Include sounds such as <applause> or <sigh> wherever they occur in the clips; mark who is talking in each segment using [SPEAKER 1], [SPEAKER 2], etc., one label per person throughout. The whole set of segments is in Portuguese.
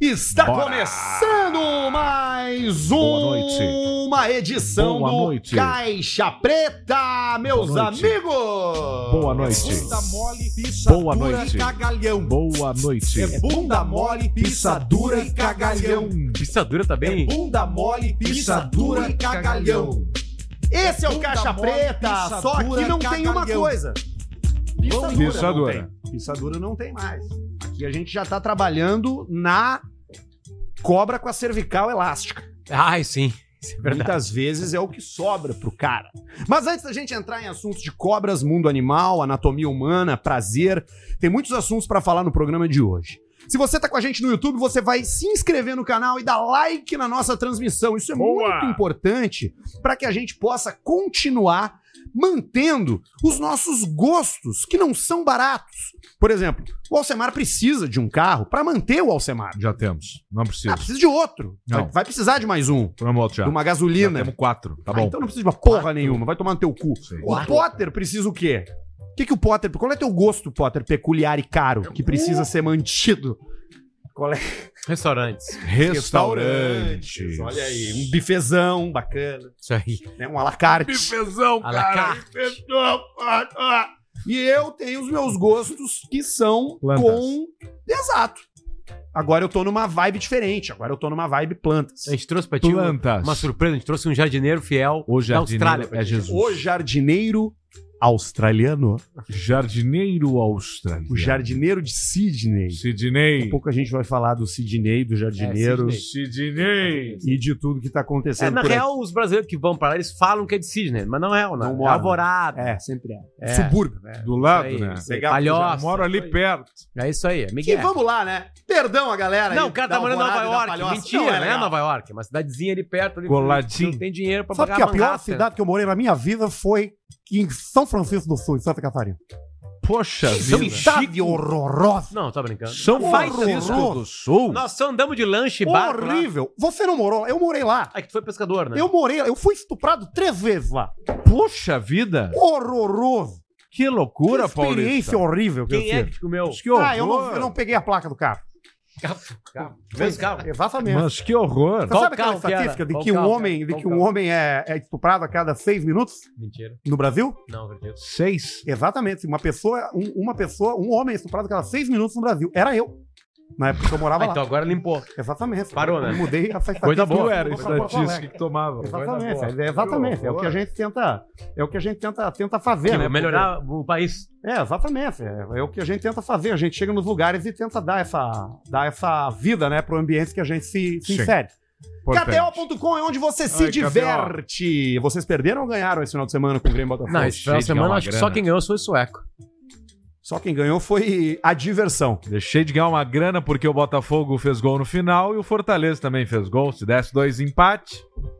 [SPEAKER 1] Está
[SPEAKER 2] Bora.
[SPEAKER 1] começando mais um-
[SPEAKER 2] Boa noite.
[SPEAKER 1] uma edição
[SPEAKER 2] Boa
[SPEAKER 1] do
[SPEAKER 2] noite.
[SPEAKER 1] Caixa Preta, meus
[SPEAKER 2] Boa noite.
[SPEAKER 1] amigos.
[SPEAKER 2] Boa noite.
[SPEAKER 1] Bunda mole, pizza
[SPEAKER 2] Boa
[SPEAKER 1] dura
[SPEAKER 2] noite.
[SPEAKER 1] e cagalhão.
[SPEAKER 2] Boa noite.
[SPEAKER 1] É bunda mole, pizza dura e cagalhão. É
[SPEAKER 3] Pisadura tá
[SPEAKER 2] É
[SPEAKER 3] bem?
[SPEAKER 1] Bunda mole, pizza dura e cagalhão. Esse é o
[SPEAKER 4] Bunda
[SPEAKER 1] Caixa
[SPEAKER 4] mole,
[SPEAKER 1] Preta,
[SPEAKER 4] pizza
[SPEAKER 1] só que
[SPEAKER 4] dura,
[SPEAKER 1] não tem uma
[SPEAKER 4] cagalhão.
[SPEAKER 1] coisa. Pizza dura.
[SPEAKER 2] Pizza
[SPEAKER 3] não
[SPEAKER 2] dura.
[SPEAKER 1] Pizza dura não tem mais. Aqui a gente já tá trabalhando na cobra com a cervical elástica.
[SPEAKER 3] Ai, sim. Isso é verdade.
[SPEAKER 1] Muitas vezes é o que sobra pro cara. Mas antes da gente entrar em assuntos de cobras, mundo animal, anatomia humana, prazer, tem muitos assuntos pra falar no programa de hoje. Se você tá com a gente no YouTube, você vai se inscrever no canal e dar like na nossa transmissão. Isso é
[SPEAKER 2] Boa!
[SPEAKER 1] muito importante para que a gente possa continuar mantendo os nossos gostos, que não são baratos. Por exemplo, o Alcemar precisa de um carro para manter o Alcemar.
[SPEAKER 2] Já temos. Não
[SPEAKER 1] Ah,
[SPEAKER 2] precisa.
[SPEAKER 1] precisa de outro.
[SPEAKER 2] Não.
[SPEAKER 1] Vai- Vai precisar de mais um.
[SPEAKER 2] Vamos outro já.
[SPEAKER 1] De uma
[SPEAKER 2] já
[SPEAKER 1] gasolina.
[SPEAKER 2] temos quatro. Tá
[SPEAKER 1] Ah,
[SPEAKER 2] bom.
[SPEAKER 1] então não precisa de uma porra nenhuma, vai tomar no teu cu.
[SPEAKER 2] Sim.
[SPEAKER 1] O Potter precisa o quê? O que, que o Potter. Qual é teu gosto, Potter, peculiar e caro, que precisa ser mantido?
[SPEAKER 3] Restaurantes.
[SPEAKER 2] Restaurante.
[SPEAKER 1] Olha aí, um bifezão bacana,
[SPEAKER 3] Isso aí.
[SPEAKER 1] né? Um alacarte.
[SPEAKER 2] Bifezão,
[SPEAKER 3] À la
[SPEAKER 2] cara. Bifezão. Ah, ah.
[SPEAKER 1] E eu tenho os meus gostos que são
[SPEAKER 2] Plantas.
[SPEAKER 1] com. Exato. Agora eu tô numa vibe diferente, agora eu tô numa vibe plantas.
[SPEAKER 2] É
[SPEAKER 3] A gente trouxe pra ti uma,
[SPEAKER 2] Plantas.
[SPEAKER 3] uma surpresa. A gente trouxe um jardineiro fiel
[SPEAKER 2] O
[SPEAKER 3] da
[SPEAKER 2] jardineiro
[SPEAKER 3] Austrália. pra
[SPEAKER 2] é
[SPEAKER 3] ti.
[SPEAKER 2] Jesus.
[SPEAKER 1] O jardineiro australiano,
[SPEAKER 2] Jardineiro australiano.
[SPEAKER 1] o jardineiro de Sydney. Daqui a
[SPEAKER 2] Sidney.
[SPEAKER 1] pouco a gente vai falar do Sidney, do jardineiro.
[SPEAKER 3] É, Sidney.
[SPEAKER 2] Sidney.
[SPEAKER 1] e de tudo que tá
[SPEAKER 3] É,
[SPEAKER 1] acontecendo
[SPEAKER 3] na
[SPEAKER 1] por aí.
[SPEAKER 3] real, os brasileiros que vão pra lá, eles falam que é de Sydney, mas não é, não.
[SPEAKER 1] Não
[SPEAKER 3] é
[SPEAKER 1] moram.
[SPEAKER 3] Alvorada.
[SPEAKER 1] É, sempre é.
[SPEAKER 3] É.
[SPEAKER 1] Subúrbio, né?
[SPEAKER 2] Do lado,
[SPEAKER 3] Isso aí.
[SPEAKER 2] né?
[SPEAKER 3] Isso aí.
[SPEAKER 1] Legal,
[SPEAKER 2] Já
[SPEAKER 3] Palhoça.
[SPEAKER 2] moro ali perto.
[SPEAKER 3] É isso aí. É
[SPEAKER 1] Que
[SPEAKER 3] Miguel.
[SPEAKER 1] vamos lá, né? Perdão a galera.
[SPEAKER 3] Não,
[SPEAKER 1] aí
[SPEAKER 3] o cara
[SPEAKER 1] da
[SPEAKER 3] tá morando em Nova
[SPEAKER 1] Alvorada e da
[SPEAKER 3] York.
[SPEAKER 1] Palhoça.
[SPEAKER 3] Mentira,
[SPEAKER 1] Não é
[SPEAKER 3] né?
[SPEAKER 1] legal.
[SPEAKER 3] Nova York. É uma cidadezinha ali perto. Ali,
[SPEAKER 2] Coladinho.
[SPEAKER 3] Não tem dinheiro pra
[SPEAKER 4] Sabe
[SPEAKER 3] pagar
[SPEAKER 1] é
[SPEAKER 4] que a pior
[SPEAKER 3] Manhattan.
[SPEAKER 4] cidade que eu morei na minha vida foi em São Francisco do Sul, em Santa Catarina.
[SPEAKER 2] Poxa
[SPEAKER 3] São
[SPEAKER 2] vida.
[SPEAKER 4] Cidade horrorosa.
[SPEAKER 3] Não, tô brincando.
[SPEAKER 2] São
[SPEAKER 3] Vai,
[SPEAKER 2] Francisco
[SPEAKER 4] Horroroso.
[SPEAKER 2] do Sul.
[SPEAKER 3] Nós só andamos de lanche e barco lá.
[SPEAKER 4] Horrível. Você não morou, lá, eu morei lá.
[SPEAKER 3] Ah, que tu foi pescador, né?
[SPEAKER 4] Eu morei, eu fui estuprado três vezes lá.
[SPEAKER 2] Poxa vida.
[SPEAKER 4] Horroroso.
[SPEAKER 2] Que loucura,
[SPEAKER 4] que experiência
[SPEAKER 2] Paulista.
[SPEAKER 4] horrível que
[SPEAKER 3] Quem
[SPEAKER 4] eu
[SPEAKER 3] é
[SPEAKER 4] tive.
[SPEAKER 3] que te comeu?
[SPEAKER 2] Mas que
[SPEAKER 4] Ah, eu não,
[SPEAKER 2] horror.
[SPEAKER 4] eu não peguei a placa do carro.
[SPEAKER 3] Carro. Carro. Mesmo carro.
[SPEAKER 4] Exatamente.
[SPEAKER 2] Mas que horror.
[SPEAKER 3] Qual
[SPEAKER 4] sabe aquela
[SPEAKER 3] carro que era?
[SPEAKER 4] estatística de
[SPEAKER 3] Qual
[SPEAKER 4] que um
[SPEAKER 3] carro que
[SPEAKER 4] homem,
[SPEAKER 3] era?
[SPEAKER 4] de
[SPEAKER 3] Qual
[SPEAKER 4] que um
[SPEAKER 3] carro?
[SPEAKER 4] homem é, é estuprado a cada seis minutos
[SPEAKER 3] Mentira.
[SPEAKER 4] no Brasil?
[SPEAKER 3] Não, acredito.
[SPEAKER 2] Seis.
[SPEAKER 4] Exatamente. Uma pessoa, um, uma pessoa, um homem é estuprado a cada seis minutos no Brasil. Era eu. Na época que eu morava
[SPEAKER 3] Ah,
[SPEAKER 4] lá.
[SPEAKER 3] então agora limpou.
[SPEAKER 4] Exatamente.
[SPEAKER 3] Parou, né?
[SPEAKER 4] Eu mudei essa estatística.
[SPEAKER 3] Coisa boa.
[SPEAKER 2] Tu era
[SPEAKER 4] Vamos pra Porto
[SPEAKER 2] estatística que tomava.
[SPEAKER 4] Exatamente,
[SPEAKER 2] Coisa
[SPEAKER 4] é, exatamente. É o
[SPEAKER 2] boa.
[SPEAKER 4] que a gente tenta, é o que a gente tenta, tenta fazer,
[SPEAKER 3] Que
[SPEAKER 4] né?
[SPEAKER 3] melhorar o país.
[SPEAKER 4] Porque- É, exatamente. É, é o que a gente tenta fazer. A gente chega nos lugares e tenta dar essa, dar essa vida, né, pro ambiente que a gente se, se
[SPEAKER 2] Sim.
[SPEAKER 4] insere.
[SPEAKER 2] Importante.
[SPEAKER 1] KTO.com é onde você se
[SPEAKER 2] Ai, KTO.
[SPEAKER 1] diverte. Vocês perderam ou ganharam esse final de semana com o Grêmio e Botafogo?
[SPEAKER 3] Não, esse final de
[SPEAKER 2] Achei que é
[SPEAKER 3] semana
[SPEAKER 2] uma
[SPEAKER 3] acho que
[SPEAKER 2] grana.
[SPEAKER 3] só quem ganhou foi o sueco.
[SPEAKER 1] Só quem ganhou foi a diversão.
[SPEAKER 2] Deixei de ganhar uma grana porque o Botafogo fez gol no final e o Fortaleza também fez gol. Se desse dois empate,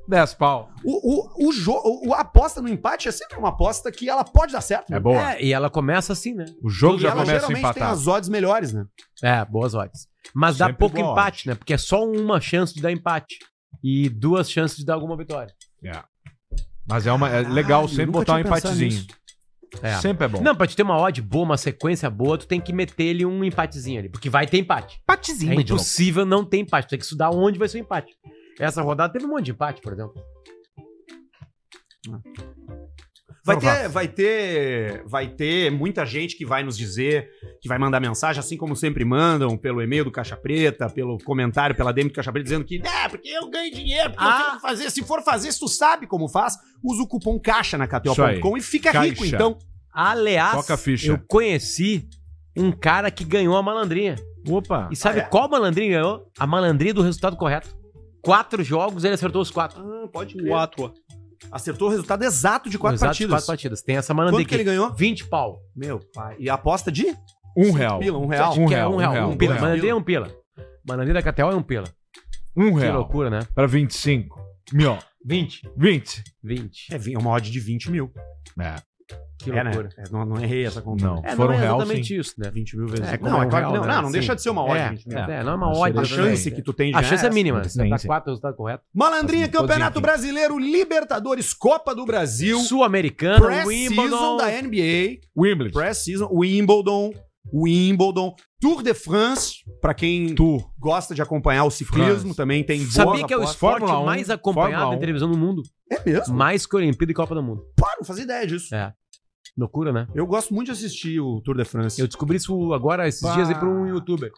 [SPEAKER 2] dez pau.
[SPEAKER 1] O, o, o jo- o- a aposta no empate é sempre uma aposta que ela pode dar certo. né?
[SPEAKER 2] É boa.
[SPEAKER 3] É, e ela começa assim, né?
[SPEAKER 2] O jogo
[SPEAKER 1] E
[SPEAKER 2] já
[SPEAKER 1] ela
[SPEAKER 2] começa a
[SPEAKER 1] geralmente tem
[SPEAKER 2] empatar.
[SPEAKER 1] as odds melhores, né?
[SPEAKER 3] É, boas odds. Mas dá
[SPEAKER 2] Sempre
[SPEAKER 3] pouco
[SPEAKER 2] boa
[SPEAKER 3] empate, né? Porque é só uma chance de dar empate. E duas chances de dar alguma vitória.
[SPEAKER 2] É. Mas é, uma, é
[SPEAKER 1] Caralho,
[SPEAKER 2] legal
[SPEAKER 1] nunca
[SPEAKER 2] sempre botar um
[SPEAKER 1] tinha pensado
[SPEAKER 2] empatezinho.
[SPEAKER 1] nisso.
[SPEAKER 3] É.
[SPEAKER 2] Sempre é bom.
[SPEAKER 3] Não, pra te ter uma odd boa, uma sequência boa, tu tem que meter ele um empatezinho ali. Porque vai ter empate.
[SPEAKER 2] empatezinho,
[SPEAKER 3] É impossível não ter empate. Tu tem que estudar onde vai ser o empate. Essa rodada teve um monte de empate, por exemplo.
[SPEAKER 1] Vai
[SPEAKER 2] Então
[SPEAKER 1] ter, vai ter, vai ter muita gente que vai nos dizer, que vai mandar mensagem, assim como sempre mandam, pelo e-mail do Caixa Preta, pelo comentário, pela DM do Caixa Preta, dizendo que, é, porque eu ganho dinheiro, porque eu
[SPEAKER 3] Ah.
[SPEAKER 1] tenho que fazer. Se for fazer, se tu sabe como faz, usa o cupom CAIXA na
[SPEAKER 2] Isso
[SPEAKER 1] KTO.com e fica
[SPEAKER 2] Caixa.
[SPEAKER 1] rico, então.
[SPEAKER 3] Aliás,
[SPEAKER 2] Toca a ficha.
[SPEAKER 3] eu conheci um cara que ganhou a malandrinha.
[SPEAKER 2] Opa.
[SPEAKER 3] E sabe
[SPEAKER 1] Ah, é?
[SPEAKER 3] qual malandrinha ganhou? A malandrinha do resultado correto. Quatro jogos, ele acertou os quatro.
[SPEAKER 1] Ah, pode crer. Acertou o resultado exato de quatro
[SPEAKER 3] Exato,
[SPEAKER 1] partidas.
[SPEAKER 3] Quatro partidas. Tem essa
[SPEAKER 1] Quanto
[SPEAKER 3] malandrinha
[SPEAKER 1] que ele
[SPEAKER 3] aqui.
[SPEAKER 1] ganhou?
[SPEAKER 3] 20 pau.
[SPEAKER 1] Meu pai. E a aposta de?
[SPEAKER 2] Um real.
[SPEAKER 1] Pila, um real.
[SPEAKER 3] Que
[SPEAKER 2] Um
[SPEAKER 3] é
[SPEAKER 2] real,
[SPEAKER 3] um
[SPEAKER 2] um
[SPEAKER 3] real.
[SPEAKER 2] real,
[SPEAKER 3] Um
[SPEAKER 2] um
[SPEAKER 3] pila.
[SPEAKER 2] real.
[SPEAKER 3] Malandrinha é um pila. Malandrinha da KTO é um pila.
[SPEAKER 2] Um
[SPEAKER 3] Que
[SPEAKER 2] real.
[SPEAKER 3] loucura, né?
[SPEAKER 2] Para 25. Mil.
[SPEAKER 3] 20.
[SPEAKER 2] 20.
[SPEAKER 3] 20.
[SPEAKER 1] É vi- é uma odd de 20 mil.
[SPEAKER 2] É.
[SPEAKER 3] Que
[SPEAKER 1] é, né?
[SPEAKER 3] loucura.
[SPEAKER 1] É, não, não errei essa conta.
[SPEAKER 2] Não.
[SPEAKER 1] né?
[SPEAKER 3] É,
[SPEAKER 2] Foram
[SPEAKER 3] não é
[SPEAKER 2] real,
[SPEAKER 3] exatamente isso, né?
[SPEAKER 1] 20 mil vezes.
[SPEAKER 3] É,
[SPEAKER 1] não, é claro que não.
[SPEAKER 3] real, né?
[SPEAKER 1] Não, não
[SPEAKER 3] Sim.
[SPEAKER 1] deixa de ser uma odd. de 20 mil.
[SPEAKER 3] É, é, não é uma
[SPEAKER 2] Não,
[SPEAKER 3] odd.
[SPEAKER 2] seria
[SPEAKER 1] A
[SPEAKER 3] exatamente.
[SPEAKER 1] chance que tu tem de
[SPEAKER 3] A
[SPEAKER 1] ganhar
[SPEAKER 3] chance é
[SPEAKER 1] essa.
[SPEAKER 3] mínima. né? Se
[SPEAKER 2] Sim,
[SPEAKER 3] dá
[SPEAKER 2] sim.
[SPEAKER 3] quatro, o resultado correto.
[SPEAKER 1] Malandrinha,
[SPEAKER 2] Mas não tô
[SPEAKER 1] Campeonato
[SPEAKER 2] dizendo.
[SPEAKER 1] Brasileiro, Libertadores, Copa do Brasil,
[SPEAKER 3] Sul-Americana,
[SPEAKER 1] pré-season
[SPEAKER 3] Wimbledon.
[SPEAKER 1] da NBA,
[SPEAKER 2] Wimbledon.
[SPEAKER 1] pré-season, Wimbledon, Wimbledon. Tour de France, pra quem
[SPEAKER 2] Tu.
[SPEAKER 1] gosta de acompanhar o ciclismo,
[SPEAKER 2] France.
[SPEAKER 1] também tem boas
[SPEAKER 3] Sabia que é o
[SPEAKER 1] apostas.
[SPEAKER 3] esporte
[SPEAKER 2] Fórmula 1,
[SPEAKER 3] mais acompanhado
[SPEAKER 2] Fórmula 1.
[SPEAKER 3] em televisão no mundo?
[SPEAKER 1] É mesmo?
[SPEAKER 3] Mais que Olimpíada e Copa do Mundo.
[SPEAKER 1] Pá, não fazia ideia disso.
[SPEAKER 3] É. Loucura, né?
[SPEAKER 1] Eu gosto muito de assistir o Tour de France.
[SPEAKER 3] Eu
[SPEAKER 1] Eu,
[SPEAKER 3] descobri isso agora, esses
[SPEAKER 1] Pá.
[SPEAKER 3] dias, aí por um youtuber.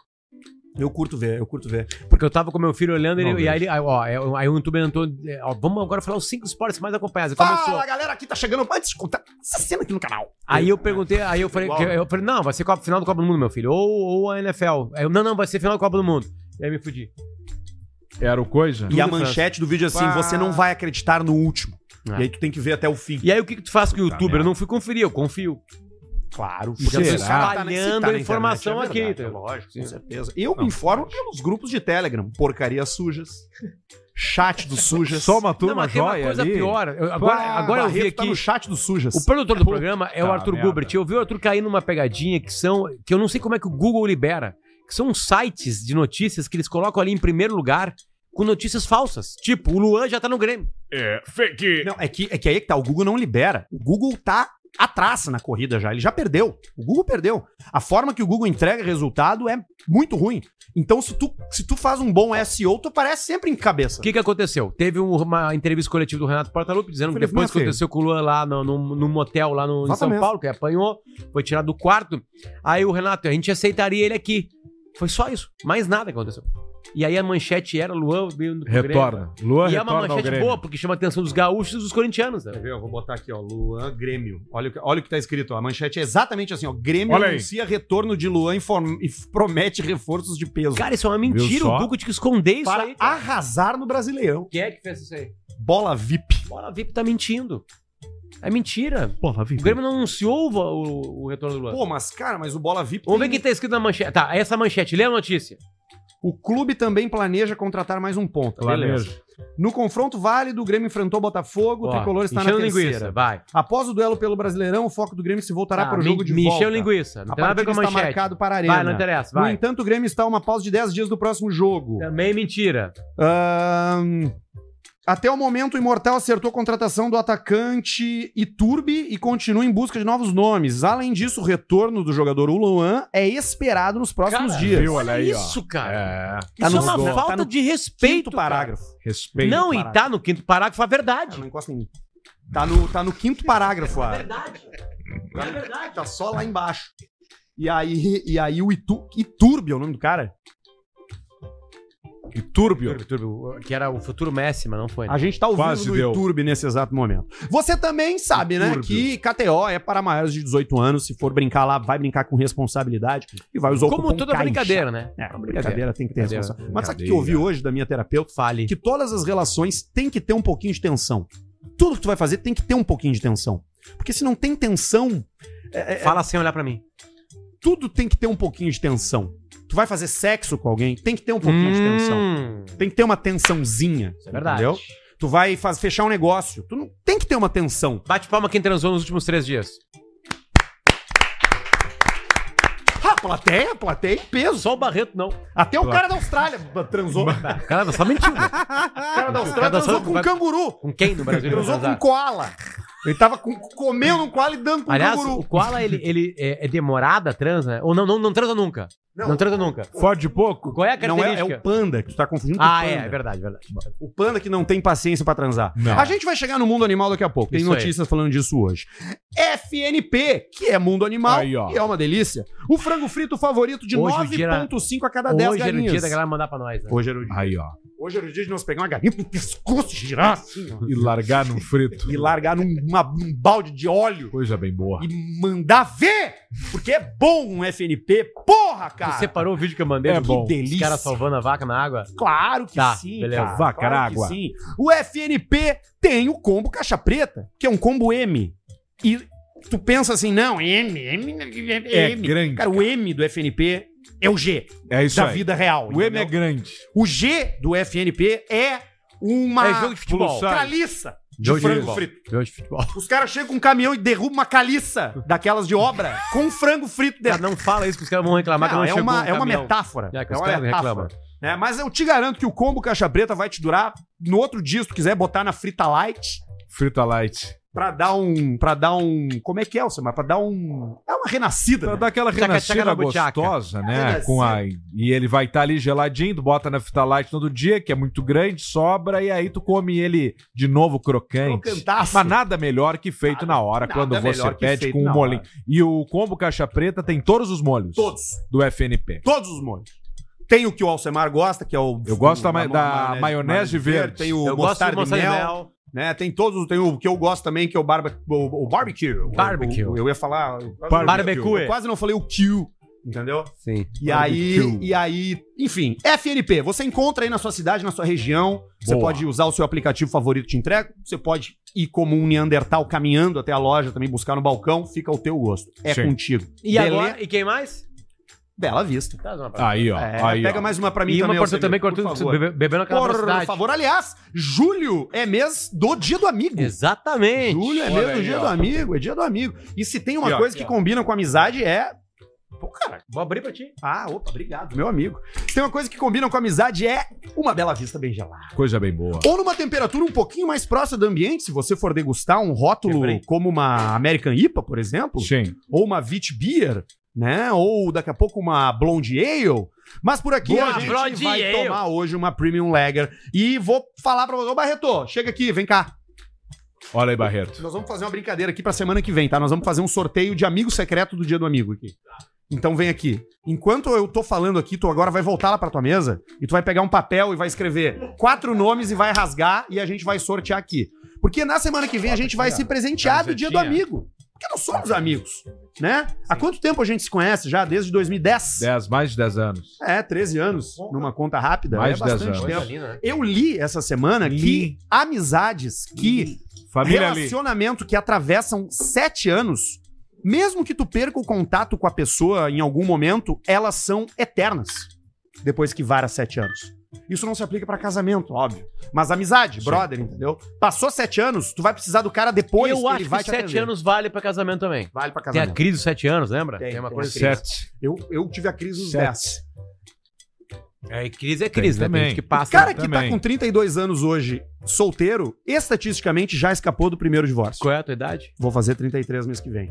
[SPEAKER 1] curto ver, eu curto ver.
[SPEAKER 3] Porque eu tava com meu filho olhando, ele,
[SPEAKER 2] Não,
[SPEAKER 3] e aí, ele, aí, ó, aí o- aí o youtuber entrou. é, ó, vamos agora falar os cinco esportes mais acompanhados. Aí Começou.
[SPEAKER 1] Fala, galera, aqui tá chegando. Antes de contar essa cena aqui no canal.
[SPEAKER 3] Aí eu perguntei, aí eu falei, que- eu falei não, vai ser Copa, final do Copa do Mundo, meu filho. Ou, ou a NFL. Aí eu, não, não, vai ser final da Copa do Mundo. E aí me fudi.
[SPEAKER 2] Era o coisa?
[SPEAKER 1] E a manchete do vídeo é assim:
[SPEAKER 2] Pá.
[SPEAKER 1] você não vai acreditar no último.
[SPEAKER 3] É.
[SPEAKER 1] E aí tu tem que ver até o fim.
[SPEAKER 3] E aí o que, que tu faz com o youtuber?
[SPEAKER 2] merda.
[SPEAKER 3] Eu não fui conferir, eu confio.
[SPEAKER 1] Claro,
[SPEAKER 2] Já
[SPEAKER 1] porque
[SPEAKER 2] tô
[SPEAKER 1] esse cara tá na-
[SPEAKER 3] espalhando
[SPEAKER 1] se na
[SPEAKER 3] a informação
[SPEAKER 1] internet, é
[SPEAKER 3] aqui,
[SPEAKER 1] verdade,
[SPEAKER 3] tá?
[SPEAKER 1] lógico, com
[SPEAKER 3] Sim.
[SPEAKER 1] certeza. Eu me informo pelos grupos de Telegram, porcarias sujas, chat dos sujas.
[SPEAKER 2] Só uma turma
[SPEAKER 3] é não, mas tem uma
[SPEAKER 2] joia
[SPEAKER 3] coisa
[SPEAKER 2] ali.
[SPEAKER 3] pior. Eu- agora
[SPEAKER 1] Pá,
[SPEAKER 3] agora eu vi
[SPEAKER 1] Barreto tá
[SPEAKER 3] aqui.
[SPEAKER 1] no chat dos sujas.
[SPEAKER 3] O produtor do programa é o
[SPEAKER 2] Puta
[SPEAKER 3] Arthur
[SPEAKER 2] merda.
[SPEAKER 3] Gubert. Eu vi o Arthur cair numa pegadinha que são. que eu não sei como é que o Google libera. Que são sites de notícias que eles colocam ali em primeiro lugar com notícias falsas. Tipo, o Luan já tá no Grêmio.
[SPEAKER 1] Não, é que, é que aí que tá, o Google não libera. O Google tá atrás na corrida já, ele já perdeu. O Google perdeu. A forma que o Google entrega resultado é muito ruim. Então, se tu, se tu faz um bom SEO, tu aparece sempre em cabeça.
[SPEAKER 3] O que, que aconteceu? Teve um- uma entrevista coletiva do Renato Portaluppi dizendo que
[SPEAKER 1] Felipe
[SPEAKER 3] depois que
[SPEAKER 1] Mafia.
[SPEAKER 3] aconteceu com o Luan lá no, no, no motel lá no, em São
[SPEAKER 1] Exatamente.
[SPEAKER 3] Paulo, que ele apanhou, foi tirado do quarto. Aí o Renato, a gente aceitaria ele aqui. Foi só isso. Mais nada que aconteceu. E aí a manchete era Luan veio do
[SPEAKER 2] Retorna. Luan
[SPEAKER 3] Grêmio. E é
[SPEAKER 2] retorna
[SPEAKER 3] uma
[SPEAKER 2] ao
[SPEAKER 3] manchete
[SPEAKER 2] Grêmio.
[SPEAKER 3] boa, porque chama a atenção dos gaúchos e dos corintianos. Né?
[SPEAKER 1] Quer ver? Eu vou botar aqui, ó, Luan Grêmio. Olha, o que- olha o que tá escrito, ó. A manchete é exatamente assim, ó. Grêmio
[SPEAKER 2] Olha aí.
[SPEAKER 1] anuncia retorno de Luan e, form- e promete reforços de peso.
[SPEAKER 3] Cara, isso é uma
[SPEAKER 2] Viu
[SPEAKER 3] mentira.
[SPEAKER 2] só?
[SPEAKER 3] O Duco tinha que esconder isso
[SPEAKER 1] para
[SPEAKER 3] aí. cara.
[SPEAKER 1] arrasar no Brasileirão.
[SPEAKER 3] Quem é que fez isso aí?
[SPEAKER 1] Bola VIP.
[SPEAKER 3] Bora, VIP tá mentindo. É mentira.
[SPEAKER 1] Bola
[SPEAKER 3] O Grêmio não anunciou o, vo- o- o retorno do Luan.
[SPEAKER 1] Pô, mas cara, mas o Bola VIP.
[SPEAKER 3] Vamos ver o
[SPEAKER 1] tem-
[SPEAKER 3] que tá escrito na manchete. Tá, essa manchete. Lê a notícia.
[SPEAKER 1] O clube também planeja contratar mais um ponta. Beleza.
[SPEAKER 2] Planeja.
[SPEAKER 1] No confronto válido, o Grêmio enfrentou o Botafogo, o
[SPEAKER 3] Ó,
[SPEAKER 1] Tricolor está na
[SPEAKER 3] enchendo
[SPEAKER 1] terceira.
[SPEAKER 3] vai.
[SPEAKER 1] Após o duelo pelo Brasileirão, o foco do Grêmio se voltará
[SPEAKER 3] Ah,
[SPEAKER 1] para o jogo
[SPEAKER 3] me-
[SPEAKER 1] de
[SPEAKER 3] me
[SPEAKER 1] volta.
[SPEAKER 3] encheu linguiça. Não
[SPEAKER 1] A
[SPEAKER 3] tem nada a ver
[SPEAKER 1] partida
[SPEAKER 3] com a
[SPEAKER 1] está
[SPEAKER 3] manchete.
[SPEAKER 1] marcado para a Arena.
[SPEAKER 3] Vai, não interessa,
[SPEAKER 1] No
[SPEAKER 3] vai.
[SPEAKER 1] entanto, o Grêmio está a uma pausa de 10 dias do próximo jogo.
[SPEAKER 3] Também é mentira.
[SPEAKER 1] Ahn, Até o momento, o Imortal acertou a contratação do atacante Iturbe e continua em busca de novos nomes. Além disso, o retorno do jogador Luan é esperado nos próximos
[SPEAKER 3] Cara,
[SPEAKER 1] dias.
[SPEAKER 2] Viu, olha aí, ó.
[SPEAKER 3] Isso, cara.
[SPEAKER 2] É.
[SPEAKER 1] Tá
[SPEAKER 3] isso
[SPEAKER 1] no
[SPEAKER 3] é uma
[SPEAKER 1] Google.
[SPEAKER 3] falta
[SPEAKER 1] Tá no
[SPEAKER 3] de respeito,
[SPEAKER 1] Quinto parágrafo.
[SPEAKER 3] cara.
[SPEAKER 2] Respeito.
[SPEAKER 3] Não, e
[SPEAKER 1] parágrafo.
[SPEAKER 3] tá no quinto parágrafo a
[SPEAKER 1] Ah,
[SPEAKER 3] verdade.
[SPEAKER 1] não encosta em mim. Tá no, tá no quinto parágrafo, ah.
[SPEAKER 3] Verdade. É verdade.
[SPEAKER 1] tá só lá embaixo. E aí, e aí o Itu, Iturbe é o nome do cara?
[SPEAKER 2] E túrbio.
[SPEAKER 3] Turbo, turbo, que era o futuro Messi, mas não foi. né?
[SPEAKER 1] A gente tá ouvindo
[SPEAKER 2] Quase
[SPEAKER 1] do
[SPEAKER 2] deu.
[SPEAKER 1] Iturbe nesse exato momento. Você também sabe, né,
[SPEAKER 2] Iturbe.
[SPEAKER 1] que KTO é para maiores de 18 anos. Se for brincar lá, vai brincar com responsabilidade e vai usar o
[SPEAKER 3] Como
[SPEAKER 1] cupom
[SPEAKER 3] toda
[SPEAKER 1] caixa.
[SPEAKER 3] brincadeira, né?
[SPEAKER 1] É, brincadeira tem que ter
[SPEAKER 3] Brincadeira.
[SPEAKER 1] responsabilidade. Mas sabe o que eu ouvi
[SPEAKER 2] Brincadeira.
[SPEAKER 1] hoje da minha terapeuta?
[SPEAKER 3] Fale.
[SPEAKER 1] que todas as relações têm que ter um pouquinho de tensão. Tudo que tu vai fazer tem que ter um pouquinho de tensão. Porque se não tem tensão, É,
[SPEAKER 3] Fala sem olhar pra mim.
[SPEAKER 1] tudo tem que ter um pouquinho de tensão. Tu vai fazer sexo com alguém, tem que ter um pouquinho de tensão.
[SPEAKER 3] Hum,
[SPEAKER 1] Tem que ter uma tensãozinha.
[SPEAKER 3] Isso é verdade.
[SPEAKER 1] Entendeu? Tu vai faz, fechar um negócio. Tu não tem que ter uma tensão.
[SPEAKER 3] Bate palma quem transou nos últimos três dias.
[SPEAKER 1] Ah, plateia, plateia é em peso.
[SPEAKER 3] Só o Barreto, não.
[SPEAKER 1] Até o cara da Austrália transou. o
[SPEAKER 3] Cara, só mentindo.
[SPEAKER 1] cara da Austrália
[SPEAKER 3] Cada
[SPEAKER 1] transou
[SPEAKER 3] só-
[SPEAKER 1] com um canguru.
[SPEAKER 3] Com quem no Brasil? ele vai
[SPEAKER 1] Transou com um
[SPEAKER 3] transar?
[SPEAKER 1] koala. Ele tava com- comendo um koala e dando com um
[SPEAKER 3] Aliás,
[SPEAKER 1] canguru.
[SPEAKER 3] o koala, ele, ele é, é demorada a trans, né? Ou não, não, não transa nunca. Não, transa nunca.
[SPEAKER 2] Fode um pouco.
[SPEAKER 3] Qual é a
[SPEAKER 1] Não é, é
[SPEAKER 3] característica?
[SPEAKER 1] o panda, que tu tá confundindo com o
[SPEAKER 3] Ah,
[SPEAKER 1] panda.
[SPEAKER 3] é, é verdade, é verdade.
[SPEAKER 1] O panda que não tem paciência pra transar.
[SPEAKER 2] Não.
[SPEAKER 1] A gente vai chegar no mundo animal daqui a pouco. Tem
[SPEAKER 3] Isso aí.
[SPEAKER 1] notícias falando disso hoje. FNP, que é mundo animal,
[SPEAKER 2] Aí, ó.
[SPEAKER 1] que é uma delícia. O frango frito favorito de
[SPEAKER 3] Hoje o dia era-
[SPEAKER 1] 9,5 a cada 10
[SPEAKER 3] Hoje era o
[SPEAKER 1] galinhas.
[SPEAKER 3] dia da galera mandar pra nós, né?
[SPEAKER 1] Hoje era o dia.
[SPEAKER 2] Aí, ó.
[SPEAKER 1] Hoje era o dia de nós pegar uma galinha pro pescoço, girar assim, ó,
[SPEAKER 2] E largar num frito.
[SPEAKER 1] e largar num uma- num balde de óleo
[SPEAKER 2] Coisa bem boa.
[SPEAKER 1] e mandar ver! Porque é bom um FNP, porra, cara!
[SPEAKER 3] Você separou o vídeo que eu mandei?
[SPEAKER 2] É
[SPEAKER 3] Que
[SPEAKER 2] bom.
[SPEAKER 3] delícia. Os caras salvando a vaca na água.
[SPEAKER 1] Claro que
[SPEAKER 3] Tá,
[SPEAKER 1] sim,
[SPEAKER 3] beleza.
[SPEAKER 1] cara.
[SPEAKER 2] Vaca
[SPEAKER 1] claro
[SPEAKER 2] na
[SPEAKER 1] que
[SPEAKER 2] água.
[SPEAKER 1] Sim. O FNP tem o combo caixa preta, que é um combo M. E tu pensa assim, não, M, M, M.
[SPEAKER 2] É grande.
[SPEAKER 1] Cara, o M do FNP é o G
[SPEAKER 2] É isso
[SPEAKER 1] da
[SPEAKER 2] aí.
[SPEAKER 1] vida real.
[SPEAKER 2] O M é
[SPEAKER 1] entendeu?
[SPEAKER 2] grande.
[SPEAKER 1] O G do FNP é uma
[SPEAKER 3] É jogo de futebol.
[SPEAKER 2] Pulsar.
[SPEAKER 1] caliça de
[SPEAKER 3] Jogo de
[SPEAKER 1] frango
[SPEAKER 3] futebol.
[SPEAKER 1] frito.
[SPEAKER 3] Jogo de futebol.
[SPEAKER 1] Os caras chegam com um caminhão e derrubam uma caliça daquelas de obra com um frango frito
[SPEAKER 3] Cara,
[SPEAKER 1] dentro.
[SPEAKER 3] não fala isso que os caras vão reclamar que não
[SPEAKER 1] Não, é,
[SPEAKER 3] chegou
[SPEAKER 1] uma,
[SPEAKER 3] um
[SPEAKER 1] é uma
[SPEAKER 3] caminhão.
[SPEAKER 1] metáfora.
[SPEAKER 3] É, que
[SPEAKER 1] é
[SPEAKER 3] os
[SPEAKER 1] uma
[SPEAKER 3] caras
[SPEAKER 1] metáfora.
[SPEAKER 3] reclamam.
[SPEAKER 1] né? Mas eu te garanto que o combo caixa preta vai te durar no outro dia, se tu quiser botar na frita light,
[SPEAKER 2] Frita light.
[SPEAKER 1] Pra dar um. Pra dar um. Como é que é, Alcimar? Pra dar um. É uma renascida.
[SPEAKER 5] Pra
[SPEAKER 1] né?
[SPEAKER 5] dar aquela
[SPEAKER 3] Tchaca,
[SPEAKER 5] renascida
[SPEAKER 3] tchaca, butiaca.
[SPEAKER 5] gostosa, né?
[SPEAKER 1] Renascida.
[SPEAKER 5] Com a... E ele vai estar ali geladinho, tu bota na fita light todo dia, que é muito grande, sobra, e aí tu come ele de novo crocante.
[SPEAKER 1] cantaço.
[SPEAKER 5] Mas nada melhor que feito
[SPEAKER 1] Nada-
[SPEAKER 5] na hora,
[SPEAKER 1] nada
[SPEAKER 5] quando você
[SPEAKER 1] melhor que
[SPEAKER 5] pede
[SPEAKER 1] feito
[SPEAKER 5] com
[SPEAKER 1] na
[SPEAKER 5] um molinho. E o combo caixa preta tem todos os molhos
[SPEAKER 1] Todos.
[SPEAKER 5] do FNP.
[SPEAKER 1] Todos os molhos. Tem o que o Alcemar gosta, que é o.
[SPEAKER 5] Eu gosto
[SPEAKER 1] o-
[SPEAKER 5] da ma-
[SPEAKER 1] a
[SPEAKER 5] da maionese verde.
[SPEAKER 1] Tem o
[SPEAKER 3] Eu gosto de
[SPEAKER 1] mostarda de
[SPEAKER 3] mostarda de
[SPEAKER 1] mel,
[SPEAKER 3] mel.
[SPEAKER 1] né? Tem todos. Tem o que eu gosto também, que é o, barba, o, o barbecue. O-
[SPEAKER 3] Barbecue.
[SPEAKER 1] o- eu ia falar. eu quase-
[SPEAKER 3] Barbecue.
[SPEAKER 1] Eu quase não falei o Q, entendeu?
[SPEAKER 3] Sim.
[SPEAKER 1] E aí, e aí, enfim, FNP, você encontra aí na sua cidade, na sua região. Você
[SPEAKER 5] Boa.
[SPEAKER 1] pode usar o seu aplicativo favorito de entrega. Você pode ir como um Neandertal caminhando até a loja, também buscar no balcão. Fica ao teu gosto. É
[SPEAKER 5] Sim.
[SPEAKER 1] contigo.
[SPEAKER 3] E
[SPEAKER 1] Beleza?
[SPEAKER 3] agora? E quem mais?
[SPEAKER 1] Bela vista.
[SPEAKER 3] Traz uma pra
[SPEAKER 5] Aí, ó.
[SPEAKER 1] É,
[SPEAKER 5] aí,
[SPEAKER 1] pega
[SPEAKER 5] ó.
[SPEAKER 1] mais uma pra mim
[SPEAKER 3] E uma
[SPEAKER 1] também. é
[SPEAKER 3] pra tu
[SPEAKER 1] Alcemar,
[SPEAKER 3] também,
[SPEAKER 1] por
[SPEAKER 3] Cortudo,
[SPEAKER 1] favor.
[SPEAKER 3] bebe- bebendo aquela
[SPEAKER 1] Por
[SPEAKER 3] velocidade.
[SPEAKER 1] favor, aliás, julho é mês do dia do amigo.
[SPEAKER 3] Exatamente.
[SPEAKER 1] Julho é
[SPEAKER 5] Olha
[SPEAKER 1] mês do
[SPEAKER 5] aí,
[SPEAKER 1] dia
[SPEAKER 5] ó.
[SPEAKER 1] do amigo, é dia do amigo. E se tem uma
[SPEAKER 5] E, ó,
[SPEAKER 1] coisa
[SPEAKER 5] aqui,
[SPEAKER 1] que
[SPEAKER 5] ó.
[SPEAKER 1] combina com amizade é. Pô, cara,
[SPEAKER 3] Vou abrir pra ti.
[SPEAKER 1] Ah, opa, obrigado, meu amigo. Se tem uma coisa que combina com a amizade é uma bela vista bem gelada.
[SPEAKER 5] Coisa bem boa.
[SPEAKER 1] Ou numa temperatura um pouquinho mais próxima do ambiente, se você for degustar um rótulo
[SPEAKER 3] Quebrei.
[SPEAKER 1] como uma American IPA, por exemplo,
[SPEAKER 5] Sim.
[SPEAKER 1] ou uma Wheat Beer, né? Ou daqui a pouco uma Blonde Ale. Mas por aqui
[SPEAKER 3] Boa,
[SPEAKER 1] a gente
[SPEAKER 3] Blonde
[SPEAKER 1] vai
[SPEAKER 3] Ale.
[SPEAKER 1] tomar hoje uma Premium Lager. E vou falar pra você, ô Barreto, chega aqui, vem cá.
[SPEAKER 5] Olha aí, Barreto.
[SPEAKER 1] Nós vamos fazer uma brincadeira aqui pra semana que vem, tá? Nós vamos fazer um sorteio de amigo secreto do Dia do Amigo aqui. Então vem aqui. Enquanto eu tô falando aqui, tu agora vai voltar lá pra tua mesa e tu vai pegar um papel e vai escrever quatro nomes e vai rasgar e a gente vai sortear aqui. Porque na semana que vem a gente vai se presentear do Dia do Amigo. Porque nós somos amigos, né? Há quanto tempo a gente se conhece já? Desde 2010?
[SPEAKER 5] 10, mais de 10 anos.
[SPEAKER 1] É, 13 anos, numa conta rápida.
[SPEAKER 5] Tá Mais
[SPEAKER 1] é
[SPEAKER 5] de 10
[SPEAKER 1] bastante
[SPEAKER 5] anos.
[SPEAKER 1] tempo.
[SPEAKER 3] linda, né?
[SPEAKER 1] Eu li essa semana que
[SPEAKER 5] Li.
[SPEAKER 1] amizades que
[SPEAKER 5] Família ali.
[SPEAKER 1] relacionamento que atravessam sete anos, mesmo que tu perca o contato com a pessoa em algum momento, elas são eternas depois que vara sete anos. Isso não se aplica pra casamento, óbvio. Mas amizade, brother, entendeu? Passou sete anos, tu vai precisar do cara depois
[SPEAKER 3] eu acho que
[SPEAKER 1] te
[SPEAKER 3] sete
[SPEAKER 1] atender.
[SPEAKER 3] anos vale pra casamento também.
[SPEAKER 1] Vale pra
[SPEAKER 3] Tem a
[SPEAKER 1] casamento.
[SPEAKER 3] crise dos sete anos, lembra?
[SPEAKER 1] Tem, tem a crise.
[SPEAKER 5] Sete.
[SPEAKER 1] Eu, eu tive a crise dos
[SPEAKER 5] Sete.
[SPEAKER 1] 10.
[SPEAKER 3] É, crise é crise,
[SPEAKER 5] Tem
[SPEAKER 3] né? Tem
[SPEAKER 5] também.
[SPEAKER 3] gente que
[SPEAKER 1] O
[SPEAKER 3] passa.
[SPEAKER 1] cara que tá
[SPEAKER 5] Ah, também.
[SPEAKER 1] com 32 anos hoje, solteiro, estatisticamente já escapou do primeiro divórcio.
[SPEAKER 3] Qual é a tua idade?
[SPEAKER 1] Vou fazer 33 mês que vem.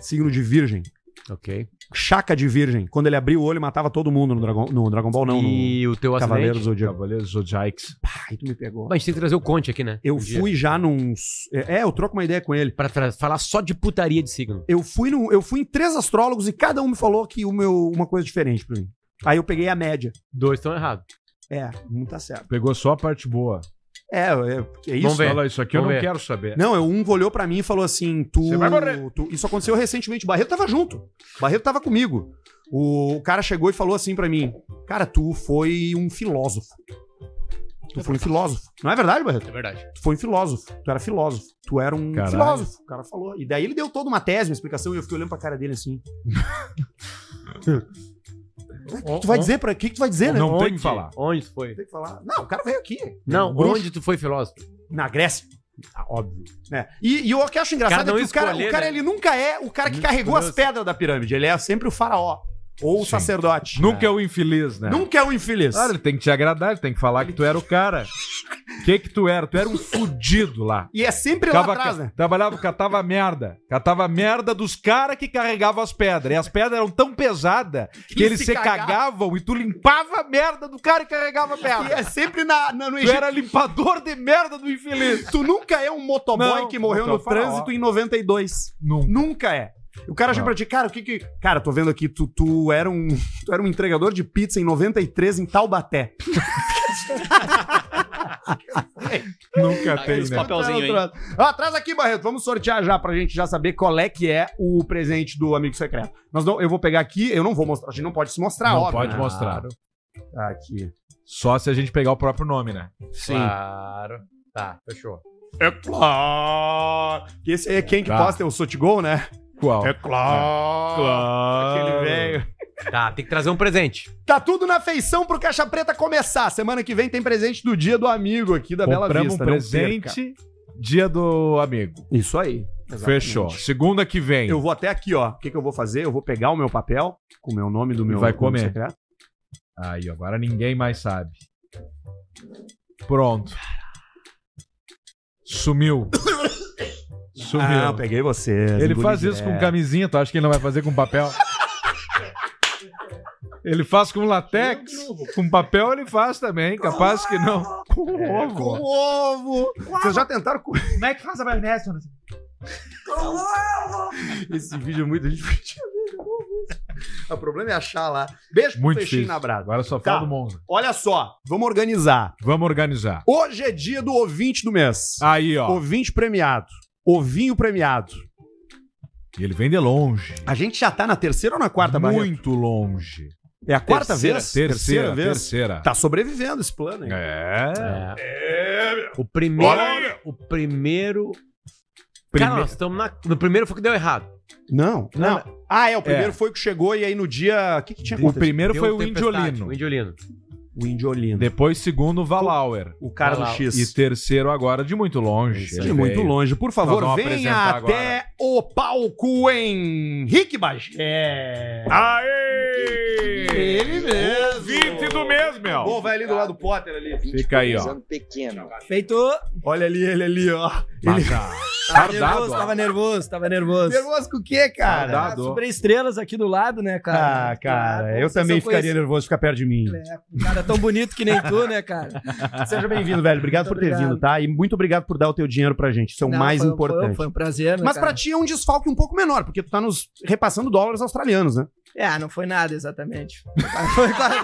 [SPEAKER 1] Signo de virgem.
[SPEAKER 3] Ok.
[SPEAKER 1] Chaca de Virgem. Quando ele abriu o olho, matava todo mundo no Dragon, no Dragon Ball, não.
[SPEAKER 3] e o teu
[SPEAKER 1] no Cavaleiro do
[SPEAKER 3] acidente?
[SPEAKER 1] Zodíaco.
[SPEAKER 5] Cavaleiros Zodiacs.
[SPEAKER 1] Pá, aí tu me pegou.
[SPEAKER 3] Mas a gente tem que trazer o Conte aqui, né?
[SPEAKER 1] Eu
[SPEAKER 3] Um dia.
[SPEAKER 1] fui já num. É, eu troco uma ideia com ele.
[SPEAKER 3] Pra tra- falar só de putaria de signo.
[SPEAKER 1] Eu fui, num, eu fui em três astrólogos e cada um me falou que o meu, uma coisa diferente pra mim. Aí eu peguei a média.
[SPEAKER 3] Dois estão errados.
[SPEAKER 1] É, não tá certo.
[SPEAKER 5] Pegou só a parte boa.
[SPEAKER 1] É, é, porque é isso.
[SPEAKER 3] Vamos ver.
[SPEAKER 5] Fala isso aqui, eu
[SPEAKER 3] Vamos
[SPEAKER 5] não
[SPEAKER 3] ver.
[SPEAKER 5] quero saber.
[SPEAKER 1] Não, eu- um olhou pra mim e falou assim: tu,
[SPEAKER 5] É. Você vai morrer.
[SPEAKER 1] tu- Isso aconteceu recentemente. O Barreto tava junto. O Barreto tava comigo. O, o cara chegou e falou assim pra mim: Cara, tu foi um filósofo. Tu foi um filósofo. Não é verdade, Barreto?
[SPEAKER 3] É verdade.
[SPEAKER 1] tu foi um filósofo, tu era filósofo, tu era um
[SPEAKER 5] Caralho.
[SPEAKER 1] filósofo, o cara falou. E daí ele deu toda uma tese, uma explicação, e eu fiquei olhando pra cara dele assim. tu vai dizer pra que que tu vai dizer, né?
[SPEAKER 5] Não tem
[SPEAKER 3] Onde?
[SPEAKER 5] o que falar.
[SPEAKER 3] Onde tu foi?
[SPEAKER 1] Tem que falar. Não, o cara veio aqui.
[SPEAKER 3] Não,
[SPEAKER 1] Um bruxo
[SPEAKER 3] onde tu foi filósofo?
[SPEAKER 1] Na Grécia.
[SPEAKER 3] Ah, óbvio.
[SPEAKER 1] Né? E, e o que eu acho engraçado
[SPEAKER 3] Cara, não
[SPEAKER 1] é
[SPEAKER 5] um
[SPEAKER 1] que o cara,
[SPEAKER 3] escolher,
[SPEAKER 1] o cara
[SPEAKER 3] né?
[SPEAKER 1] ele nunca é o cara que
[SPEAKER 3] Muito
[SPEAKER 5] Uhum.
[SPEAKER 1] carregou as
[SPEAKER 3] curioso.
[SPEAKER 1] pedras da pirâmide. Ele é sempre o faraó. Ou o
[SPEAKER 5] Sim.
[SPEAKER 1] sacerdote.
[SPEAKER 5] Nunca é o infeliz, né?
[SPEAKER 1] é. Nunca é um infeliz.
[SPEAKER 5] Claro, ele tem que te agradar, ele tem que falar que tu era o <laughs> cara. O que que tu era? Tu era um fudido lá.
[SPEAKER 1] E é sempre lá
[SPEAKER 5] Cava-
[SPEAKER 1] atrás, né?
[SPEAKER 5] Trabalhava, catava merda. Catava merda dos caras que carregavam as pedras. E as pedras eram tão pesadas que,
[SPEAKER 1] Que
[SPEAKER 5] eles
[SPEAKER 1] se
[SPEAKER 5] se
[SPEAKER 1] cagavam.
[SPEAKER 5] cagavam e tu limpava a merda do cara que carregava a
[SPEAKER 1] E
[SPEAKER 5] pedra.
[SPEAKER 1] é sempre na, na- no
[SPEAKER 5] Tu
[SPEAKER 1] Egito.
[SPEAKER 5] era limpador de merda do infeliz.
[SPEAKER 1] Tu nunca é um motoboy
[SPEAKER 5] Não,
[SPEAKER 1] que morreu
[SPEAKER 5] nunca é
[SPEAKER 1] no
[SPEAKER 5] o faraó.
[SPEAKER 1] trânsito em 92.
[SPEAKER 5] Nunca.
[SPEAKER 1] Nunca é. O cara chega
[SPEAKER 5] Não.
[SPEAKER 1] pra ti, cara, o que que. Cara, tô vendo aqui, tu, tu, era um, <laughs> tu era um entregador de pizza em 93 em Taubaté.
[SPEAKER 5] Nunca tem,
[SPEAKER 6] Os
[SPEAKER 5] né?
[SPEAKER 6] papelzinhos aí.
[SPEAKER 1] Ó, traz aqui, Barreto, vamos sortear já pra gente já saber qual é que é o presente do Amigo Secreto. Nós não, eu vou pegar aqui, eu não vou mostrar, a gente não pode se mostrar,
[SPEAKER 5] Não
[SPEAKER 1] óbvio.
[SPEAKER 5] pode
[SPEAKER 1] né?
[SPEAKER 5] mostrar.
[SPEAKER 1] Tá Aqui.
[SPEAKER 5] Só se a gente pegar o próprio nome, né?
[SPEAKER 1] Sim.
[SPEAKER 3] Claro. Tá, fechou.
[SPEAKER 1] É claro. Que Esse é quem que
[SPEAKER 5] Tá.
[SPEAKER 1] posta é o Sotigol, né?
[SPEAKER 5] Qual?
[SPEAKER 1] claro. Aquele velho.
[SPEAKER 3] Tá, tem que trazer um presente.
[SPEAKER 1] Tá tudo na feição pro Caixa Preta começar. Semana que vem tem presente do dia do amigo aqui da Bela
[SPEAKER 5] Compramos
[SPEAKER 1] Vista. né?
[SPEAKER 5] um
[SPEAKER 1] não
[SPEAKER 5] presente, dia do amigo.
[SPEAKER 1] perca. Isso aí.
[SPEAKER 5] Fechou. Segunda que vem.
[SPEAKER 1] Eu vou até aqui, ó. O que, que eu vou fazer? Eu vou pegar o meu papel com o meu nome do meu
[SPEAKER 5] vai
[SPEAKER 1] nome
[SPEAKER 5] comer.
[SPEAKER 1] secreto.
[SPEAKER 5] Aí, agora ninguém mais sabe. Pronto.
[SPEAKER 1] <coughs>
[SPEAKER 5] Sumiu. Sumiu.
[SPEAKER 1] Ah, eu peguei você.
[SPEAKER 5] ele faz isso com camisinha, tu acha que ele não vai fazer
[SPEAKER 1] <laughs>
[SPEAKER 5] com papel? ele faz com latex. Com papel ele faz também, capaz que não. Com
[SPEAKER 1] É, Com
[SPEAKER 5] ovo.
[SPEAKER 1] ovo. Vocês já tentaram com
[SPEAKER 7] Como é que faz a maionese, mano?
[SPEAKER 1] esse vídeo é muito divertido. O problema é achar lá. Beijo pro
[SPEAKER 5] Muito
[SPEAKER 1] peixinho
[SPEAKER 5] difícil.
[SPEAKER 1] na brasa.
[SPEAKER 5] Agora só
[SPEAKER 1] Tá.
[SPEAKER 5] fala do Monza.
[SPEAKER 1] Olha só, vamos organizar.
[SPEAKER 5] Vamos organizar.
[SPEAKER 1] Hoje é dia do ouvinte do mês.
[SPEAKER 5] Aí, Ah, ó.
[SPEAKER 1] Ouvinte premiado. Ovinho premiado.
[SPEAKER 5] E ele vem de longe.
[SPEAKER 1] A gente já tá na terceira ou na quarta, Barreto?
[SPEAKER 5] Muito longe.
[SPEAKER 1] É a quarta
[SPEAKER 3] Terceira,
[SPEAKER 1] vez?
[SPEAKER 5] Terceira,
[SPEAKER 1] vez?
[SPEAKER 5] terceira.
[SPEAKER 1] Tá sobrevivendo esse plano, hein?
[SPEAKER 5] É.
[SPEAKER 3] O primeiro.
[SPEAKER 5] Olha
[SPEAKER 3] O primeiro.
[SPEAKER 5] Primeiro-
[SPEAKER 3] Cara, nós estamos na- no primeiro foi que deu errado.
[SPEAKER 1] Não, não. Ah, é, o primeiro
[SPEAKER 5] É.
[SPEAKER 1] foi o que chegou e aí no dia... O que que tinha
[SPEAKER 5] O
[SPEAKER 1] acontecido?
[SPEAKER 5] primeiro
[SPEAKER 3] Deu
[SPEAKER 5] foi o
[SPEAKER 3] tempestade,
[SPEAKER 5] Indiolino.
[SPEAKER 3] O Indiolino.
[SPEAKER 1] O Indiolino.
[SPEAKER 5] Depois, segundo, o Valauer.
[SPEAKER 1] O cara do
[SPEAKER 3] Vai lá,
[SPEAKER 1] X.
[SPEAKER 5] E terceiro agora, de muito longe.
[SPEAKER 3] Isso aí.
[SPEAKER 1] De
[SPEAKER 5] Ele
[SPEAKER 1] muito
[SPEAKER 5] veio.
[SPEAKER 1] longe. Por favor,
[SPEAKER 5] Nós vamos
[SPEAKER 1] venha
[SPEAKER 5] apresentar
[SPEAKER 1] até o palco Henrique Bagé.
[SPEAKER 5] Aê!
[SPEAKER 1] Ele mesmo.
[SPEAKER 5] Vinte do mês, meu.
[SPEAKER 1] Ô, vai ali do lado do Potter ali.
[SPEAKER 5] Fica aí, ó.
[SPEAKER 8] é um pequeno.
[SPEAKER 7] Feito.
[SPEAKER 1] Olha ali, ele ali, ó.
[SPEAKER 5] Mas, ah, Tardado,
[SPEAKER 7] nervoso,
[SPEAKER 5] ó.
[SPEAKER 7] tava nervoso, tava nervoso.
[SPEAKER 1] Nervoso com o quê, cara?
[SPEAKER 5] Saudável.
[SPEAKER 7] Ah, super estrelas aqui do lado, né, cara?
[SPEAKER 1] Ah, cara, eu
[SPEAKER 7] vocês
[SPEAKER 1] também
[SPEAKER 7] são
[SPEAKER 1] ficaria nervoso de ficar perto de mim.
[SPEAKER 7] Um cara tão bonito que nem tu, né, cara?
[SPEAKER 1] <laughs> Seja bem-vindo, velho. Obrigado
[SPEAKER 7] Muito
[SPEAKER 1] por ter
[SPEAKER 7] obrigado.
[SPEAKER 1] vindo, tá? E muito obrigado por dar o teu dinheiro pra gente. Isso é o
[SPEAKER 7] Não,
[SPEAKER 1] mais
[SPEAKER 7] foi um-
[SPEAKER 1] importante.
[SPEAKER 7] Foi, foi um prazer, né,
[SPEAKER 1] Mas pra
[SPEAKER 7] cara?
[SPEAKER 1] ti é um desfalque um pouco menor, porque tu tá nos repassando dólares australianos, né?
[SPEAKER 7] É, não foi nada exatamente. <laughs> Foi, quase-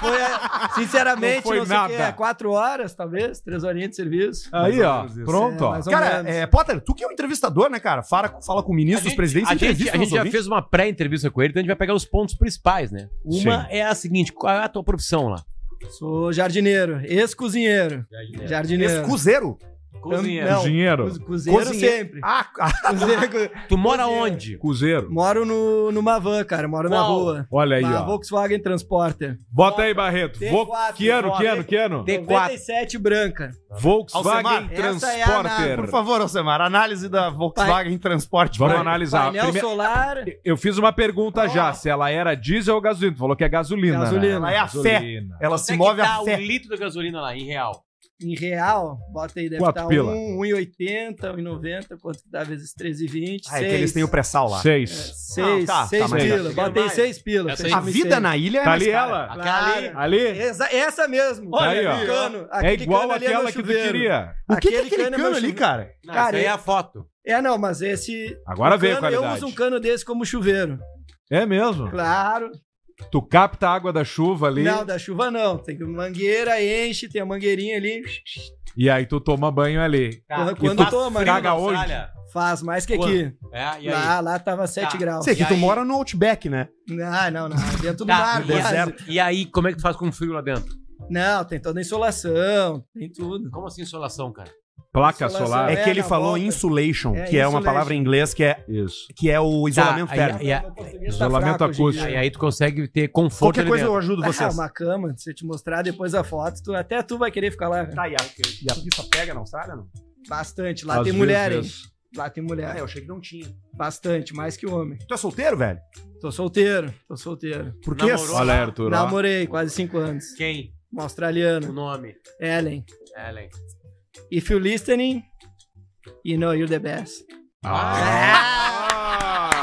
[SPEAKER 7] foi, é, sinceramente,
[SPEAKER 5] Não
[SPEAKER 7] não,
[SPEAKER 5] foi
[SPEAKER 7] sei o
[SPEAKER 5] nada.
[SPEAKER 7] que, é, quatro horas, talvez, três horinhas de serviço.
[SPEAKER 5] Aí,
[SPEAKER 1] Mais ou
[SPEAKER 5] ó.
[SPEAKER 1] menos isso.
[SPEAKER 5] Pronto,
[SPEAKER 7] É,
[SPEAKER 5] ó.
[SPEAKER 7] mais ou
[SPEAKER 1] Cara,
[SPEAKER 7] menos.
[SPEAKER 1] é, Potter, tu que é o entrevistador, né, cara? Fala, fala com o ministro dos presidentes e
[SPEAKER 3] a gente,
[SPEAKER 1] entrevista
[SPEAKER 3] a gente
[SPEAKER 1] nos
[SPEAKER 3] já
[SPEAKER 1] ouvintes.
[SPEAKER 3] fez uma pré-entrevista com ele, então a gente vai pegar os pontos principais, né? Uma é a seguinte: qual é a tua profissão lá?
[SPEAKER 7] Sou jardineiro, ex-cozinheiro.
[SPEAKER 1] É.
[SPEAKER 7] Jardineiro.
[SPEAKER 1] Escuzeiro?
[SPEAKER 7] Cozinheiro.
[SPEAKER 5] Não.
[SPEAKER 7] é, Não.
[SPEAKER 5] Cozinheiro.
[SPEAKER 7] Cozinheiro, cozinheiro
[SPEAKER 1] Cozinheiro.
[SPEAKER 7] sempre.
[SPEAKER 1] Ah, ah,
[SPEAKER 7] Cozinheiro, co-
[SPEAKER 3] Tu mora
[SPEAKER 7] é.
[SPEAKER 3] onde?
[SPEAKER 5] Cruzeiro.
[SPEAKER 7] Moro no, numa van, cara. Moro na
[SPEAKER 3] Qual?
[SPEAKER 7] rua.
[SPEAKER 5] Olha aí,
[SPEAKER 7] Uma
[SPEAKER 5] ó.
[SPEAKER 7] Volkswagen Transporter.
[SPEAKER 5] Bota aí, Barreto.
[SPEAKER 7] Tem
[SPEAKER 5] Vo-
[SPEAKER 7] quatro,
[SPEAKER 5] Que ano,
[SPEAKER 7] ó.
[SPEAKER 5] que ano, que ano?
[SPEAKER 3] Tem-
[SPEAKER 7] 97 branca.
[SPEAKER 5] Volkswagen
[SPEAKER 1] Alcemar,
[SPEAKER 7] essa é a
[SPEAKER 5] Transporter.
[SPEAKER 1] por favor, Alcemar, análise da Volkswagen Transporte.
[SPEAKER 5] Vamos
[SPEAKER 1] Vai.
[SPEAKER 5] analisar.
[SPEAKER 7] Painel
[SPEAKER 5] Prime-
[SPEAKER 7] solar.
[SPEAKER 5] Eu fiz uma pergunta já, se ela era diesel ou gasolina. Tu falou que é gasolina.
[SPEAKER 7] Gasolina.
[SPEAKER 5] Né?
[SPEAKER 1] Ela é a fé.
[SPEAKER 5] Gasolina.
[SPEAKER 1] Ela se move
[SPEAKER 3] a
[SPEAKER 1] a
[SPEAKER 3] um
[SPEAKER 1] fé.
[SPEAKER 3] litro da gasolina lá, em real.
[SPEAKER 7] Em real, bota aí, deve tá um,
[SPEAKER 5] Quanto
[SPEAKER 7] estar
[SPEAKER 5] pila?
[SPEAKER 7] 1,80, 1,90. Quanto que dá vezes 3,20?
[SPEAKER 1] Ah, é que eles têm o pré-sal lá.
[SPEAKER 5] Seis.
[SPEAKER 7] 6,
[SPEAKER 1] Não, tá,
[SPEAKER 7] 6
[SPEAKER 1] tá, mas
[SPEAKER 7] pila.
[SPEAKER 3] fica
[SPEAKER 7] Bota aí
[SPEAKER 3] mais.
[SPEAKER 7] 6 pila.
[SPEAKER 3] Essa
[SPEAKER 7] seis
[SPEAKER 3] aí-
[SPEAKER 1] A
[SPEAKER 7] mil e
[SPEAKER 1] vida
[SPEAKER 7] cem.
[SPEAKER 1] na ilha é
[SPEAKER 5] Tá
[SPEAKER 1] mais
[SPEAKER 5] ali
[SPEAKER 1] cara.
[SPEAKER 5] ela?
[SPEAKER 7] Claro.
[SPEAKER 5] Ali?
[SPEAKER 7] Essa, essa mesmo.
[SPEAKER 5] Tá aí, ó.
[SPEAKER 7] aquele cano,
[SPEAKER 5] É
[SPEAKER 7] aquele
[SPEAKER 5] igual
[SPEAKER 7] cano ali meu
[SPEAKER 5] aquela que tu
[SPEAKER 7] chuveiro.
[SPEAKER 5] queria.
[SPEAKER 1] O que, que é
[SPEAKER 7] Aquele
[SPEAKER 1] aquele
[SPEAKER 7] cano é
[SPEAKER 1] cano
[SPEAKER 7] meu
[SPEAKER 1] ali,
[SPEAKER 7] chuveiro.
[SPEAKER 1] cara?
[SPEAKER 3] Não,
[SPEAKER 7] Cara,
[SPEAKER 3] essa aí é
[SPEAKER 7] eu-
[SPEAKER 3] a foto.
[SPEAKER 7] É, não, mas esse.
[SPEAKER 5] Agora veio a
[SPEAKER 7] cano, eu
[SPEAKER 5] qualidade.
[SPEAKER 7] uso um cano desse como chuveiro.
[SPEAKER 5] É mesmo.
[SPEAKER 7] Claro.
[SPEAKER 5] Tu capta a água da chuva ali
[SPEAKER 7] Não, da chuva não. Tem que mangueira, enche, tem a mangueirinha ali.
[SPEAKER 5] e aí tu toma banho ali.
[SPEAKER 3] Tá.
[SPEAKER 7] Quando- quando toma, né?
[SPEAKER 5] Caga hoje.
[SPEAKER 7] Faz mais que
[SPEAKER 3] Quanto?
[SPEAKER 7] aqui.
[SPEAKER 3] É, e aí?
[SPEAKER 7] Lá, lá tava 7
[SPEAKER 3] Tá.
[SPEAKER 7] graus.
[SPEAKER 1] Sei que
[SPEAKER 3] E
[SPEAKER 1] tu
[SPEAKER 3] aí?
[SPEAKER 1] mora no Outback, né?
[SPEAKER 7] Não, não, não. Dentro do
[SPEAKER 3] Tá,
[SPEAKER 7] mar,
[SPEAKER 3] e,
[SPEAKER 7] quase.
[SPEAKER 3] aí- e aí, como é que tu faz com o frio lá dentro?
[SPEAKER 7] Não, tem toda a insolação, tem tudo.
[SPEAKER 3] Como assim insolação, cara?
[SPEAKER 5] Placa
[SPEAKER 7] Insolação.
[SPEAKER 5] solar.
[SPEAKER 1] É,
[SPEAKER 7] É,
[SPEAKER 1] que ele
[SPEAKER 7] na
[SPEAKER 1] falou
[SPEAKER 7] volta.
[SPEAKER 1] insulation,
[SPEAKER 7] É,
[SPEAKER 1] que é uma
[SPEAKER 7] insulation.
[SPEAKER 1] palavra em inglês que é,
[SPEAKER 5] Isso.
[SPEAKER 1] que é o isolamento
[SPEAKER 3] aí-
[SPEAKER 1] térmico.
[SPEAKER 3] E a-
[SPEAKER 7] Meu português tá
[SPEAKER 5] isolamento
[SPEAKER 7] fraco hoje em
[SPEAKER 5] acústico.
[SPEAKER 7] dia.
[SPEAKER 3] Aí,
[SPEAKER 7] <laughs>
[SPEAKER 3] aí tu consegue ter conforto
[SPEAKER 1] Qualquer coisa
[SPEAKER 3] dentro.
[SPEAKER 1] eu ajudo
[SPEAKER 7] Ah,
[SPEAKER 1] vocês.
[SPEAKER 7] uma cama, se eu te mostrar depois a foto, tu, até tu vai querer ficar lá.
[SPEAKER 1] Tá, e a, e a pizza pega na Austrália, não?
[SPEAKER 7] Bastante, lá
[SPEAKER 5] Às
[SPEAKER 7] tem mulher, hein?
[SPEAKER 5] vezes.
[SPEAKER 7] Lá tem mulher,
[SPEAKER 1] É, eu achei que não tinha.
[SPEAKER 7] bastante, mais que homem.
[SPEAKER 1] Tu é solteiro, velho?
[SPEAKER 7] Tô solteiro, tô solteiro.
[SPEAKER 1] Por que
[SPEAKER 3] Namorou?
[SPEAKER 5] Olha aí, Arthur. ó.
[SPEAKER 7] Namorei quase cinco anos.
[SPEAKER 3] Quem?
[SPEAKER 7] Uma
[SPEAKER 3] O
[SPEAKER 7] australiana,
[SPEAKER 3] nome?
[SPEAKER 7] Ellen.
[SPEAKER 3] Ellen.
[SPEAKER 7] If you listening, you know you're the best.
[SPEAKER 5] Ah,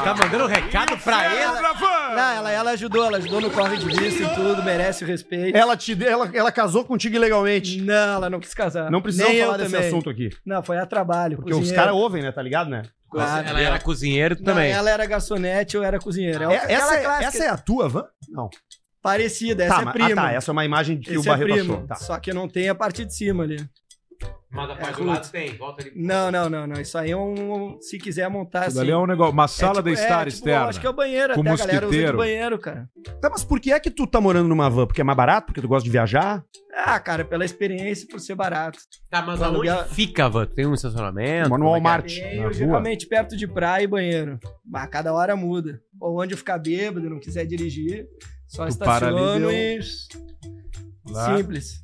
[SPEAKER 3] Tá mandando um recado pra ela?
[SPEAKER 7] Não, ela, ela ajudou, ela ajudou no corre de vista e tudo, merece o respeito.
[SPEAKER 1] Ela, te, ela, ela casou contigo ilegalmente.
[SPEAKER 7] Não, ela não quis casar.
[SPEAKER 1] Não precisamos
[SPEAKER 7] Nem eu
[SPEAKER 1] falar desse
[SPEAKER 7] também. é.
[SPEAKER 1] assunto aqui.
[SPEAKER 7] Não, foi a trabalho.
[SPEAKER 1] Porque os caras ouvem, né? Tá ligado, né?
[SPEAKER 7] Claro.
[SPEAKER 3] Ah, ela era cozinheira tu
[SPEAKER 7] Não,
[SPEAKER 3] também.
[SPEAKER 7] ela era garçonete, eu era cozinheira.
[SPEAKER 1] É-
[SPEAKER 7] É,
[SPEAKER 1] essa,
[SPEAKER 7] essa,
[SPEAKER 1] é,
[SPEAKER 7] clássica,
[SPEAKER 1] essa é a tua van? Não.
[SPEAKER 7] parecida, essa
[SPEAKER 1] tá,
[SPEAKER 7] é
[SPEAKER 1] mas-
[SPEAKER 7] prima.
[SPEAKER 1] Ah, tá, essa é uma imagem que
[SPEAKER 7] Esse
[SPEAKER 1] o
[SPEAKER 7] é
[SPEAKER 1] Barreto
[SPEAKER 7] primo,
[SPEAKER 1] achou. Tá.
[SPEAKER 7] só que não tem a parte de cima ali.
[SPEAKER 3] Mas a
[SPEAKER 7] É,
[SPEAKER 3] parte do lado tem. Volta ali.
[SPEAKER 7] Não, não, não, não. Isso aí é um. um- Se quiser montar
[SPEAKER 1] Tipo
[SPEAKER 5] Isso
[SPEAKER 7] assim.
[SPEAKER 5] ali é um negócio. Uma sala
[SPEAKER 7] tipo-
[SPEAKER 5] de estar
[SPEAKER 7] tipo,
[SPEAKER 5] externa.
[SPEAKER 7] Acho que é o banheiro,
[SPEAKER 5] com
[SPEAKER 7] até a galera usa
[SPEAKER 5] mosquiteiro.
[SPEAKER 7] de banheiro, cara.
[SPEAKER 1] Tá, mas por que é que tu tá morando numa van? Porque é mais barato? Porque tu gosta de viajar?
[SPEAKER 7] Ah, cara, pela experiência, por ser barato.
[SPEAKER 3] Tá, mas
[SPEAKER 7] Pra
[SPEAKER 3] aonde
[SPEAKER 7] alugar-
[SPEAKER 3] fica, Van? Tem um estacionamento?
[SPEAKER 1] Mora no
[SPEAKER 3] Como é que é?
[SPEAKER 1] Walmart.
[SPEAKER 7] Eu,
[SPEAKER 1] na rua.
[SPEAKER 7] geralmente perto de praia e banheiro. Mas a cada hora muda. Ou onde eu ficar bêbado, não quiser dirigir, só
[SPEAKER 5] Tu para ali,
[SPEAKER 7] estacionando
[SPEAKER 5] deu-
[SPEAKER 1] um
[SPEAKER 7] e.
[SPEAKER 5] Lá.
[SPEAKER 7] Simples.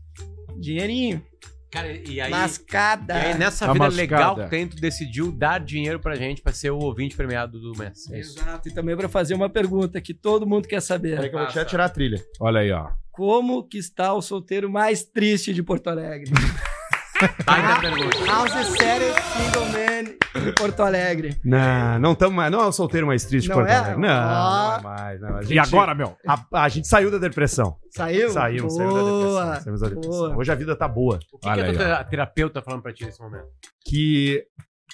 [SPEAKER 7] Dinheirinho.
[SPEAKER 3] Cara, e aí... E
[SPEAKER 7] Mascada.
[SPEAKER 3] aí, nessa
[SPEAKER 5] Tá
[SPEAKER 3] vida
[SPEAKER 5] mascada.
[SPEAKER 3] legal que tem, tu decidiu dar dinheiro pra gente pra ser o ouvinte premiado do mês. É isso.
[SPEAKER 7] Exato. E também pra fazer uma pergunta que todo mundo quer saber.
[SPEAKER 1] Peraí que eu vou te
[SPEAKER 3] Passa.
[SPEAKER 1] tirar a trilha.
[SPEAKER 5] Olha aí, ó.
[SPEAKER 7] Como que está o solteiro mais triste de Porto Alegre?
[SPEAKER 3] Tá ainda a pergunta.
[SPEAKER 7] <laughs> House Serious Single Man em Porto Alegre.
[SPEAKER 1] Não, não estamos mais. Não é o solteiro mais triste de
[SPEAKER 7] Não
[SPEAKER 1] Porto
[SPEAKER 7] é?
[SPEAKER 1] Alegre. Não, não
[SPEAKER 7] Ó.
[SPEAKER 1] é mais. Não, a
[SPEAKER 5] E
[SPEAKER 1] gente-
[SPEAKER 5] agora, meu?
[SPEAKER 1] A, a gente saiu da depressão.
[SPEAKER 7] Saiu?
[SPEAKER 1] Saímos,
[SPEAKER 7] boa.
[SPEAKER 1] saímos da depressão. Saímos da depressão.
[SPEAKER 7] boa.
[SPEAKER 1] Hoje a vida tá boa.
[SPEAKER 3] O que, que
[SPEAKER 5] Olha
[SPEAKER 3] a
[SPEAKER 5] aí,
[SPEAKER 3] tua terapeuta falando pra ti nesse momento?
[SPEAKER 1] Que.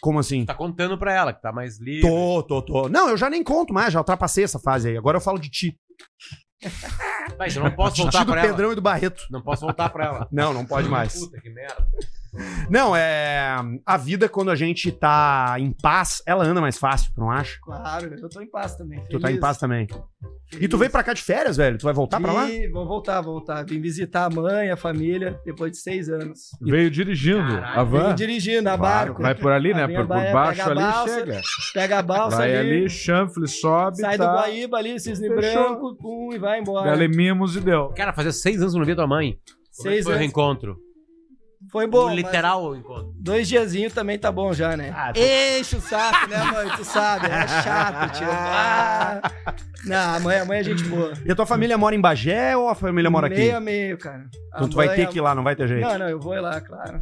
[SPEAKER 1] Como assim?
[SPEAKER 3] Tá contando pra ela que tá mais livre.
[SPEAKER 1] Tô, tô, tô. Não, eu já nem conto mais, já ultrapassei essa fase aí. Agora eu falo de ti.
[SPEAKER 3] Mas eu não posso
[SPEAKER 1] Ti
[SPEAKER 3] voltar
[SPEAKER 1] do
[SPEAKER 3] pra ela.
[SPEAKER 1] Pedrão e do Barreto.
[SPEAKER 3] Não posso voltar pra ela.
[SPEAKER 1] Não, não <laughs> pode mais.
[SPEAKER 3] Puta que merda.
[SPEAKER 1] Não, é. A vida, quando a gente tá em paz, ela anda mais fácil, tu não acha?
[SPEAKER 7] Claro, né? eu tô em paz também.
[SPEAKER 1] Tu tá em
[SPEAKER 7] feliz.
[SPEAKER 1] paz também. E tu veio pra cá de férias, velho? Tu vai voltar pra lá?
[SPEAKER 7] Vim, vou voltar, vou voltar. Vim visitar a mãe, a família, depois de seis anos.
[SPEAKER 5] Veio dirigindo a
[SPEAKER 7] Vim
[SPEAKER 5] van.
[SPEAKER 7] dirigindo
[SPEAKER 5] Claro,
[SPEAKER 7] a barco.
[SPEAKER 5] Vai por ali,
[SPEAKER 7] A
[SPEAKER 5] né?
[SPEAKER 7] minha
[SPEAKER 5] Por, por
[SPEAKER 7] vai é
[SPEAKER 5] baixo
[SPEAKER 7] pegar
[SPEAKER 5] ali
[SPEAKER 7] balsa,
[SPEAKER 5] chega.
[SPEAKER 7] Pega a balsa
[SPEAKER 5] Vai
[SPEAKER 7] ali,
[SPEAKER 5] ali, chanfle, sobe,
[SPEAKER 7] sai do né?
[SPEAKER 5] tá.
[SPEAKER 7] Guaíba ali, cisne
[SPEAKER 5] Fechou.
[SPEAKER 7] branco, pum, e vai embora.
[SPEAKER 5] Galemimos e deu.
[SPEAKER 3] Cara, fazia seis anos que eu não via tua mãe. Como é que
[SPEAKER 7] Seis
[SPEAKER 3] foi o
[SPEAKER 7] anos.
[SPEAKER 3] reencontro?
[SPEAKER 7] Foi bom,
[SPEAKER 3] o
[SPEAKER 7] mas
[SPEAKER 3] literal encontro.
[SPEAKER 7] dois diazinhos também tá bom já, né?
[SPEAKER 1] Ah, tá.
[SPEAKER 7] Enche o saco, né, mãe? Tu sabe, é chato, tio. Ah. Não, a mãe, a mãe é gente boa.
[SPEAKER 1] E a tua família mora em Bagé ou a família mora aqui?
[SPEAKER 7] Meio a meio, cara. A
[SPEAKER 1] Então tu vai
[SPEAKER 7] mãe,
[SPEAKER 1] ter
[SPEAKER 7] a-
[SPEAKER 1] que ir lá, não vai ter jeito.
[SPEAKER 7] Não, não, eu vou ir lá, claro.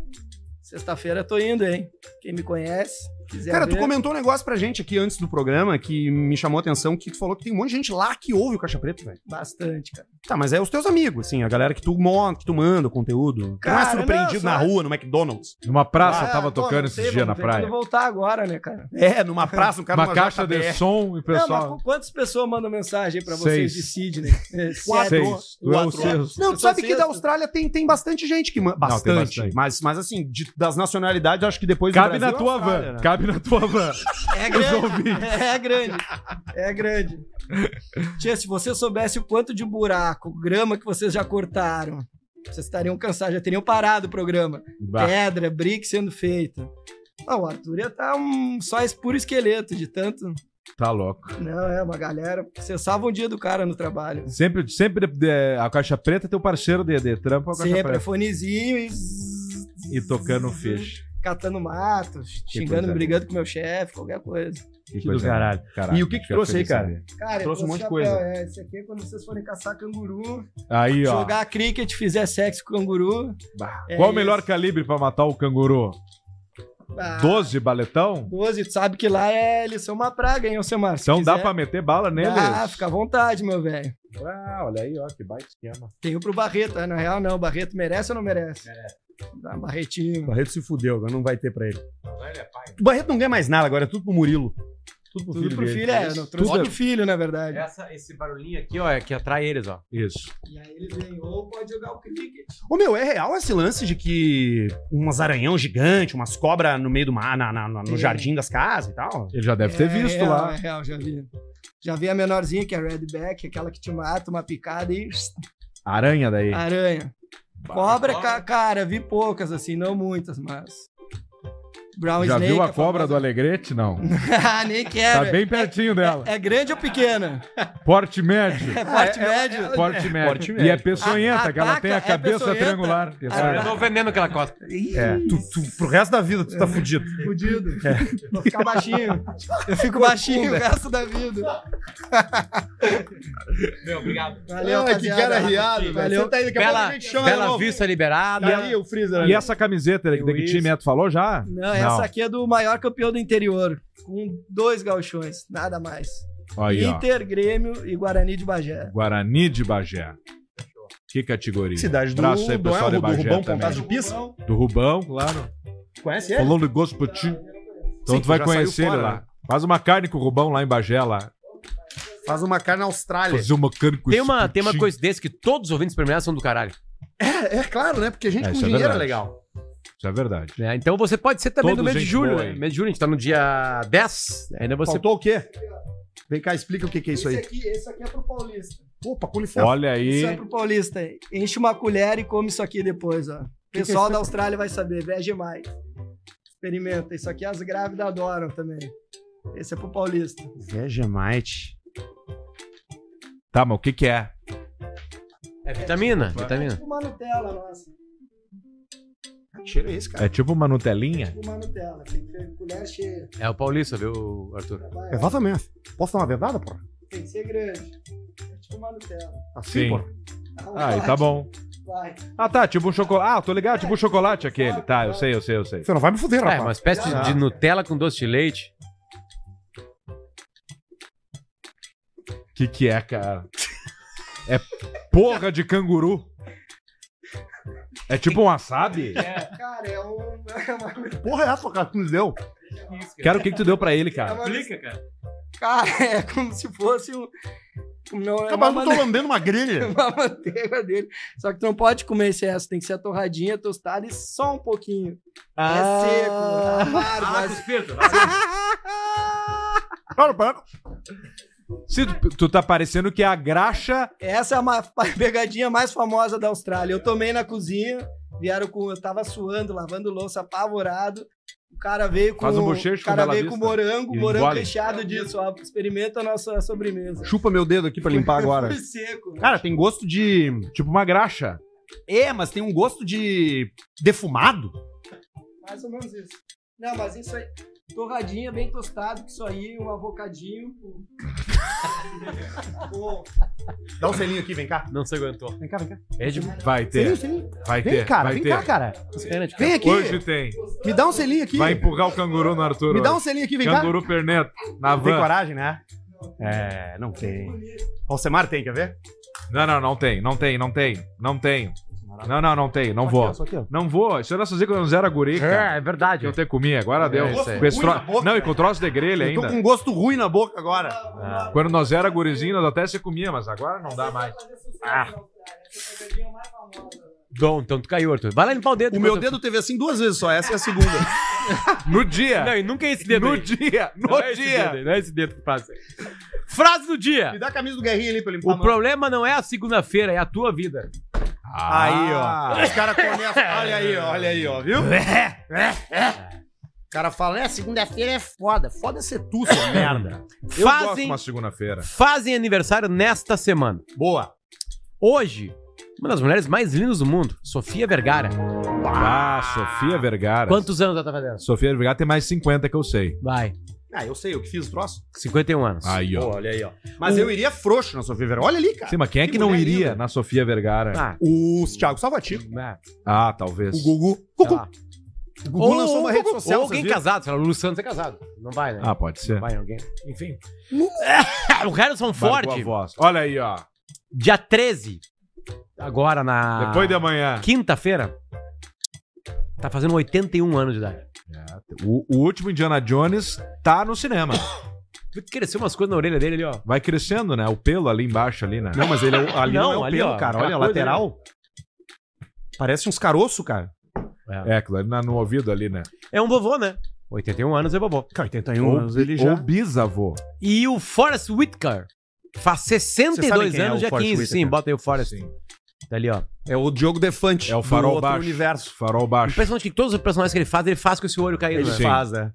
[SPEAKER 7] Sexta-feira eu tô indo, hein? Quem me conhece, quiser
[SPEAKER 1] Cara,
[SPEAKER 7] ver.
[SPEAKER 1] tu comentou um negócio pra gente aqui antes do programa que me chamou a atenção, que tu falou que tem um monte de gente lá que ouve o Caixa Preto, velho.
[SPEAKER 7] Bastante, cara.
[SPEAKER 1] Tá, mas é os teus amigos, assim, a galera que tu, mon- que tu manda o conteúdo. Tu não é
[SPEAKER 7] Cara,
[SPEAKER 1] surpreendido
[SPEAKER 7] não,
[SPEAKER 1] na
[SPEAKER 7] só-
[SPEAKER 1] rua, no McDonald's.
[SPEAKER 5] Numa praça
[SPEAKER 7] Ah,
[SPEAKER 5] tava
[SPEAKER 7] pô,
[SPEAKER 5] tocando
[SPEAKER 7] não sei,
[SPEAKER 5] esses dias na
[SPEAKER 7] vamos ver
[SPEAKER 5] praia.
[SPEAKER 7] quando voltar agora, né, cara?
[SPEAKER 1] É,
[SPEAKER 7] <laughs>
[SPEAKER 1] numa praça, um cara
[SPEAKER 5] Uma
[SPEAKER 1] numa
[SPEAKER 5] caixa de
[SPEAKER 1] JBL.
[SPEAKER 5] som e o
[SPEAKER 7] Não,
[SPEAKER 5] pessoal.
[SPEAKER 7] mas qu- quantas pessoas mandam mensagem aí pra
[SPEAKER 5] Seis.
[SPEAKER 7] vocês de Sydney? É,
[SPEAKER 5] Seis. Tu é o sexto.
[SPEAKER 1] Não,
[SPEAKER 7] Eu
[SPEAKER 1] tu
[SPEAKER 7] sou
[SPEAKER 1] sabe que da
[SPEAKER 7] sexto.
[SPEAKER 1] Austrália tem, tem bastante gente que manda.
[SPEAKER 5] tem
[SPEAKER 1] Bastante,
[SPEAKER 5] bastante.
[SPEAKER 1] Mas, mas assim, de- das nacionalidades, acho que depois. do
[SPEAKER 5] Cabe na
[SPEAKER 1] Brasil,
[SPEAKER 5] tua
[SPEAKER 1] a Austrália,
[SPEAKER 5] van.
[SPEAKER 1] né?
[SPEAKER 5] Cabe na tua
[SPEAKER 7] <laughs>
[SPEAKER 5] van.
[SPEAKER 7] É
[SPEAKER 5] Os
[SPEAKER 7] grande.
[SPEAKER 5] ouvintes.
[SPEAKER 7] É grande. É grande. Tia, se você soubesse o quanto de buraco, grama que vocês já cortaram, vocês estariam cansados, já teriam parado o programa.
[SPEAKER 5] Bah.
[SPEAKER 7] Pedra, brick sendo feita. Ah, o Arthur ia tá um só esse puro esqueleto de tanto.
[SPEAKER 5] Tá louco.
[SPEAKER 7] Não, é uma galera. Você salva um dia do cara no trabalho.
[SPEAKER 5] Sempre, sempre é, a caixa preta é teu parceiro de, de trampo, a caixa
[SPEAKER 7] Sempre, é
[SPEAKER 5] preta.
[SPEAKER 7] fonezinho e.
[SPEAKER 5] E tocando o fish.
[SPEAKER 7] Catando mato,
[SPEAKER 5] coisa
[SPEAKER 7] xingando,
[SPEAKER 5] linda.
[SPEAKER 7] brigando com meu chefe, qualquer coisa.
[SPEAKER 5] Que
[SPEAKER 1] do caralho. E o que que
[SPEAKER 5] fica
[SPEAKER 1] trouxe aí,
[SPEAKER 5] feliz
[SPEAKER 1] cara?
[SPEAKER 5] saber.
[SPEAKER 7] Cara,
[SPEAKER 1] Trouxe um monte de
[SPEAKER 7] chapéu,
[SPEAKER 1] coisa.
[SPEAKER 7] É, esse aqui é quando vocês forem caçar canguru,
[SPEAKER 5] Aí, ó.
[SPEAKER 7] jogar cricket, fizer sexo com canguru.
[SPEAKER 5] Bah.
[SPEAKER 7] É
[SPEAKER 5] Qual o
[SPEAKER 7] isso.
[SPEAKER 5] melhor calibre pra matar o canguru?
[SPEAKER 7] Ah,
[SPEAKER 5] 12 baletão?
[SPEAKER 7] 12, tu sabe que lá é, eles são uma praga, hein, Alcemar? Se
[SPEAKER 5] Então dá
[SPEAKER 7] quiser-
[SPEAKER 5] pra meter bala neles?
[SPEAKER 7] Ah, fica à vontade, meu velho.
[SPEAKER 5] Ah, olha aí, ó, que baita esquema.
[SPEAKER 7] Tenho pro Barreto, ah, na real não. O Barreto merece ou não merece? Merece. Dá um
[SPEAKER 1] O
[SPEAKER 7] Barretinho.
[SPEAKER 1] Barreto se fudeu, agora não vai ter pra ele. O Barreto não ganha mais nada agora, é tudo pro Murilo. Tudo pro
[SPEAKER 7] Tudo
[SPEAKER 1] filho
[SPEAKER 7] pro
[SPEAKER 1] dele.
[SPEAKER 7] filho, é. Eu não trouxe
[SPEAKER 5] Tudo
[SPEAKER 7] só de filho, na verdade.
[SPEAKER 3] Essa, esse barulhinho aqui, ó, é que atrai eles, ó.
[SPEAKER 5] Isso.
[SPEAKER 7] E aí eles vêm, ou pode jogar o cricket.
[SPEAKER 1] Ô meu, é real esse lance de que umas aranhão gigante, umas cobras no meio do mar, na, na- na- no
[SPEAKER 7] Sim.
[SPEAKER 1] jardim das casas e tal?
[SPEAKER 5] Ele já deve ter visto
[SPEAKER 7] real,
[SPEAKER 5] lá.
[SPEAKER 7] É real, já vi. Já vi a menorzinha, que é a Redback, aquela que te mata, uma picada e...
[SPEAKER 5] Aranha daí.
[SPEAKER 7] Aranha. Cobra, ca- cara, vi poucas, assim, não muitas, mas. Brown
[SPEAKER 5] já
[SPEAKER 7] Snake. É,
[SPEAKER 5] viu a cobra do Alegrete? Não.
[SPEAKER 7] <laughs> Alex? Ah, Nem quero.
[SPEAKER 5] Tá bem pertinho dela.
[SPEAKER 7] É grande ou pequena?
[SPEAKER 5] Porte médio.
[SPEAKER 7] É forte médio?
[SPEAKER 5] Porte médio.
[SPEAKER 1] porte médio.
[SPEAKER 5] E é peçonhenta,
[SPEAKER 7] A-
[SPEAKER 5] que ela
[SPEAKER 7] ataca,
[SPEAKER 5] tem a
[SPEAKER 7] é
[SPEAKER 5] cabeça
[SPEAKER 7] peçonhenta.
[SPEAKER 5] triangular.
[SPEAKER 3] Eu tô vendendo aquela costa.
[SPEAKER 1] Tu, tu- pro resto da vida tu tá fudido.
[SPEAKER 7] Fudido. Vou ficar <laughs> baixinho. Eu fico baixinho o resto da vida.
[SPEAKER 3] Meu, obrigado.
[SPEAKER 7] Valeu,
[SPEAKER 1] Ai, que
[SPEAKER 7] rapaziada.
[SPEAKER 1] cara riado, velho.
[SPEAKER 7] Valeu.
[SPEAKER 1] Você tá aí, daqui a pouco
[SPEAKER 3] Bela,
[SPEAKER 1] a gente chama de
[SPEAKER 3] bela
[SPEAKER 1] novo.
[SPEAKER 3] vista liberada.
[SPEAKER 1] E aí, o Freezer ali.
[SPEAKER 5] E essa camiseta de, de que time é? Tu falou já?
[SPEAKER 7] Ah, Não, essa aqui é do maior campeão do interior. Com dois galchões, nada mais.
[SPEAKER 5] Aí, ó.
[SPEAKER 7] Inter, Grêmio e Guarani de Bagé.
[SPEAKER 5] Guarani de Bagé. Que categoria?
[SPEAKER 1] Cidade do,
[SPEAKER 5] Abraço aí,
[SPEAKER 1] do, do,
[SPEAKER 5] pessoal de
[SPEAKER 1] do
[SPEAKER 5] Bagé
[SPEAKER 1] Rubão
[SPEAKER 5] também.
[SPEAKER 1] Pontas de Pisa.
[SPEAKER 5] Do Rubão, claro.
[SPEAKER 1] Conhece ele?
[SPEAKER 5] Falando de gosto pra ti. Então
[SPEAKER 1] Sim,
[SPEAKER 5] tu vai
[SPEAKER 1] já saiu
[SPEAKER 5] conhecer ele
[SPEAKER 1] fora,
[SPEAKER 5] lá.
[SPEAKER 1] né?
[SPEAKER 5] Faz uma carne com o Rubão lá em Bagé, lá.
[SPEAKER 1] Faz uma cara na Austrália.
[SPEAKER 5] Fazer uma carne com
[SPEAKER 3] Tem
[SPEAKER 5] esse
[SPEAKER 3] uma, tem uma
[SPEAKER 5] putinho.
[SPEAKER 3] coisa desse que todos os ouvintes premiados são do caralho.
[SPEAKER 1] É, é claro, né? Porque a gente
[SPEAKER 5] É,
[SPEAKER 1] com
[SPEAKER 5] isso é
[SPEAKER 1] dinheiro é
[SPEAKER 5] verdade.
[SPEAKER 1] legal.
[SPEAKER 5] Isso é verdade.
[SPEAKER 3] né? Então você pode ser também
[SPEAKER 5] Todos
[SPEAKER 3] no mês de
[SPEAKER 5] gente
[SPEAKER 3] julho.
[SPEAKER 5] boa,
[SPEAKER 3] Né?
[SPEAKER 5] hein?
[SPEAKER 3] Mês de julho, a gente tá no dia 10. né? Ainda você.
[SPEAKER 1] Faltou o quê? Vem cá, explica o que, que é isso aí.
[SPEAKER 7] aqui, esse aqui é pro Paulista.
[SPEAKER 1] Opa, colifé.
[SPEAKER 5] Olha
[SPEAKER 7] Isso é
[SPEAKER 5] aí.
[SPEAKER 7] pro paulista. hein? Enche uma colher e come isso aqui depois, ó. O
[SPEAKER 5] é
[SPEAKER 7] pessoal da Austrália vai saber, vege mais. Experimenta. Isso aqui as grávidas adoram também. Esse é pro paulista.
[SPEAKER 1] Vegemite.
[SPEAKER 5] Tá, mas o que que é?
[SPEAKER 3] É vitamina, vitamina.
[SPEAKER 7] Tipo uma Nutella, nossa.
[SPEAKER 1] Que cheiro é esse, cara?
[SPEAKER 5] É tipo uma Nutelinha?
[SPEAKER 7] Tipo uma Nutella. Tem que ser colher cheia.
[SPEAKER 3] É o paulista, viu, Arthur?
[SPEAKER 5] É
[SPEAKER 7] Vai, ó.
[SPEAKER 1] É, Exatamente. Posso dar uma vedada, porra?
[SPEAKER 7] Tem que ser grande. É tipo uma Nutella.
[SPEAKER 1] Assim,
[SPEAKER 5] Sim.
[SPEAKER 1] porra.
[SPEAKER 7] Tá um
[SPEAKER 5] Ah, e tá
[SPEAKER 7] pote.
[SPEAKER 5] bom.
[SPEAKER 7] Vai.
[SPEAKER 5] Ah, tá, tipo um chocolate. Ah, tô ligado, tipo um chocolate aquele. Tá, eu sei, eu sei, eu sei.
[SPEAKER 9] Você não vai me fuder,
[SPEAKER 3] É,
[SPEAKER 9] rapaz.
[SPEAKER 3] uma espécie de, de Nutella com doce de leite.
[SPEAKER 5] O que que é, cara? É porra de canguru. É tipo um wasabi?
[SPEAKER 7] Cara, é um.
[SPEAKER 5] Tá.
[SPEAKER 7] é uma-
[SPEAKER 9] Porra, é essa, cara, que me deu.
[SPEAKER 5] Cara, o que que tu deu pra ele,
[SPEAKER 7] é
[SPEAKER 5] cara?
[SPEAKER 7] uma-
[SPEAKER 3] cara.
[SPEAKER 7] Cara, <laughs> é como se fosse um. Não, é uma,
[SPEAKER 9] Mas eu tô
[SPEAKER 7] mane...
[SPEAKER 9] lambendo uma grelha.
[SPEAKER 7] <laughs> uma manteiga dele. Só que tu não pode comer esse resto, tem que ser torradinha, tostada e só um pouquinho.
[SPEAKER 5] Ah.
[SPEAKER 7] É seco, amargo, mas
[SPEAKER 9] Cara, parece-
[SPEAKER 5] Se tu, tu tá parecendo que é a graxa.
[SPEAKER 7] Essa é a ma- pegadinha mais famosa da Austrália. Eu tomei na cozinha, vieram com. Eu tava suando, lavando louça, apavorado. O cara veio com.
[SPEAKER 5] Faz um bochecho
[SPEAKER 7] o
[SPEAKER 5] com
[SPEAKER 7] cara
[SPEAKER 5] Bela
[SPEAKER 7] veio com
[SPEAKER 5] Vista.
[SPEAKER 7] morango,
[SPEAKER 5] E
[SPEAKER 7] morango
[SPEAKER 5] engole.
[SPEAKER 7] recheado disso. Ó, experimenta a nossa sobremesa.
[SPEAKER 1] Chupa meu dedo aqui pra limpar agora.
[SPEAKER 7] Foi seco.
[SPEAKER 1] <laughs>
[SPEAKER 7] né?
[SPEAKER 1] Cara, tem gosto de.
[SPEAKER 5] Tipo uma graxa.
[SPEAKER 1] É, mas tem um gosto de. defumado.
[SPEAKER 7] Mais ou menos isso. Não, mas isso aí. Torradinha, bem tostado, que isso aí, um avocadinho.
[SPEAKER 5] <laughs>
[SPEAKER 7] um- um-
[SPEAKER 1] Dá um selinho aqui, vem cá.
[SPEAKER 3] Não se aguentou.
[SPEAKER 1] Vem cá, vem cá.
[SPEAKER 3] É de...
[SPEAKER 5] Vai
[SPEAKER 1] Selinho,
[SPEAKER 5] ter,
[SPEAKER 1] selinho.
[SPEAKER 5] vai ter.
[SPEAKER 1] Vem, cara,
[SPEAKER 5] vai
[SPEAKER 1] vem
[SPEAKER 5] ter. É,
[SPEAKER 1] cá, cara.
[SPEAKER 3] Bacana,
[SPEAKER 1] Vem aqui.
[SPEAKER 5] Hoje tem.
[SPEAKER 1] Me dá um selinho aqui.
[SPEAKER 5] Vai empurrar o canguru no Arthur.
[SPEAKER 1] Me dá um
[SPEAKER 5] hoje.
[SPEAKER 1] selinho aqui, vem cá.
[SPEAKER 5] Canguru perneto. Na
[SPEAKER 1] Tem
[SPEAKER 5] van.
[SPEAKER 1] coragem, né? É, não tem. Alcemar tem, quer ver?
[SPEAKER 5] Não, não, não tem, não tem, não tem, não tenho. Não, não, não tem, não vou. Não vou. Isso era fazer quando eu não era guri, cara.
[SPEAKER 3] É, é verdade.
[SPEAKER 5] Que eu até comi, agora deu.
[SPEAKER 3] isso aí.
[SPEAKER 5] Com esse tro-
[SPEAKER 1] Ruim na boca.
[SPEAKER 5] Não, e com troço de grelha
[SPEAKER 1] Eu tô
[SPEAKER 5] ainda.
[SPEAKER 1] com um gosto ruim na boca agora.
[SPEAKER 5] Quando nós era gurizinho, nós até se comia, mas agora não dá mais.
[SPEAKER 3] Dom, então tu caiu, Arthur. Vai lá limpar o dedo.
[SPEAKER 1] O meu
[SPEAKER 3] enquanto-
[SPEAKER 1] dedo teve assim duas vezes só, essa é a segunda.
[SPEAKER 5] No dia!
[SPEAKER 3] Não, e nunca é esse dedo
[SPEAKER 5] no
[SPEAKER 3] aí.
[SPEAKER 5] dia! No
[SPEAKER 3] Não é esse
[SPEAKER 5] dia!
[SPEAKER 3] dedo aí, não é esse dedo que passa. Frase do
[SPEAKER 1] <laughs>
[SPEAKER 3] dia.
[SPEAKER 1] Me dá a camisa do Guerrinha ali pra eu limpar.
[SPEAKER 3] O
[SPEAKER 1] mano.
[SPEAKER 3] problema não é a segunda-feira, é a tua vida.
[SPEAKER 5] Ah,
[SPEAKER 1] Aí, ó. Ah. Os caras começam. Olha aí, ó, olha aí, ó, viu? O
[SPEAKER 5] É,
[SPEAKER 1] cara fala, é, segunda-feira é foda. Foda ser tu,
[SPEAKER 5] É
[SPEAKER 1] seu merda.
[SPEAKER 5] Eu gosto de
[SPEAKER 3] fazem,
[SPEAKER 5] uma segunda-feira.
[SPEAKER 3] fazem aniversário nesta semana.
[SPEAKER 1] Boa.
[SPEAKER 3] Hoje, uma das mulheres mais lindas do mundo, Sofia Vergara.
[SPEAKER 5] Ah, Sofia Vergara.
[SPEAKER 3] Quantos anos ela tá fazendo?
[SPEAKER 5] Sofia Vergara tem mais 50 que eu sei.
[SPEAKER 3] Vai,
[SPEAKER 1] Ah, eu sei, eu que fiz o troço.
[SPEAKER 3] 51 anos.
[SPEAKER 5] Aí, ó.
[SPEAKER 1] Boa, olha aí, ó. Mas eu iria frouxo na sua fevereiro. Olha ali, cara.
[SPEAKER 5] Sim, mas quem é que,
[SPEAKER 1] Que
[SPEAKER 5] não
[SPEAKER 1] mulher
[SPEAKER 5] iria
[SPEAKER 1] linda.
[SPEAKER 5] na Sofia Vergara?
[SPEAKER 3] Ah,
[SPEAKER 1] O Thiago Salvatico,
[SPEAKER 3] é,
[SPEAKER 5] Ah, talvez.
[SPEAKER 1] o Gugu. Gugu,
[SPEAKER 3] sei lá.
[SPEAKER 1] o Tá. Gugu lançou uma rede social.
[SPEAKER 3] Ou
[SPEAKER 1] vocês
[SPEAKER 3] alguém
[SPEAKER 1] viram?
[SPEAKER 3] casado, sei lá, o Lulu Santos é casado. Não vai, né?
[SPEAKER 5] Ah, pode ser.
[SPEAKER 3] Vai alguém. Enfim. <laughs> o Harrison
[SPEAKER 5] Barco a
[SPEAKER 3] Ford,
[SPEAKER 5] voz. Olha aí, ó.
[SPEAKER 3] dia 13, agora na
[SPEAKER 5] Depois de amanhã.
[SPEAKER 3] quinta-feira, tá fazendo 81 anos de idade.
[SPEAKER 5] O, o último Indiana Jones tá no cinema.
[SPEAKER 3] Viu que Cresceu umas coisas na orelha dele ali, ó.
[SPEAKER 5] Vai crescendo, né? O pelo ali embaixo, ali, né?
[SPEAKER 1] Não, mas ele é, o- ali não,
[SPEAKER 3] Não,
[SPEAKER 1] é o
[SPEAKER 3] ali,
[SPEAKER 1] pelo,
[SPEAKER 3] ó,
[SPEAKER 1] cara.
[SPEAKER 3] aquela
[SPEAKER 1] Olha, a
[SPEAKER 3] coisa,
[SPEAKER 1] lateral. Parece uns caroço, cara.
[SPEAKER 5] É, aquilo ali na- no ouvido ali, né?
[SPEAKER 3] É um vovô, né? 81 anos é vovô.
[SPEAKER 1] Cara, 81
[SPEAKER 5] Ou-
[SPEAKER 1] anos, ele
[SPEAKER 5] Ou bisavô.
[SPEAKER 3] E o Forrest Whitaker faz
[SPEAKER 1] Você sabe
[SPEAKER 3] 62
[SPEAKER 1] quem é
[SPEAKER 3] anos,
[SPEAKER 1] o
[SPEAKER 3] dia
[SPEAKER 1] Forrest
[SPEAKER 3] 15. Sim,
[SPEAKER 1] Whitaker?
[SPEAKER 3] bota aí o Forrest. Tá ali, ó.
[SPEAKER 1] É o Diogo Defante.
[SPEAKER 5] É o farol
[SPEAKER 1] do outro
[SPEAKER 5] baixo.
[SPEAKER 1] universo.
[SPEAKER 5] Farol baixo.
[SPEAKER 3] Impressionante que todos os personagens que ele faz, ele faz com esse olho caído.
[SPEAKER 1] Ele
[SPEAKER 3] né?
[SPEAKER 5] Sim.
[SPEAKER 1] faz, né?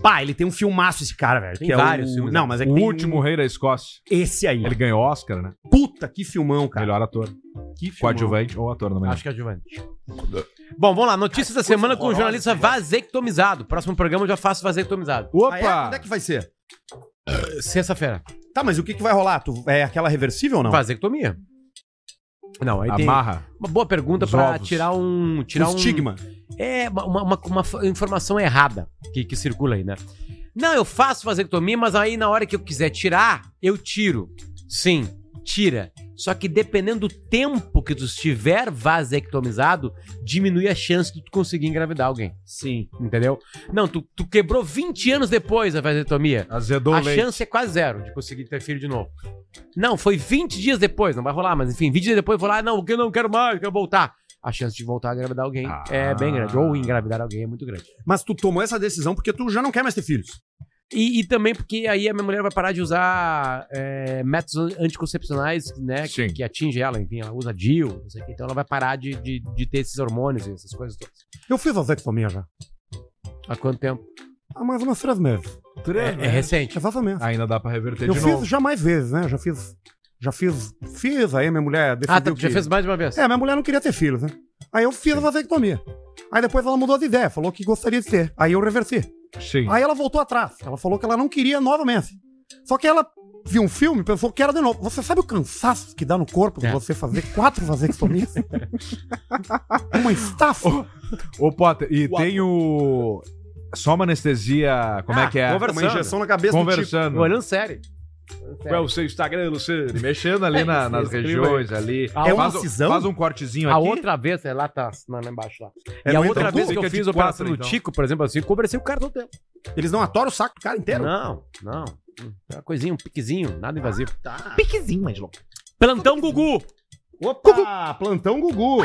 [SPEAKER 1] Pá, ele tem um filmaço esse cara, velho.
[SPEAKER 3] Tem
[SPEAKER 1] que é
[SPEAKER 3] vários
[SPEAKER 1] o...
[SPEAKER 3] filmes, né?
[SPEAKER 1] Não, mas é que
[SPEAKER 5] o
[SPEAKER 1] tem
[SPEAKER 5] último rei da Escócia.
[SPEAKER 1] Esse aí.
[SPEAKER 5] Ele ganhou Oscar, né?
[SPEAKER 1] Puta, que filmão, cara.
[SPEAKER 5] Melhor ator.
[SPEAKER 1] Que filmão.
[SPEAKER 5] Coadjuvante ou ator, não me
[SPEAKER 3] Acho que é adjuvante. Bom, vamos lá. Notícias da semana com o jornalista vasectomizado. Próximo programa eu já faço
[SPEAKER 1] Ah,
[SPEAKER 3] vasectomizado.
[SPEAKER 1] é? Quando é
[SPEAKER 5] Opa!
[SPEAKER 1] que vai ser? É,
[SPEAKER 3] Sexta-feira.
[SPEAKER 1] Tá, mas o que, que vai rolar? Tu... É aquela reversível ou não?
[SPEAKER 3] Vasectomia. Não, aí tem
[SPEAKER 5] Amarra.
[SPEAKER 3] uma boa pergunta
[SPEAKER 5] Os
[SPEAKER 3] pra
[SPEAKER 5] ovos.
[SPEAKER 3] tirar um... Tirar
[SPEAKER 1] o
[SPEAKER 3] um-
[SPEAKER 1] estigma.
[SPEAKER 3] É uma, uma- uma f- informação errada que, que circula aí, né? Não, eu faço vasectomia, mas aí na hora que eu quiser tirar, eu tiro. Sim, tira. Só que dependendo do tempo que tu estiver vasectomizado, diminui a chance de tu conseguir engravidar alguém. Sim. Entendeu? Não, tu, tu quebrou 20 anos depois da vasectomia.
[SPEAKER 5] Azedou
[SPEAKER 3] a
[SPEAKER 5] o leite.
[SPEAKER 3] chance é quase zero de conseguir ter filho de novo. Não, foi 20 dias depois, não vai rolar, mas enfim, 20 dias depois eu vou lá, não, porque eu não quero mais, eu quero voltar. A chance de voltar a engravidar alguém
[SPEAKER 5] Ah.
[SPEAKER 3] é bem grande. Ou engravidar alguém é muito grande.
[SPEAKER 1] Mas tu tomou essa decisão porque tu já não quer mais ter filhos.
[SPEAKER 3] E, e também porque aí a minha mulher vai parar de usar é, métodos anticoncepcionais, né?
[SPEAKER 5] Sim.
[SPEAKER 3] Que, que atinge ela, enfim, ela usa DIL, não sei o que, então ela vai parar de, de, de ter esses hormônios e essas coisas todas.
[SPEAKER 1] Eu fiz vasectomia já. Ah,
[SPEAKER 3] Há quanto tempo?
[SPEAKER 1] Há mais umas três meses.
[SPEAKER 3] É,
[SPEAKER 5] né?
[SPEAKER 3] é recente.
[SPEAKER 1] Exatamente.
[SPEAKER 5] Ainda dá pra reverter
[SPEAKER 1] eu
[SPEAKER 5] Ah, de
[SPEAKER 1] fiz
[SPEAKER 5] novo.
[SPEAKER 1] já mais vezes, né? Já fiz. Já fiz. Fiz, aí minha mulher
[SPEAKER 3] Ah,
[SPEAKER 1] decidiu
[SPEAKER 3] tá, tu já
[SPEAKER 1] que-
[SPEAKER 3] fez mais de uma vez.
[SPEAKER 1] É, minha mulher não queria ter filhos, né? Aí eu fiz a vasectomia. Aí depois ela mudou de ideia, falou que gostaria de ter. Aí eu reversi.
[SPEAKER 5] Sim.
[SPEAKER 1] Aí ela voltou atrás. Ela falou que ela não queria novamente. Só que ela
[SPEAKER 10] viu um filme, pensou, quero de novo. Você sabe o cansaço que dá no corpo de
[SPEAKER 3] É.
[SPEAKER 10] você fazer quatro vasectomias? Uma estafa.
[SPEAKER 5] Ô, Potter, e
[SPEAKER 1] Uau.
[SPEAKER 5] tem o. Só uma anestesia. Como é que é?
[SPEAKER 1] Uma injeção na cabeça do
[SPEAKER 5] Conversando.
[SPEAKER 3] Olhando sério.
[SPEAKER 5] Qual é o seu Instagram, Luciano? Mexendo
[SPEAKER 3] <laughs>
[SPEAKER 5] ali na- nas regiões ali.
[SPEAKER 3] É
[SPEAKER 5] faz,
[SPEAKER 10] uma
[SPEAKER 5] um-
[SPEAKER 10] cisão?
[SPEAKER 5] Faz um cortezinho
[SPEAKER 3] A
[SPEAKER 5] aqui.
[SPEAKER 3] outra vez, é lá tá lá embaixo lá.
[SPEAKER 10] É
[SPEAKER 3] e a
[SPEAKER 10] no
[SPEAKER 3] outra
[SPEAKER 10] Itaú?
[SPEAKER 3] vez que
[SPEAKER 5] Fica
[SPEAKER 3] eu
[SPEAKER 5] de
[SPEAKER 3] fiz o
[SPEAKER 5] quatro,
[SPEAKER 3] operação do
[SPEAKER 5] então.
[SPEAKER 3] Tico, por exemplo, assim, conversei com o cara todo tempo.
[SPEAKER 1] Eles não atoram o saco do cara inteiro?
[SPEAKER 3] Não, não. É uma coisinha, um piquezinho, nada invasivo.
[SPEAKER 1] Tá.
[SPEAKER 11] Piquezinho, Angelo.
[SPEAKER 3] Plantão Gugu.
[SPEAKER 1] Opa! Ah, Plantão Gugu.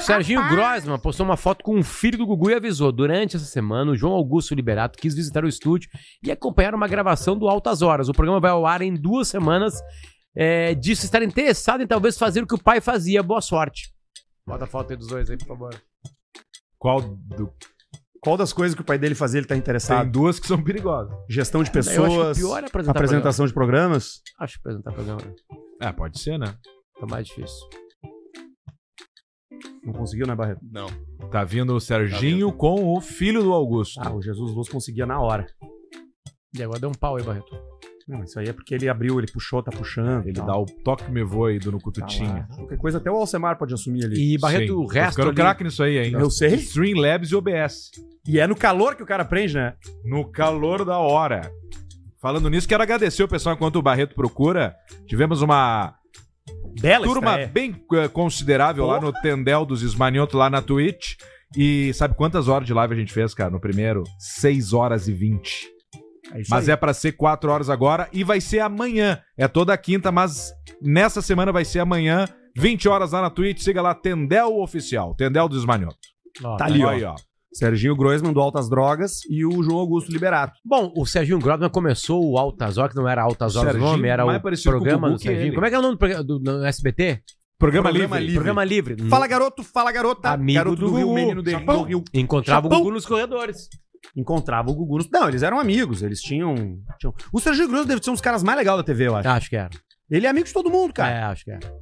[SPEAKER 3] Serginho Grossman postou uma foto com o filho do Gugu e avisou: durante essa semana, o João Augusto Liberato quis visitar o estúdio e acompanhar uma gravação do Altas Horas. O programa vai ao ar em duas semanas. É, disse estar interessado em talvez fazer o que o pai fazia. Boa sorte. Bota a foto aí dos dois aí, por favor.
[SPEAKER 5] Qual do...
[SPEAKER 1] Qual das coisas que o pai dele fazia ele tá interessado?
[SPEAKER 5] Tem duas que são perigosas.
[SPEAKER 1] Gestão de
[SPEAKER 3] Eu acho que o
[SPEAKER 1] pessoas,
[SPEAKER 3] pior é apresentar programa.
[SPEAKER 1] apresentação de programas.
[SPEAKER 3] Acho que apresentar programa
[SPEAKER 5] É, pode ser, né?
[SPEAKER 3] tá mais difícil.
[SPEAKER 1] Não conseguiu, né, Barreto?
[SPEAKER 11] Não.
[SPEAKER 5] Tá vindo o Serginho com o filho do Augusto.
[SPEAKER 1] Ah, o Jesus Luz conseguia na hora.
[SPEAKER 3] E agora deu um pau aí, Barreto.
[SPEAKER 1] Não, isso aí é porque ele abriu, ele puxou, tá puxando.
[SPEAKER 5] Ele dá o toque me voa aí do Nucututinha.
[SPEAKER 1] Qualquer coisa até o Alcemar pode assumir ali.
[SPEAKER 3] Tá E Barreto, o resto.
[SPEAKER 5] Ficando
[SPEAKER 3] ali-
[SPEAKER 5] craque nisso aí, hein?
[SPEAKER 1] Eu sei.
[SPEAKER 5] Streamlabs e OBS.
[SPEAKER 1] E é no calor que o cara aprende, né?
[SPEAKER 5] No calor da hora. Falando nisso, quero agradecer o pessoal enquanto o Barreto procura. Tivemos uma
[SPEAKER 1] Bela
[SPEAKER 5] turma
[SPEAKER 1] estreia.
[SPEAKER 5] bem eh, considerável lá no Tendel dos Esmanioto, lá na Twitch. E sabe quantas horas de live a gente fez, cara? No primeiro? 6 horas e 20.
[SPEAKER 1] É isso
[SPEAKER 5] Mas
[SPEAKER 1] aí.
[SPEAKER 5] é pra ser 4 horas agora e vai ser amanhã. É toda quinta, mas nessa semana vai ser amanhã, 20 horas lá na Twitch. Siga lá, Tendel Oficial, Tendel dos Esmanioto.
[SPEAKER 3] Ó,
[SPEAKER 1] Tá ali, ó.
[SPEAKER 5] Aí, ó.
[SPEAKER 1] Serginho Groisman do Altas Drogas e o João Augusto Liberato.
[SPEAKER 3] Bom, o Serginho Grodman começou o Altas Horas, que não era Altas Horas o
[SPEAKER 5] Serginho,
[SPEAKER 3] nome, era
[SPEAKER 5] mais
[SPEAKER 3] o
[SPEAKER 5] parecido com o
[SPEAKER 3] programa
[SPEAKER 5] Gugu
[SPEAKER 3] do
[SPEAKER 5] que
[SPEAKER 3] Serginho.
[SPEAKER 5] ele.
[SPEAKER 3] Como é que é o nome do, prog- do- do SBT?
[SPEAKER 5] Programa,
[SPEAKER 1] Programa
[SPEAKER 5] livre.
[SPEAKER 1] Livre.
[SPEAKER 3] Programa Livre. Hum.
[SPEAKER 1] Fala, garoto. Fala, garota.
[SPEAKER 3] Amigo
[SPEAKER 1] garoto
[SPEAKER 3] do Gugu.
[SPEAKER 1] menino dele, do Rio.
[SPEAKER 3] Encontrava
[SPEAKER 1] Chapão.
[SPEAKER 3] o Gugu nos corredores.
[SPEAKER 1] Encontrava o Gugu. nos- Não, eles eram amigos. Eles tinham... tinham- O Serginho Groisman deve ser um dos caras mais legais da TV, eu acho.
[SPEAKER 3] Acho que era.
[SPEAKER 1] Ele é amigo de todo mundo, cara.
[SPEAKER 3] É, acho que era.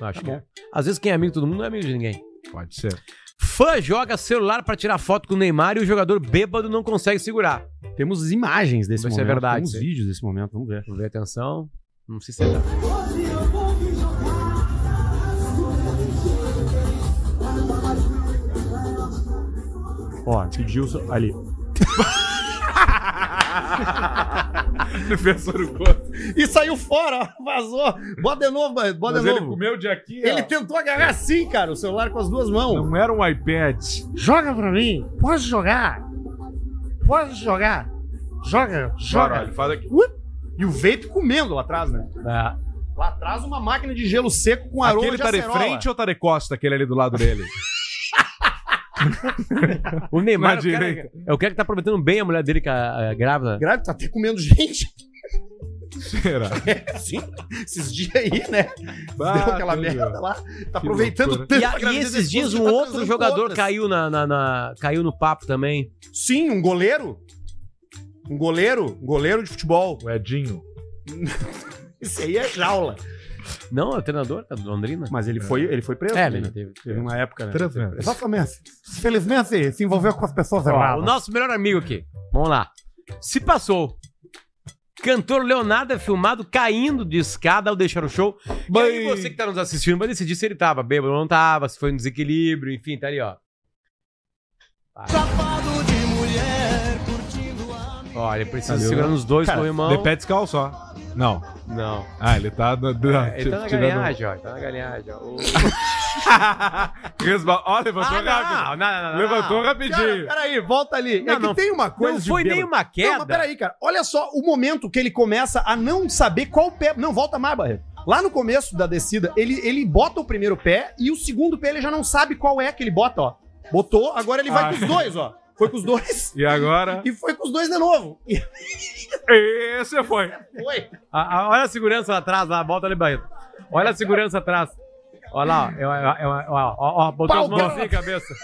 [SPEAKER 3] acho que era. Às vezes quem é amigo de todo mundo não é amigo de ninguém.
[SPEAKER 5] Pode ser.
[SPEAKER 3] Fã joga celular pra tirar foto com o Neymar e o jogador bêbado não consegue segurar.
[SPEAKER 1] Temos imagens desse
[SPEAKER 3] Vamos ver se é
[SPEAKER 1] momento.
[SPEAKER 3] verdade,
[SPEAKER 1] Temos
[SPEAKER 3] sim.
[SPEAKER 1] vídeos desse momento. Vamos ver.
[SPEAKER 3] Vamos ver, atenção. Não sei se é.
[SPEAKER 1] Ó, pediu... so- Ali.
[SPEAKER 5] Defensor
[SPEAKER 1] E saiu fora, ó, vazou. Bota de novo, Barreto, bota
[SPEAKER 5] Mas
[SPEAKER 1] de
[SPEAKER 5] ele
[SPEAKER 1] novo.
[SPEAKER 5] comeu de aqui,
[SPEAKER 1] Ele tentou agarrar assim, cara, o celular com as duas mãos.
[SPEAKER 5] Não era um iPad.
[SPEAKER 11] Joga pra mim. Posso jogar? Posso jogar? Joga,
[SPEAKER 5] Joga.
[SPEAKER 11] joga.
[SPEAKER 5] Ele faz aqui.
[SPEAKER 1] E o vape comendo lá atrás, né?
[SPEAKER 3] Ah,
[SPEAKER 1] Lá atrás, uma máquina de gelo seco com aroma
[SPEAKER 5] Aquele
[SPEAKER 1] de
[SPEAKER 5] tá de
[SPEAKER 1] acerola.
[SPEAKER 5] frente ou tá de costa, aquele ali do
[SPEAKER 3] <laughs>
[SPEAKER 5] lado dele?
[SPEAKER 3] O
[SPEAKER 5] Na
[SPEAKER 3] Neymar. é o cara-
[SPEAKER 5] direita.
[SPEAKER 3] É o cara que tá aproveitando bem a mulher dele que é é grávida.
[SPEAKER 1] Grave, tá até comendo gente. <laughs>
[SPEAKER 5] Será?
[SPEAKER 1] Assim, esses dias aí, né? Deu aquela merda lá. Tá
[SPEAKER 5] Que
[SPEAKER 1] aproveitando
[SPEAKER 5] loucura.
[SPEAKER 1] tanto
[SPEAKER 3] E, a-
[SPEAKER 1] a
[SPEAKER 3] e
[SPEAKER 1] gravidez
[SPEAKER 3] esses
[SPEAKER 1] da
[SPEAKER 3] dias
[SPEAKER 1] esposa
[SPEAKER 3] um
[SPEAKER 1] que tá
[SPEAKER 3] outro
[SPEAKER 1] transando
[SPEAKER 3] jogador
[SPEAKER 1] com outras.
[SPEAKER 3] caiu na, na- na- caiu no papo também.
[SPEAKER 1] Sim, um goleiro. Um goleiro, um goleiro de futebol.
[SPEAKER 5] O Edinho.
[SPEAKER 1] Isso aí é jaula.
[SPEAKER 3] Não, é o treinador é do Londrina.
[SPEAKER 1] Mas ele foi, ele foi preso.
[SPEAKER 3] É,
[SPEAKER 1] né?
[SPEAKER 3] ele teve.
[SPEAKER 1] Teve uma época,
[SPEAKER 3] É.
[SPEAKER 1] né?
[SPEAKER 10] Exatamente. Felizmente se envolveu com as pessoas
[SPEAKER 3] O
[SPEAKER 1] né?
[SPEAKER 10] erradas.
[SPEAKER 3] nosso melhor amigo aqui. Vamos lá. Se passou. Cantor Leonardo é filmado caindo de escada ao deixar o show. E aí você que tá nos assistindo vai decidir se ele tava bêbado ou não tava, se foi um desequilíbrio, enfim, tá ali, ó. Ó, ele precisa
[SPEAKER 5] Valeu.
[SPEAKER 3] segurar nos dois
[SPEAKER 5] Cara,
[SPEAKER 3] com o irmão.
[SPEAKER 5] De pé descalço, ó. Não.
[SPEAKER 3] Não.
[SPEAKER 5] Ah, ele tá... na- na-
[SPEAKER 3] É, ele tá na
[SPEAKER 5] tirando-
[SPEAKER 3] galinhagem, ó. ele Tá na galinhagem, ó. O-
[SPEAKER 5] Resba- Ó, levantou
[SPEAKER 3] Ah,
[SPEAKER 5] rápido.
[SPEAKER 3] não, não, não, não.
[SPEAKER 5] Levantou
[SPEAKER 1] Cara,
[SPEAKER 5] rapidinho.
[SPEAKER 1] peraí, volta ali.
[SPEAKER 3] Não,
[SPEAKER 1] é que
[SPEAKER 3] não-
[SPEAKER 1] tem uma coisa
[SPEAKER 3] Não
[SPEAKER 1] de
[SPEAKER 3] foi
[SPEAKER 1] bêbado.
[SPEAKER 3] nem uma
[SPEAKER 1] Não,
[SPEAKER 3] queda.
[SPEAKER 1] mas peraí, cara. Olha só o momento que ele começa a não saber qual pé. Não, volta mais, Barreto. Lá no começo da descida, ele, ele bota o primeiro pé e o segundo pé ele já não sabe qual é que ele bota, ó. Botou, agora ele vai
[SPEAKER 5] Ah.
[SPEAKER 1] com os dois, ó. Foi com os dois <laughs>
[SPEAKER 5] E agora...
[SPEAKER 1] e foi com os dois de novo. E
[SPEAKER 5] Esse foi.
[SPEAKER 1] foi.
[SPEAKER 3] Ah, ah, olha a segurança lá atrás, lá, volta ali, Barreto. Olha a segurança atrás. Olha lá, ó, é uma- é uma- é uma- ó, ó, botou
[SPEAKER 1] Pau,
[SPEAKER 3] as mãos assim
[SPEAKER 1] cara.
[SPEAKER 3] na cabeça.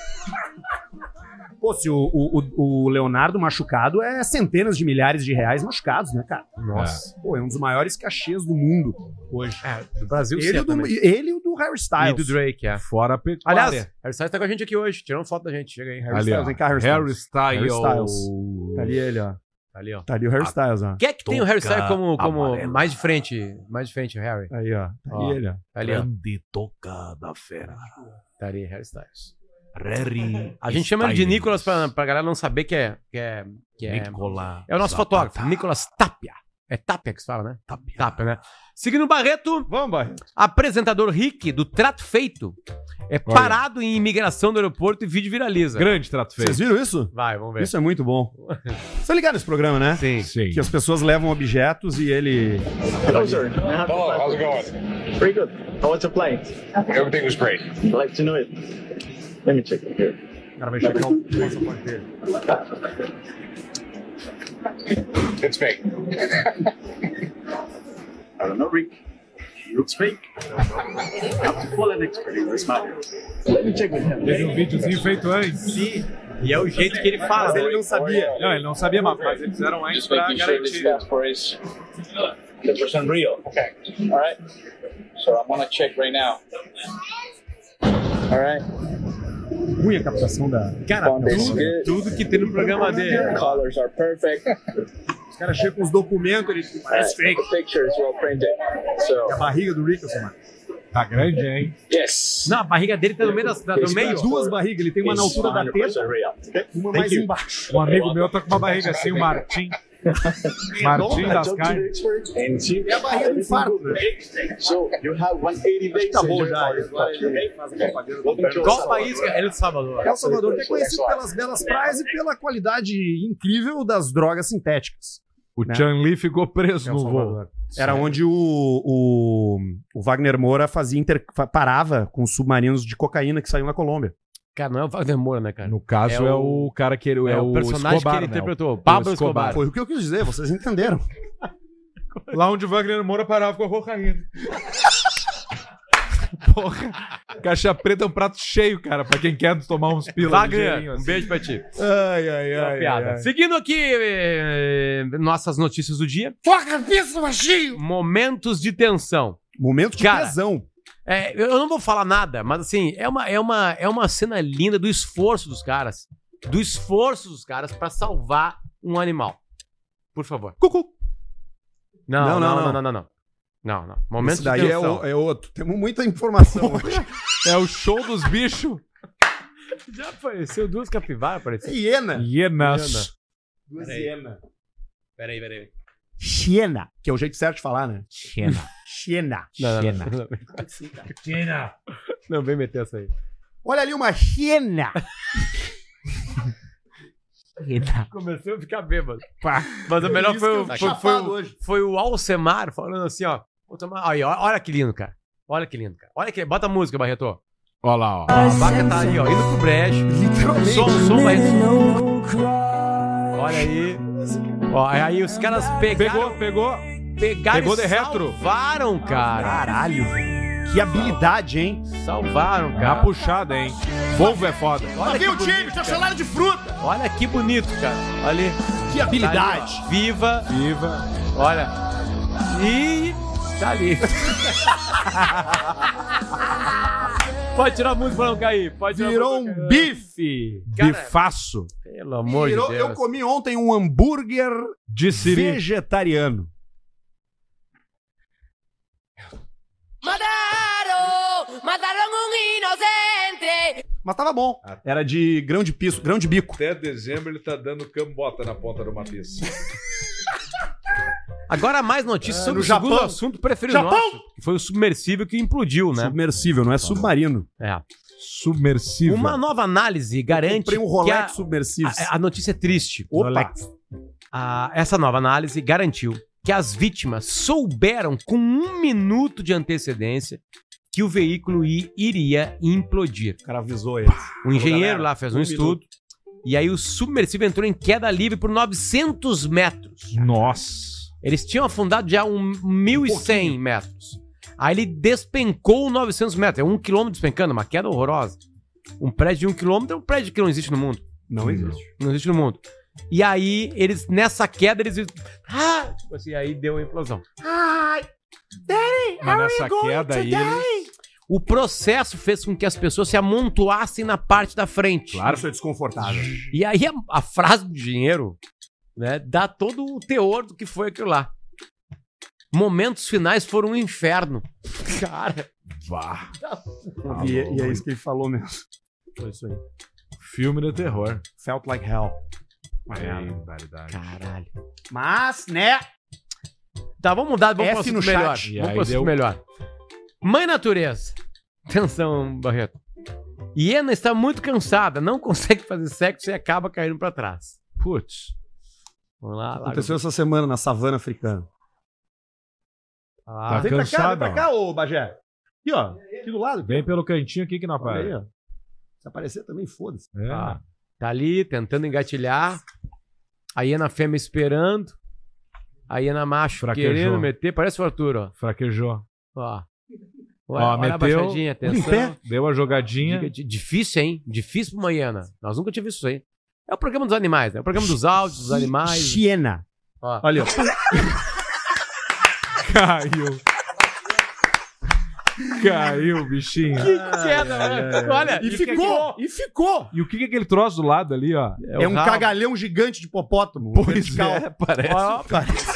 [SPEAKER 1] Pô, se o, o, o- o Leonardo machucado é centenas de milhares de reais machucados, né, cara?
[SPEAKER 5] Nossa.
[SPEAKER 1] Pô, é um dos maiores cachês do mundo hoje.
[SPEAKER 3] É, Do Brasil né?
[SPEAKER 1] Ele e o do, ele e o do Harry
[SPEAKER 3] E
[SPEAKER 1] Styles.
[SPEAKER 3] do Drake, é.
[SPEAKER 5] Fora a pecuária.
[SPEAKER 3] Aliás, Harry Styles tá com a gente aqui hoje, tirando foto da gente. Chega aí, Harry.
[SPEAKER 5] Ali, ó.
[SPEAKER 1] Styles, vem cá, Harry
[SPEAKER 5] Harry
[SPEAKER 1] Styles.
[SPEAKER 5] Styles.
[SPEAKER 1] Tá ali ele, ó.
[SPEAKER 3] Ali, ó.
[SPEAKER 1] Tá ali o Harry Styles, ó.
[SPEAKER 3] Quem é que tem o Harry
[SPEAKER 2] Toca
[SPEAKER 3] Styles como, como
[SPEAKER 2] amarela.
[SPEAKER 3] mais de frente? Mais de frente, o Harry.
[SPEAKER 1] Aí, ó. Tá
[SPEAKER 3] Ó.
[SPEAKER 1] ali ele, ó.
[SPEAKER 3] Ali, ó.
[SPEAKER 2] toca da fera.
[SPEAKER 3] Tá ali, Harry Styles.
[SPEAKER 2] Rary
[SPEAKER 3] A gente chama ele de Nicolas pra, pra galera não saber que é. Que é, que é,
[SPEAKER 2] Nicolas.
[SPEAKER 3] é o nosso fotógrafo, Nicolas Tapia. É Tapia que se fala, né? Tapia. né? Seguindo o Barreto,
[SPEAKER 1] Vamos, Barreto.
[SPEAKER 3] apresentador Rick do Trato Feito é parado em imigração do aeroporto e vídeo viraliza.
[SPEAKER 2] Grande trato feito.
[SPEAKER 1] Vocês viram isso?
[SPEAKER 3] Vai, vamos ver.
[SPEAKER 1] Isso é muito
[SPEAKER 3] <laughs>
[SPEAKER 1] bom. Vocês estão ligados nesse programa, né?
[SPEAKER 3] Sim.
[SPEAKER 2] Sim.
[SPEAKER 1] Que as pessoas levam objetos e ele.
[SPEAKER 12] Hello, sir. May I have your
[SPEAKER 13] Hello,
[SPEAKER 12] flight,
[SPEAKER 13] how's it
[SPEAKER 12] please?
[SPEAKER 13] going?
[SPEAKER 12] Pretty good. How was your flight?
[SPEAKER 13] Everything was great.
[SPEAKER 12] I'd like to know it. Let me check it here.
[SPEAKER 1] O cara vai checar o passaporte dele.
[SPEAKER 13] It's fake.
[SPEAKER 12] I don't know, Rick. Looks fake. I'm full an expert in this matter. Let me check with him.
[SPEAKER 2] Teve um videozinho feito antes.
[SPEAKER 3] E é o jeito que ele fala.
[SPEAKER 1] Mas ele não sabia.
[SPEAKER 2] Não, ele não sabia, mas mas eles fizeram antes
[SPEAKER 13] Just
[SPEAKER 2] pra
[SPEAKER 13] making sure this
[SPEAKER 2] garantir.
[SPEAKER 13] passport is the percent real. Okay. All right. So I'm gonna check right now.
[SPEAKER 12] All right.
[SPEAKER 1] Ruim a captação da.
[SPEAKER 3] Cara,
[SPEAKER 12] Bom,
[SPEAKER 3] tudo,
[SPEAKER 12] tudo-
[SPEAKER 3] tudo que tem no programa dele.
[SPEAKER 12] colors are perfect.
[SPEAKER 1] Os caras chegam com os documentos, ele parece fake.
[SPEAKER 12] The picture is well printed. So,
[SPEAKER 1] A barriga do Rick, mano.
[SPEAKER 2] Tá grande, hein?
[SPEAKER 12] yes.
[SPEAKER 3] Não, a barriga dele tá no meio das, tá no meio.
[SPEAKER 1] Duas barrigas, ele tem uma na
[SPEAKER 12] It's
[SPEAKER 1] altura da teta
[SPEAKER 12] 100% real. Okay?
[SPEAKER 1] e uma
[SPEAKER 12] Thank
[SPEAKER 1] mais
[SPEAKER 12] you.
[SPEAKER 1] embaixo.
[SPEAKER 2] Um amigo meu tá com uma barriga assim, o <laughs> Martim. Martim
[SPEAKER 12] I
[SPEAKER 2] das
[SPEAKER 12] talked to the
[SPEAKER 2] Caixas.
[SPEAKER 12] expert and see
[SPEAKER 1] É a barriga do infarto, né?
[SPEAKER 12] So you have 180 days.
[SPEAKER 1] Acabou já. É,
[SPEAKER 3] Qual país que é El Salvador?
[SPEAKER 1] El Salvador que é conhecido pelas belas praias e pela qualidade incrível das drogas sintéticas.
[SPEAKER 2] O Chan Li ficou preso
[SPEAKER 1] El
[SPEAKER 2] no voo.
[SPEAKER 1] É Salvador. Era onde o, o, o Wagner Moura fazia inter- fa- parava com submarinos de cocaína que saíam na Colômbia.
[SPEAKER 3] Cara, não é o Wagner Moura, né, cara?
[SPEAKER 2] No caso,
[SPEAKER 3] É
[SPEAKER 2] é
[SPEAKER 3] o-
[SPEAKER 2] o cara que ele é, o
[SPEAKER 3] personagem
[SPEAKER 2] Escobar,
[SPEAKER 3] que ele
[SPEAKER 2] né?
[SPEAKER 3] interpretou, Pablo
[SPEAKER 2] o Escobar.
[SPEAKER 3] Escobar.
[SPEAKER 1] Foi o que eu quis dizer, vocês entenderam.
[SPEAKER 2] Lá onde o Wagner Moura parava com a cocaína. <laughs> Porra. Caixa preta é um prato cheio, cara, pra quem quer tomar uns pila.
[SPEAKER 3] Wagner,
[SPEAKER 2] ligeirinho,
[SPEAKER 3] um
[SPEAKER 2] assim.
[SPEAKER 3] beijo pra ti.
[SPEAKER 1] Ai, ai,
[SPEAKER 3] Uma piada. Seguindo aqui eh, nossas notícias do dia.
[SPEAKER 14] Foca, pensa baixinho.
[SPEAKER 3] Momentos de tensão.
[SPEAKER 1] Momento de
[SPEAKER 3] Cara.
[SPEAKER 1] tesão.
[SPEAKER 3] É, eu eu não vou falar nada, mas assim, é uma, é uma, é uma cena linda do esforço dos caras. Do esforço dos caras pra salvar um animal. Por favor.
[SPEAKER 1] Cucu.
[SPEAKER 3] Não, não,
[SPEAKER 1] Não, não,
[SPEAKER 3] não, não, não. Não, não. não. Momento
[SPEAKER 1] Esse daí
[SPEAKER 3] de
[SPEAKER 1] é,
[SPEAKER 3] tensão.
[SPEAKER 1] o- é outro. Temos <laughs> muita informação hoje.
[SPEAKER 2] É o show dos bichos.
[SPEAKER 3] <laughs> Já apareceu duas capivaras, apareceu.
[SPEAKER 1] Hiena.
[SPEAKER 2] Hienas.
[SPEAKER 1] Hiena.
[SPEAKER 3] Peraí, peraí.
[SPEAKER 1] Hiena. Que é o jeito certo de falar, né?
[SPEAKER 3] Xena.
[SPEAKER 1] Hiena.
[SPEAKER 3] Não, não, não, não. Não, vem meter essa aí.
[SPEAKER 1] Olha ali uma hiena.
[SPEAKER 3] Comecei a ficar bêbado. Mas o melhor
[SPEAKER 1] Isso
[SPEAKER 3] foi,
[SPEAKER 1] que
[SPEAKER 3] o-
[SPEAKER 1] eu
[SPEAKER 3] foi,
[SPEAKER 1] chapado
[SPEAKER 3] foi o-
[SPEAKER 1] hoje.
[SPEAKER 3] foi o Alcemar falando assim, ó. Vou tomar- Aí, ó, olha que lindo, cara. Olha que lindo, cara. Olha que Bota a música, Barreto.
[SPEAKER 2] Olha lá, ó.
[SPEAKER 3] A vaca tá ali, ó, indo pro brejo.
[SPEAKER 1] Literalmente.
[SPEAKER 3] Som, som, Barreto. Olha aí. Ó, aí os caras
[SPEAKER 2] Pegou,
[SPEAKER 3] pegaram,
[SPEAKER 2] pegou.
[SPEAKER 3] pegaram
[SPEAKER 2] pegou de retro.
[SPEAKER 3] salvaram, cara.
[SPEAKER 1] Caralho. Que habilidade, hein?
[SPEAKER 3] Salvaram,
[SPEAKER 2] É a
[SPEAKER 3] cara.
[SPEAKER 2] puxada, hein? Volvo é foda.
[SPEAKER 3] Olha que, bonito,
[SPEAKER 1] tá salário de fruta.
[SPEAKER 2] Ah.
[SPEAKER 3] olha que bonito, cara. Olha ali.
[SPEAKER 1] Que habilidade.
[SPEAKER 3] Tá ali, ó. Viva.
[SPEAKER 2] Viva.
[SPEAKER 3] Olha. E
[SPEAKER 1] <laughs>
[SPEAKER 3] tá ali. Pode tirar a música pra não cair. Pode tirar a
[SPEAKER 1] Virou
[SPEAKER 3] música pra
[SPEAKER 1] um
[SPEAKER 3] não
[SPEAKER 1] bife.
[SPEAKER 3] Cara,
[SPEAKER 2] Bifaço.
[SPEAKER 3] cair. Pelo amor
[SPEAKER 1] Virou-
[SPEAKER 3] de
[SPEAKER 1] eu
[SPEAKER 3] Deus.
[SPEAKER 1] comi ontem um hambúrguer
[SPEAKER 2] De Siri.
[SPEAKER 1] vegetariano.
[SPEAKER 15] Mataron, mataron un inocente.
[SPEAKER 1] Mas tava bom.
[SPEAKER 3] Ah.
[SPEAKER 1] Era de grão de piso, grão de bico.
[SPEAKER 2] Até dezembro ele tá dando cambota na ponta do Matiz.
[SPEAKER 3] Agora mais notícias
[SPEAKER 1] É, no
[SPEAKER 3] sobre o segundo
[SPEAKER 1] Japão.
[SPEAKER 3] assunto preferido nosso. Que foi o submersível que implodiu, né?
[SPEAKER 1] Submersível, não é submarino.
[SPEAKER 3] É.
[SPEAKER 2] Submersível.
[SPEAKER 3] Uma nova análise garante
[SPEAKER 1] Comprei um
[SPEAKER 3] que
[SPEAKER 1] Rolex
[SPEAKER 3] a,
[SPEAKER 1] submersível.
[SPEAKER 3] a- a notícia é triste.
[SPEAKER 1] Opa.
[SPEAKER 3] A- Ah, essa nova análise garantiu que as vítimas souberam com um minuto de antecedência que o veículo i- iria implodir.
[SPEAKER 1] O cara avisou ele.
[SPEAKER 3] O engenheiro
[SPEAKER 1] galera,
[SPEAKER 3] lá fez um,
[SPEAKER 1] um
[SPEAKER 3] estudo e aí o submersível entrou em queda livre por 900 metros.
[SPEAKER 2] Nossa.
[SPEAKER 3] Eles tinham afundado já um 1.100 metros. Aí ele despencou 900 metros. É um quilômetro despencando, uma queda horrorosa. Um prédio de um quilômetro é um prédio que não existe no mundo.
[SPEAKER 1] Não existe.
[SPEAKER 3] Não existe no mundo. E aí, eles, nessa queda, eles. Ah! Tipo assim, aí deu a implosão.
[SPEAKER 2] Mas nessa queda aí. ele-
[SPEAKER 3] O processo fez com que as pessoas se amontoassem na parte da frente.
[SPEAKER 1] Claro, isso é desconfortável.
[SPEAKER 3] E aí a, a frase do dinheiro né? Dá todo o teor do que foi aquilo lá. Momentos finais foram um inferno. Cara,
[SPEAKER 5] Vá.
[SPEAKER 1] E, e é isso que ele falou mesmo.
[SPEAKER 3] foi isso aí.
[SPEAKER 5] Filme de terror.
[SPEAKER 1] Felt like hell. É,
[SPEAKER 5] Tem variedade.
[SPEAKER 3] Caralho.
[SPEAKER 1] Mas, né?
[SPEAKER 3] Tá, vamos mudar,
[SPEAKER 1] F
[SPEAKER 3] vamos pro
[SPEAKER 1] no
[SPEAKER 3] assunto melhor.
[SPEAKER 1] chat.
[SPEAKER 5] E
[SPEAKER 3] Vamos
[SPEAKER 5] aí
[SPEAKER 3] pro assunto
[SPEAKER 5] deu-
[SPEAKER 3] melhor. Mãe Natureza. Atenção, Barreto. Iena está muito cansada, não consegue fazer sexo e acaba caindo pra trás.
[SPEAKER 5] Putz.
[SPEAKER 3] Vamos lá, lá.
[SPEAKER 1] Aconteceu essa semana na savana africana.
[SPEAKER 5] Tá cansado. ó.
[SPEAKER 1] ô Bagé. Aqui, ó. Aqui do lado.
[SPEAKER 5] Vem pelo cantinho aqui que não
[SPEAKER 1] Olha aí,
[SPEAKER 5] aparece.
[SPEAKER 1] ó. Se aparecer também, foda-se.
[SPEAKER 5] É.
[SPEAKER 3] Tá. Tá ali, tentando engatilhar. A Iena Fêmea esperando. A Iena Macho
[SPEAKER 5] Fraquejou.
[SPEAKER 3] querendo meter. Parece o Arthur, ó.
[SPEAKER 5] Fraquejou.
[SPEAKER 3] Ó,
[SPEAKER 5] Ó,
[SPEAKER 3] olha, olha a
[SPEAKER 5] meteu
[SPEAKER 3] baixadinha,
[SPEAKER 5] Em
[SPEAKER 3] atenção.
[SPEAKER 5] pé. Deu a jogadinha.
[SPEAKER 3] Diga- di- Difícil, hein? Difícil pra uma hiena. Nós nunca tínhamos visto isso aí. É o programa dos animais, né? É o programa dos áudios, dos animais.
[SPEAKER 1] Hiena.
[SPEAKER 3] Ó.
[SPEAKER 1] Olha, ó.
[SPEAKER 5] Caiu. Caiu, bichinho.
[SPEAKER 3] queda, né? Olha,
[SPEAKER 1] E ficou! E ficou!
[SPEAKER 5] E o que que é aquele troço do lado ali, ó?
[SPEAKER 1] É, um
[SPEAKER 3] rabo.
[SPEAKER 1] cagalhão gigante de hipopótamo. vertical.
[SPEAKER 5] parece.
[SPEAKER 1] Ó, parece.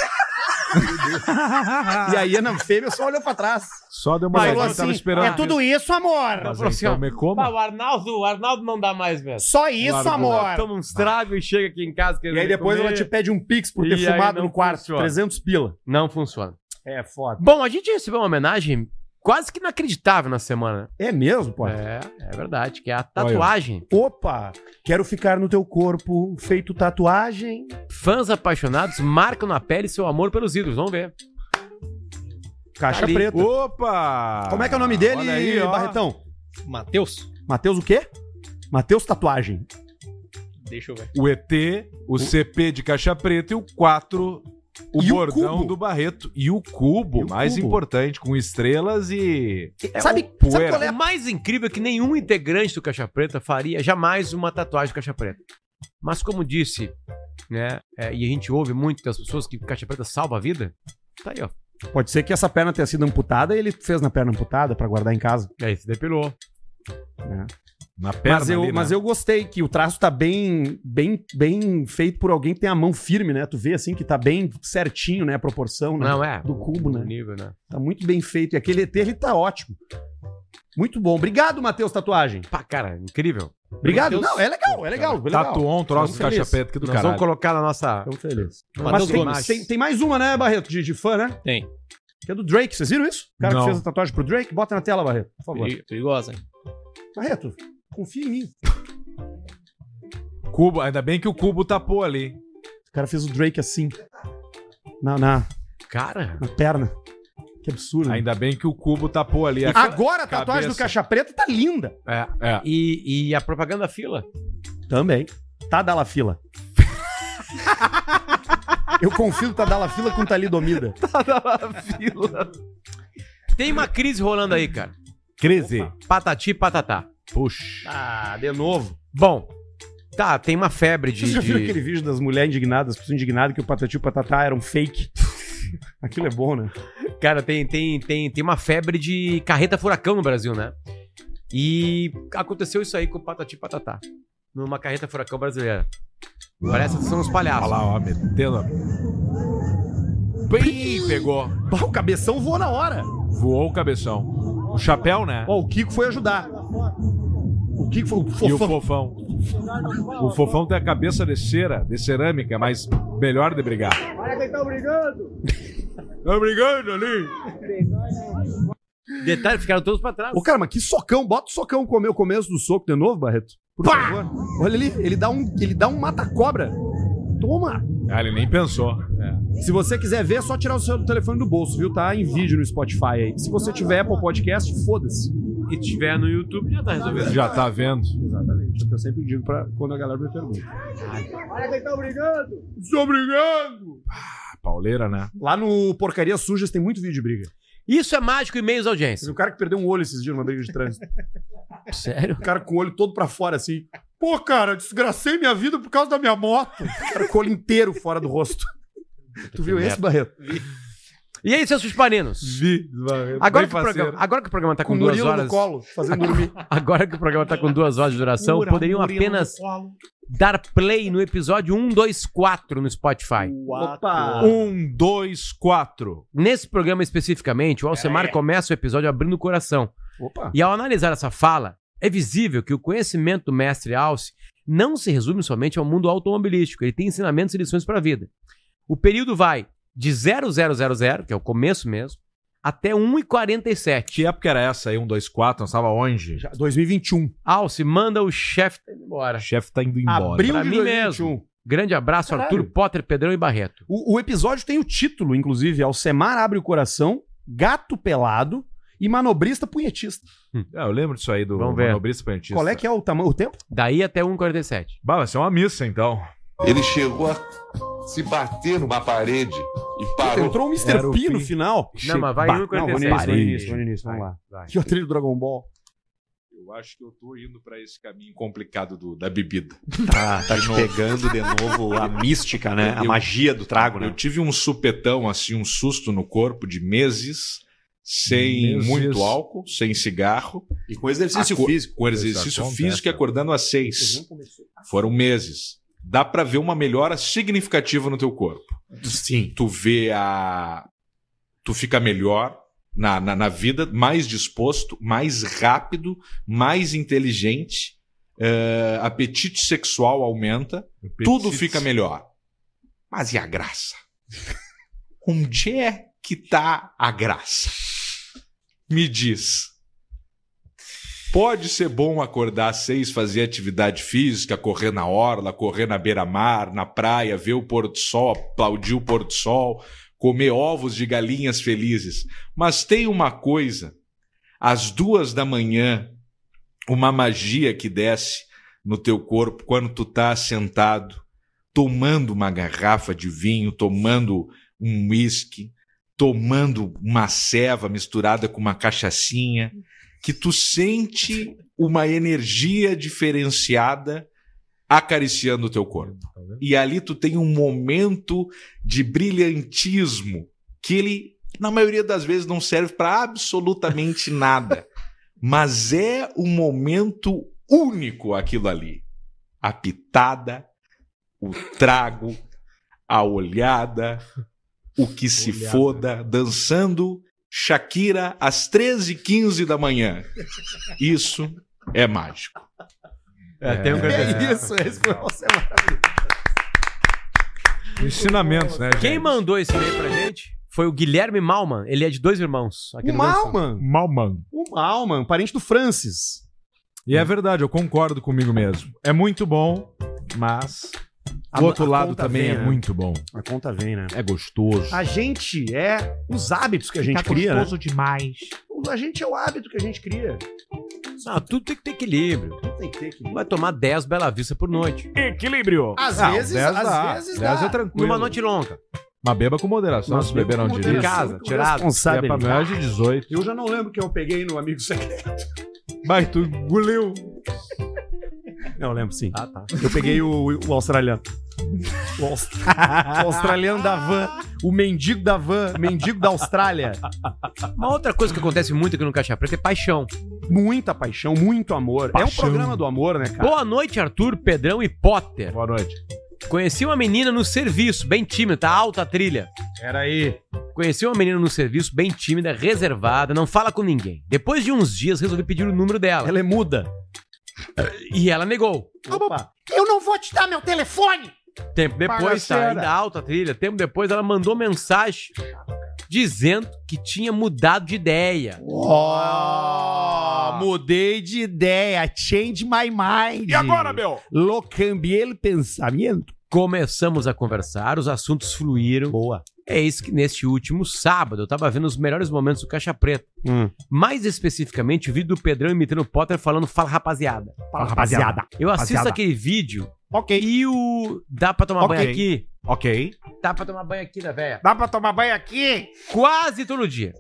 [SPEAKER 1] e a hiena fêmea só olhou pra trás.
[SPEAKER 5] Só deu
[SPEAKER 3] Tá,
[SPEAKER 5] uma
[SPEAKER 1] Mas
[SPEAKER 3] então
[SPEAKER 5] olhadinha,
[SPEAKER 1] falou
[SPEAKER 5] tava
[SPEAKER 1] assim,
[SPEAKER 5] esperando.
[SPEAKER 1] é tudo assim, isso, amor.
[SPEAKER 5] Mas, então, me
[SPEAKER 3] Ah,
[SPEAKER 5] coma.
[SPEAKER 3] o Arnaldo, o Arnaldo não dá mais mesmo.
[SPEAKER 1] Só isso,
[SPEAKER 5] Largou.
[SPEAKER 1] amor.
[SPEAKER 3] Toma uns tragos e chega aqui em casa.
[SPEAKER 1] E aí depois ela te pede um pix por
[SPEAKER 3] E
[SPEAKER 1] ter
[SPEAKER 3] aí
[SPEAKER 1] fumado
[SPEAKER 3] não
[SPEAKER 1] no quarto.
[SPEAKER 3] funciona.
[SPEAKER 1] 300 pila.
[SPEAKER 3] Não funciona.
[SPEAKER 1] É foda.
[SPEAKER 3] Bom, a gente recebeu uma homenagem quase que inacreditável na semana. né?
[SPEAKER 1] É mesmo, pô?
[SPEAKER 3] É, é verdade, que é a tatuagem.
[SPEAKER 1] Opa, quero ficar no teu corpo feito tatuagem.
[SPEAKER 3] Fãs apaixonados marcam na pele seu amor pelos ídolos. Vamos ver.
[SPEAKER 1] Caixa
[SPEAKER 3] Tá ali.
[SPEAKER 1] preta.
[SPEAKER 5] Opa!
[SPEAKER 1] Como é que é o nome dele,
[SPEAKER 5] Ah, Olha aí, ó.
[SPEAKER 1] Barretão?
[SPEAKER 7] Matheus,
[SPEAKER 1] Matheus o quê? Matheus Tatuagem.
[SPEAKER 7] deixa eu ver.
[SPEAKER 5] O ET, o, CP de Caixa Preta e o 4, o
[SPEAKER 1] E o
[SPEAKER 5] bordão
[SPEAKER 1] cubo.
[SPEAKER 5] do Barreto. E o cubo,
[SPEAKER 1] E o
[SPEAKER 5] mais
[SPEAKER 1] cubo.
[SPEAKER 5] importante, com estrelas e.
[SPEAKER 1] sabe,
[SPEAKER 5] o
[SPEAKER 1] sabe
[SPEAKER 5] poeira.
[SPEAKER 1] qual
[SPEAKER 3] O
[SPEAKER 1] é?
[SPEAKER 3] mais incrível é que nenhum integrante do Caixa Preta faria jamais uma tatuagem do Caixa Preta. Mas como disse, né, é, e a gente ouve muito das pessoas que Caixa Preta salva a vida, tá aí, ó.
[SPEAKER 1] Pode ser que essa perna tenha sido amputada e ele fez na perna amputada pra guardar em casa.
[SPEAKER 3] E aí, se depilou.
[SPEAKER 5] Na perna.
[SPEAKER 1] mas, eu,
[SPEAKER 5] ali, né?
[SPEAKER 1] mas eu gostei que o traço tá bem, bem, bem feito por alguém que tem a mão firme, né? Tu vê assim que tá bem certinho, né? A proporção, né?
[SPEAKER 3] Não, é.
[SPEAKER 1] Do cubo,
[SPEAKER 3] do
[SPEAKER 1] né?
[SPEAKER 3] nível, né?
[SPEAKER 1] Tá muito bem feito. E aquele ET, ele tá ótimo. Muito bom. Obrigado, Matheus Tatagem.
[SPEAKER 3] Pá, cara, incrível.
[SPEAKER 1] Obrigado.
[SPEAKER 7] Matheus-
[SPEAKER 1] Não, é legal, é legal. É legal.
[SPEAKER 5] Tatuou um troço
[SPEAKER 1] Estamos
[SPEAKER 5] do Caixa
[SPEAKER 1] felizes.
[SPEAKER 5] Preta aqui do
[SPEAKER 3] Nós
[SPEAKER 5] caralho.
[SPEAKER 3] vamos colocar na nossa...
[SPEAKER 1] Estamos felizes. Mas
[SPEAKER 7] Matheus
[SPEAKER 1] tem,
[SPEAKER 7] Gomes.
[SPEAKER 1] tem- tem mais uma, né, Barreto? De, de fã, né?
[SPEAKER 7] Tem.
[SPEAKER 1] Que é do Drake. Vocês viram isso? O cara
[SPEAKER 5] Não.
[SPEAKER 1] que fez a tatuagem pro Drake? Bota na tela, Barreto, por favor.
[SPEAKER 7] Peri- Perigosa, hein?
[SPEAKER 1] Barreto, confia em mim.
[SPEAKER 5] Cubo, ainda bem que o cubo tapou ali.
[SPEAKER 1] O cara fez o Drake assim. Na, na,
[SPEAKER 3] Cara,
[SPEAKER 1] na perna. Que absurdo.
[SPEAKER 5] Ainda bem que o cubo tapou ali. a-
[SPEAKER 1] Agora é a tatuagem
[SPEAKER 5] Cabeça.
[SPEAKER 1] do Caixa Preta tá linda.
[SPEAKER 5] É, é.
[SPEAKER 3] e, e a propaganda fila?
[SPEAKER 1] Também. Tadala <laughs> Fila. Eu confio Tadala Fila com Talidomida.
[SPEAKER 3] Tem uma crise rolando aí, cara.
[SPEAKER 5] Crise.
[SPEAKER 3] Patati e patatá.
[SPEAKER 5] Puxa.
[SPEAKER 1] Ah, de novo.
[SPEAKER 3] Bom, tá, tem uma febre de...
[SPEAKER 1] <laughs> Vocês já viram
[SPEAKER 3] de-
[SPEAKER 1] aquele vídeo das mulheres indignadas, pessoas indignadas que o Patati e o Patatá eram fake? Aquilo é bom, né?
[SPEAKER 3] Cara, tem, tem, tem, tem uma febre de carreta furacão no Brasil, né? E aconteceu isso aí com o Patati e Patatá. Numa carreta furacão brasileira. Parece que são os
[SPEAKER 1] Ah,
[SPEAKER 5] Olha
[SPEAKER 3] palhaços.
[SPEAKER 5] lá, ó, metendo. a- Bem, pegou.
[SPEAKER 1] Bah, o cabeção voou na hora.
[SPEAKER 5] Voou o cabeção. O chapéu, né?
[SPEAKER 1] Ó, o Kiko foi ajudar. O Kiko foi o
[SPEAKER 5] E o
[SPEAKER 1] fofão.
[SPEAKER 5] fofão. O fofão tem a cabeça de cera, de cerâmica, mas melhor de brigar. Olha
[SPEAKER 7] tá
[SPEAKER 5] quem tá brigando! Tá brigando ali!
[SPEAKER 3] Detalhe, ficaram todos pra trás.
[SPEAKER 1] Ô, cara, mas que socão. Bota o socão comer o começo do soco de novo, Barreto. Por favor. Olha ali, ele dá um, ele dá um mata-cobra. Toma.
[SPEAKER 5] Ah, ele nem pensou.
[SPEAKER 1] Se você quiser ver, é só tirar o seu telefone do bolso, viu? Tá em vídeo no Spotify aí. Se você tiver Apple Podcast, foda-se.
[SPEAKER 3] E tiver no YouTube, já tá resolvido.
[SPEAKER 5] Já tá vendo.
[SPEAKER 1] Exatamente. É o que eu sempre digo pra quando a galera me pergunta.
[SPEAKER 5] A pauleira, né?
[SPEAKER 1] Lá no Porcaria Sujas tem muito vídeo de briga.
[SPEAKER 3] Isso é mágico e meios audiência.
[SPEAKER 1] Tem um cara que perdeu um olho esses dias numa briga de trânsito.
[SPEAKER 3] Sério?
[SPEAKER 1] O cara com o olho todo pra fora, assim. Pô, cara, desgracei minha vida por causa da minha moto. O cara com o olho inteiro fora do rosto. tu viu esse, Barreto?
[SPEAKER 3] E aí, seus susparinos?
[SPEAKER 5] Vi.
[SPEAKER 3] Agora que, o programa, agora que o programa tá com,
[SPEAKER 1] Com o
[SPEAKER 3] duas
[SPEAKER 1] Murilo
[SPEAKER 3] horas. Tá
[SPEAKER 1] no colo, fazendo dormir.
[SPEAKER 3] Agora que o programa tá com duas horas de duração, poderiam apenas dar play no episódio 124 no Spotify.
[SPEAKER 7] Opa!
[SPEAKER 5] Um, dois, quatro.
[SPEAKER 3] Nesse programa especificamente, o Alcemar
[SPEAKER 1] É.
[SPEAKER 3] começa o episódio abrindo o coração.
[SPEAKER 16] Opa.
[SPEAKER 3] E ao analisar essa fala, é visível que o conhecimento do mestre Alce não se resume somente ao mundo automobilístico. Ele tem ensinamentos e lições para a vida. O período vai de 0000, que é o começo mesmo, até 1,47.
[SPEAKER 5] Que época era essa aí? Um, dois, quatro? Nós tava onde?
[SPEAKER 1] Já- 2021.
[SPEAKER 3] Alce manda o chefe embora.
[SPEAKER 5] O chefe tá indo embora.
[SPEAKER 1] Abril
[SPEAKER 3] Pra
[SPEAKER 1] de
[SPEAKER 3] mim
[SPEAKER 1] 2021.
[SPEAKER 3] Grande abraço,
[SPEAKER 1] Caralho.
[SPEAKER 3] Arthur Potter, Pedrão e Barreto.
[SPEAKER 1] um. O, o episódio tem o título, inclusive, Alcemar abre o coração, gato pelado e manobrista punhetista.
[SPEAKER 5] Ah, eu lembro disso aí do
[SPEAKER 3] Vamos ver.
[SPEAKER 5] Manobrista Pantista.
[SPEAKER 1] Qual é que é o tamanho, o tempo?
[SPEAKER 3] Daí até 1,47.
[SPEAKER 5] Bah, vai ser uma missa, então.
[SPEAKER 17] Ele chegou a se bater numa parede e
[SPEAKER 3] Ah,
[SPEAKER 1] Puta,
[SPEAKER 17] parou.
[SPEAKER 1] entrou o Mr.
[SPEAKER 5] Era o
[SPEAKER 1] P no
[SPEAKER 5] fim.
[SPEAKER 1] final.
[SPEAKER 3] Não, mas vai
[SPEAKER 1] Bah,
[SPEAKER 3] 1,47.
[SPEAKER 1] não, vou no início, vou no início, vou no início, vamos lá.
[SPEAKER 3] Vai.
[SPEAKER 1] Que é o trilho do Dragon Ball.
[SPEAKER 5] Eu acho que eu tô indo pra esse caminho complicado do, da bebida.
[SPEAKER 16] Tá, tá te pegando de novo a mística, né? A
[SPEAKER 5] Eu-
[SPEAKER 16] magia do trago,
[SPEAKER 5] Eu
[SPEAKER 16] né?
[SPEAKER 5] tive um supetão, assim, um susto no corpo de meses, sem
[SPEAKER 16] Meses.
[SPEAKER 5] muito álcool, sem cigarro,
[SPEAKER 16] E com exercício
[SPEAKER 5] Aco-
[SPEAKER 16] físico.
[SPEAKER 5] com exercício
[SPEAKER 16] Isso
[SPEAKER 5] físico e acordando às seis. Foram meses. Dá pra ver uma melhora significativa no teu corpo.
[SPEAKER 16] Sim.
[SPEAKER 5] tu vê a. Tu fica melhor na, na, na vida, mais disposto, mais rápido, mais inteligente, eh, apetite sexual aumenta, tudo fica melhor. Mas e
[SPEAKER 16] <laughs>
[SPEAKER 5] a graça? Onde é que tá a graça? Me diz. Pode ser bom acordar às seis, fazer atividade física, correr na orla, correr na beira-mar, na praia, ver o pôr do sol, aplaudir o pôr do sol, comer ovos de galinhas felizes. Mas tem uma coisa: às duas da manhã, uma magia que desce no teu corpo quando tu tá sentado, tomando uma garrafa de vinho, tomando um uísque, tomando uma ceva misturada com uma cachaçinha que tu sente uma energia diferenciada acariciando o teu corpo.
[SPEAKER 3] Tá
[SPEAKER 5] E ali tu tem um momento de brilhantismo que ele, na maioria das vezes, não serve para
[SPEAKER 3] <laughs>
[SPEAKER 5] absolutamente nada. Mas é um momento único aquilo ali. A pitada, o trago, a olhada,
[SPEAKER 3] <laughs>
[SPEAKER 5] o que se
[SPEAKER 16] Olhada.
[SPEAKER 5] foda, dançando Shakira às 13h15 da manhã. Isso é mágico.
[SPEAKER 3] É, tem um
[SPEAKER 1] <laughs> É isso, esse foi o Alcemar.
[SPEAKER 5] Ensinamentos, né?
[SPEAKER 3] Quem mandou esse e-mail pra gente foi o Guilherme Malman. Ele é de dois irmãos. aqui
[SPEAKER 1] O
[SPEAKER 3] no Rio Grande do Sul.
[SPEAKER 1] Malman.
[SPEAKER 5] Malman.
[SPEAKER 1] O Malman, parente do Francis.
[SPEAKER 5] E
[SPEAKER 1] Hum.
[SPEAKER 5] é verdade, eu concordo comigo mesmo. É muito bom, mas
[SPEAKER 1] A-
[SPEAKER 5] o outro
[SPEAKER 1] a
[SPEAKER 5] lado
[SPEAKER 1] conta
[SPEAKER 5] também
[SPEAKER 1] vem,
[SPEAKER 5] é
[SPEAKER 1] né?
[SPEAKER 5] muito bom.
[SPEAKER 1] A conta vem, né?
[SPEAKER 5] É gostoso.
[SPEAKER 1] A gente é os hábitos que a gente
[SPEAKER 18] Tá
[SPEAKER 1] cria. né?
[SPEAKER 18] gostoso demais.
[SPEAKER 1] A gente é o hábito que a gente cria.
[SPEAKER 3] Não, tudo tem que ter equilíbrio.
[SPEAKER 1] Tem que ter que...
[SPEAKER 3] Vai tomar 10 Bela Vista por noite.
[SPEAKER 1] É.
[SPEAKER 5] Equilíbrio.
[SPEAKER 1] Às vezes- às vezes dá.
[SPEAKER 5] é tranquilo.
[SPEAKER 3] Numa noite longa.
[SPEAKER 5] Mas beba com moderação,
[SPEAKER 1] Mas
[SPEAKER 5] se
[SPEAKER 1] beba
[SPEAKER 5] beber um não
[SPEAKER 1] com
[SPEAKER 5] direito.
[SPEAKER 3] Em casa, tirado.
[SPEAKER 5] É pra
[SPEAKER 1] Responsabilidade.
[SPEAKER 5] mais de 18.
[SPEAKER 1] Eu já não lembro quem eu peguei no Amigo Secreto.
[SPEAKER 5] Mas tu engoliu.
[SPEAKER 1] Não, eu lembro sim. Ah, tá. Eu peguei o, o australiano. O, aus- <laughs> o australiano da van. O mendigo da van. Mendigo da Austrália.
[SPEAKER 3] Uma outra coisa que acontece muito aqui no Caixa Preta é paixão.
[SPEAKER 1] Muita paixão, muito amor. É um
[SPEAKER 5] Paixão.
[SPEAKER 1] programa do amor, né, cara?
[SPEAKER 3] Boa noite, Arthur, Pedrão e Potter.
[SPEAKER 5] Boa noite.
[SPEAKER 3] Conheci uma menina no serviço, bem tímida, tá alta a trilha.
[SPEAKER 5] Era aí.
[SPEAKER 3] Conheci uma menina no serviço, bem tímida, reservada, não fala com ninguém. Depois de uns dias, resolvi pedir o número dela.
[SPEAKER 1] Ela é muda.
[SPEAKER 3] E ela negou.
[SPEAKER 1] Opa.
[SPEAKER 18] Eu não vou te dar meu telefone.
[SPEAKER 3] Tempo depois, tá
[SPEAKER 1] Bagaceira.
[SPEAKER 3] ainda alta a trilha. Tempo depois, ela mandou mensagem dizendo que tinha mudado de ideia.
[SPEAKER 1] Ó, mudei de ideia. Change my mind.
[SPEAKER 5] E agora, meu?
[SPEAKER 1] Locambiei o pensamento.
[SPEAKER 3] Começamos a conversar, os assuntos fluíram.
[SPEAKER 1] Boa.
[SPEAKER 3] É isso que neste último sábado eu tava vendo os melhores momentos do Caixa Preta.
[SPEAKER 1] Hum.
[SPEAKER 3] Mais especificamente, o vídeo do Pedrão imitando o Potter falando Fala Rapaziada.
[SPEAKER 1] Fala, rapaziada.
[SPEAKER 3] Eu assisto
[SPEAKER 1] Rapaziada.
[SPEAKER 3] aquele vídeo
[SPEAKER 1] Ok.
[SPEAKER 3] e o. Dá pra tomar
[SPEAKER 5] Ok.
[SPEAKER 3] banho aqui?
[SPEAKER 5] Ok.
[SPEAKER 3] Dá pra tomar banho aqui, né, velha?
[SPEAKER 18] Dá pra tomar banho aqui?
[SPEAKER 3] Quase todo dia.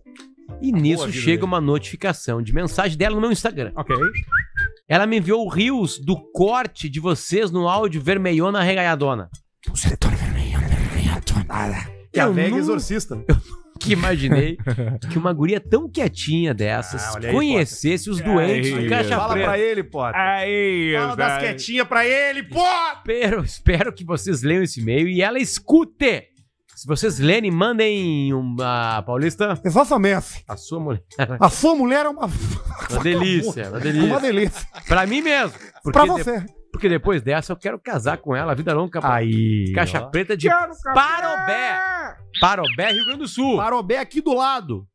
[SPEAKER 3] E nisso
[SPEAKER 5] vida
[SPEAKER 1] né?
[SPEAKER 3] chega uma notificação de mensagem dela no meu Instagram.
[SPEAKER 5] Ok.
[SPEAKER 3] Ela me enviou o rios do corte de vocês no áudio vermelhona reganhadona.
[SPEAKER 1] Que a
[SPEAKER 3] Eu
[SPEAKER 1] velha
[SPEAKER 3] nu-
[SPEAKER 1] exorcista. <laughs>
[SPEAKER 3] que imaginei que uma guria tão quietinha dessas
[SPEAKER 1] Ah, olha aí,
[SPEAKER 3] conhecesse os doentes do Caixa
[SPEAKER 1] Fala
[SPEAKER 3] Preta.
[SPEAKER 1] pra ele, Potter.
[SPEAKER 5] Aí,
[SPEAKER 1] Fala das quietinhas pra ele, Potter!
[SPEAKER 3] Espero, <laughs> espero que vocês leiam esse e-mail e ela escute. Se vocês lerem, mandem uma paulista.
[SPEAKER 4] Exatamente.
[SPEAKER 3] A sua mulher. <laughs>
[SPEAKER 4] A sua mulher é uma. é
[SPEAKER 3] Uma delícia, uma delícia.
[SPEAKER 4] Uma delícia.
[SPEAKER 3] Pra mim mesmo.
[SPEAKER 4] Pra
[SPEAKER 3] de-
[SPEAKER 4] você.
[SPEAKER 3] Porque depois dessa eu quero casar com ela, vida longa. Aí. Caixa
[SPEAKER 1] ó.
[SPEAKER 3] preta de Parobé. Parobé, Rio Grande do Sul.
[SPEAKER 1] Parobé aqui do lado.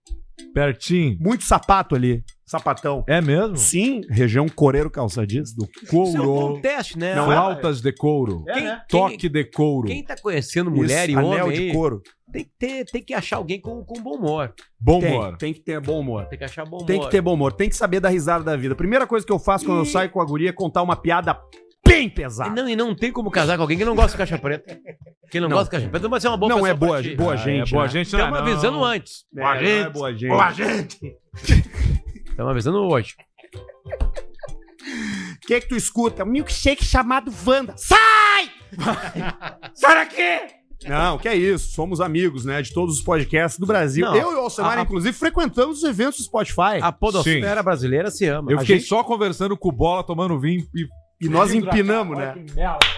[SPEAKER 5] Pertinho.
[SPEAKER 1] Muito sapato ali. Sapatão.
[SPEAKER 5] É mesmo?
[SPEAKER 1] Sim, região coreiro calçadista. Do
[SPEAKER 3] Isso é um bom teste, né?
[SPEAKER 5] Não, Flautas de couro.
[SPEAKER 3] Quem- quem-
[SPEAKER 5] Toque de couro.
[SPEAKER 3] Quem tá conhecendo mulher
[SPEAKER 1] Isso,
[SPEAKER 3] e homem
[SPEAKER 1] anel de
[SPEAKER 3] aí,
[SPEAKER 1] couro.
[SPEAKER 3] Tem, que ter, tem que achar alguém com, com bom humor.
[SPEAKER 5] Bom
[SPEAKER 1] tem,
[SPEAKER 5] humor.
[SPEAKER 1] Tem que ter bom humor.
[SPEAKER 3] Tem que achar bom humor.
[SPEAKER 1] Tem que ter bom humor. Tem que saber dar risada da vida. Primeira coisa que eu faço quando eu saio com a guria é contar uma piada bem
[SPEAKER 3] E
[SPEAKER 1] pesada.
[SPEAKER 3] não, e não tem como casar com alguém que não gosta de caixa preta. Quem não,
[SPEAKER 1] Não.
[SPEAKER 3] gosta de caixa preta, mas é uma boa
[SPEAKER 1] Não
[SPEAKER 3] pessoa
[SPEAKER 1] é boa-
[SPEAKER 3] pra ti.
[SPEAKER 1] boa
[SPEAKER 5] Ah,
[SPEAKER 1] gente,
[SPEAKER 5] É boa
[SPEAKER 1] né?
[SPEAKER 5] gente, não.
[SPEAKER 3] Estamos avisando antes.
[SPEAKER 1] É, não é boa gente.
[SPEAKER 5] Boa
[SPEAKER 3] Estamos avisando hoje.
[SPEAKER 1] O que é que tu escuta? Um milkshake chamado Wanda.
[SPEAKER 3] <laughs>
[SPEAKER 1] Sai! Sai daqui! Não, que é isso. Somos amigos, né? De todos os podcasts do Brasil.
[SPEAKER 3] Não,
[SPEAKER 1] eu e o Alcemar,
[SPEAKER 3] a- a-
[SPEAKER 1] inclusive, frequentamos os eventos do Spotify.
[SPEAKER 3] A podosfera brasileira se ama.
[SPEAKER 5] Eu
[SPEAKER 1] A
[SPEAKER 5] fiquei
[SPEAKER 1] gente-
[SPEAKER 5] só conversando com o Bola, tomando vinho e...
[SPEAKER 1] E nós empinamos, né?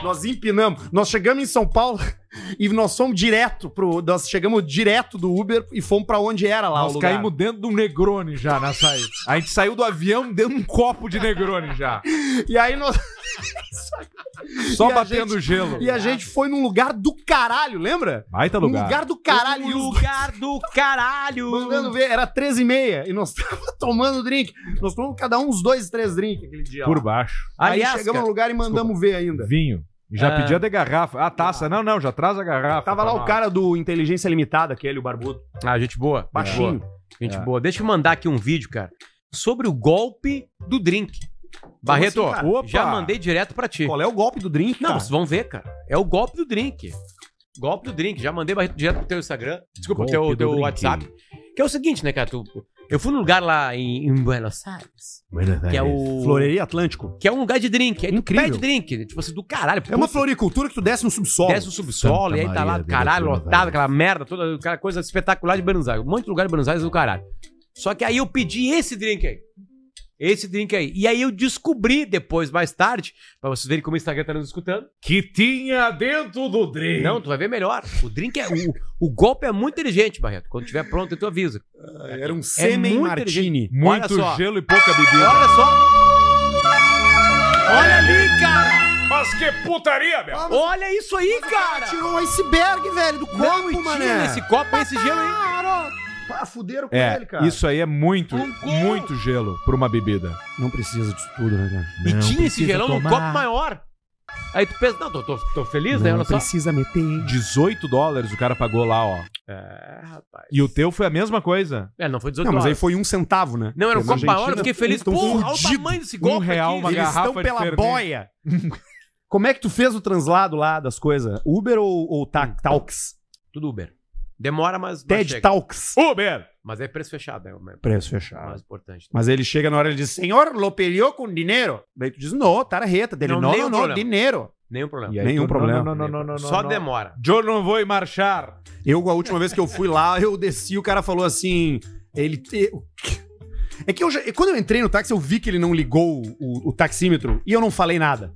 [SPEAKER 1] Nós empinamos. Nós chegamos em São Paulo <laughs> e nós fomos direto pro. Nós chegamos direto do Uber e fomos pra onde era lá. o
[SPEAKER 5] Nós
[SPEAKER 1] lugar.
[SPEAKER 5] caímos dentro de um Negroni já na saída. A gente saiu do avião dentro de um copo de Negroni já.
[SPEAKER 1] E aí nós.
[SPEAKER 5] Só
[SPEAKER 1] E a
[SPEAKER 5] batendo
[SPEAKER 1] gente-
[SPEAKER 5] gelo.
[SPEAKER 1] E a gente foi num lugar do caralho, lembra?
[SPEAKER 5] Baita
[SPEAKER 1] Um
[SPEAKER 5] lugar.
[SPEAKER 1] lugar do caralho. e os
[SPEAKER 3] Lugar do
[SPEAKER 1] <laughs>
[SPEAKER 3] caralho!
[SPEAKER 1] Mandando ver, era 13 e meia e nós <laughs> tava tomando drink. Nós tomamos cada um uns dois, três drinks aquele dia.
[SPEAKER 5] Por
[SPEAKER 1] lá.
[SPEAKER 5] baixo.
[SPEAKER 1] Aí
[SPEAKER 3] Aliás,
[SPEAKER 1] chegamos
[SPEAKER 3] cara,
[SPEAKER 1] no lugar e mandamos ver ainda.
[SPEAKER 5] Vinho. Já
[SPEAKER 1] É.
[SPEAKER 3] Ah.
[SPEAKER 5] pedia de garrafa. A taça. Não, não, já traz a garrafa.
[SPEAKER 1] Ah.
[SPEAKER 5] tá
[SPEAKER 1] Tava lá o cara do Inteligência Limitada, aquele, o barbudo,
[SPEAKER 3] Ah, gente boa.
[SPEAKER 1] baixinho.
[SPEAKER 3] Gente
[SPEAKER 5] É.
[SPEAKER 3] boa. Deixa eu mandar aqui um vídeo, cara, sobre o golpe do drink. Barreto,
[SPEAKER 1] assim, cara?
[SPEAKER 5] Opa!
[SPEAKER 3] já mandei direto pra ti.
[SPEAKER 1] Qual é o golpe do drink,
[SPEAKER 3] Não,
[SPEAKER 1] cara?
[SPEAKER 3] vocês vão ver, cara. É o golpe do drink. Golpe do drink. Já mandei Barreto direto pro teu Instagram. Desculpa, pro teu,
[SPEAKER 5] Golpe do
[SPEAKER 3] teu
[SPEAKER 5] drink.
[SPEAKER 3] WhatsApp. Que é o seguinte, né, cara? Tu- eu fui num lugar lá em, em Buenos Aires. Que é o.
[SPEAKER 1] Floreria Atlântico.
[SPEAKER 3] Que é um lugar de drink. Aí tu
[SPEAKER 1] Incrível.
[SPEAKER 3] pede drink. Tipo assim, do caralho.
[SPEAKER 1] É uma
[SPEAKER 3] puta,
[SPEAKER 1] floricultura que tu desce no subsolo.
[SPEAKER 3] Desce o subsolo
[SPEAKER 5] Santa
[SPEAKER 3] e aí tá lá,
[SPEAKER 5] Maria de
[SPEAKER 3] caralho,
[SPEAKER 5] Buenos
[SPEAKER 3] lotado,
[SPEAKER 5] Aires.
[SPEAKER 3] aquela merda toda, aquela coisa espetacular de Buenos Aires. Um monte de lugar de Buenos Aires do caralho. Só que aí eu pedi esse drink aí. Esse drink aí. E aí eu descobri depois, mais tarde, pra vocês verem como o Instagram tá nos escutando.
[SPEAKER 5] Que tinha dentro do drink.
[SPEAKER 3] Não, tu vai ver melhor. O drink é. O, o golpe é muito inteligente, Barreto. Quando tiver pronto, tu avisa.
[SPEAKER 1] Era um
[SPEAKER 3] sêmen
[SPEAKER 1] sêmen martini.
[SPEAKER 3] Olha
[SPEAKER 5] Muito
[SPEAKER 3] só.
[SPEAKER 5] gelo e pouca bebida.
[SPEAKER 3] Olha só! Olha ali, cara!
[SPEAKER 5] Mas que putaria, meu!
[SPEAKER 3] Olha isso aí, cara!
[SPEAKER 1] Tirou o iceberg, velho, do
[SPEAKER 3] Não,
[SPEAKER 1] copo,
[SPEAKER 3] e tira
[SPEAKER 1] mané.
[SPEAKER 3] esse copo, esse gelo aí.
[SPEAKER 1] Ah, fuderam com
[SPEAKER 5] É,
[SPEAKER 1] ele, cara.
[SPEAKER 5] isso aí é muito, muito gelo pra uma bebida.
[SPEAKER 1] Não precisa disso tudo, né, cara?
[SPEAKER 3] E tinha esse
[SPEAKER 5] precisa
[SPEAKER 3] gelão num
[SPEAKER 5] tomar.
[SPEAKER 3] copo maior. Aí tu pensa, não, tô, tô, tô feliz, né? Olha só.
[SPEAKER 1] precisa meter.
[SPEAKER 5] 18 dólares o cara pagou lá, ó.
[SPEAKER 3] É, rapaz.
[SPEAKER 5] E o teu foi a mesma coisa.
[SPEAKER 3] É, não foi 18
[SPEAKER 1] Não, mas aí
[SPEAKER 3] horas.
[SPEAKER 1] foi um centavo, né?
[SPEAKER 3] Não, era um
[SPEAKER 1] Porque na
[SPEAKER 3] copo maior, eu
[SPEAKER 1] Argentina então,
[SPEAKER 3] fiquei feliz.
[SPEAKER 1] tão
[SPEAKER 3] Porra, olha o
[SPEAKER 1] fudido.
[SPEAKER 3] tamanho desse
[SPEAKER 5] Um
[SPEAKER 3] golpe
[SPEAKER 5] real,
[SPEAKER 3] aqui.
[SPEAKER 5] uma
[SPEAKER 1] Eles
[SPEAKER 5] garrafa
[SPEAKER 1] estão
[SPEAKER 5] de
[SPEAKER 1] pela
[SPEAKER 5] fermento.
[SPEAKER 1] boia. <laughs> Como é que tu fez o translado lá das coisas? Uber ou, ou ta- Talks?
[SPEAKER 3] Tudo Uber. Demora, mas, mas
[SPEAKER 1] TED
[SPEAKER 3] Hum.
[SPEAKER 1] tá-
[SPEAKER 3] chega.
[SPEAKER 1] Talks.
[SPEAKER 5] Uber!
[SPEAKER 3] Mas é preço fechado, é o mais-
[SPEAKER 1] Preço fechado.
[SPEAKER 3] mais importante.
[SPEAKER 1] Mas ele chega na hora e diz, senhor, lo pediu com dinheiro? Daí tu diz, não, tarjeta. Dele,
[SPEAKER 3] Não,
[SPEAKER 1] não, não,
[SPEAKER 3] nenhum
[SPEAKER 1] não,
[SPEAKER 3] problema.
[SPEAKER 1] dinheiro.
[SPEAKER 3] Nenhum problema.
[SPEAKER 1] aí, Nenhum problema.
[SPEAKER 5] Não, não, não, não, não.
[SPEAKER 3] Só
[SPEAKER 5] não.
[SPEAKER 3] demora.
[SPEAKER 5] Eu não vou ir marchar.
[SPEAKER 1] Eu, a última vez que eu fui lá, eu desci, o cara falou assim, ele... te- É que eu já- quando eu entrei no táxi, eu vi que ele não ligou o, o taxímetro e eu não falei nada.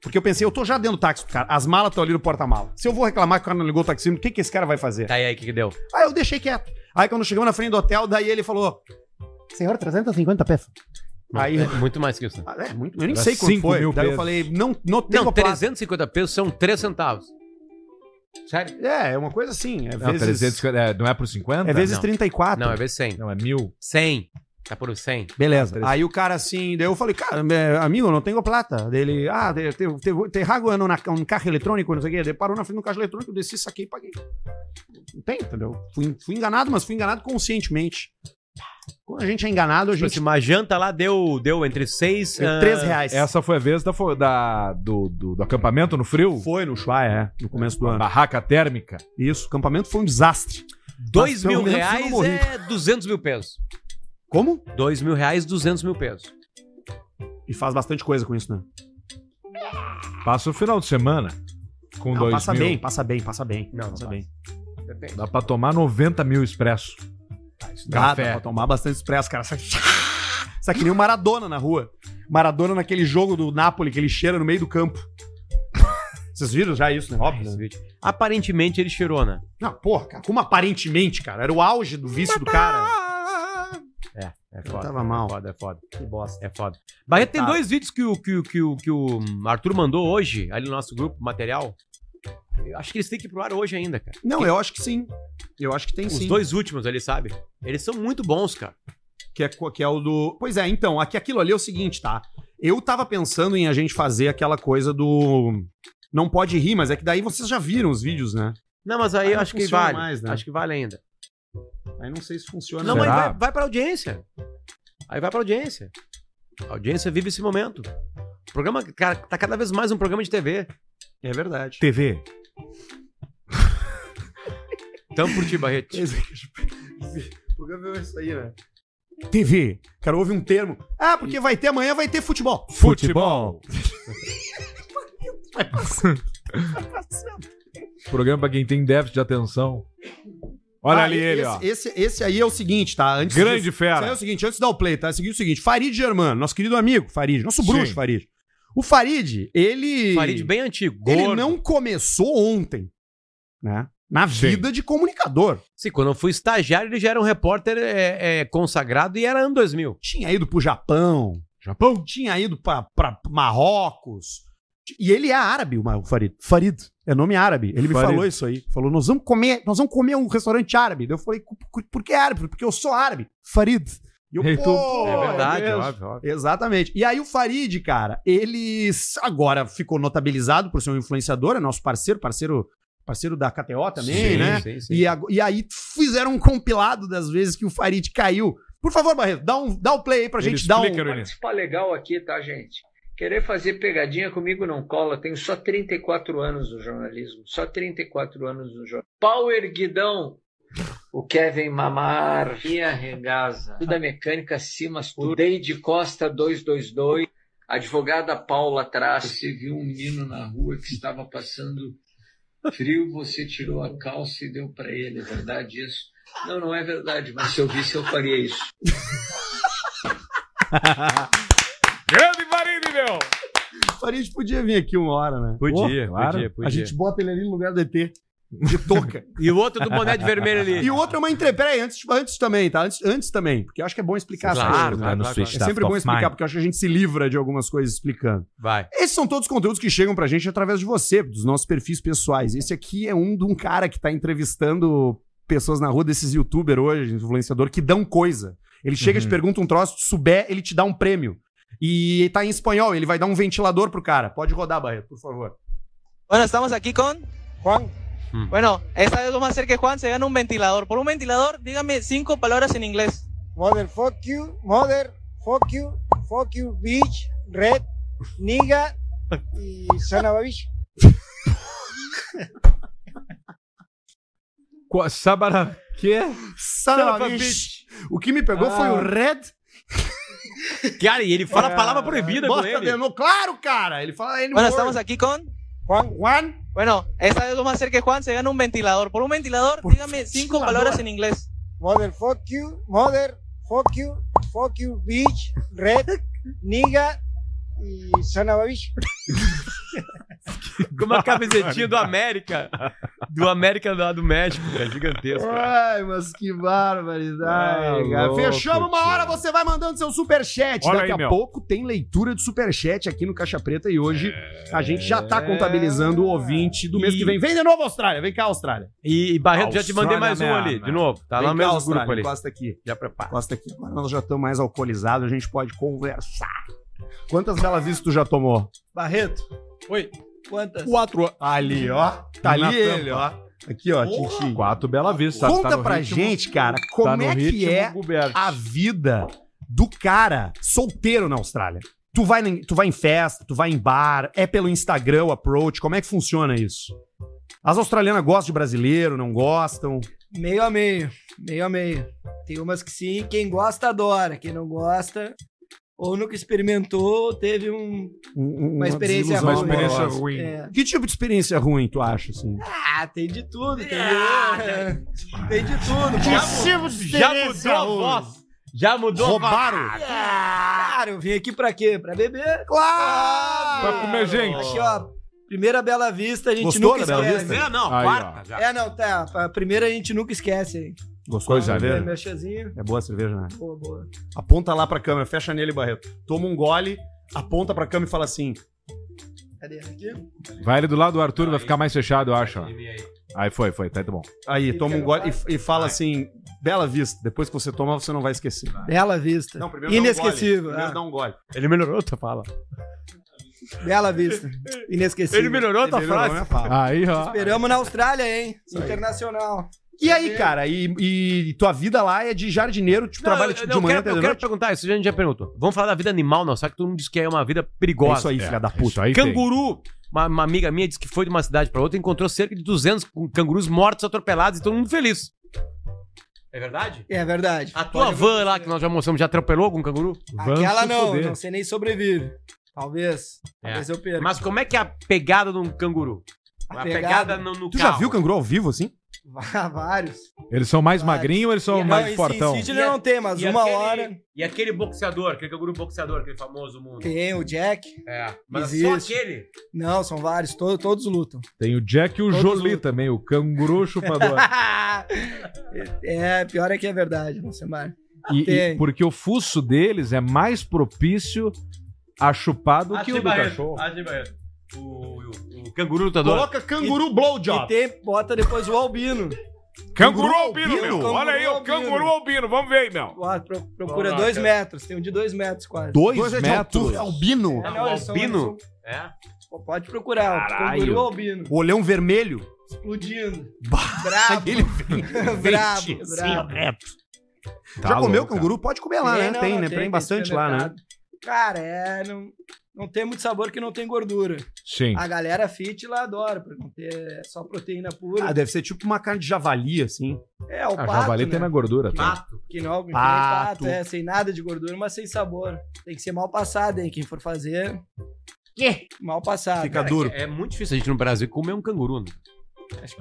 [SPEAKER 1] Porque eu pensei, eu tô já dentro do táxi, cara. As malas estão ali no porta-mala. Se eu vou reclamar que o cara não ligou o taxímetro, o que, que esse cara vai fazer?
[SPEAKER 3] Tá e aí, o que, que deu?
[SPEAKER 1] Aí eu deixei quieto. Aí quando chegamos na frente do hotel, daí ele falou: Senhor, 350 peças. Aí.
[SPEAKER 3] É muito mais que isso. né?
[SPEAKER 1] Ah, é, muito, eu nem
[SPEAKER 5] Era
[SPEAKER 1] sei quanto
[SPEAKER 5] 5
[SPEAKER 1] foi.
[SPEAKER 5] mil
[SPEAKER 1] daí eu
[SPEAKER 5] pesos.
[SPEAKER 1] falei: Não, não tem
[SPEAKER 3] Não,
[SPEAKER 1] uma placa.
[SPEAKER 3] 350 pesos são 3 centavos. Sério?
[SPEAKER 1] É, é uma coisa assim. É
[SPEAKER 5] Não,
[SPEAKER 1] vezes,
[SPEAKER 5] 350, é, não é por 50?
[SPEAKER 1] é vezes
[SPEAKER 3] Não.
[SPEAKER 1] 34.
[SPEAKER 3] Não, é vezes 100.
[SPEAKER 5] Não, é mil.
[SPEAKER 3] 100. Tá por 100.
[SPEAKER 1] Beleza. Aí o cara assim, daí eu falei, cara, é, amigo, não tenho plata. Daí ele, ah, te, te, te, te rago no, na, um carro eletrônico, não sei o quê. Daí parou na frente do caixa eletrônico, eu desci, saquei e paguei. Não tem, entendeu? Fui, fui enganado, mas fui enganado conscientemente. Quando a gente é enganado, a
[SPEAKER 3] Tipo ah,
[SPEAKER 1] gente.
[SPEAKER 3] assim, uma janta lá deu, deu entre 6
[SPEAKER 1] é 3 reais.
[SPEAKER 5] Essa foi a vez da, fo- da- do, do- do acampamento no frio?
[SPEAKER 1] Foi no Chuá, é, no começo do ano.
[SPEAKER 5] Barraca térmica.
[SPEAKER 1] Isso, o acampamento foi um desastre.
[SPEAKER 3] 2
[SPEAKER 1] Mas pelo
[SPEAKER 3] mil
[SPEAKER 1] menos eu não
[SPEAKER 3] reais
[SPEAKER 1] morri.
[SPEAKER 3] é 200 mil pesos.
[SPEAKER 1] Como?
[SPEAKER 3] 2 mil reais, 200 mil pesos.
[SPEAKER 1] E faz bastante coisa com isso, né?
[SPEAKER 5] Passa o final de semana com
[SPEAKER 1] Não,
[SPEAKER 5] dois
[SPEAKER 1] passa
[SPEAKER 5] mil. Um,
[SPEAKER 1] bem, passa bem, passa bem.
[SPEAKER 3] Não, não
[SPEAKER 1] passa
[SPEAKER 3] passa.
[SPEAKER 1] bem.
[SPEAKER 3] Depende.
[SPEAKER 5] Dá pra tomar 90 mil expresso.
[SPEAKER 1] Dá,
[SPEAKER 5] Café.
[SPEAKER 1] dá pra tomar bastante expresso, cara. <laughs> Sai, sai que nem o Maradona na rua. Maradona naquele jogo do Napoli que ele cheira no meio do campo. <laughs> Vocês viram já isso, né? Óbvio. né?
[SPEAKER 3] Aparentemente ele cheirou, né?
[SPEAKER 1] Não, porra, cara, como aparentemente, cara? Era o auge do vício do cara.
[SPEAKER 3] É, é
[SPEAKER 1] Eu
[SPEAKER 3] foda.
[SPEAKER 1] tava mal.
[SPEAKER 3] É foda, é foda.
[SPEAKER 1] Que bosta.
[SPEAKER 3] É foda. Barreto, tem
[SPEAKER 1] Tá.
[SPEAKER 3] dois vídeos que o, que, o- que, o, que o Arthur mandou hoje, ali no nosso grupo, material. Eu acho que eles têm que ir pro ar hoje ainda, cara.
[SPEAKER 1] Não, eu acho que sim. Eu acho que tem
[SPEAKER 3] Os
[SPEAKER 1] sim.
[SPEAKER 3] dois últimos ali, sabe? Eles são muito bons, cara.
[SPEAKER 1] Que é, co- que é o do. Pois é, então, aqui, aquilo ali é o seguinte, tá? Eu tava pensando em a gente fazer aquela coisa do. Não pode rir, mas é que daí vocês já viram os vídeos, né?
[SPEAKER 3] Não, mas aí
[SPEAKER 1] Aí
[SPEAKER 3] eu
[SPEAKER 1] não
[SPEAKER 3] acho que
[SPEAKER 1] funciona
[SPEAKER 3] vale.
[SPEAKER 1] mais, né?
[SPEAKER 3] Acho que vale ainda.
[SPEAKER 1] Aí não sei se funciona.
[SPEAKER 3] Não, mas
[SPEAKER 5] Será?
[SPEAKER 3] vai, vai pra audiência. Aí vai pra audiência. A audiência vive esse momento. O programa, cara, tá cada vez mais um programa de TV.
[SPEAKER 1] É verdade.
[SPEAKER 5] TV.
[SPEAKER 3] Tamo por ti, Barreto.
[SPEAKER 1] <laughs> programa é isso aí, né? TV. Cara, houve um termo. Ah, porque vai ter amanhã, vai ter futebol.
[SPEAKER 5] Futebol.
[SPEAKER 1] Vai <laughs> passando.
[SPEAKER 5] Programa pra quem tem déficit de atenção. Olha
[SPEAKER 1] Ah,
[SPEAKER 5] ali
[SPEAKER 1] e-
[SPEAKER 5] ele,
[SPEAKER 1] esse,
[SPEAKER 5] ó.
[SPEAKER 1] Esse, esse aí é o seguinte, tá? Antes
[SPEAKER 5] Grande fera.
[SPEAKER 1] Esse aí é o seguinte, antes de dar o play, tá? Esse aqui é o seguinte, Farid Germano, nosso querido amigo Farid, nosso
[SPEAKER 5] Sim.
[SPEAKER 1] bruxo Farid. O Farid, ele...
[SPEAKER 3] Farid bem antigo.
[SPEAKER 1] Ele
[SPEAKER 3] gordo.
[SPEAKER 1] não começou ontem, né? Na vida de comunicador.
[SPEAKER 3] Sim, quando eu fui estagiário, ele já era um repórter é, é, consagrado e era ano 2000.
[SPEAKER 1] Tinha ido pro Japão. Japão? Tinha ido pra, pra Marrocos. E ele é árabe, o Ma- o Farid. Farid. É nome árabe. Ele me
[SPEAKER 5] Farid.
[SPEAKER 1] falou isso aí. Falou, nós vamos comer, nós vamos comer um restaurante árabe. Daí eu falei, "Por- por, por que árabe? Porque eu sou árabe. Farid. E eu,
[SPEAKER 5] E tu-
[SPEAKER 1] "Pô,
[SPEAKER 3] É verdade,
[SPEAKER 1] mesmo?"
[SPEAKER 3] óbvio, óbvio.
[SPEAKER 1] Exatamente. E aí o Farid, cara, ele s- agora ficou notabilizado por ser um influenciador, é nosso parceiro, parceiro, parceiro da KTO também,
[SPEAKER 3] Sim,
[SPEAKER 1] né?
[SPEAKER 3] sim, sim.
[SPEAKER 1] E, ago- e aí fizeram um compilado das vezes que o Farid caiu. Por favor, Barreto, dá um, dá um play aí pra
[SPEAKER 5] Ele
[SPEAKER 1] gente dar um.
[SPEAKER 5] explica, Eunice.
[SPEAKER 19] Participa legal aqui, tá, gente? Querer fazer pegadinha comigo não cola. Tenho só 34 anos no jornalismo. Só 34 anos no jornalismo. Pau erguidão. O Kevin Mamar. Minha regaza. Da mecânica Simas. O Deide Costa 222. Advogada Paula Trás. Você viu um menino na rua que estava passando frio, você tirou a calça e deu para ele. É verdade isso? Não, não é verdade, mas se eu visse, eu faria isso.
[SPEAKER 5] Grande Marini, meu!
[SPEAKER 1] O Farid podia vir aqui uma hora, né?
[SPEAKER 3] Podia,
[SPEAKER 1] Pô,
[SPEAKER 3] podia, podia.
[SPEAKER 1] A gente bota ele ali no lugar do ET. De touca.
[SPEAKER 3] E o outro do boné de vermelho ali.
[SPEAKER 1] <laughs> e o outro é uma entrevista. Peraí, antes, antes também, tá? Antes, antes também, porque eu acho que é bom explicar
[SPEAKER 3] Claro,
[SPEAKER 1] as coisas. né?
[SPEAKER 3] claro, Tá claro, claro.
[SPEAKER 1] É sempre bom explicar, porque eu acho que a gente se livra de algumas coisas explicando.
[SPEAKER 3] Vai.
[SPEAKER 1] Esses são todos os conteúdos que chegam pra gente através de você, dos nossos perfis pessoais. Esse aqui é um de um cara que tá entrevistando pessoas na rua desses youtubers hoje, influenciador, que dão coisa. Ele chega e te pergunta um troço, se souber, ele te dá um prêmio. E tá em espanhol, ele vai dar um ventilador pro cara. Pode rodar, Barreto, por favor.
[SPEAKER 20] Bueno, estamos aquí con Juan. Bueno, esta vez vamos a hacer que Juan se gane un ventilador. Por un ventilador, dígame cinco palabras en inglés.
[SPEAKER 7] Mother fuck you, mother fuck you, fuck you bitch, red, nigga y sanababish.
[SPEAKER 5] Qua- Sabara... Que?
[SPEAKER 1] Saravich. O que me pegou foi o Red.
[SPEAKER 3] Cara, e ele
[SPEAKER 1] É,
[SPEAKER 3] fala a palavra proibida com
[SPEAKER 1] Bosta
[SPEAKER 3] ele.
[SPEAKER 1] de novo. Claro, cara. Ele fala ele
[SPEAKER 20] Bueno, estamos aquí con
[SPEAKER 7] Juan.
[SPEAKER 1] Juan.
[SPEAKER 20] Bueno, esta vez vamos a hacer que Juan se gane un ventilador. Por un ventilador, dígame cinco palabras en inglés.
[SPEAKER 7] Mother fuck you, mother fuck you, fuck you bitch, red, nigga y sanababish.
[SPEAKER 1] <laughs>
[SPEAKER 3] Com uma camisetinha do América. Do América lá do México, cara. Gigantesco.
[SPEAKER 1] Ai, mas que barbaridade.
[SPEAKER 3] Ah,
[SPEAKER 1] cara.
[SPEAKER 3] louco,
[SPEAKER 1] Fechamos uma hora, você vai mandando seu superchat.
[SPEAKER 5] Olha
[SPEAKER 1] Daqui
[SPEAKER 5] aí,
[SPEAKER 1] a
[SPEAKER 5] meu.
[SPEAKER 1] pouco tem leitura de superchat aqui no Caixa Preta e hoje a gente já
[SPEAKER 3] É.
[SPEAKER 1] tá contabilizando o ouvinte do mês que vem. Vem de novo, Austrália. Vem cá, Austrália.
[SPEAKER 3] E, e Barreto, já te mandei
[SPEAKER 1] Austrália
[SPEAKER 3] mais um
[SPEAKER 1] mesmo,
[SPEAKER 3] ali,
[SPEAKER 1] né?
[SPEAKER 3] de novo. Tá lá
[SPEAKER 1] Vem
[SPEAKER 3] no
[SPEAKER 1] cá,
[SPEAKER 3] mesmo
[SPEAKER 1] Austrália,
[SPEAKER 3] grupo ali.
[SPEAKER 1] Encosta aqui.
[SPEAKER 3] Já prepara.
[SPEAKER 1] Encosta aqui. Agora nós já estamos mais alcoolizados, a gente pode conversar. Quantas belas vistas tu já tomou?
[SPEAKER 21] Barreto.
[SPEAKER 19] Oi.
[SPEAKER 21] Quantas?
[SPEAKER 1] Quatro. Ali, ó. Tá
[SPEAKER 5] Na
[SPEAKER 1] ali
[SPEAKER 5] tampa.
[SPEAKER 1] ele, ó. Aqui, ó, Tintin.
[SPEAKER 5] Quatro Bela Vista. tá-
[SPEAKER 1] Conta
[SPEAKER 5] tá no
[SPEAKER 1] pra
[SPEAKER 5] ritmo-
[SPEAKER 1] gente, cara, como
[SPEAKER 5] no
[SPEAKER 1] é que
[SPEAKER 5] ritmo
[SPEAKER 1] é
[SPEAKER 5] Gilberto.
[SPEAKER 1] a vida do cara solteiro na Austrália. Tu vai, em- tu vai em festa, tu vai em bar, é pelo Instagram o approach, como é que funciona isso? As australianas gostam de brasileiro, não gostam.
[SPEAKER 21] Meio a meio, meio a meio. Tem umas que sim, quem gosta adora, quem não gosta
[SPEAKER 7] ou nunca experimentou, ou teve um.
[SPEAKER 1] Uma
[SPEAKER 7] experiência
[SPEAKER 1] desilusão
[SPEAKER 7] ruim. Uma experiência
[SPEAKER 1] amorosa.
[SPEAKER 7] ruim. É.
[SPEAKER 1] Que tipo de experiência ruim tu acha, assim?
[SPEAKER 7] Ah, tem de tudo, entendeu? É, tem de tudo.
[SPEAKER 1] Que
[SPEAKER 7] Já
[SPEAKER 1] tipo
[SPEAKER 7] mu-
[SPEAKER 1] de
[SPEAKER 7] já
[SPEAKER 1] experiência ruim?
[SPEAKER 3] Já
[SPEAKER 7] Roubaram?
[SPEAKER 3] Ah,
[SPEAKER 7] Claro, eu vim aqui pra quê? Pra beber? É Claro!
[SPEAKER 5] Pra comer gente.
[SPEAKER 7] Aqui, ó. Primeira Bela Vista, a gente
[SPEAKER 5] Gostou
[SPEAKER 7] nunca
[SPEAKER 5] da Bela
[SPEAKER 7] esquece.
[SPEAKER 5] Vista? Primeira não, a
[SPEAKER 7] Aí,
[SPEAKER 5] quarta
[SPEAKER 7] ó.
[SPEAKER 5] já.
[SPEAKER 7] É, não, tá. A primeira a gente nunca esquece, hein?
[SPEAKER 1] Gostou de cerveja?
[SPEAKER 7] Meu chazinho.
[SPEAKER 1] É boa a cerveja, né?
[SPEAKER 7] Boa, boa.
[SPEAKER 1] Aponta lá pra câmera, fecha nele, Barreto. Toma um gole, aponta pra câmera e fala assim:
[SPEAKER 7] Cadê? Aqui?
[SPEAKER 5] Vai ele do lado do Arthur, vai ficar mais fechado, eu acho. ó. Aí foi, foi, tá tá bom.
[SPEAKER 1] Aí, toma um gole e, e fala assim: Bela Vista. Depois que você toma, você não vai esquecer.
[SPEAKER 7] Bela Vista.
[SPEAKER 1] Não, primeiro
[SPEAKER 7] Inesquecível.
[SPEAKER 1] Dá um gole. Primeiro dá
[SPEAKER 7] Ah.
[SPEAKER 1] um gole. Ele melhorou tua fala.
[SPEAKER 7] Bela Vista. Inesquecível.
[SPEAKER 1] Ele melhorou
[SPEAKER 3] um
[SPEAKER 1] né? a tua frase?
[SPEAKER 3] é
[SPEAKER 7] minha fala.
[SPEAKER 1] Aí, ó.
[SPEAKER 7] Esperamos na Austrália, hein? Internacional.
[SPEAKER 1] E aí, cara? E, e tua vida lá é de jardineiro, tipo,
[SPEAKER 3] Não,
[SPEAKER 1] trabalha
[SPEAKER 3] eu-
[SPEAKER 1] tipo,
[SPEAKER 3] eu
[SPEAKER 1] de manhã
[SPEAKER 3] quero-
[SPEAKER 1] até
[SPEAKER 3] Eu
[SPEAKER 1] de
[SPEAKER 3] quero
[SPEAKER 1] noite?
[SPEAKER 3] perguntar, isso a gente já perguntou. Vamos falar da vida animal, não, só que todo mundo diz que é uma vida perigosa.
[SPEAKER 1] É isso aí, filha da puta.
[SPEAKER 5] aí tem.
[SPEAKER 3] Canguru. Uma, uma amiga minha disse que foi de uma cidade pra outra e encontrou cerca de 200 cangurus mortos, atropelados e todo mundo feliz. É verdade?
[SPEAKER 7] É verdade.
[SPEAKER 3] A tua van lá, que nós já mostramos, já atropelou algum canguru?
[SPEAKER 7] Aquela não, não sei nem sobrevive. Talvez. Talvez eu perca.
[SPEAKER 3] Mas como é que é a pegada de um canguru? A, pegada,
[SPEAKER 7] <laughs> pegada
[SPEAKER 3] no, no
[SPEAKER 1] Tu
[SPEAKER 3] carro.
[SPEAKER 1] já viu canguru ao vivo, assim?
[SPEAKER 7] Vários.
[SPEAKER 5] Eles são mais magrinhos ou eles são
[SPEAKER 3] E-
[SPEAKER 5] mais
[SPEAKER 3] não, e
[SPEAKER 5] fortão?
[SPEAKER 7] Esse Sidney não tem, mas
[SPEAKER 3] E
[SPEAKER 7] uma
[SPEAKER 3] aquele-
[SPEAKER 7] hora.
[SPEAKER 3] E aquele boxeador, aquele canguru boxeador, aquele famoso mundo.
[SPEAKER 7] Tem o Jack.
[SPEAKER 3] É, mas só
[SPEAKER 7] Existe.
[SPEAKER 3] aquele.
[SPEAKER 7] Não, são vários. to- todos lutam.
[SPEAKER 5] Tem o Jack e o
[SPEAKER 7] Todos
[SPEAKER 5] Jolie também, o canguru chupador.
[SPEAKER 7] é, pior é que é verdade, não sei mais.
[SPEAKER 5] E- e,
[SPEAKER 7] Tem.
[SPEAKER 5] porque o fuço deles é mais propício a chupar
[SPEAKER 3] Ah,
[SPEAKER 5] do que o do cachorro.
[SPEAKER 3] O, o- o canguru lutador.
[SPEAKER 5] Coloca
[SPEAKER 1] canguru blowjob.
[SPEAKER 7] E tem, bota depois o albino.
[SPEAKER 5] Canguru albino,
[SPEAKER 7] meu.
[SPEAKER 5] Olha aí, o canguru
[SPEAKER 7] albino.
[SPEAKER 5] Vamos ver aí, meu.
[SPEAKER 7] Ó, pro- procura
[SPEAKER 5] Coloca.
[SPEAKER 7] dois metros. Tem um de dois metros quase.
[SPEAKER 5] Dois metros?
[SPEAKER 1] albino?
[SPEAKER 7] É, não, eles são-
[SPEAKER 1] Albino?
[SPEAKER 7] eles
[SPEAKER 3] É.
[SPEAKER 7] são- Pode procurar.
[SPEAKER 1] Caralho.
[SPEAKER 7] Canguru albino.
[SPEAKER 1] O olhão vermelho?
[SPEAKER 7] Explodindo. Brabo.
[SPEAKER 1] <laughs> Ele
[SPEAKER 7] <laughs>
[SPEAKER 1] vem
[SPEAKER 7] Brabo,
[SPEAKER 1] assim,
[SPEAKER 7] brabo.
[SPEAKER 1] reto.
[SPEAKER 5] Tá
[SPEAKER 1] Já comeu
[SPEAKER 5] louco,
[SPEAKER 1] canguru? Pode comer lá, né?
[SPEAKER 7] não,
[SPEAKER 1] tem,
[SPEAKER 7] não,
[SPEAKER 1] né? Tem, bastante lá, né?
[SPEAKER 7] supermercado. Cara, é. Não, não tem muito sabor que não tem gordura.
[SPEAKER 5] Sim.
[SPEAKER 7] A galera fit lá adora, porque não tem, é só proteína pura.
[SPEAKER 1] Ah, deve ser tipo uma carne de javali, assim.
[SPEAKER 7] É, o
[SPEAKER 5] Ah,
[SPEAKER 7] pato.
[SPEAKER 5] javali
[SPEAKER 7] né?
[SPEAKER 5] tem na gordura, tá?
[SPEAKER 7] Que não, que nem
[SPEAKER 1] Pato.
[SPEAKER 7] pato, é, sem nada de gordura, mas sem sabor. Tem que ser mal passado, hein? Quem for fazer. Mal passado. né?
[SPEAKER 3] Cara, É, é muito difícil a gente no Brasil comer um canguru. Né?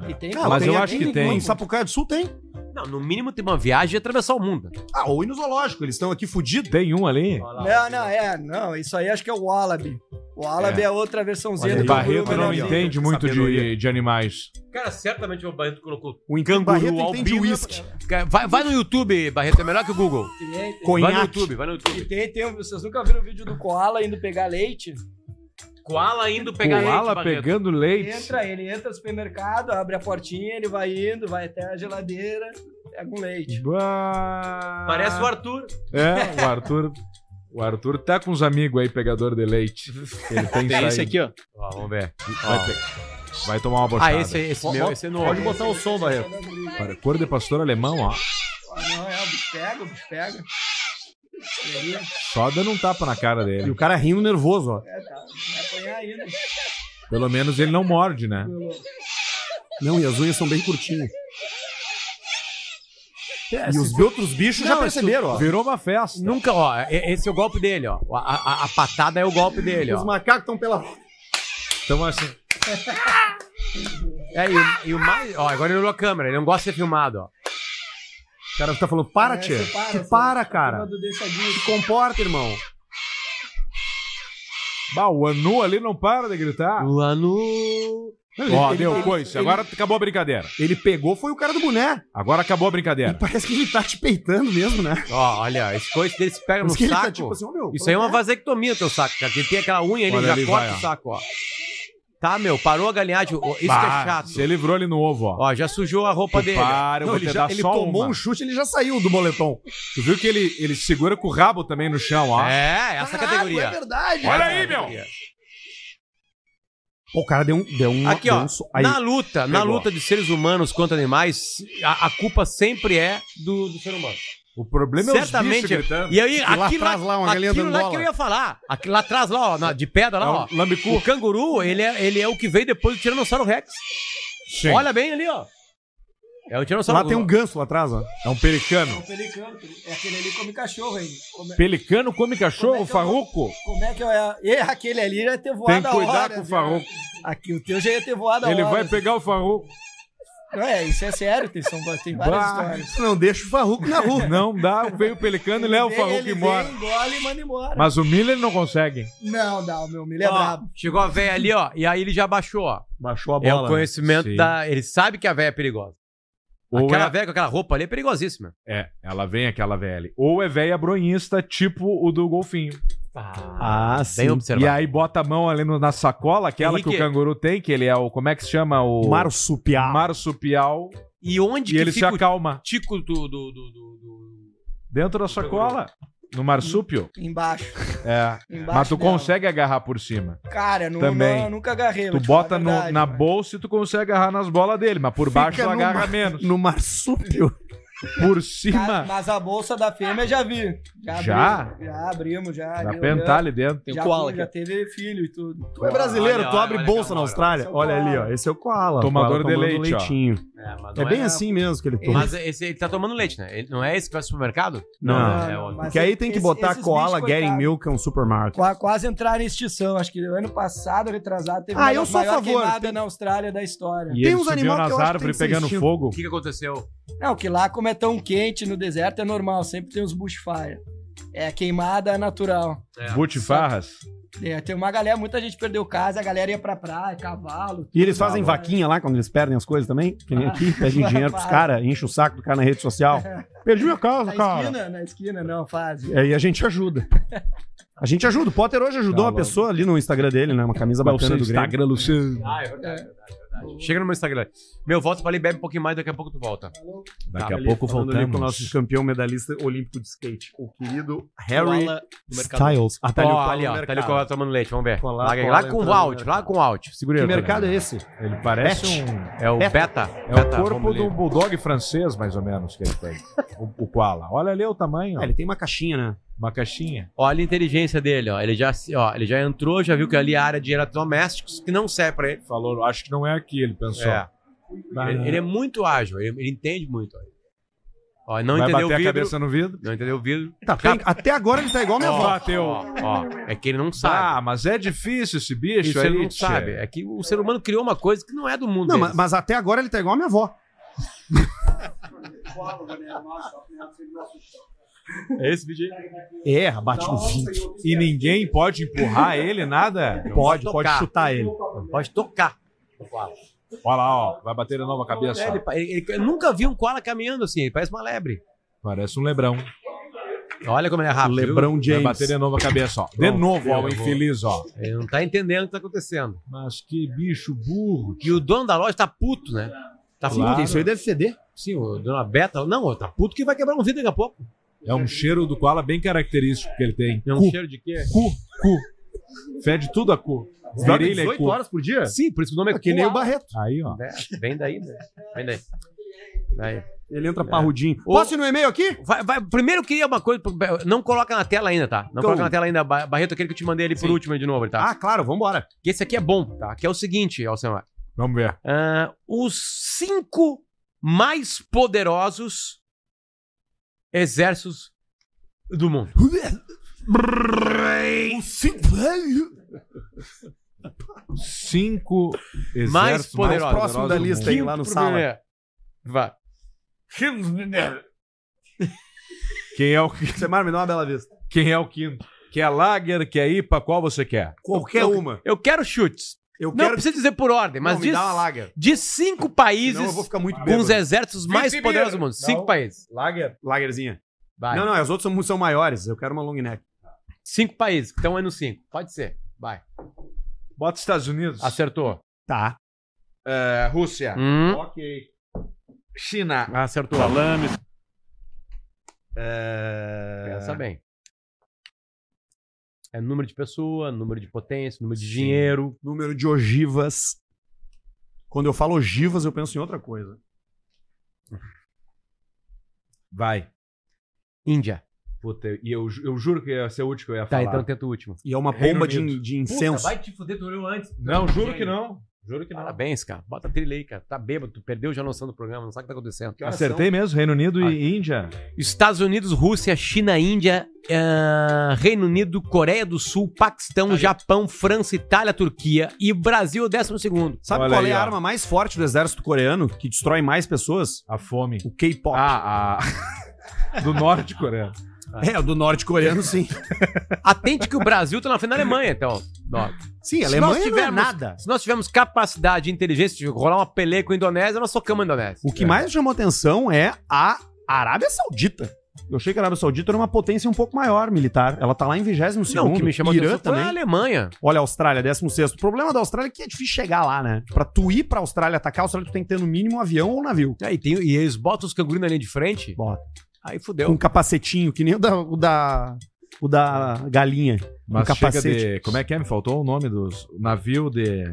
[SPEAKER 7] E tem, é
[SPEAKER 1] Cara,
[SPEAKER 5] mas
[SPEAKER 1] tem
[SPEAKER 5] eu
[SPEAKER 1] aqui
[SPEAKER 5] acho que tem.
[SPEAKER 1] Em Sapucaia do Sul tem.
[SPEAKER 3] Não, no mínimo tem uma viagem e atravessar o mundo.
[SPEAKER 1] Ah, ou ir no zoológico, eles estão aqui fudidos.
[SPEAKER 5] Tem um ali.
[SPEAKER 7] Não, não, é. Não, isso aí acho que é o Wallaby. O Wallaby
[SPEAKER 5] É.
[SPEAKER 7] é, outra versãozinha
[SPEAKER 5] O
[SPEAKER 7] do canguru
[SPEAKER 5] Barreto não
[SPEAKER 7] menorzinho.
[SPEAKER 5] entende muito de, de animais.
[SPEAKER 3] Cara, certamente o Barreto colocou
[SPEAKER 1] o
[SPEAKER 3] canguru
[SPEAKER 5] Barreto
[SPEAKER 3] albino.
[SPEAKER 5] entende
[SPEAKER 3] Cara, Vai, vai no YouTube, Barreto, é melhor que o Google.
[SPEAKER 7] Tem, tem.
[SPEAKER 3] Vai no YouTube, vai no YouTube.
[SPEAKER 7] E tem, tem um- vocês nunca viram o vídeo do Koala indo pegar leite?
[SPEAKER 3] Koala indo pegar
[SPEAKER 5] Koala
[SPEAKER 3] leite, Barreto.
[SPEAKER 5] pegando leite.
[SPEAKER 7] Entra, ele entra no supermercado, abre a portinha, ele vai indo, vai até a geladeira, pega um leite.
[SPEAKER 3] Parece o Arthur.
[SPEAKER 5] É, o Arthur. O Arthur tá com uns amigos aí, pegador de leite. Ele tem,
[SPEAKER 3] Tem esse
[SPEAKER 5] saído.
[SPEAKER 3] aqui, ó. Ó, vamos ver.
[SPEAKER 5] Vai,
[SPEAKER 3] Ó.
[SPEAKER 5] pe- vai tomar uma bochada.
[SPEAKER 3] Ah, esse, esse meu, esse é novo.
[SPEAKER 5] Pode botar o som, Barreto. Cara, cor de pastor alemão, ó.
[SPEAKER 7] Não, é, o bicho pega, o bicho pega. Ele
[SPEAKER 5] Só dando um tapa na cara dele.
[SPEAKER 1] E o cara é rindo nervoso, ó.
[SPEAKER 7] é, tá, vai apanhar ainda.
[SPEAKER 5] Pelo menos ele não morde, né?
[SPEAKER 1] Não, e as unhas são bem curtinhas.
[SPEAKER 3] se
[SPEAKER 1] e os
[SPEAKER 3] for-
[SPEAKER 1] outros bichos já
[SPEAKER 3] Não,
[SPEAKER 1] perceberam, ó.
[SPEAKER 3] isso
[SPEAKER 5] Virou uma festa.
[SPEAKER 3] Nunca, ó. e- Esse é o golpe dele, ó. A, a- a patada é o golpe dele,
[SPEAKER 1] Os
[SPEAKER 3] ó.
[SPEAKER 1] macacos estão pela.
[SPEAKER 5] Então, assim.
[SPEAKER 3] É, e, o- e o mais. Ó, agora ele olhou a câmera, ele não gosta de ser filmado, ó.
[SPEAKER 1] O cara tá falando, para, tia.
[SPEAKER 7] Você para,
[SPEAKER 1] Para,
[SPEAKER 7] você-
[SPEAKER 1] para,
[SPEAKER 7] Turma
[SPEAKER 1] cara.
[SPEAKER 7] do Deixa Disso.
[SPEAKER 1] Se
[SPEAKER 3] um
[SPEAKER 1] comporta, irmão.
[SPEAKER 5] Bah, o Anu ali não para de gritar.
[SPEAKER 3] O Anu.
[SPEAKER 5] Ó,
[SPEAKER 1] Ele-
[SPEAKER 5] deu
[SPEAKER 1] ele-
[SPEAKER 5] coice.
[SPEAKER 1] ele-
[SPEAKER 5] Agora acabou a brincadeira.
[SPEAKER 1] Ele pegou, foi o cara do boné.
[SPEAKER 5] Agora acabou a brincadeira.
[SPEAKER 1] Parece que ele tá te peitando mesmo, né?
[SPEAKER 3] Ó, olha, esse coice dele se pega no
[SPEAKER 1] Mas que ele tá
[SPEAKER 3] saco.
[SPEAKER 1] tipo assim, ô, meu,
[SPEAKER 3] Isso aí é uma vasectomia, teu saco, cara. Ele tem aquela unha, ele
[SPEAKER 5] Olha
[SPEAKER 3] já
[SPEAKER 5] ali,
[SPEAKER 3] corta
[SPEAKER 5] vai, ó.
[SPEAKER 3] o saco, ó. Tá, meu, parou a galinhagem. ó, Isso
[SPEAKER 5] Bah,
[SPEAKER 3] que é chato.
[SPEAKER 5] Se livrou ali no ovo, ó.
[SPEAKER 3] Ó, já sujou a roupa dele.
[SPEAKER 5] Para, eu
[SPEAKER 1] Não,
[SPEAKER 5] vou
[SPEAKER 1] ele
[SPEAKER 5] te
[SPEAKER 1] já-
[SPEAKER 5] dar
[SPEAKER 1] ele
[SPEAKER 5] só
[SPEAKER 1] tomou
[SPEAKER 5] uma.
[SPEAKER 1] um chute, ele já saiu do moletom.
[SPEAKER 5] Tu viu que ele, ele segura com o rabo também no chão, ó.
[SPEAKER 3] É, essa categoria.
[SPEAKER 1] É verdade.
[SPEAKER 5] Olha aí, meu.
[SPEAKER 1] Pô, o cara deu um. Deu um
[SPEAKER 3] Aqui,
[SPEAKER 1] deu
[SPEAKER 3] ó.
[SPEAKER 1] um so- aí.
[SPEAKER 3] na luta, na
[SPEAKER 5] Pegou.
[SPEAKER 3] luta de seres humanos contra animais, a, a culpa sempre é do, do ser humano.
[SPEAKER 5] O problema é os bichos
[SPEAKER 3] Certamente.
[SPEAKER 5] gritando.
[SPEAKER 3] E aí,
[SPEAKER 1] E lá
[SPEAKER 3] aquilo,
[SPEAKER 1] atrás, lá, uma galinha
[SPEAKER 3] aquilo lá
[SPEAKER 1] dangola.
[SPEAKER 3] que eu ia falar. Aquilo lá atrás, lá, ó, na- de pedra,
[SPEAKER 5] É um
[SPEAKER 3] lá, ó.
[SPEAKER 5] lambicu.
[SPEAKER 3] O canguru, ele é, ele é o que veio depois do Tiranossauro Rex.
[SPEAKER 5] Sim.
[SPEAKER 3] Olha bem ali, ó. É o tiranossauro.
[SPEAKER 1] Lá tem um ganso lá atrás, ó.
[SPEAKER 5] É um pelicano.
[SPEAKER 7] É o pelicano. É aquele ali que come cachorro, hein? Come-
[SPEAKER 5] Pelicano come
[SPEAKER 7] Como
[SPEAKER 5] cachorro,
[SPEAKER 7] é que eu-
[SPEAKER 5] farruco?
[SPEAKER 7] Como é que eu ia... E aquele ali já ia ter voado
[SPEAKER 5] Tem que
[SPEAKER 7] a
[SPEAKER 5] cuidar
[SPEAKER 7] horas,
[SPEAKER 5] com o
[SPEAKER 7] né?
[SPEAKER 5] farruco.
[SPEAKER 7] Aqui, o teu já ia ter voado a
[SPEAKER 5] Ele vai
[SPEAKER 7] horas.
[SPEAKER 5] pegar o farruco.
[SPEAKER 7] Não, é, isso é sério, tem, são, tem várias histórias.
[SPEAKER 5] não deixa o farruco na rua. Não dá, veio o pelicano e leva o
[SPEAKER 7] Vem,
[SPEAKER 5] farruco
[SPEAKER 7] ele
[SPEAKER 5] embora.
[SPEAKER 7] Vem, engole e manda embora.
[SPEAKER 5] Mas o Miller não consegue.
[SPEAKER 7] Não, dá, o meu milho é
[SPEAKER 3] Ó,
[SPEAKER 7] brabo.
[SPEAKER 3] Chegou a véia ali, ó, e aí ele já baixou, ó.
[SPEAKER 1] Baixou a
[SPEAKER 3] É
[SPEAKER 1] bola.
[SPEAKER 3] o conhecimento
[SPEAKER 5] né? Sim.
[SPEAKER 3] da. Ele sabe que a véia é perigosa.
[SPEAKER 5] Ou
[SPEAKER 3] aquela
[SPEAKER 5] é-
[SPEAKER 3] véia com aquela roupa ali é perigosíssima.
[SPEAKER 5] É, ela vem aquela velha. Ou é velha bronhista, tipo o do golfinho.
[SPEAKER 1] Ah, sim.
[SPEAKER 3] Bem observado.
[SPEAKER 5] E aí bota a mão ali no- na sacola, aquela que
[SPEAKER 3] Henrique-
[SPEAKER 5] o canguru tem, que ele é o. Como é que se chama? O.
[SPEAKER 1] Marsupial.
[SPEAKER 5] Marsupial.
[SPEAKER 3] E onde
[SPEAKER 5] E
[SPEAKER 3] que
[SPEAKER 5] ele se
[SPEAKER 3] fica o
[SPEAKER 5] acalma.
[SPEAKER 3] tico do, do, do, do-
[SPEAKER 5] Dentro da sacola. No marsúpio.
[SPEAKER 7] Embaixo.
[SPEAKER 5] É.
[SPEAKER 7] Embaixo
[SPEAKER 5] Mas tu
[SPEAKER 7] dela.
[SPEAKER 5] consegue agarrar por cima.
[SPEAKER 7] Cara, nu-
[SPEAKER 5] Também.
[SPEAKER 7] não, eu nunca agarrei. vou
[SPEAKER 5] Tu
[SPEAKER 7] te falar a
[SPEAKER 5] bota no-
[SPEAKER 7] verdade,
[SPEAKER 5] na
[SPEAKER 7] mano.
[SPEAKER 5] bolsa e tu consegue agarrar nas bolas dele, mas por baixo tu
[SPEAKER 1] no
[SPEAKER 5] agarra
[SPEAKER 1] mar-
[SPEAKER 5] menos.
[SPEAKER 1] No marsúpio.
[SPEAKER 5] Por cima.
[SPEAKER 7] Cara, mas a bolsa da fêmea já vi.
[SPEAKER 5] Já?
[SPEAKER 7] Abrimos, já abrimos, já.
[SPEAKER 5] Dá
[SPEAKER 7] deu-
[SPEAKER 5] pra entrar ali dentro.
[SPEAKER 7] já,
[SPEAKER 5] koala
[SPEAKER 7] já, já teve filho e tudo.
[SPEAKER 1] Tu é brasileiro,
[SPEAKER 5] Olha,
[SPEAKER 1] tu
[SPEAKER 5] olha,
[SPEAKER 1] abre
[SPEAKER 5] olha
[SPEAKER 1] bolsa
[SPEAKER 5] aquela
[SPEAKER 1] na
[SPEAKER 5] hora.
[SPEAKER 1] Austrália. Olha ali, ó. Esse é o koala.
[SPEAKER 5] Tomador
[SPEAKER 1] O koala
[SPEAKER 5] de
[SPEAKER 1] tomando
[SPEAKER 5] leite, ó.
[SPEAKER 1] leitinho.
[SPEAKER 3] mas
[SPEAKER 1] É,
[SPEAKER 3] não
[SPEAKER 1] bem
[SPEAKER 3] é-
[SPEAKER 1] assim mesmo que ele toma.
[SPEAKER 3] Mas esse, ele tá tomando leite, né? Ele, não é esse que vai pro supermercado?
[SPEAKER 1] Não.
[SPEAKER 3] né? é
[SPEAKER 7] Não,
[SPEAKER 3] outro.
[SPEAKER 7] mas
[SPEAKER 1] Porque aí tem que
[SPEAKER 7] esse-
[SPEAKER 1] botar
[SPEAKER 7] esses
[SPEAKER 1] koala
[SPEAKER 7] bichos,
[SPEAKER 1] Getting
[SPEAKER 7] coitado.
[SPEAKER 1] Milk é um supermarket.
[SPEAKER 7] Qua- Quase entrar em extinção. Acho que ano passado, retrasado, teve
[SPEAKER 1] Ah,
[SPEAKER 7] uma
[SPEAKER 1] eu
[SPEAKER 7] das
[SPEAKER 1] sou a
[SPEAKER 7] maior
[SPEAKER 1] favor.
[SPEAKER 7] queimada na Austrália da história.
[SPEAKER 5] E
[SPEAKER 1] Tem
[SPEAKER 5] ele
[SPEAKER 1] uns
[SPEAKER 5] subiu
[SPEAKER 1] animal
[SPEAKER 5] nas
[SPEAKER 1] que eu acho que tem
[SPEAKER 5] árvores
[SPEAKER 1] que ser
[SPEAKER 5] pegando
[SPEAKER 1] extinto.
[SPEAKER 5] fogo.
[SPEAKER 3] O que, que aconteceu?
[SPEAKER 7] Não, que lá, como é tão quente no deserto, é normal, sempre tem os bushfire. É queimada natural.
[SPEAKER 3] É.
[SPEAKER 5] Butifarras.
[SPEAKER 7] É, tem uma galera, muita gente perdeu casa, a galera ia pra praia, cavalo.
[SPEAKER 1] E eles fazem
[SPEAKER 7] tudo.
[SPEAKER 1] vaquinha lá quando eles perdem as coisas também? Que nem
[SPEAKER 7] Ah.
[SPEAKER 1] aqui, pedem dinheiro pros caras, enche o saco do cara na rede social. Perdi minha casa,
[SPEAKER 7] Na
[SPEAKER 1] cara.
[SPEAKER 7] Tá esquina, na esquina, não, faz.
[SPEAKER 1] E aí a gente ajuda. A gente ajuda. O Potter hoje ajudou uma pessoa ali no Instagram dele, né? Uma camisa
[SPEAKER 5] Qual o
[SPEAKER 1] bacana
[SPEAKER 5] seu
[SPEAKER 1] do Grêmio.
[SPEAKER 5] Instagram, Luciano?
[SPEAKER 3] Ah, é verdade, verdade, verdade. Chega no meu Instagram. Meu, volta pra ali, bebe um pouquinho mais, daqui a pouco tu volta.
[SPEAKER 5] Daqui a
[SPEAKER 1] Ali,
[SPEAKER 5] pouco
[SPEAKER 1] falando ali com o nosso
[SPEAKER 5] voltamos.
[SPEAKER 1] campeão medalista olímpico de skate, o querido Harry
[SPEAKER 3] Koala no mercado.
[SPEAKER 1] Styles. Ah, tá ali o
[SPEAKER 3] Ó,
[SPEAKER 1] Koala
[SPEAKER 3] ali,
[SPEAKER 1] no
[SPEAKER 3] ó. Tá ali
[SPEAKER 1] mercado.
[SPEAKER 3] o Koala tomando leite, vamos ver.
[SPEAKER 1] Koala,
[SPEAKER 3] lá, lá
[SPEAKER 1] Koala
[SPEAKER 3] com o
[SPEAKER 1] entrando no
[SPEAKER 3] áudio, lá com o áudio. Segura
[SPEAKER 1] Que
[SPEAKER 3] aí, Antônio.
[SPEAKER 1] mercado é esse?
[SPEAKER 5] Ele parece
[SPEAKER 1] Bet.
[SPEAKER 5] um.
[SPEAKER 3] É o beta.
[SPEAKER 5] É
[SPEAKER 3] beta,
[SPEAKER 5] o corpo
[SPEAKER 3] tá, vamos
[SPEAKER 5] do
[SPEAKER 3] ler.
[SPEAKER 5] bulldog francês, mais ou menos, que ele tem. o, o koala. Olha ali o tamanho, ó.
[SPEAKER 1] Ah, ele tem uma caixinha, né?
[SPEAKER 5] Uma caixinha.
[SPEAKER 3] Olha a inteligência dele, ó. Ele já, se- ó, ele já entrou, já viu que ali é a área de eletrodomésticos, que não serve pra ele.
[SPEAKER 5] Falou, acho que não é aqui, ele pensou.
[SPEAKER 3] É.
[SPEAKER 5] Vai,
[SPEAKER 3] Ele, ele é muito ágil, ele, ele entende muito. Ó, Ó, não
[SPEAKER 5] vai
[SPEAKER 3] entendeu
[SPEAKER 5] bater
[SPEAKER 3] o
[SPEAKER 5] a
[SPEAKER 3] vidro.
[SPEAKER 5] cabeça no vidro.
[SPEAKER 3] Não entendeu o vidro.
[SPEAKER 1] Tá, porque ele- até agora ele tá igual minha
[SPEAKER 3] Ó,
[SPEAKER 1] avó.
[SPEAKER 5] Bateu.
[SPEAKER 3] Ó, ó, é que ele não sabe.
[SPEAKER 5] Ah, mas é difícil esse bicho
[SPEAKER 3] Isso
[SPEAKER 5] aí.
[SPEAKER 3] ele não
[SPEAKER 5] tchê.
[SPEAKER 3] sabe. É que o ser humano criou uma coisa que não é do mundo.
[SPEAKER 1] Não, ma-
[SPEAKER 3] deles.
[SPEAKER 1] mas, até agora ele tá igual a minha avó.
[SPEAKER 3] É esse vídeo aí.
[SPEAKER 1] É, bate no 20.
[SPEAKER 5] E ninguém pode empurrar ele, nada?
[SPEAKER 1] Pode, pode
[SPEAKER 3] tocar.
[SPEAKER 1] chutar ele.
[SPEAKER 3] Pode tocar.
[SPEAKER 5] Olha lá, ó. Vai bater de novo a cabeça.
[SPEAKER 3] É, ele, ele- ele- eu nunca vi um koala caminhando assim, ele parece uma lebre.
[SPEAKER 5] Parece um lebrão.
[SPEAKER 3] Olha como ele é rápido. viu?
[SPEAKER 1] Lebrão
[SPEAKER 5] Vai
[SPEAKER 1] James.
[SPEAKER 5] bater de novo a cabeça, ó. De
[SPEAKER 3] Pronto,
[SPEAKER 5] novo, ó,
[SPEAKER 3] deu,
[SPEAKER 5] o
[SPEAKER 3] eu vou.
[SPEAKER 5] infeliz, ó.
[SPEAKER 3] Ele não tá entendendo o que tá acontecendo.
[SPEAKER 5] Mas que bicho burro.
[SPEAKER 3] E o dono da loja tá puto, né? Tá
[SPEAKER 1] Sim,
[SPEAKER 5] Claro.
[SPEAKER 1] porque isso aí deve feder.
[SPEAKER 3] Sim, o dono da Beta. Não, tá puto que vai quebrar um vidro daqui a pouco.
[SPEAKER 5] É um cheiro do koala bem característico que ele tem.
[SPEAKER 3] É um
[SPEAKER 5] Cu,
[SPEAKER 3] cheiro de quê?
[SPEAKER 5] cu, cu. Fede tudo a cu. Virilha e cu.
[SPEAKER 1] por dia?
[SPEAKER 3] Sim, por isso que o nome é
[SPEAKER 1] Que nem o
[SPEAKER 3] Barreto.
[SPEAKER 1] Barreto.
[SPEAKER 5] Aí, ó.
[SPEAKER 3] Vem daí, né? Vem daí. Daí.
[SPEAKER 1] Ele entra parrudinho. Posso ir no e-mail aqui?
[SPEAKER 3] Vai, vai, primeiro eu queria uma coisa. pro- Não coloca na tela ainda, tá? Não
[SPEAKER 1] Então-
[SPEAKER 3] coloca na tela ainda, Ba- Barreto, aquele que eu te mandei ali por último aí de novo, tá?
[SPEAKER 1] Ah, claro, vambora.
[SPEAKER 3] Que esse aqui é bom, tá? Que é o seguinte, Alcemar.
[SPEAKER 5] Vamos ver.
[SPEAKER 3] Ah, os cinco mais poderosos exércitos do mundo.
[SPEAKER 5] Cinco
[SPEAKER 3] mais
[SPEAKER 5] exércitos mais
[SPEAKER 3] poderosos.
[SPEAKER 5] poderosos.
[SPEAKER 1] Próximo da lista aí,
[SPEAKER 3] Quinto
[SPEAKER 1] lá no
[SPEAKER 3] pro
[SPEAKER 1] sala.
[SPEAKER 3] primeiro. Vai.
[SPEAKER 5] Quem é, o, <laughs>
[SPEAKER 1] Semar, me dá uma bela vista.
[SPEAKER 5] quem é o quinto? Quer Lager, é quer IPA, qual você quer?
[SPEAKER 1] Qualquer uma.
[SPEAKER 3] Eu quero chutes.
[SPEAKER 1] Eu
[SPEAKER 3] Não
[SPEAKER 1] quero
[SPEAKER 3] precisa dizer por ordem, mas
[SPEAKER 1] Não, me
[SPEAKER 3] diz,
[SPEAKER 1] dá uma lager.
[SPEAKER 3] diz cinco países
[SPEAKER 1] Senão eu vou ficar muito
[SPEAKER 3] com
[SPEAKER 1] bêbado.
[SPEAKER 3] os exércitos mais
[SPEAKER 5] Vice-Beer.
[SPEAKER 3] poderosos do mundo. Cinco
[SPEAKER 5] Não.
[SPEAKER 3] países.
[SPEAKER 5] Lager?
[SPEAKER 1] Lagerzinha.
[SPEAKER 3] Vai.
[SPEAKER 1] Não, não, as outras são, são maiores. Eu quero uma long neck.
[SPEAKER 3] Cinco países, que estão aí no cinco. Pode ser. Vai.
[SPEAKER 5] Bota Estados Unidos.
[SPEAKER 3] Acertou.
[SPEAKER 1] Tá.
[SPEAKER 2] É, Rússia.
[SPEAKER 3] Hum.
[SPEAKER 5] Uhum.
[SPEAKER 2] Ok. China.
[SPEAKER 3] Ah, Acertou. Pensa bem. É número de pessoa, número de potência, número de dinheiro.
[SPEAKER 1] Número de ogivas. Quando eu falo ogivas, eu penso em outra coisa.
[SPEAKER 5] Vai.
[SPEAKER 3] Índia.
[SPEAKER 5] Puta, e eu, ju- eu juro que ia ser útil que eu ia
[SPEAKER 3] Tá,
[SPEAKER 5] falar.
[SPEAKER 3] então tenta o último.
[SPEAKER 1] E é uma
[SPEAKER 5] Reino
[SPEAKER 1] bomba de,
[SPEAKER 5] Unido.
[SPEAKER 1] de incenso.
[SPEAKER 3] te fuder, tu olhou antes.
[SPEAKER 5] Não, juro que não.
[SPEAKER 3] Juro que não. Parabéns, cara. Bota a trilha aí, cara. Tá bêbado, tu perdeu já a noção do programa, não sabe o que tá acontecendo.
[SPEAKER 5] Acertei mesmo, Reino Unido e Índia.
[SPEAKER 3] Estados Unidos, Rússia, China, Índia, eh, Reino Unido, Coreia do Sul, Paquistão, Japão, França, Itália, Turquia e Brasil, o décimo segundo.
[SPEAKER 1] Sabe qual é a arma mais forte do exército coreano que destrói mais pessoas?
[SPEAKER 5] A fome.
[SPEAKER 1] O K-pop.
[SPEAKER 5] Ah, a... do norte <laughs> coreano.
[SPEAKER 1] É, o do norte coreano, sim.
[SPEAKER 3] Atente que o Brasil tá na frente da Alemanha, então. Ó,
[SPEAKER 1] <laughs> Sim, a
[SPEAKER 3] se
[SPEAKER 1] Alemanha
[SPEAKER 3] nós
[SPEAKER 1] não é
[SPEAKER 3] tivermos-
[SPEAKER 1] nada.
[SPEAKER 3] Se nós tivermos capacidade e inteligência de rolar uma peleia com a Indonésia, nós socamos a Indonésia.
[SPEAKER 1] O que mais chamou atenção é a Arábia Saudita. Eu achei que a Arábia Saudita era uma potência um pouco maior militar. Ela tá lá em 22
[SPEAKER 3] É. Não, o que me chamou
[SPEAKER 1] Irã
[SPEAKER 3] atenção foi
[SPEAKER 1] também.
[SPEAKER 3] a Alemanha.
[SPEAKER 1] Olha, a Austrália, 16. O problema da Austrália é que é difícil chegar lá, né? Pra tu ir pra Austrália atacar, a Austrália tu tem que ter no mínimo um avião ou um navio.
[SPEAKER 3] É, e, tem, e eles botam os cangurus na linha de frente.
[SPEAKER 1] Bota.
[SPEAKER 3] Aí fudeu.
[SPEAKER 1] Com um capacetinho, que nem o da, o da, o da galinha. um
[SPEAKER 5] Mas chega
[SPEAKER 1] capacete.
[SPEAKER 5] de... Como é que é? Me faltou o nome dos... Navio de...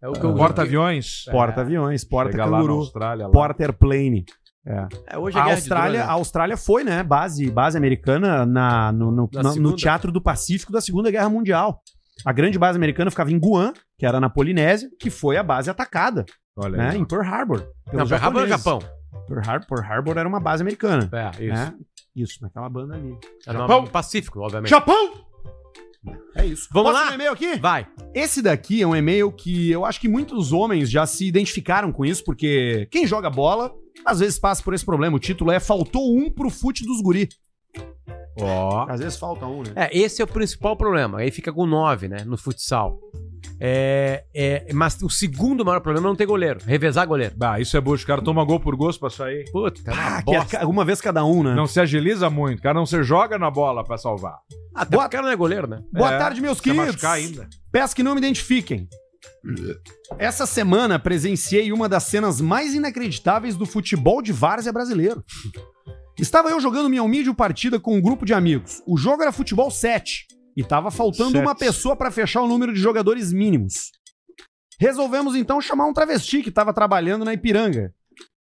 [SPEAKER 3] É o que eu-
[SPEAKER 5] Porta-aviões.
[SPEAKER 3] É.
[SPEAKER 1] Porta-aviões,
[SPEAKER 5] Chega lá na
[SPEAKER 1] porta-canguru,
[SPEAKER 5] Austrália, lá.
[SPEAKER 1] porta-airplane. É.
[SPEAKER 3] É, hoje é
[SPEAKER 1] a
[SPEAKER 3] guerra de
[SPEAKER 1] Austrália,
[SPEAKER 3] drone, né?
[SPEAKER 1] a Austrália foi, né, base, base americana na, no, no,
[SPEAKER 3] Na
[SPEAKER 1] na- no
[SPEAKER 3] segunda.
[SPEAKER 1] Teatro do Pacífico da Segunda Guerra Mundial. A grande base americana ficava em Guam, que era na Polinésia, que foi a base atacada,
[SPEAKER 5] Olha
[SPEAKER 1] né,
[SPEAKER 5] aí.
[SPEAKER 1] em Pearl Harbor.
[SPEAKER 3] Não,
[SPEAKER 1] pelos
[SPEAKER 3] Pearl Harbor
[SPEAKER 1] japoneses.
[SPEAKER 3] é Japão.
[SPEAKER 1] Pearl Har- Pearl Harbor era uma base americana.
[SPEAKER 3] É, isso.
[SPEAKER 1] né? Isso, naquela banda ali.
[SPEAKER 3] Era no Pacífico, obviamente.
[SPEAKER 1] Japão! É isso.
[SPEAKER 3] Vamos
[SPEAKER 1] Posso
[SPEAKER 3] lá?
[SPEAKER 1] um e-mail aqui?
[SPEAKER 3] Vai.
[SPEAKER 1] Esse daqui é um e-mail que eu acho que muitos homens já se identificaram com isso, porque quem joga bola às vezes passa por esse problema. O título é Faltou um pro fute dos guri.
[SPEAKER 5] Ó.
[SPEAKER 1] Às vezes falta um, né?
[SPEAKER 3] É, esse é o principal problema. Aí fica com 9, né? No futsal. É, é, mas o segundo maior problema é não ter goleiro. Revezar goleiro.
[SPEAKER 5] Bah, isso é bucho. O cara toma gol por gosto pra sair.
[SPEAKER 3] Puta, é uma
[SPEAKER 1] Ah, que
[SPEAKER 3] bosta.
[SPEAKER 1] é uma vez cada um, né?
[SPEAKER 5] Não se agiliza muito. O cara não se joga na bola pra salvar.
[SPEAKER 3] Até porque o cara não é goleiro, né?
[SPEAKER 1] Boa
[SPEAKER 5] É,
[SPEAKER 1] tarde, meus
[SPEAKER 5] se
[SPEAKER 1] queridos.
[SPEAKER 5] machucar ainda.
[SPEAKER 1] Peço que não me identifiquem. Essa semana presenciei uma das cenas mais inacreditáveis do futebol de várzea brasileiro. Estava eu jogando minha humilde partida com um grupo de amigos. O jogo era futebol 7 e estava faltando
[SPEAKER 5] Sete.
[SPEAKER 1] uma pessoa para fechar o número de jogadores mínimos. Resolvemos então chamar um travesti que estava trabalhando na Ipiranga,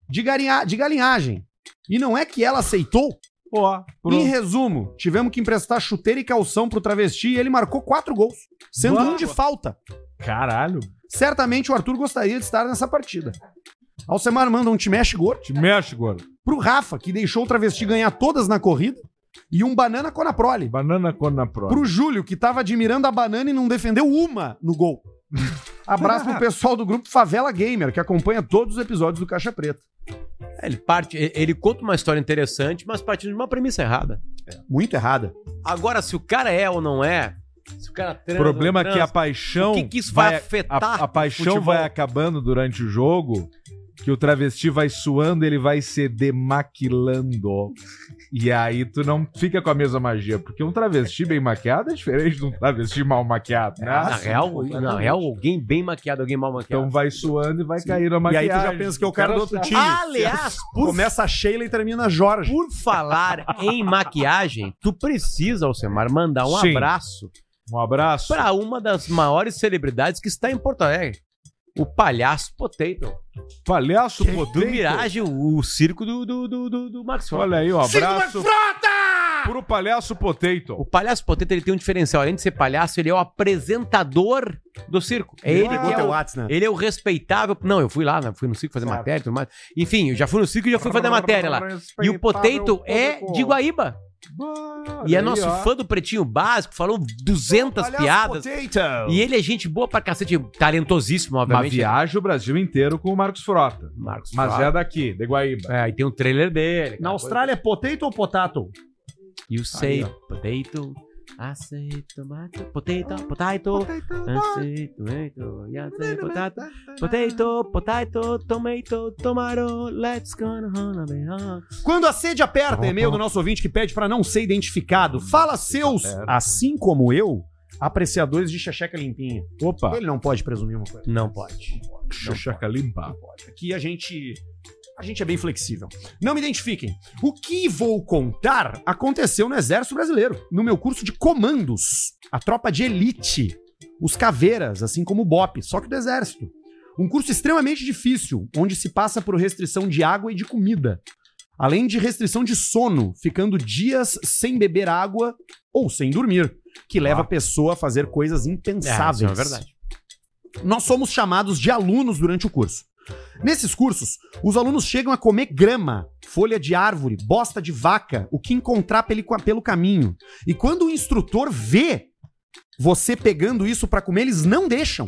[SPEAKER 1] de, garinha- de galinhagem. E não é que ela aceitou?
[SPEAKER 5] Ó, um
[SPEAKER 1] Em resumo, tivemos que emprestar chuteira e calção pro travesti e ele marcou quatro gols, sendo
[SPEAKER 5] Boa.
[SPEAKER 1] um de falta.
[SPEAKER 5] Caralho.
[SPEAKER 1] Certamente o Arthur gostaria de estar nessa partida. Alcemar manda um te mexe gordo
[SPEAKER 5] Te mexe, gordo.
[SPEAKER 1] pro Rafa, que deixou o travesti ganhar todas na corrida, e um banana conaprole.
[SPEAKER 5] Banana cor na prova.
[SPEAKER 1] Pro Júlio, que tava admirando a banana e não defendeu uma no gol. Abraço pro pessoal do grupo Favela Gamer, que acompanha todos os episódios do Caixa Preta.
[SPEAKER 3] É, Ele parte, e- ele conta uma história interessante, mas partindo de uma premissa errada.
[SPEAKER 1] Muito errada.
[SPEAKER 3] Agora, se o cara é ou não é, se o cara
[SPEAKER 5] O
[SPEAKER 3] transa,
[SPEAKER 5] problema é
[SPEAKER 3] não
[SPEAKER 5] que a
[SPEAKER 3] transa,
[SPEAKER 5] paixão.
[SPEAKER 3] o que que isso vai
[SPEAKER 5] a-
[SPEAKER 3] afetar
[SPEAKER 5] A, a
[SPEAKER 3] no
[SPEAKER 5] paixão
[SPEAKER 3] futebol?
[SPEAKER 5] vai acabando durante o jogo, que o travesti vai suando, ele vai se demaquilando. E aí tu não fica com a mesma magia, porque um travesti bem maquiado é diferente de um travesti mal maquiado, né?
[SPEAKER 3] É, na real, na real, alguém bem maquiado, alguém mal maquiado.
[SPEAKER 5] Então vai suando e vai cair a
[SPEAKER 1] E aí
[SPEAKER 5] maquiagem. tá.
[SPEAKER 1] tu já pensa que é o cara do outro
[SPEAKER 5] sabe.
[SPEAKER 1] time.
[SPEAKER 3] Aliás, por-
[SPEAKER 1] Começa a Sheila e termina a Jorge.
[SPEAKER 3] Por falar em maquiagem, tu precisa, Alcemar, mandar um
[SPEAKER 5] Sim.
[SPEAKER 3] abraço
[SPEAKER 5] Um abraço.
[SPEAKER 3] pra uma das maiores celebridades que está em Porto Alegre. O palhaço Potato.
[SPEAKER 5] Palhaço
[SPEAKER 3] Do
[SPEAKER 5] potente.
[SPEAKER 3] Mirage, o, o circo do, do, do, do, do Max Rocha.
[SPEAKER 5] Olha aí, um abraço pro palhaço
[SPEAKER 3] O
[SPEAKER 5] potato.
[SPEAKER 3] palhaço Potato ele tem um diferencial. Além de ser palhaço, ele é o apresentador do circo. É ele que é o,
[SPEAKER 1] WhatsApp, né?
[SPEAKER 3] Ele é o respeitável. Não, eu fui lá, né? fui no circo fazer matéria e tudo mais. Enfim, eu já fui no circo e já fui fazer matéria lá. E o Potato é de Guaíba. E é nosso fã do Pretinho Básico, falou 200 piadas.
[SPEAKER 1] Potato.
[SPEAKER 3] E ele é gente boa pra cacete, talentosíssimo,
[SPEAKER 5] Mas
[SPEAKER 3] obviamente.
[SPEAKER 5] viaja o Brasil inteiro com o Marcos Frota.
[SPEAKER 3] Marcos
[SPEAKER 5] Mas
[SPEAKER 3] Frota.
[SPEAKER 5] é daqui, de Guaíba.
[SPEAKER 3] É, e tem um trailer dele.
[SPEAKER 1] Na Austrália é potato ou potato?
[SPEAKER 3] You say
[SPEAKER 1] ó.
[SPEAKER 3] potato, I say tomato, potato, potato, I say tomato, you say potato, potato, potato, tomato, tomaro, let's go home, baby, home.
[SPEAKER 1] Quando a sede aperta, e-mail do nosso ouvinte que pede pra não ser identificado. Fala seus, assim como eu, apreciadores de xexeca limpinha.
[SPEAKER 5] Opa.
[SPEAKER 1] Ele não pode presumir uma coisa.
[SPEAKER 3] Não pode.
[SPEAKER 5] Xuxaca limpa.
[SPEAKER 1] Aqui a gente a gente é bem flexível. Não me identifiquem. O que vou contar aconteceu no Exército Brasileiro, no meu curso de comandos, a tropa de elite, os caveiras, assim como o BOP, só que do Exército. Um curso extremamente difícil, onde se passa por restrição de água e de comida, além de restrição de sono, ficando dias sem beber água ou sem dormir, que leva a pessoa a fazer coisas
[SPEAKER 3] É, isso
[SPEAKER 1] impensáveis.
[SPEAKER 3] é verdade.
[SPEAKER 1] nós somos chamados de alunos durante o curso. Nesses cursos, os alunos chegam a comer grama, folha de árvore, bosta de vaca, o que encontrar pelo, pelo caminho. E quando o instrutor vê você pegando isso pra comer, eles não deixam.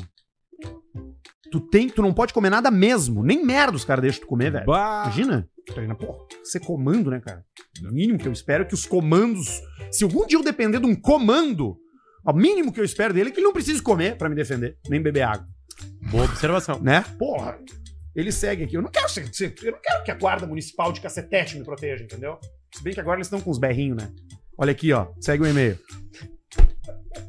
[SPEAKER 1] Tu tem, tu não pode comer nada mesmo, nem merda os caras deixam tu comer, velho. Imagina? Imagina, pô, ser comando, né, cara? O mínimo que eu espero é que os comandos, se algum dia eu depender de um comando, o mínimo que eu espero dele é que ele não precise comer pra me defender, nem beber água.
[SPEAKER 3] Boa observação.
[SPEAKER 1] Né? Porra. Ele segue aqui. Eu não quero ser, ser- eu não quero que a guarda municipal de cacetete me proteja, entendeu? Se bem que agora eles estão com os berrinhos, né? Olha aqui, ó. Segue o e-mail.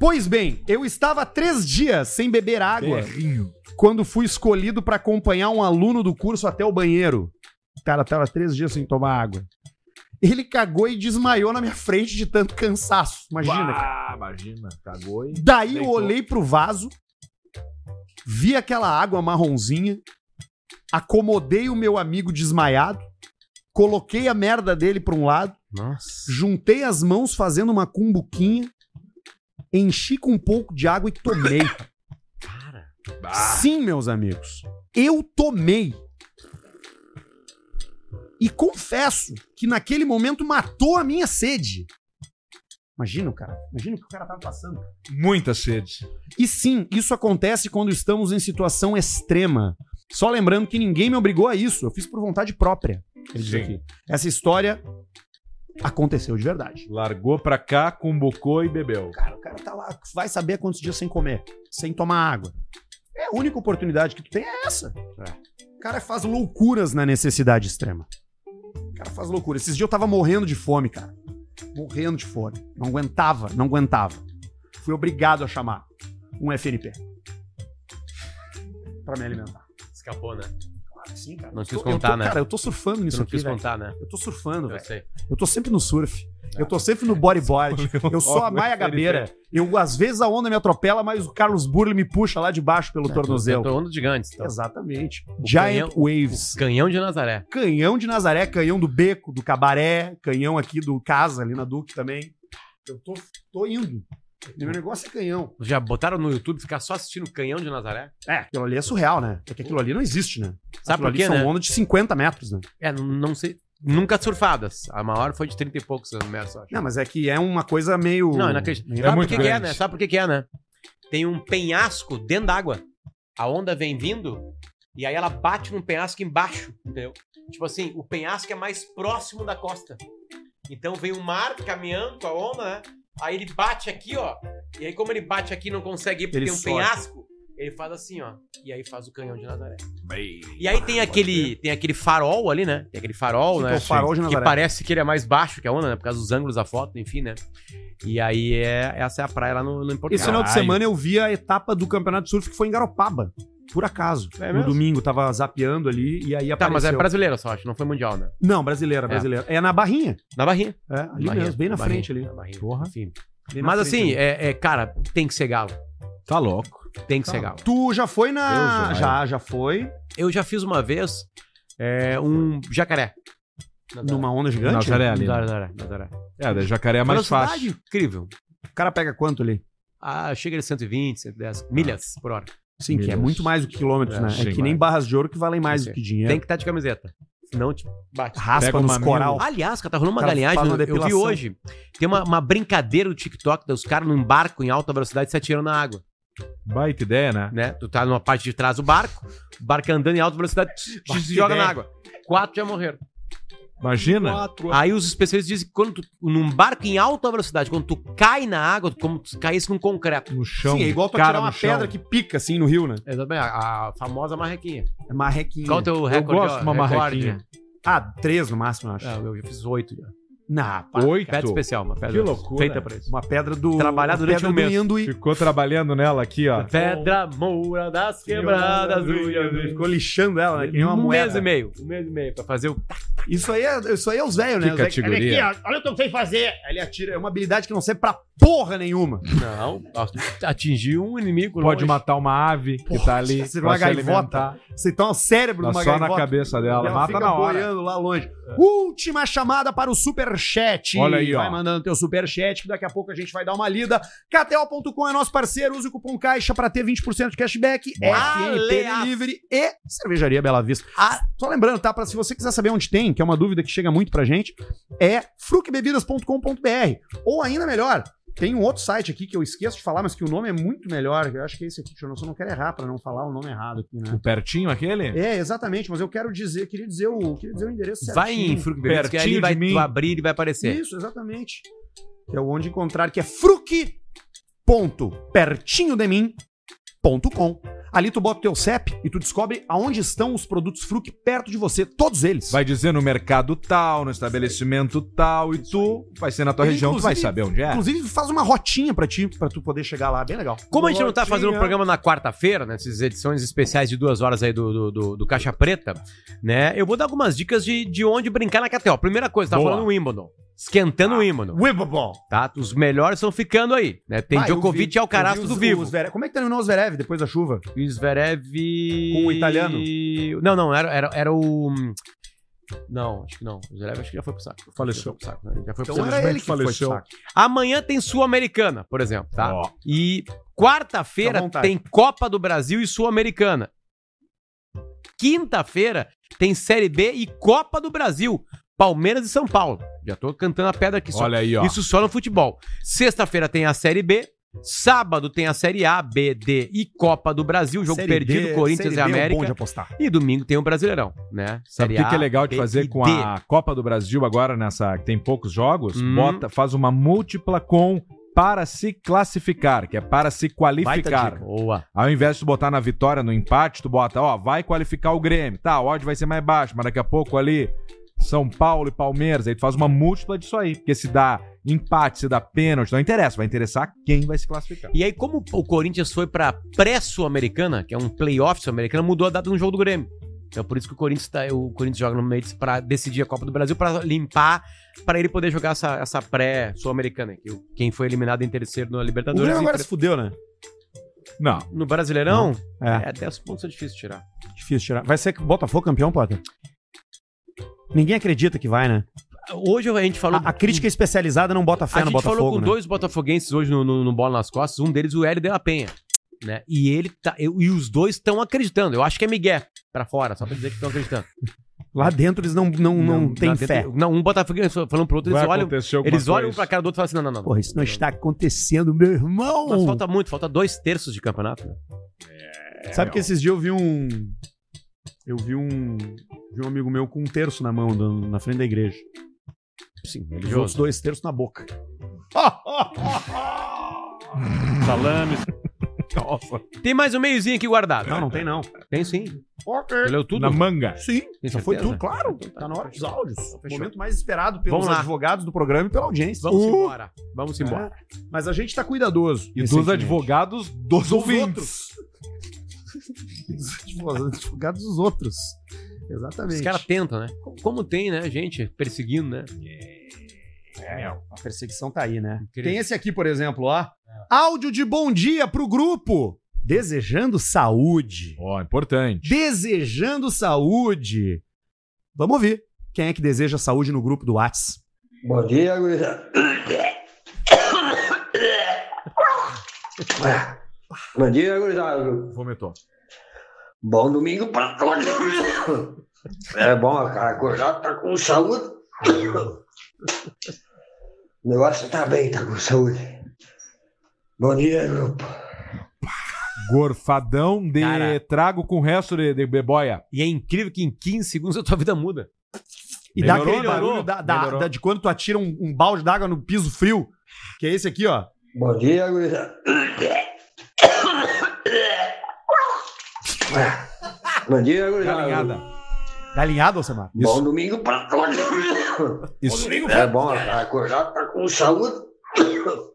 [SPEAKER 1] Pois bem, eu estava há três dias sem beber
[SPEAKER 5] É,
[SPEAKER 1] água
[SPEAKER 5] Berrinho.
[SPEAKER 1] quando fui escolhido para acompanhar um aluno do curso até o banheiro. O cara tava três dias sem tomar água. Ele cagou e desmaiou na minha frente de tanto cansaço. Imagina, cara.
[SPEAKER 5] Ah, imagina. Cagou e.
[SPEAKER 1] Daí eu
[SPEAKER 5] Deitou.
[SPEAKER 1] olhei pro vaso, vi aquela água marronzinha, acomodei o meu amigo desmaiado, coloquei a merda dele pra um lado,
[SPEAKER 3] Nossa.
[SPEAKER 1] juntei as mãos fazendo uma cumbuquinha, enchi com um pouco de água e tomei. Sim, meus amigos, eu tomei. E confesso que naquele momento matou a minha sede. Imagina, o cara. Imagina o que o cara tava passando.
[SPEAKER 5] Muita sede.
[SPEAKER 1] E sim, isso acontece quando estamos em situação extrema. Só lembrando que ninguém me obrigou a isso, eu fiz por vontade própria. Ele diz
[SPEAKER 5] Sim.
[SPEAKER 1] aqui. Essa história aconteceu de verdade.
[SPEAKER 5] Largou pra cá, cumbucou e bebeu.
[SPEAKER 1] Cara, o cara tá lá, vai saber quantos dias sem comer, sem tomar água. É a única oportunidade que tu tem é essa. O cara faz loucuras na necessidade extrema. O cara faz loucura. Esses dias eu tava morrendo de fome, cara. Morrendo de fome. Não aguentava, não aguentava. Fui obrigado a chamar um FNP. Pra me alimentar.
[SPEAKER 3] Escapou, né?
[SPEAKER 1] Claro que sim, cara.
[SPEAKER 3] Não
[SPEAKER 1] Eu
[SPEAKER 3] quis
[SPEAKER 1] tô- eu
[SPEAKER 3] contar,
[SPEAKER 1] tô-
[SPEAKER 3] né?
[SPEAKER 1] Cara, eu tô surfando nisso
[SPEAKER 3] não
[SPEAKER 1] aqui,
[SPEAKER 3] quis
[SPEAKER 1] velho.
[SPEAKER 3] contar, né?
[SPEAKER 1] Eu tô surfando,
[SPEAKER 3] Eu
[SPEAKER 1] velho.
[SPEAKER 3] sei.
[SPEAKER 1] Eu tô sempre no surf. Eu
[SPEAKER 3] Ah,
[SPEAKER 1] tô sempre no
[SPEAKER 3] <laughs>
[SPEAKER 1] bodyboard.
[SPEAKER 3] é
[SPEAKER 1] Eu sou a Maia Gabeira. Eu, às vezes a onda me atropela, mas o Carlos Burle me puxa lá de baixo pelo tornozelo.
[SPEAKER 3] Eu tô andando gigantes. É, Então.
[SPEAKER 1] Exatamente.
[SPEAKER 3] O
[SPEAKER 1] Giant
[SPEAKER 3] canhão-
[SPEAKER 1] Waves.
[SPEAKER 3] o Canhão de Nazaré.
[SPEAKER 1] Canhão de Nazaré, canhão do Beco, do Cabaré, canhão aqui do Casa, ali na Duque também. Eu tô, tô indo. Meu negócio é canhão.
[SPEAKER 3] Já botaram no YouTube ficar só assistindo o Canhão de Nazaré?
[SPEAKER 1] É, aquilo ali é surreal, né? É que aquilo ali não existe, né?
[SPEAKER 3] Sabe
[SPEAKER 1] aquilo
[SPEAKER 3] por quê,
[SPEAKER 1] ali são
[SPEAKER 3] né?
[SPEAKER 1] ondas de 50 metros, né?
[SPEAKER 3] É, n- não sei. Nunca surfadas. A maior foi de 30 e poucos metros, eu acho.
[SPEAKER 1] Não, mas é que é uma coisa meio...
[SPEAKER 3] Não, é inacreditável.
[SPEAKER 1] meio-
[SPEAKER 3] Sabe por que, que é, né? Sabe por que, que é, né? Tem um penhasco dentro d'água. A onda vem vindo e aí ela bate num penhasco embaixo. Entendeu? Tipo assim, o penhasco é mais próximo da costa. Então vem o mar caminhando com a onda, né? Aí ele bate aqui, ó. E aí, como ele bate aqui e não consegue ir porque
[SPEAKER 1] Ele
[SPEAKER 3] tem um
[SPEAKER 1] sobe.
[SPEAKER 3] penhasco, ele faz assim, ó. E aí faz o canhão de Nazaré. E aí tem aquele, tem aquele farol ali, né? Tem aquele farol,
[SPEAKER 1] Que
[SPEAKER 3] né?
[SPEAKER 1] que é o farol de
[SPEAKER 3] que
[SPEAKER 1] Nazaré?
[SPEAKER 3] parece que ele é mais baixo que a onda, né? Por causa dos ângulos da foto, enfim, né? E aí é, essa é a praia lá no, no Portugal.
[SPEAKER 1] Esse final de semana eu vi a etapa do campeonato de surf que foi em Garopaba. Por acaso.
[SPEAKER 3] É
[SPEAKER 1] no
[SPEAKER 3] mesmo?
[SPEAKER 1] domingo, tava zapeando ali e aí apareceu.
[SPEAKER 3] Tá, mas é brasileiro só, acho. Não foi mundial, né?
[SPEAKER 1] Não, brasileira,
[SPEAKER 3] É.
[SPEAKER 1] brasileira. É. na Barrinha.
[SPEAKER 3] Na Barrinha.
[SPEAKER 1] É, ali
[SPEAKER 3] Barrinha,
[SPEAKER 1] mesmo, bem na,
[SPEAKER 3] na
[SPEAKER 1] frente
[SPEAKER 3] Barrinha,
[SPEAKER 1] ali.
[SPEAKER 3] na Barrinha,
[SPEAKER 1] Porra.
[SPEAKER 3] enfim.
[SPEAKER 1] Bem na
[SPEAKER 3] Mas
[SPEAKER 1] frente
[SPEAKER 3] assim,
[SPEAKER 1] ali.
[SPEAKER 3] é, é, cara, tem que ser galo.
[SPEAKER 5] Tá louco.
[SPEAKER 3] Tem que ser
[SPEAKER 1] Tá.
[SPEAKER 3] galo.
[SPEAKER 1] Tu já foi na.
[SPEAKER 3] Deus,
[SPEAKER 1] já, já foi.
[SPEAKER 3] Eu já fiz uma vez é, um jacaré.
[SPEAKER 1] Numa onda gigante?
[SPEAKER 5] Nazaré ali. né?
[SPEAKER 3] Nazaré, Nazaré.
[SPEAKER 5] É, da jacaré é mais
[SPEAKER 3] Velocidade
[SPEAKER 5] fácil.
[SPEAKER 3] incrível.
[SPEAKER 1] O cara pega quanto ali?
[SPEAKER 3] Ah, chega de 120, 110 milhas por hora.
[SPEAKER 1] Sim, que é muito mais do que quilômetros,
[SPEAKER 3] É,
[SPEAKER 1] né?
[SPEAKER 3] sim,
[SPEAKER 1] é que
[SPEAKER 3] vai.
[SPEAKER 1] nem barras de ouro que valem mais
[SPEAKER 3] Sim.
[SPEAKER 1] do que dinheiro.
[SPEAKER 3] Tem que estar de camiseta. Senão te bate.
[SPEAKER 1] Raspa
[SPEAKER 3] Pega o
[SPEAKER 1] nos
[SPEAKER 3] mamilo.
[SPEAKER 1] coral.
[SPEAKER 3] Aliás, cara, tá rolando uma
[SPEAKER 1] Cara,
[SPEAKER 3] galinhagem.
[SPEAKER 1] faz uma
[SPEAKER 3] Eu, eu vi
[SPEAKER 1] depilação.
[SPEAKER 3] hoje. Tem uma, uma brincadeira do TikTok, dos caras num barco em alta velocidade se atirando na água.
[SPEAKER 5] Baita ideia, né?
[SPEAKER 3] Né? Tu tá numa parte de trás do barco, o barco é andando em alta velocidade, tch, tch, se joga
[SPEAKER 5] ideia.
[SPEAKER 3] na água. Quatro já morreram.
[SPEAKER 5] Imagina.
[SPEAKER 1] Quatro.
[SPEAKER 3] Aí os especialistas dizem que quando tu, num barco em alta velocidade, quando tu cai na água, tu- como tu caísse num concreto.
[SPEAKER 5] No chão.
[SPEAKER 1] Sim, é igual tu
[SPEAKER 5] cara
[SPEAKER 1] tirar uma
[SPEAKER 5] no chão.
[SPEAKER 1] pedra que pica assim no rio, né?
[SPEAKER 3] Exatamente, a, a famosa marrequinha.
[SPEAKER 1] É marrequinha.
[SPEAKER 3] Qual o teu recorde?
[SPEAKER 5] gosto
[SPEAKER 3] ó,
[SPEAKER 5] de uma
[SPEAKER 3] recorde?
[SPEAKER 5] marrequinha.
[SPEAKER 1] Ah, três no máximo, eu acho.
[SPEAKER 3] Ah, eu já fiz oito já.
[SPEAKER 1] Na
[SPEAKER 5] Oito.
[SPEAKER 3] Pedra especial, uma pedra
[SPEAKER 5] Que loucura.
[SPEAKER 3] feita pra isso.
[SPEAKER 1] né? Uma pedra do.
[SPEAKER 3] Trabalhar
[SPEAKER 1] uma
[SPEAKER 3] durante
[SPEAKER 1] pedra
[SPEAKER 3] um
[SPEAKER 1] do
[SPEAKER 3] mês.
[SPEAKER 1] Yanduí.
[SPEAKER 5] Ficou trabalhando nela aqui, ó.
[SPEAKER 3] Pedra moura das quebradas do
[SPEAKER 1] Ele
[SPEAKER 3] Yandu.
[SPEAKER 1] Ficou lixando ela, né? Que nem uma
[SPEAKER 3] Um mês
[SPEAKER 1] moeda.
[SPEAKER 3] e meio. Um mês e meio pra fazer o.
[SPEAKER 1] Isso aí é, isso aí é os velhos, né?
[SPEAKER 5] Que
[SPEAKER 1] Os velhos-
[SPEAKER 5] categoria.
[SPEAKER 1] Olha aqui, ó, olha o que eu sei fazer. Aí ele atira. É uma habilidade que não serve pra porra nenhuma.
[SPEAKER 3] Não, atingir um inimigo
[SPEAKER 5] Pode
[SPEAKER 3] longe.
[SPEAKER 5] matar uma ave que tá ali.
[SPEAKER 1] Você
[SPEAKER 5] pra
[SPEAKER 1] uma
[SPEAKER 5] se
[SPEAKER 1] gaivota.
[SPEAKER 5] alimentar.
[SPEAKER 1] Você tá o cérebro
[SPEAKER 5] Dá
[SPEAKER 1] numa
[SPEAKER 5] só
[SPEAKER 1] gaivota.
[SPEAKER 5] na cabeça dela.
[SPEAKER 1] Ela
[SPEAKER 5] Mata
[SPEAKER 1] fica
[SPEAKER 5] na hora. É.
[SPEAKER 1] boiando lá longe. Última chamada para o Super superchat.
[SPEAKER 5] Olha aí, ó.
[SPEAKER 1] Vai mandando teu superchat, que daqui a pouco a gente vai dar uma lida. KTO.com é nosso parceiro, use o cupom CAIXA pra ter 20% de cashback. FNP
[SPEAKER 3] Aleaço.
[SPEAKER 1] Delivery e Cervejaria Bela Vista. Só lembrando, tá? Pra se você quiser saber onde tem, que é uma dúvida que chega muito pra gente, é frucbebidas.com.br. Ou ainda melhor, tem um outro site aqui que eu esqueço de falar, mas que o nome é muito melhor. Eu acho que é esse aqui, deixa eu não, só não quero errar pra não falar o nome errado aqui, né?
[SPEAKER 5] O pertinho aquele?
[SPEAKER 1] É, exatamente, mas eu quero dizer, queria dizer o, queria dizer o endereço certinho.
[SPEAKER 3] Vai em Fruc Bebidas, que aí ele vai tu abrir e vai aparecer.
[SPEAKER 1] Isso, exatamente. Que é o onde encontrar, que é fruc.pertinhodemim.com. Ali tu bota o teu CEP e tu descobre aonde estão os produtos Fruc perto de você, todos eles.
[SPEAKER 5] Vai dizer no mercado tal, no estabelecimento tal, e tu vai ser na tua
[SPEAKER 1] Ele,
[SPEAKER 5] região, tu vai
[SPEAKER 1] inclusive-
[SPEAKER 5] saber onde é.
[SPEAKER 1] Inclusive faz uma rotinha pra ti, pra tu poder chegar lá, bem legal.
[SPEAKER 3] Como a gente não tá
[SPEAKER 1] Rotinha.
[SPEAKER 3] fazendo o programa na quarta-feira, nessas edições especiais de duas horas aí do, do, do- do Caixa Preta, né? Eu vou dar algumas dicas de, de onde brincar na KTO. Primeira coisa, tava
[SPEAKER 1] Boa. Tá.
[SPEAKER 3] falando o Wimbledon. Esquentando o Wimbledon.
[SPEAKER 1] Wimbledon.
[SPEAKER 3] Tá? Os melhores estão ficando aí, né? Tem
[SPEAKER 1] Ah, eu
[SPEAKER 3] Djokovic
[SPEAKER 1] vi-
[SPEAKER 3] e Alcaraz
[SPEAKER 1] eu vi
[SPEAKER 3] tudo
[SPEAKER 1] os-
[SPEAKER 3] vivo.
[SPEAKER 1] os Zverev- Como é que terminou o Zverev depois da chuva?
[SPEAKER 3] O Zverev... Com
[SPEAKER 1] Com o italiano?
[SPEAKER 3] Não, não, era, era, era o... hum, Não, acho que não. O Zverev acho que já foi pro saco. Faleceu. Já foi pro saco, né? Já foi pro
[SPEAKER 1] Então
[SPEAKER 3] saco.
[SPEAKER 1] era ele que faleceu.
[SPEAKER 3] pro saco. Amanhã tem Sul-Americana, por exemplo, tá? E
[SPEAKER 1] Fica à
[SPEAKER 3] quarta-feira
[SPEAKER 1] vontade.
[SPEAKER 3] tem Copa do Brasil e Sul-Americana. Quinta-feira tem Série B e Copa do Brasil. Palmeiras e São Paulo. Já tô cantando a pedra aqui.
[SPEAKER 5] Olha
[SPEAKER 3] só.
[SPEAKER 5] aí, ó.
[SPEAKER 3] Isso só no futebol. Sexta-feira tem a Série B. Sábado tem a Série A, B, D e Copa do Brasil. Jogo
[SPEAKER 1] Série
[SPEAKER 3] perdido,
[SPEAKER 1] D,
[SPEAKER 3] Corinthians
[SPEAKER 1] Série B
[SPEAKER 3] e
[SPEAKER 1] é
[SPEAKER 3] América.
[SPEAKER 1] bom de apostar.
[SPEAKER 3] E domingo tem o Brasileirão, né?
[SPEAKER 5] um Sabe o que, que é legal
[SPEAKER 3] B
[SPEAKER 5] de
[SPEAKER 3] e
[SPEAKER 5] fazer com
[SPEAKER 3] D.
[SPEAKER 5] a Copa do Brasil agora nessa que tem poucos jogos?
[SPEAKER 3] Hum.
[SPEAKER 5] Bota, faz uma múltipla com para se classificar, que é para se qualificar.
[SPEAKER 3] dica. Boa.
[SPEAKER 5] Ao invés de tu botar na vitória, no empate, tu bota, ó, vai qualificar o Grêmio. Tá, o odd vai ser mais baixo, mas daqui a pouco ali São Paulo e Palmeiras, aí tu faz uma múltipla disso aí, porque se dá empate, se dá pênalti, não interessa, vai interessar quem vai se classificar.
[SPEAKER 3] E aí, como o Corinthians foi pra pré-sul-americana, que é um playoff sul-americana, mudou a data no jogo do Grêmio. Então, por isso que o Corinthians, tá, o Corinthians joga no meio pra decidir a Copa do Brasil, pra limpar, pra ele poder jogar essa, essa pré-sul-americana. que o- Quem foi eliminado em terceiro na
[SPEAKER 1] O
[SPEAKER 3] Libertadores.
[SPEAKER 1] Grêmio
[SPEAKER 3] e
[SPEAKER 1] agora
[SPEAKER 3] pre-
[SPEAKER 1] se fudeu, né?
[SPEAKER 5] Não.
[SPEAKER 3] No Brasileirão,
[SPEAKER 1] Não. É.
[SPEAKER 3] é. até os pontos é difícil tirar.
[SPEAKER 1] Difícil tirar. Vai ser Botafogo campeão, Potter? Ninguém acredita que vai, né?
[SPEAKER 3] Hoje a gente falou.
[SPEAKER 1] A, a crítica especializada não bota fé
[SPEAKER 3] a
[SPEAKER 1] no
[SPEAKER 3] gente falou
[SPEAKER 1] Botafogo,
[SPEAKER 3] com
[SPEAKER 1] né?
[SPEAKER 3] dois botafoguenses hoje no, no, no Bola nas Costas, um deles o Hélio de la Penha. Né? E ele tá, eu- e os dois estão acreditando. Eu acho que é Miguel pra fora, só pra dizer que estão acreditando.
[SPEAKER 1] Lá dentro eles não, não, Um não, têm
[SPEAKER 3] lá
[SPEAKER 1] fé.
[SPEAKER 3] dentro- Não, um botafoguense falando pro outro,
[SPEAKER 1] Vai
[SPEAKER 3] eles olham,
[SPEAKER 1] acontecer alguma
[SPEAKER 3] eles olham
[SPEAKER 1] coisa.
[SPEAKER 3] pra cara do outro e falam assim: não, não, não.
[SPEAKER 1] Porra, isso não está acontecendo, meu irmão!
[SPEAKER 3] Mas falta muito, falta dois terços
[SPEAKER 1] <laughs>
[SPEAKER 3] de campeonato. né?
[SPEAKER 1] É, Sabe que esses dias eu vi um. Eu vi um. Vi um amigo meu com um terço na mão, do- na frente da igreja. Sim, Os
[SPEAKER 3] religioso.
[SPEAKER 1] outros dois terços na boca.
[SPEAKER 3] Salames. Tem mais um meiozinho aqui guardado. Não, não
[SPEAKER 1] tem não.
[SPEAKER 3] Tem sim.
[SPEAKER 1] Ok.
[SPEAKER 3] Tu leu tudo?
[SPEAKER 5] Na manga.
[SPEAKER 1] Sim,
[SPEAKER 3] Tem
[SPEAKER 1] já foi
[SPEAKER 3] certeza?
[SPEAKER 1] tudo,
[SPEAKER 3] Então
[SPEAKER 1] claro. Tá na hora dos áudios.
[SPEAKER 3] Fechou.
[SPEAKER 1] Momento mais esperado pelos
[SPEAKER 3] Vamos lá.
[SPEAKER 1] advogados do programa e pela audiência.
[SPEAKER 3] Vamos
[SPEAKER 1] Uh!
[SPEAKER 3] embora. Vamos embora.
[SPEAKER 1] É. Mas a gente tá cuidadoso.
[SPEAKER 5] E dos
[SPEAKER 3] é.
[SPEAKER 1] recentemente.
[SPEAKER 5] advogados dos, ouvintes.
[SPEAKER 1] Dos advogados- advogados dos outros. Exatamente.
[SPEAKER 3] Os caras tentam, né? Como tem, né, gente? Perseguindo, né?
[SPEAKER 1] É, a perseguição tá aí, né?
[SPEAKER 3] Incrível. É.
[SPEAKER 1] Tem esse aqui, por exemplo, ó. Áudio de bom dia pro grupo. Desejando saúde.
[SPEAKER 5] Ó, importante.
[SPEAKER 1] Desejando saúde. Vamos ouvir. Quem é que deseja saúde no grupo do Whats?
[SPEAKER 22] Bom dia, gurizada. Bom dia, gurizada.
[SPEAKER 5] Vomitou.
[SPEAKER 22] Bom domingo pra todos. É bom, cara. Acordar tá com saúde. O negócio tá bem, tá com saúde. Bom dia, grupo.
[SPEAKER 5] Gorfadão de
[SPEAKER 3] Cara.
[SPEAKER 5] trago com o resto de, de beboia.
[SPEAKER 3] E é incrível que em 15 segundos a tua vida muda.
[SPEAKER 1] E dá
[SPEAKER 3] Melhorou,
[SPEAKER 1] aquele barulho
[SPEAKER 3] melhorou,
[SPEAKER 1] da, da-
[SPEAKER 3] melhorou.
[SPEAKER 1] da- de quando tu atira um, um balde d'água no piso frio. Que é esse aqui, ó.
[SPEAKER 22] Bom dia, gurizada. Bom dia,
[SPEAKER 5] Tá
[SPEAKER 22] gurizada.
[SPEAKER 1] Galinhada, Tá Alcemar?
[SPEAKER 22] Bom domingo pra todos.
[SPEAKER 5] Isso.
[SPEAKER 22] É bom acordar tá com saúde. <coughs>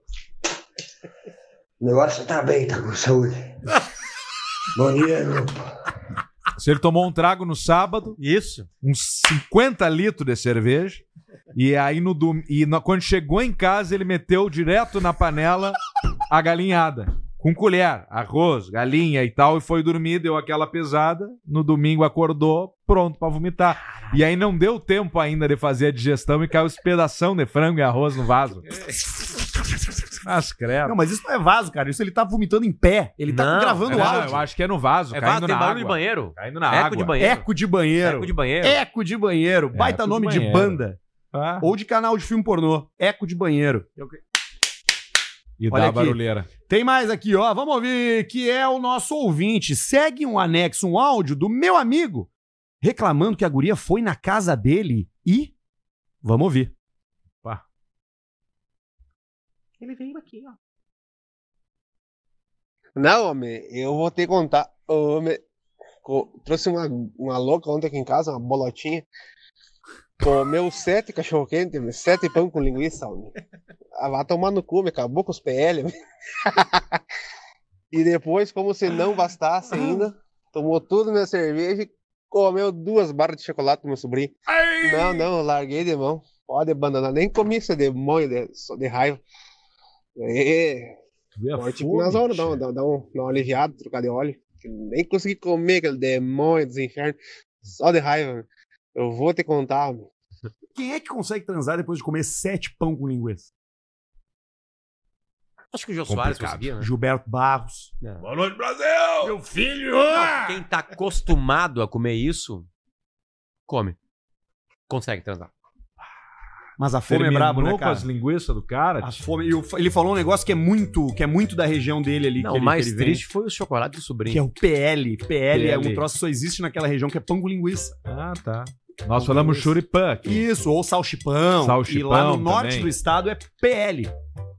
[SPEAKER 22] O negócio tá bem, tá com <laughs> saúde. Bom dia, grupo.
[SPEAKER 5] Se ele tomou um trago no sábado,
[SPEAKER 3] isso,
[SPEAKER 5] uns 50 litros de cerveja, e aí no dom... e na- quando chegou em casa, ele meteu direto na panela a galinhada. Com com colher, arroz, galinha e tal, e foi dormir, deu aquela pesada. No domingo acordou, pronto pra vomitar. E aí não deu tempo ainda de fazer a digestão e caiu esse pedação de frango e arroz no vaso. Mas credo.
[SPEAKER 1] Não, mas isso não é vaso, cara. Isso ele tá vomitando em pé. Ele tá
[SPEAKER 5] Não,
[SPEAKER 1] gravando
[SPEAKER 5] não,
[SPEAKER 1] áudio.
[SPEAKER 5] eu acho é que é no vaso,
[SPEAKER 3] É
[SPEAKER 5] caindo
[SPEAKER 3] vaso,
[SPEAKER 5] na
[SPEAKER 3] tem
[SPEAKER 5] água.
[SPEAKER 3] barulho de banheiro.
[SPEAKER 5] Caindo na
[SPEAKER 3] Eco
[SPEAKER 5] água.
[SPEAKER 3] de banheiro.
[SPEAKER 1] Eco de banheiro.
[SPEAKER 3] Eco de banheiro.
[SPEAKER 1] Eco de banheiro. Baita
[SPEAKER 5] de
[SPEAKER 1] nome de,
[SPEAKER 5] banheiro.
[SPEAKER 1] banda.
[SPEAKER 5] Ah.
[SPEAKER 1] Ou de canal de filme pornô. Eco de banheiro.
[SPEAKER 5] E
[SPEAKER 1] Olha
[SPEAKER 5] dá a
[SPEAKER 1] aqui.
[SPEAKER 5] barulheira.
[SPEAKER 1] Tem mais aqui, ó. Vamos ouvir que é o nosso ouvinte. Segue um anexo, um áudio do meu amigo reclamando que a guria foi na casa dele e. Vamos ouvir.
[SPEAKER 23] Ele veio aqui, ó.
[SPEAKER 19] Não, homem, eu vou ter que contar. Ô, Homem, co- trouxe uma, uma louca ontem aqui em casa, uma bolotinha. Comeu sete cachorro-quente, homem, sete pão com linguiça, homem. Ah, Vai tomar no cu, me acabou com os PL. homem. <laughs> E depois, como se não bastasse ainda, tomou tudo minha cerveja e comeu duas barras de chocolate pro meu sobrinho. Não, não, eu larguei de mão. Pode abandonar, nem comi esse demônio de, só de raiva. É, Dói tipo nas horas, dá, um- dá, dá um, dá um aliviado, trocar de óleo. que Nem consegui comer aquele demônio dos infernos, só de raiva. meu. Eu vou te contar, meu.
[SPEAKER 1] Quem é que consegue transar depois de comer sete pão com linguiça?
[SPEAKER 3] Acho que o Jô Soares
[SPEAKER 1] Complicado.
[SPEAKER 3] conseguia, né?
[SPEAKER 1] Gilberto Barros.
[SPEAKER 3] Boa noite, Brasil! Meu filho! quem tá acostumado a comer isso, come. Consegue transar.
[SPEAKER 1] Mas a fome é brabo, né,
[SPEAKER 5] Terminou com
[SPEAKER 1] cara? Ah,
[SPEAKER 5] as linguiças do cara.
[SPEAKER 1] A fome, e o- ele falou um negócio que é muito, que é muito da região dele ali.
[SPEAKER 3] Não,
[SPEAKER 1] que
[SPEAKER 3] o
[SPEAKER 1] ele-
[SPEAKER 3] mais
[SPEAKER 1] que ele vem,
[SPEAKER 3] triste foi o chocolate do sobrinho.
[SPEAKER 1] que é o PL. PL, é
[SPEAKER 5] PL.
[SPEAKER 1] um troço que só existe naquela região que é pão com linguiça.
[SPEAKER 5] Ah, tá. Nós falamos churipan aqui.
[SPEAKER 1] Isso, ou salchipão.
[SPEAKER 5] Salchipão
[SPEAKER 1] E lá no
[SPEAKER 5] também.
[SPEAKER 1] norte do estado é PL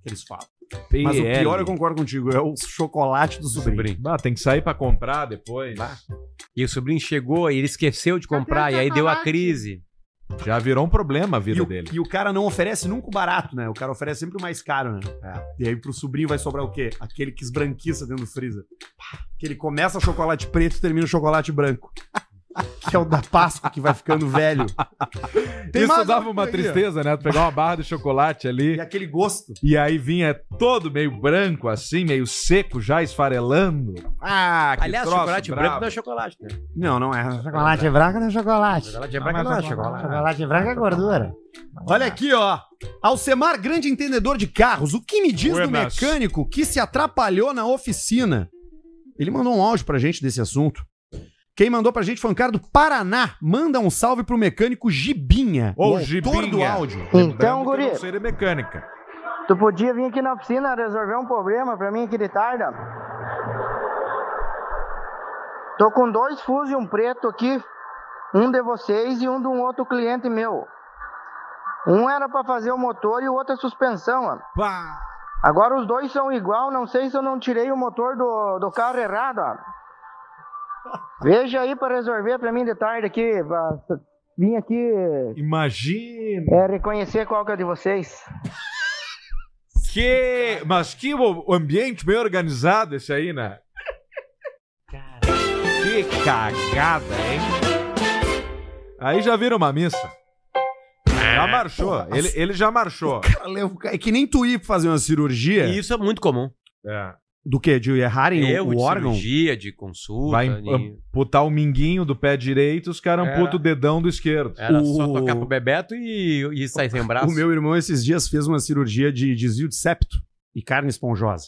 [SPEAKER 1] que eles falam.
[SPEAKER 5] PL.
[SPEAKER 1] Mas o pior, eu concordo contigo, é o chocolate do sobrinho.
[SPEAKER 5] Ah, tem que sair pra comprar depois.
[SPEAKER 3] E o sobrinho chegou e ele esqueceu de comprar, e aí deu a crise.
[SPEAKER 5] Já virou um problema a vida
[SPEAKER 1] E o,
[SPEAKER 5] dele.
[SPEAKER 1] e o cara não oferece nunca o barato, né? O cara oferece sempre o mais caro, né?
[SPEAKER 5] É.
[SPEAKER 1] E aí pro sobrinho vai sobrar o quê? Aquele que esbranquiça dentro do freezer. Que ele começa chocolate preto e termina o chocolate branco. <laughs> que é o da Páscoa que vai ficando velho. Tem
[SPEAKER 5] Isso
[SPEAKER 1] mais
[SPEAKER 5] dava
[SPEAKER 1] alguma
[SPEAKER 5] uma
[SPEAKER 1] aí, ó?
[SPEAKER 5] tristeza, né? Tu pegar uma barra de chocolate ali. E
[SPEAKER 1] aquele gosto.
[SPEAKER 5] E aí vinha todo meio branco, assim, meio seco, já esfarelando. Ah, que
[SPEAKER 3] Aliás,
[SPEAKER 5] troço
[SPEAKER 3] chocolate
[SPEAKER 5] brabo.
[SPEAKER 3] branco não é chocolate, né?
[SPEAKER 1] Não, não é.
[SPEAKER 24] Chocolate branco não é chocolate.
[SPEAKER 3] Chocolate branco não é
[SPEAKER 24] mas
[SPEAKER 3] chocolate.
[SPEAKER 24] Chocolate branco é gordura.
[SPEAKER 1] Olha aqui, ó. Alcemar, grande entendedor de carros, o que me diz do
[SPEAKER 24] Buenas.
[SPEAKER 1] mecânico que se atrapalhou na oficina? Ele mandou um áudio pra gente desse assunto. Quem mandou pra gente foi um cara do Paraná. Manda um salve pro mecânico Gibinha. o
[SPEAKER 5] Ou
[SPEAKER 1] autor
[SPEAKER 5] gibinha.
[SPEAKER 1] é do áudio.
[SPEAKER 5] Lembrando que eu
[SPEAKER 7] guri.
[SPEAKER 5] não sei de mecânica.
[SPEAKER 7] Tu podia vir aqui na oficina resolver um problema pra mim aqui de tarde? Tô com dois fusos e um preto aqui. Um de vocês e um de um outro cliente meu. Um era pra fazer o motor e o outro a suspensão, ó. Agora os dois são igual, não sei se eu não tirei o motor do, do carro errado, ó. Veja aí pra resolver pra mim de tarde aqui. pra- Vim aqui
[SPEAKER 5] Imagina.
[SPEAKER 7] é, reconhecer qual que é de vocês.
[SPEAKER 5] Que. Mas que o- ambiente bem organizado esse aí, né? Que cagada, hein? Aí já vira uma missa. Já
[SPEAKER 3] É.
[SPEAKER 5] marchou. Ele, ele já marchou.
[SPEAKER 1] É que nem tu ir fazer uma cirurgia.
[SPEAKER 3] E isso é muito comum.
[SPEAKER 5] É.
[SPEAKER 1] Do que? De errarem o-
[SPEAKER 3] Eu,
[SPEAKER 1] o,
[SPEAKER 3] de
[SPEAKER 1] órgão?
[SPEAKER 3] cirurgia, de consulta.
[SPEAKER 5] Vai
[SPEAKER 3] de-
[SPEAKER 5] amputar o minguinho do pé direito, os caras
[SPEAKER 3] É.
[SPEAKER 5] amputam o dedão do esquerdo. Uh.
[SPEAKER 3] Era só tocar pro Bebeto e, e sair sem braço.
[SPEAKER 1] O meu irmão esses dias fez uma cirurgia de desvio de septo e carne esponjosa.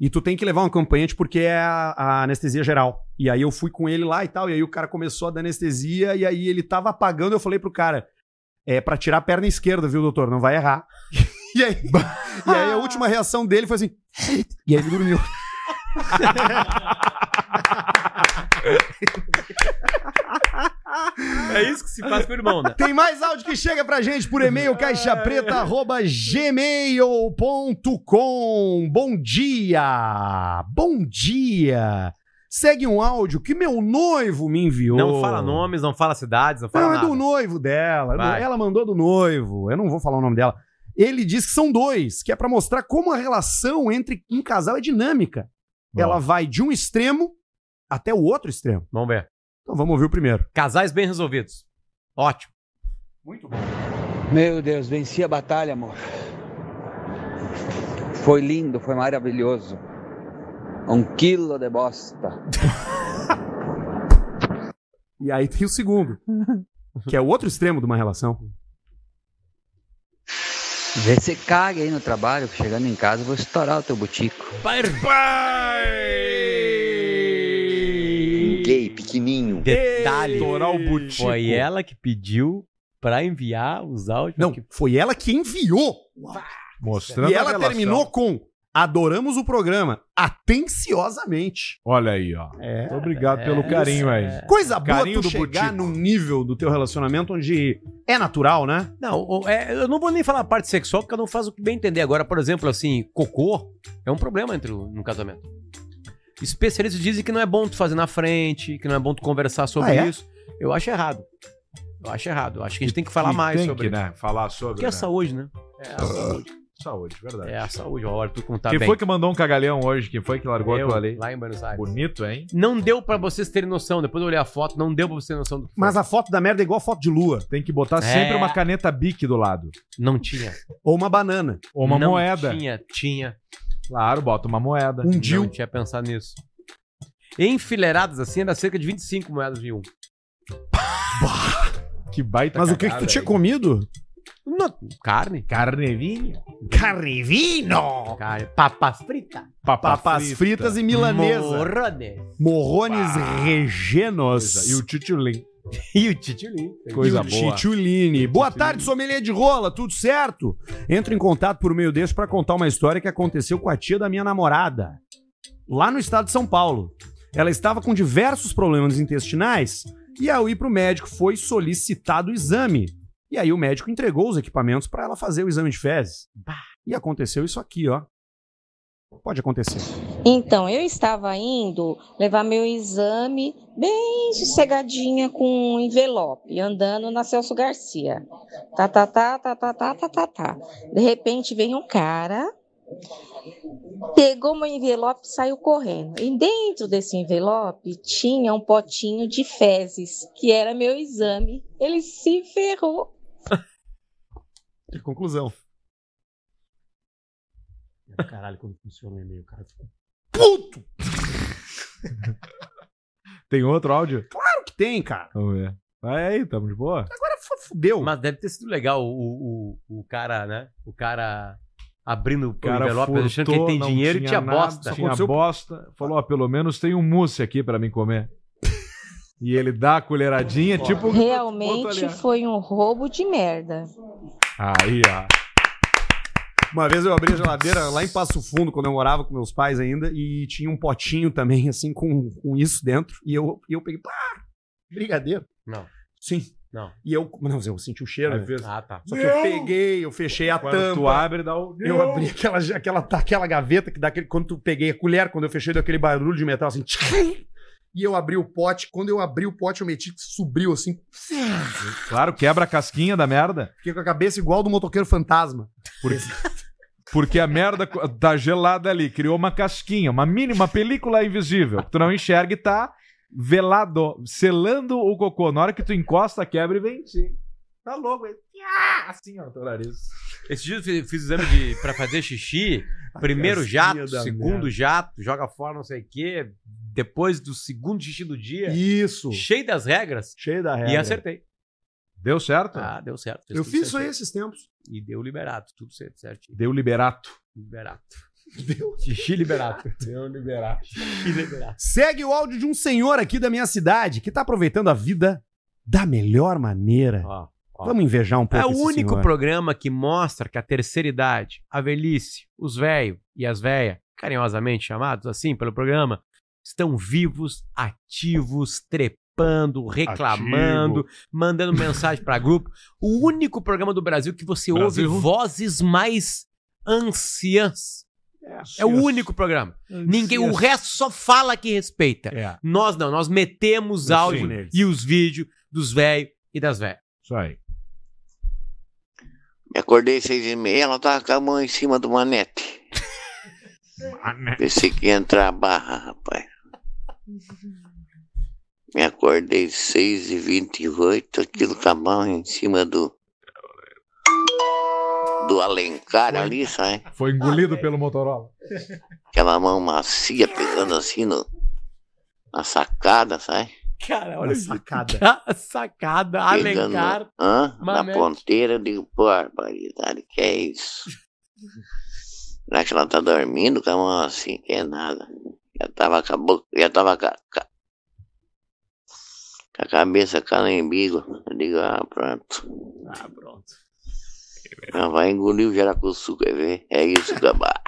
[SPEAKER 1] E tu tem que levar um acompanhante porque é a, a anestesia geral. E aí eu fui com ele lá e tal, e aí o cara começou a dar anestesia e aí ele tava apagando, eu falei pro cara, é pra tirar a perna esquerda, viu, doutor? Não vai errar. <laughs> E aí, e aí a última reação dele foi assim, <laughs> e aí ele dormiu.
[SPEAKER 3] É isso que se faz com o irmão, né?
[SPEAKER 1] Tem mais áudio que chega pra gente por e-mail caixapreta@gmail.com. Bom dia. Bom dia. Segue um áudio que meu noivo me enviou.
[SPEAKER 3] Não fala nomes, não fala cidades, não fala
[SPEAKER 1] Não, é
[SPEAKER 3] nada.
[SPEAKER 1] do noivo dela.
[SPEAKER 3] Vai.
[SPEAKER 1] Ela mandou do noivo. Eu não vou falar o nome dela. Ele diz que são dois, que é pra mostrar como a relação entre um casal é dinâmica. Ela vai de um extremo até o outro extremo.
[SPEAKER 3] Vamos ver.
[SPEAKER 1] Então vamos ouvir o primeiro.
[SPEAKER 3] Casais bem resolvidos. Ótimo.
[SPEAKER 25] Meu Deus, venci a batalha, amor. Foi lindo, foi maravilhoso.
[SPEAKER 8] Um quilo de bosta.
[SPEAKER 1] E aí tem o
[SPEAKER 3] <laughs>
[SPEAKER 1] segundo, que é o outro extremo de uma relação.
[SPEAKER 8] Vê se caga aí no trabalho, que chegando em casa eu vou estourar o teu butico.
[SPEAKER 3] Pai!
[SPEAKER 8] Gay, pequenininho.
[SPEAKER 3] Detalhe.
[SPEAKER 5] Estourar o butico.
[SPEAKER 3] Foi ela que pediu pra enviar os áudios.
[SPEAKER 1] Não,
[SPEAKER 3] que-
[SPEAKER 1] foi ela que enviou.
[SPEAKER 5] Mostrando
[SPEAKER 1] e
[SPEAKER 5] a
[SPEAKER 1] ela
[SPEAKER 5] relação.
[SPEAKER 1] terminou com adoramos o programa atenciosamente.
[SPEAKER 5] Olha aí, ó.
[SPEAKER 1] É.
[SPEAKER 5] Muito obrigado pelo
[SPEAKER 1] É,
[SPEAKER 5] carinho aí.
[SPEAKER 1] Coisa boa tu
[SPEAKER 5] Carinho do
[SPEAKER 1] chegar
[SPEAKER 5] Butico.
[SPEAKER 1] num nível do teu relacionamento onde é natural, né?
[SPEAKER 3] Não, o- é, eu não vou nem falar a parte sexual, porque eu não faço o que bem entender. Agora, por exemplo, assim, cocô é um problema entre o, no casamento. Especialistas dizem que não é bom tu fazer na frente, que não é bom tu conversar sobre
[SPEAKER 1] Ah, é?
[SPEAKER 3] isso. Eu acho errado. Eu acho errado. Eu acho que a gente tem que falar
[SPEAKER 5] E
[SPEAKER 3] mais
[SPEAKER 5] tem
[SPEAKER 3] sobre
[SPEAKER 5] que, né? Falar sobre.
[SPEAKER 3] Porque é a
[SPEAKER 5] né?
[SPEAKER 3] saúde, né? É a saúde.
[SPEAKER 5] Saúde, verdade.
[SPEAKER 3] É a saúde. Olha, tu contar
[SPEAKER 5] Quem
[SPEAKER 3] bem.
[SPEAKER 5] foi que mandou um cagalhão hoje? Quem foi que largou
[SPEAKER 3] Eu,
[SPEAKER 5] aquilo ali?
[SPEAKER 3] Lá em Buenos Aires.
[SPEAKER 5] Bonito, hein?
[SPEAKER 3] Não deu pra vocês terem noção. Depois eu olhei a foto, não deu pra vocês terem noção do que
[SPEAKER 1] Mas a foto da merda é igual a foto de lua.
[SPEAKER 5] Tem que botar sempre
[SPEAKER 1] É.
[SPEAKER 5] uma caneta bic do lado.
[SPEAKER 3] Não tinha.
[SPEAKER 1] Ou uma banana.
[SPEAKER 5] Ou uma
[SPEAKER 3] Não
[SPEAKER 5] moeda.
[SPEAKER 3] Tinha, tinha.
[SPEAKER 5] Claro, bota uma moeda.
[SPEAKER 1] Um deal.
[SPEAKER 3] Não tinha pensado nisso. Enfileiradas assim, era cerca de 25 moedas de um.
[SPEAKER 5] Que baita
[SPEAKER 1] Mas o que, que tu tinha comido?
[SPEAKER 3] Não, carne.
[SPEAKER 5] Carnevinho.
[SPEAKER 1] Carrevino!
[SPEAKER 3] Carne. Papas fritas.
[SPEAKER 1] Papas fritas e milanesa.
[SPEAKER 3] Morrones.
[SPEAKER 1] Morrones
[SPEAKER 5] Coisa.
[SPEAKER 1] regenos.
[SPEAKER 5] é, E o titiulim.
[SPEAKER 3] E o titiulim.
[SPEAKER 5] Coisa
[SPEAKER 1] E o
[SPEAKER 5] boa.
[SPEAKER 1] Chichulini. Boa tarde, sommelier de rola, tudo certo? Entro em contato por meio deste para contar uma história que aconteceu com a tia da minha namorada, lá no estado de São Paulo. Ela estava com diversos problemas intestinais e ao ir para o médico foi solicitado o exame. E aí o médico entregou os equipamentos para ela fazer o exame de fezes. E aconteceu isso aqui, ó. Pode acontecer.
[SPEAKER 17] Então, eu estava indo levar meu exame bem sossegadinha com um envelope, andando na Celso Garcia. Tá, tá, tá, tá, tá, tá, tá, tá, tá. De repente vem um cara, pegou meu envelope e saiu correndo. E dentro desse envelope tinha um potinho de fezes, que era meu exame. Ele se ferrou.
[SPEAKER 1] Conclusão.
[SPEAKER 14] Caralho, quando funciona o e-mail, cara.
[SPEAKER 5] Tem outro áudio?
[SPEAKER 1] Claro que tem, cara.
[SPEAKER 5] Vamos ver. Vai aí, tamo de boa.
[SPEAKER 3] Tá
[SPEAKER 1] Agora fu- fudeu.
[SPEAKER 3] Mas deve ter sido legal o, o, o cara, né? O cara abrindo o
[SPEAKER 5] cara
[SPEAKER 3] envelope,
[SPEAKER 5] furtou,
[SPEAKER 3] achando que ele tem
[SPEAKER 5] não
[SPEAKER 3] dinheiro e tinha
[SPEAKER 5] nada,
[SPEAKER 3] bosta.
[SPEAKER 5] Tinha bosta. Falou, ó, pelo menos tem um mousse aqui pra mim comer. e ele dá a colheradinha, tipo...
[SPEAKER 17] Realmente foi um roubo de merda.
[SPEAKER 5] Aí, ó.
[SPEAKER 1] Uma vez eu abri a geladeira lá em Passo Fundo, quando eu morava com meus pais ainda, e tinha um potinho também, assim, com, com isso dentro. E eu, e eu peguei, pá, brigadeiro.
[SPEAKER 3] Não.
[SPEAKER 1] Sim.
[SPEAKER 3] Não.
[SPEAKER 1] E eu, não, eu senti o cheiro,
[SPEAKER 5] Aí
[SPEAKER 1] né?
[SPEAKER 5] fez-
[SPEAKER 3] Ah, tá.
[SPEAKER 1] Só que eu peguei, eu fechei a
[SPEAKER 5] Quando tu
[SPEAKER 1] tampa.
[SPEAKER 5] abre, dá o...
[SPEAKER 1] Eu abri aquela, aquela, aquela gaveta que dá aquele. Quando tu peguei a colher, quando eu fechei, deu aquele barulho de metal assim. tchim. e eu abri o pote. Quando eu abri o pote, eu meti que subiu assim.
[SPEAKER 5] Claro, quebra a casquinha da merda.
[SPEAKER 1] Fiquei com a cabeça igual do motoqueiro fantasma.
[SPEAKER 5] Porque a merda co- tá gelada ali, criou uma casquinha, uma mínima película invisível. que Tu não enxerga e tá velado, selando o cocô. Na hora que tu encosta, quebra e vem. sim. Tá louco, hein? Ah, assim, ó, teu nariz.
[SPEAKER 3] Esse dia eu fiz, fiz o exame de, pra fazer xixi. Primeiro jato,
[SPEAKER 1] Assim, da
[SPEAKER 3] segundo
[SPEAKER 1] merda.
[SPEAKER 3] jato, joga fora não sei o quê. Depois do segundo xixi do dia.
[SPEAKER 1] Isso.
[SPEAKER 3] Cheio das regras.
[SPEAKER 1] Cheio da regra.
[SPEAKER 3] E acertei.
[SPEAKER 5] Deu certo?
[SPEAKER 3] Ah, deu certo.
[SPEAKER 1] Eu
[SPEAKER 3] tudo
[SPEAKER 1] fiz isso aí
[SPEAKER 3] certinho.
[SPEAKER 1] esses tempos.
[SPEAKER 3] E deu liberado, tudo certo, certinho.
[SPEAKER 5] Deu liberato.
[SPEAKER 3] Liberado.
[SPEAKER 1] Deu.
[SPEAKER 3] Xixi liberado.
[SPEAKER 5] Deu liberado.
[SPEAKER 3] Xixi liberado.
[SPEAKER 1] Segue o áudio de um senhor aqui da minha cidade que tá aproveitando a vida da melhor maneira.
[SPEAKER 3] Ó, ó.
[SPEAKER 1] Vamos invejar um pouco
[SPEAKER 3] É o
[SPEAKER 1] esse
[SPEAKER 3] único
[SPEAKER 1] senhor.
[SPEAKER 3] programa que mostra que a terceira idade, a velhice, os velhos e as velhas, carinhosamente chamados assim pelo programa, estão vivos, ativos, trepando, reclamando, mandando mensagem para grupo. O único programa do Brasil que você
[SPEAKER 5] Brasil.
[SPEAKER 3] ouve vozes mais anciãs. É o único programa. Ninguém, o resto só fala que respeita.
[SPEAKER 5] É.
[SPEAKER 3] Nós não, nós metemos áudio
[SPEAKER 5] neles.
[SPEAKER 3] e os vídeos dos velhos e das velhas.
[SPEAKER 5] Isso aí.
[SPEAKER 20] Me acordei seis e meia, ela tava com a mão em cima do manete. Pensei que ia entrar a barra, rapaz. Me acordei seis e vinte e oito, aquilo com a mão em cima do... Do Alencar ali, sabe?
[SPEAKER 5] Foi engolido pelo Motorola.
[SPEAKER 20] Aquela mão macia pegando assim no, na sacada, sabe?
[SPEAKER 3] Cara,
[SPEAKER 1] olha
[SPEAKER 3] <laughs>
[SPEAKER 1] sacada.
[SPEAKER 3] Ca- Sacada,
[SPEAKER 20] Pegando
[SPEAKER 3] alencar.
[SPEAKER 20] hã? na
[SPEAKER 3] Mamete.
[SPEAKER 20] ponteira, eu digo, pô, barbaridade, que é isso? Será que ela tá dormindo com a mão assim? Que é nada. Já tava com a boca, já tava com a, com a- com a cabeça calembígua. Eu digo, ah, pronto. Ah,
[SPEAKER 1] Ah, pronto.
[SPEAKER 20] Ela vai engolir o jaracuçu, quer ver? É isso, gabá.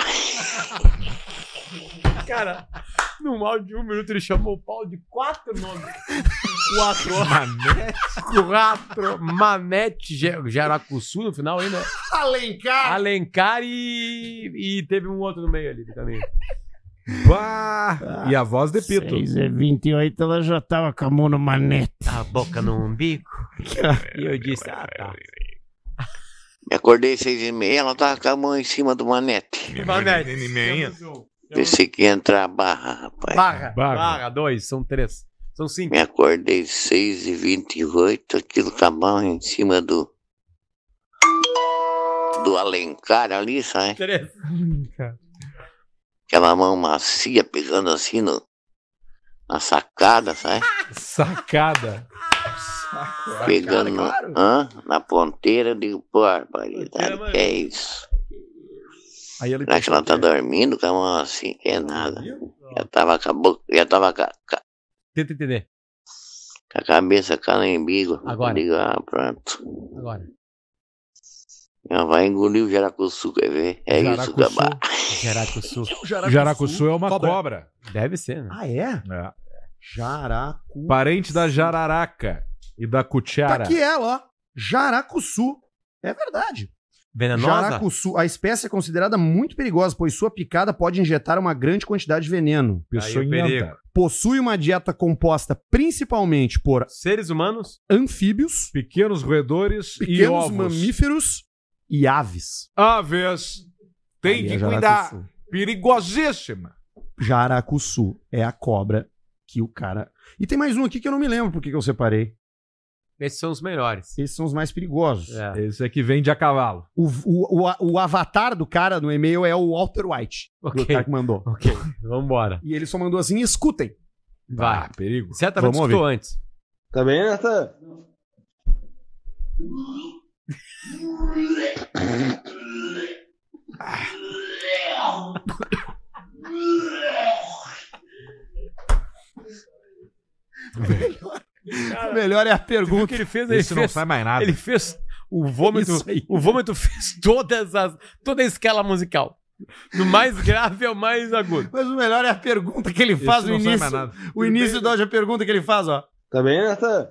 [SPEAKER 3] Cara, no mal de um minuto ele chamou o pau de quatro nomes. <laughs> Quatro. Quatro. Manete, Ge- Jaracuçu no final ainda.
[SPEAKER 1] Alencar!
[SPEAKER 3] Alencar e, e teve um outro no meio ali também.
[SPEAKER 5] E a voz de Pito.
[SPEAKER 14] 6 e 28, ela já tava com a mão no manete.
[SPEAKER 3] A boca no
[SPEAKER 5] <laughs>
[SPEAKER 3] umbigo. E eu disse, ah, tá.
[SPEAKER 20] Me acordei seis e meia, ela tava com a mão em cima do manete.
[SPEAKER 3] Manete. um
[SPEAKER 20] Pensei que ia entrar a barra, rapaz.
[SPEAKER 3] Barra, barra, dois, são três. São cinco.
[SPEAKER 20] Me acordei seis e vinte e oito, aquilo com a mão em cima do... Do Alencar ali, sabe?
[SPEAKER 3] Três.
[SPEAKER 20] aquela mão macia pegando assim no, na sacada, sabe?
[SPEAKER 5] Sacada.
[SPEAKER 20] pegando na-
[SPEAKER 5] claro.
[SPEAKER 20] hã? na ponteira, eu digo, pô, barbaridade, que é isso?
[SPEAKER 1] Aí ele
[SPEAKER 20] Será que ela tá dormindo com a mão assim? Que é nada. Já tava com a boca, já tava com a, com a-
[SPEAKER 3] Tenta entender.
[SPEAKER 20] com a cabeça calembígua.
[SPEAKER 3] Agora.
[SPEAKER 20] Eu digo, ah, pronto.
[SPEAKER 3] Agora.
[SPEAKER 20] Ela vai engolir o jaracuçu, quer ver? É isso,
[SPEAKER 5] Jaracuçu.
[SPEAKER 20] gabá.
[SPEAKER 3] Jaracuçu.
[SPEAKER 5] Jaracuçu, é uma cobra.
[SPEAKER 3] Deve ser, né?
[SPEAKER 1] Ah, é?
[SPEAKER 5] É.
[SPEAKER 1] Jaracu.
[SPEAKER 5] Parente da jararaca e da
[SPEAKER 1] Tá
[SPEAKER 5] cuchara.
[SPEAKER 1] aqui ela, ó. Jaracuçu. É verdade.
[SPEAKER 3] Venenosa?
[SPEAKER 1] Jaracuçu. A espécie é considerada muito perigosa, pois sua picada pode injetar uma grande quantidade de veneno.
[SPEAKER 5] Peçonhenta. perigo.
[SPEAKER 1] Possui uma dieta composta principalmente por
[SPEAKER 3] Seres humanos?
[SPEAKER 1] anfíbios,
[SPEAKER 5] Pequenos roedores e
[SPEAKER 1] pequenos
[SPEAKER 5] ovos.
[SPEAKER 1] mamíferos e aves.
[SPEAKER 5] Aves. Tem
[SPEAKER 1] Aí é
[SPEAKER 5] que cuidar.
[SPEAKER 1] jaracuçu.
[SPEAKER 5] Perigosíssima.
[SPEAKER 1] Jaracuçu é a cobra que o cara. E tem mais um aqui que eu não me lembro porque que eu separei.
[SPEAKER 3] Esses são os melhores.
[SPEAKER 1] Esses são os mais perigosos.
[SPEAKER 3] É.
[SPEAKER 5] Esse aqui vende a cavalo.
[SPEAKER 1] O, o, o, o avatar do cara no e-mail é o Walter White,
[SPEAKER 3] Ok.
[SPEAKER 1] do cara que mandou.
[SPEAKER 3] Ok, vambora.
[SPEAKER 1] E ele só mandou assim: escutem.
[SPEAKER 3] Vai.
[SPEAKER 5] Ah, perigo.
[SPEAKER 3] Certamente
[SPEAKER 1] Vamos
[SPEAKER 3] escutou antes.
[SPEAKER 19] Tá bem, Natan?
[SPEAKER 1] O melhor é a
[SPEAKER 3] O
[SPEAKER 1] pergunta.
[SPEAKER 3] que ele fez? Ele
[SPEAKER 5] Esse não
[SPEAKER 3] fez,
[SPEAKER 5] sai mais nada.
[SPEAKER 3] ele fez o vômito.
[SPEAKER 1] Isso aí.
[SPEAKER 3] O vômito <laughs> fez todas as, toda a escala musical. Do mais grave ao mais agudo.
[SPEAKER 1] Mas o melhor é a pergunta que ele
[SPEAKER 5] Esse
[SPEAKER 1] faz no
[SPEAKER 5] não sai
[SPEAKER 1] início.
[SPEAKER 5] mais nada.
[SPEAKER 1] O início da hoje, é a pergunta que ele faz, ó.
[SPEAKER 19] Tá bem, Natan?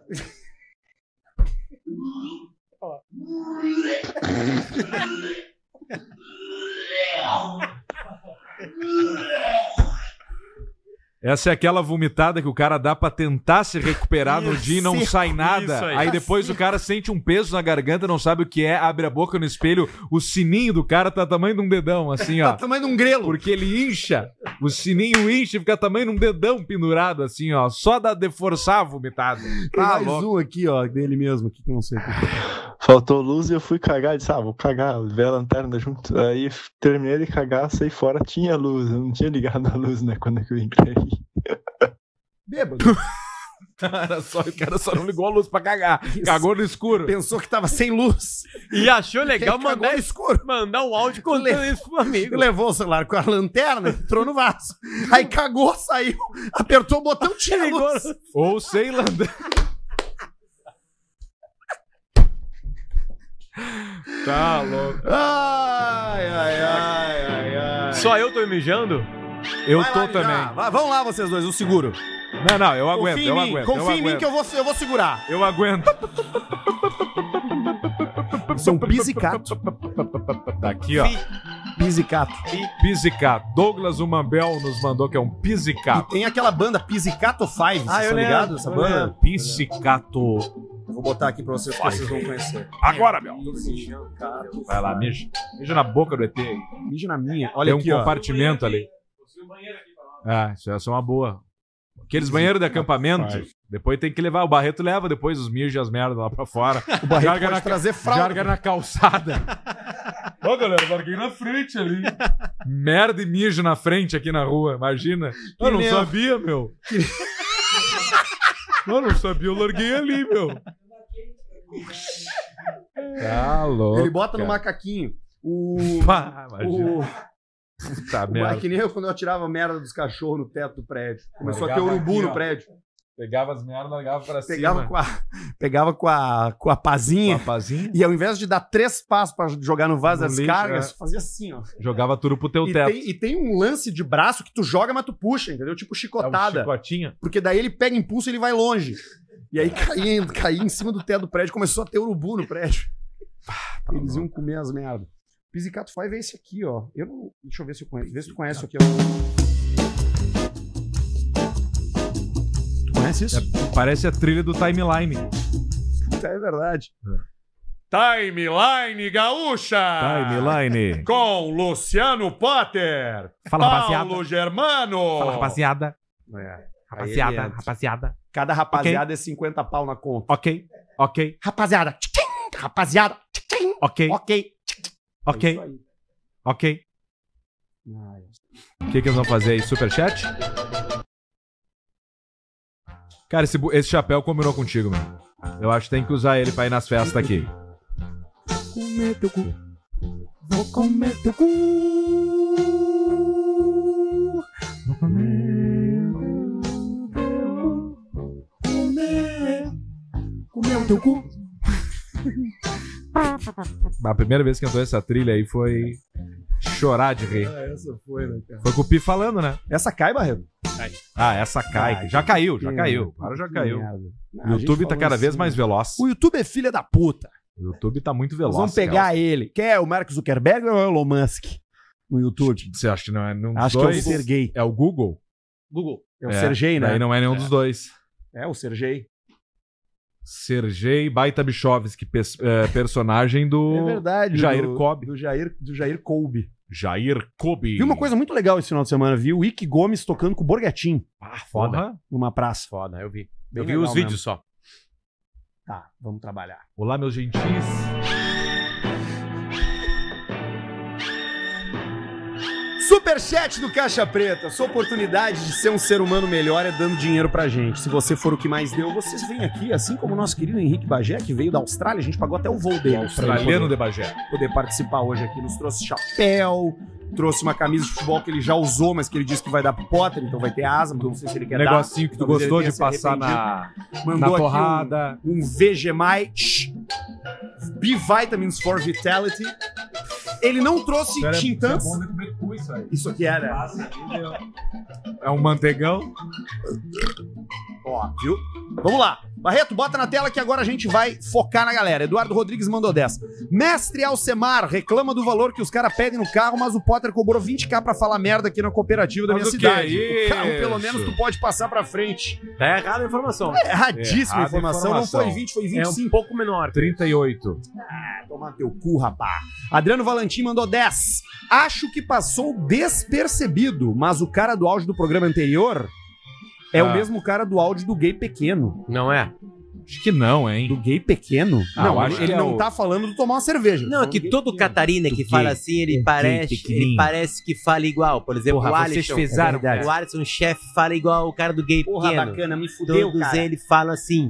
[SPEAKER 5] Essa é aquela vomitada que o cara dá pra tentar se recuperar no
[SPEAKER 3] Isso,
[SPEAKER 5] dia e não sai nada.
[SPEAKER 3] isso aí.
[SPEAKER 5] Aí. depois o cara sente um peso na garganta, não sabe o que é, abre a boca no espelho, o sininho do cara tá tamanho de um dedão,
[SPEAKER 1] <laughs>
[SPEAKER 5] assim, ó.
[SPEAKER 1] Tamanho de um grelo.
[SPEAKER 5] Porque ele incha, o sininho incha e fica tamanho de um dedão pendurado, assim, ó. Só da de forçar a vomitada.
[SPEAKER 1] Tem
[SPEAKER 5] Tá
[SPEAKER 1] mais
[SPEAKER 5] louco.
[SPEAKER 1] um aqui, ó, dele mesmo, que eu não sei. o que- é.
[SPEAKER 26] Faltou luz e eu fui cagar, disse, ah, vou cagar, levei a lanterna junto. Aí f- terminei de cagar, saí fora, tinha luz, eu não tinha ligado a luz, né, quando eu entrei.
[SPEAKER 1] Bêbado.
[SPEAKER 5] Cara, só, o cara só não ligou a luz pra cagar. Cagou no escuro.
[SPEAKER 1] Pensou que tava sem luz.
[SPEAKER 3] E achou legal
[SPEAKER 1] Ele É cagou
[SPEAKER 3] mandar,
[SPEAKER 1] no escuro.
[SPEAKER 3] mandar o áudio contando isso pro amigo.
[SPEAKER 1] Levou o celular com a lanterna, <laughs> entrou no vaso. Aí cagou, saiu, apertou o botão, tira a luz.
[SPEAKER 5] Ou
[SPEAKER 1] <laughs>
[SPEAKER 5] sei lá. tá louco.
[SPEAKER 1] Ai, ai, ai, ai, ai.
[SPEAKER 3] Só eu tô mijando?
[SPEAKER 5] Eu
[SPEAKER 1] Vai
[SPEAKER 5] tô
[SPEAKER 1] lá,
[SPEAKER 5] também.
[SPEAKER 1] Mijá. Vai- vamos lá, vocês dois, eu seguro.
[SPEAKER 5] Não, não, eu aguento,
[SPEAKER 1] confia em
[SPEAKER 5] eu
[SPEAKER 1] mim,
[SPEAKER 5] aguento. eu
[SPEAKER 1] confia em
[SPEAKER 5] aguento.
[SPEAKER 1] mim que eu vou, eu vou segurar.
[SPEAKER 5] Eu aguento.
[SPEAKER 1] São pisicato.
[SPEAKER 5] Tá aqui, ó.
[SPEAKER 1] Pisicato.
[SPEAKER 5] Pisicato. Douglas Umambel nos mandou que é um pisicato.
[SPEAKER 1] Tem aquela banda Pisicato Five,
[SPEAKER 5] Ah,
[SPEAKER 1] vocês estão ligados? Essa banda?
[SPEAKER 5] Um Pisicato.
[SPEAKER 1] Vou botar aqui pra vocês que vocês vão conhecer.
[SPEAKER 5] Agora, meu. Vai lá, mija. Mija na boca do ET. aí.
[SPEAKER 1] Mija na minha.
[SPEAKER 5] Tem
[SPEAKER 1] Olha
[SPEAKER 5] um
[SPEAKER 1] aqui, ó.
[SPEAKER 5] compartimento ali. Ah, isso essa é uma boa. Aqueles banheiros de acampamento, depois tem que levar. O Barreto leva depois os mijos e as merdas lá pra fora.
[SPEAKER 1] O barriga
[SPEAKER 5] Larga
[SPEAKER 1] pode <laughs>
[SPEAKER 5] na-
[SPEAKER 1] trazer fralda.
[SPEAKER 5] Jarga na calçada. Ó, galera, larguei na frente ali. Merda e mijo na frente aqui na rua, imagina. eu não
[SPEAKER 1] nem-
[SPEAKER 5] sabia, meu. eu não sabia, eu larguei ali, meu. Tá louco.
[SPEAKER 1] Ele bota no
[SPEAKER 5] cara.
[SPEAKER 1] macaquinho. O.
[SPEAKER 5] Pá, imagina.
[SPEAKER 1] o
[SPEAKER 5] Puta
[SPEAKER 1] é
[SPEAKER 5] merda.
[SPEAKER 1] que nem eu quando eu atirava merda dos cachorros no teto do prédio. Começou a ter
[SPEAKER 5] Largava
[SPEAKER 1] urubu
[SPEAKER 5] aqui,
[SPEAKER 1] no
[SPEAKER 5] ó.
[SPEAKER 1] prédio.
[SPEAKER 5] Pegava as merdas, largava pra
[SPEAKER 1] Pegava
[SPEAKER 5] cima.
[SPEAKER 1] com a, pegava com a, com a pazinha.
[SPEAKER 5] Com a pazinha.
[SPEAKER 1] E ao invés de dar três passos pra jogar no vaso
[SPEAKER 5] No
[SPEAKER 1] das
[SPEAKER 5] lixo,
[SPEAKER 1] cargas,
[SPEAKER 5] é.
[SPEAKER 1] fazia assim, ó.
[SPEAKER 5] Jogava tudo pro teu
[SPEAKER 1] E
[SPEAKER 5] teto.
[SPEAKER 1] tem, e tem um lance de braço que tu joga, mas tu puxa, entendeu? Tipo chicotada.
[SPEAKER 5] É um chicotinho.
[SPEAKER 1] Porque daí ele pega impulso e ele vai longe. E aí caía, caía em cima do teto do prédio, começou a ter urubu no prédio.
[SPEAKER 5] tá
[SPEAKER 1] Eles iam comer as merdas. Pisicato Five é esse aqui, ó. Eu não... Deixa eu ver se eu conheço. Vê se tu conhece isso aqui. Tu conhece isso?
[SPEAKER 5] É. Parece a trilha do timeline.
[SPEAKER 1] Puta, é verdade.
[SPEAKER 4] Timeline
[SPEAKER 1] Ah.
[SPEAKER 4] Gaúcha!
[SPEAKER 5] Timeline.
[SPEAKER 4] Com Luciano Potter!
[SPEAKER 5] Fala,
[SPEAKER 4] Paulo
[SPEAKER 5] rapaziada.
[SPEAKER 4] Germano!
[SPEAKER 5] Fala, rapaziada.
[SPEAKER 1] É. Aí ele
[SPEAKER 5] Rapaziada,
[SPEAKER 1] entra.
[SPEAKER 5] rapaziada.
[SPEAKER 1] Cada rapaziada é 50 pau na conta.
[SPEAKER 5] Ok, ok,
[SPEAKER 1] Rapaziada. tchim, Rapaziada. tchim,
[SPEAKER 5] ok,
[SPEAKER 1] Ok. É
[SPEAKER 5] ok,
[SPEAKER 1] isso aí.
[SPEAKER 5] ok. O que, que eles vão fazer aí? Superchat? Cara, esse, bu- esse chapéu combinou contigo, mano. Eu acho que tem que usar ele pra ir nas festas aqui.
[SPEAKER 1] Comer teu cu. Vou comer teu cu. Vou comer. Comer o teu cu.
[SPEAKER 5] A primeira vez que entrou essa trilha aí foi chorar de rir.
[SPEAKER 1] essa foi, né, cara?
[SPEAKER 5] Foi com o Pi falando, né?
[SPEAKER 1] Essa cai, Barreto?
[SPEAKER 5] Ah, essa cai. já caiu, já caiu. Agora já caiu. O YouTube tá cada vez
[SPEAKER 1] assim,
[SPEAKER 5] mais veloz.
[SPEAKER 1] O YouTube é filha da puta.
[SPEAKER 5] O YouTube tá muito
[SPEAKER 1] Nós
[SPEAKER 5] veloz.
[SPEAKER 1] vamos pegar
[SPEAKER 5] cara.
[SPEAKER 1] ele. Quem é o Mark Zuckerberg ou é o Elon Musk? No YouTube.
[SPEAKER 5] Você acha que não é nenhum dos
[SPEAKER 1] Acho que é o
[SPEAKER 5] dois?
[SPEAKER 1] Sergei.
[SPEAKER 5] É o Google?
[SPEAKER 1] Google. É o Sergei, né?
[SPEAKER 5] Aí não é nenhum dos dois.
[SPEAKER 1] É, o Sergei.
[SPEAKER 5] Sergei Baitabichovski, pes- é, personagem do
[SPEAKER 1] É verdade.
[SPEAKER 5] Jair
[SPEAKER 1] do,
[SPEAKER 5] Cobb.
[SPEAKER 1] Do Jair, do Jair Kolbe.
[SPEAKER 5] Jair Kobe.
[SPEAKER 1] Vi uma coisa muito legal esse final de semana. Vi o Ike Gomes tocando com o Borgatim
[SPEAKER 5] Ah, foda.
[SPEAKER 1] Foda. numa praça.
[SPEAKER 3] Foda, eu vi.
[SPEAKER 1] Bem
[SPEAKER 3] eu vi
[SPEAKER 1] legal
[SPEAKER 3] os vídeos
[SPEAKER 1] mesmo.
[SPEAKER 3] só.
[SPEAKER 1] Tá, vamos trabalhar.
[SPEAKER 5] Olá, meus gentis.
[SPEAKER 1] Superchat do Caixa Preta. Sua oportunidade de ser um ser humano melhor é dando dinheiro pra gente. Se você for o que mais deu, vocês vêm aqui, assim como o nosso querido Henrique Bagé, que veio da Austrália. A gente pagou até o voo dele. pra ele
[SPEAKER 5] Australiano de Bagé.
[SPEAKER 1] poder participar hoje aqui. Nos trouxe chapéu, trouxe uma camisa de futebol que ele já usou, mas que ele disse que vai dar pro Potter, então vai ter asa, mas não sei se ele quer
[SPEAKER 5] Negocinho
[SPEAKER 1] dar.
[SPEAKER 5] que tu
[SPEAKER 1] Talvez ele
[SPEAKER 5] gostou
[SPEAKER 1] tenha
[SPEAKER 5] de
[SPEAKER 1] se
[SPEAKER 5] passar na,
[SPEAKER 1] arrependido.
[SPEAKER 5] na
[SPEAKER 1] Mandou aqui um-
[SPEAKER 5] porrada.
[SPEAKER 1] um Vegemite, B-Vitamins for Vitality. Ele não trouxe tintas.
[SPEAKER 5] né?
[SPEAKER 1] Isso aqui era.
[SPEAKER 5] É um mantegão.
[SPEAKER 1] Ó, viu? Vamos lá. Barreto, bota na tela que agora a gente vai focar na galera. Eduardo Rodrigues mandou 10. Mestre Alcemar reclama do valor que os caras pedem no carro, mas o Potter cobrou 20k pra falar merda aqui na cooperativa da
[SPEAKER 5] Mas
[SPEAKER 1] minha
[SPEAKER 5] o que
[SPEAKER 1] cidade.
[SPEAKER 5] é
[SPEAKER 1] o carro,
[SPEAKER 5] isso?
[SPEAKER 1] pelo menos, tu pode passar pra frente.
[SPEAKER 3] Tá errada a informação.
[SPEAKER 1] É erradíssima a
[SPEAKER 5] Errada
[SPEAKER 1] informação.
[SPEAKER 5] informação.
[SPEAKER 1] Não foi 20, foi
[SPEAKER 3] É um
[SPEAKER 1] 25.
[SPEAKER 3] pouco menor.
[SPEAKER 5] 38.
[SPEAKER 1] Tomar teu cu, rapá. Adriano Valentim mandou 10. Acho que passou despercebido, mas o cara do áudio do programa anterior é o
[SPEAKER 5] Ah.
[SPEAKER 1] mesmo cara do áudio do gay pequeno.
[SPEAKER 3] Não é?
[SPEAKER 5] Acho que não, hein?
[SPEAKER 1] Do gay pequeno?
[SPEAKER 5] Ah, eu
[SPEAKER 1] não,
[SPEAKER 5] acho
[SPEAKER 1] ele
[SPEAKER 5] que é
[SPEAKER 1] não
[SPEAKER 5] o-
[SPEAKER 1] tá falando do tomar uma cerveja.
[SPEAKER 3] Não, é que todo Catarina que
[SPEAKER 5] Do
[SPEAKER 3] fala
[SPEAKER 5] gay.
[SPEAKER 3] assim,
[SPEAKER 5] Do
[SPEAKER 3] ele
[SPEAKER 5] gay
[SPEAKER 3] parece,
[SPEAKER 5] pequenininho.
[SPEAKER 3] ele parece que fala igual. Por exemplo,
[SPEAKER 5] Porra,
[SPEAKER 3] o
[SPEAKER 5] vocês
[SPEAKER 3] Alisson.
[SPEAKER 5] fezaram,
[SPEAKER 3] É verdade.
[SPEAKER 5] cara.
[SPEAKER 3] o Alisson, o chefe, fala igual o cara do gay
[SPEAKER 1] Porra,
[SPEAKER 3] pequeno.
[SPEAKER 1] bacana, me fudeu,
[SPEAKER 3] Todos
[SPEAKER 1] cara.
[SPEAKER 3] eles falam assim.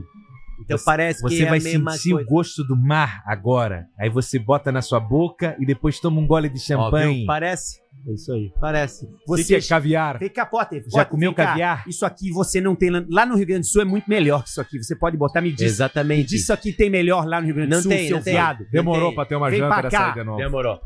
[SPEAKER 3] Então parece que
[SPEAKER 5] Você
[SPEAKER 3] é
[SPEAKER 5] vai
[SPEAKER 3] a mesma
[SPEAKER 5] sentir
[SPEAKER 3] coisa.
[SPEAKER 5] o gosto do mar agora. Aí você bota na sua boca e depois toma um gole de
[SPEAKER 3] Ó,
[SPEAKER 5] champanhe.
[SPEAKER 3] viu? Parece,
[SPEAKER 1] É isso aí.
[SPEAKER 3] parece.
[SPEAKER 5] Você que é caviar.
[SPEAKER 1] Vem cá, Potter.
[SPEAKER 5] Já
[SPEAKER 1] Potter,
[SPEAKER 5] comeu
[SPEAKER 1] vem cá.
[SPEAKER 5] caviar?
[SPEAKER 1] Isso aqui você não tem. lá- Lá no Rio Grande do Sul é muito melhor que isso aqui. Você pode botar, me diz. Me
[SPEAKER 3] Exatamente.
[SPEAKER 1] diz isso aqui tem melhor lá no Rio Grande do
[SPEAKER 3] Não
[SPEAKER 1] Sul,
[SPEAKER 3] tem,
[SPEAKER 1] seu
[SPEAKER 3] não tem.
[SPEAKER 1] viado.
[SPEAKER 5] Demorou
[SPEAKER 3] Vem
[SPEAKER 5] pra ter uma
[SPEAKER 1] pra
[SPEAKER 5] janta
[SPEAKER 1] cá.
[SPEAKER 5] dessa aí de novo.
[SPEAKER 3] Demorou.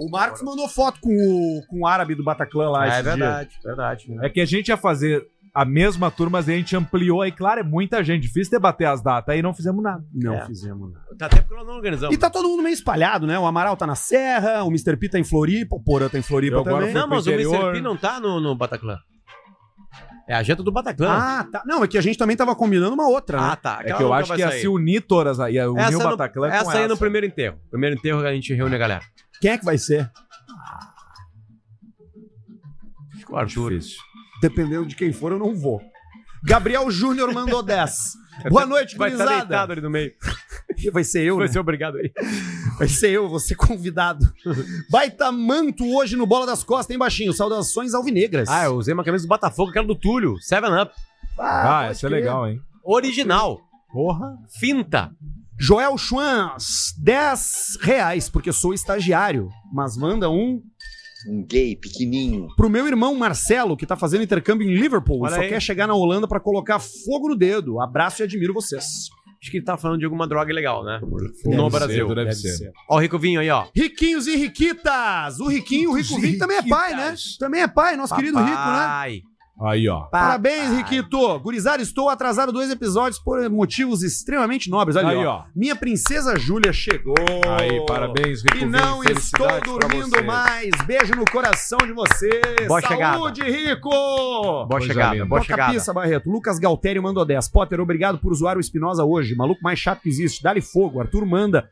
[SPEAKER 1] O Marcos mandou foto com o, com o árabe do Bataclan lá.
[SPEAKER 3] Ah, é
[SPEAKER 1] esses dias.
[SPEAKER 3] verdade, verdade.
[SPEAKER 5] É que a gente ia fazer a mesma turma, mas aí a gente ampliou. Aí, claro, é muita gente. Difícil debater as datas. Aí não fizemos nada.
[SPEAKER 1] Não
[SPEAKER 3] É.
[SPEAKER 1] fizemos nada.
[SPEAKER 3] Até porque nós não organizamos.
[SPEAKER 1] E tá todo mundo meio espalhado, né? O Amaral tá na Serra, o Mr. P tá em Floripa, o Porã tá em Floripa
[SPEAKER 5] Eu agora
[SPEAKER 1] também.
[SPEAKER 5] fui
[SPEAKER 3] Não, mas
[SPEAKER 5] pro
[SPEAKER 3] o
[SPEAKER 5] interior.
[SPEAKER 3] Mr. P não tá no, no Bataclan. É a janta do Bataclan.
[SPEAKER 1] Ah, tá. Não, é que a gente também tava combinando uma outra, né?
[SPEAKER 3] Ah, tá.
[SPEAKER 5] É
[SPEAKER 3] Aquela
[SPEAKER 5] que eu
[SPEAKER 3] nunca
[SPEAKER 5] acho
[SPEAKER 3] vai
[SPEAKER 5] que ia
[SPEAKER 3] sair.
[SPEAKER 5] se unir todas aí. Ia unir
[SPEAKER 3] Essa
[SPEAKER 5] o
[SPEAKER 3] no-
[SPEAKER 5] Bataclan com
[SPEAKER 3] essa
[SPEAKER 5] essa.
[SPEAKER 3] aí no primeiro enterro. Primeiro enterro a gente reúne a galera.
[SPEAKER 1] Quem é que vai ser?
[SPEAKER 3] Acho que o Arthur.
[SPEAKER 1] Dependendo de quem for, eu não vou. Gabriel Júnior mandou 10. Boa noite,
[SPEAKER 3] Vai estar
[SPEAKER 1] gurizada.
[SPEAKER 3] deitado ali no meio.
[SPEAKER 1] Vai ser eu,
[SPEAKER 3] Vai
[SPEAKER 1] né?
[SPEAKER 3] ser obrigado aí.
[SPEAKER 1] Vai ser eu, vou ser convidado. Baita manto hoje no Bola das Costas, hein, baixinho? Saudações alvinegras.
[SPEAKER 3] Ah, eu usei uma camisa do Botafogo, aquela do Túlio. Seven Up.
[SPEAKER 5] Ah, essa é legal, hein?
[SPEAKER 3] Original.
[SPEAKER 5] Porra.
[SPEAKER 3] Finta.
[SPEAKER 1] Joel Schwanz, 10 reais, porque sou estagiário, mas manda um
[SPEAKER 22] Um gay pequenininho.
[SPEAKER 1] pro meu irmão Marcelo, que tá fazendo intercâmbio em Liverpool
[SPEAKER 3] Olha
[SPEAKER 1] e só
[SPEAKER 3] aí.
[SPEAKER 1] quer chegar na Holanda pra colocar fogo no dedo. Abraço e admiro vocês.
[SPEAKER 3] Acho que ele tá falando de alguma droga legal, né?
[SPEAKER 5] Deve
[SPEAKER 3] no
[SPEAKER 5] ser,
[SPEAKER 3] Brasil.
[SPEAKER 5] deve
[SPEAKER 3] Deve
[SPEAKER 5] ser.
[SPEAKER 3] ser. Ó, o Rico Vinho aí, ó.
[SPEAKER 1] Riquinhos e riquitas! O Riquinho, o Rico Vinho também é pai, né? Também é pai, nosso querido Rico, né?
[SPEAKER 3] Papai.
[SPEAKER 5] Aí, ó.
[SPEAKER 1] Parabéns, Riquito! Gurizada, estou atrasado dois episódios por motivos extremamente nobres. Olha
[SPEAKER 5] Aí,
[SPEAKER 1] ó.
[SPEAKER 5] ó.
[SPEAKER 1] Minha princesa Júlia chegou.
[SPEAKER 5] Aí, parabéns, Rico
[SPEAKER 1] E não
[SPEAKER 5] Vini,
[SPEAKER 1] estou
[SPEAKER 5] felicidades pra
[SPEAKER 1] dormindo
[SPEAKER 5] você.
[SPEAKER 1] mais. Beijo no coração de vocês.
[SPEAKER 3] Boa
[SPEAKER 1] Saúde, Rico!
[SPEAKER 3] Boa
[SPEAKER 5] Coisa
[SPEAKER 3] chegada,
[SPEAKER 5] linda.
[SPEAKER 3] boa
[SPEAKER 1] Toca
[SPEAKER 3] chegada.
[SPEAKER 1] pista, Barreto. Lucas Galtério mandou 10. Potter, obrigado por usar o Espinosa hoje. Maluco mais chato que existe. Dá-lhe fogo. Arthur manda.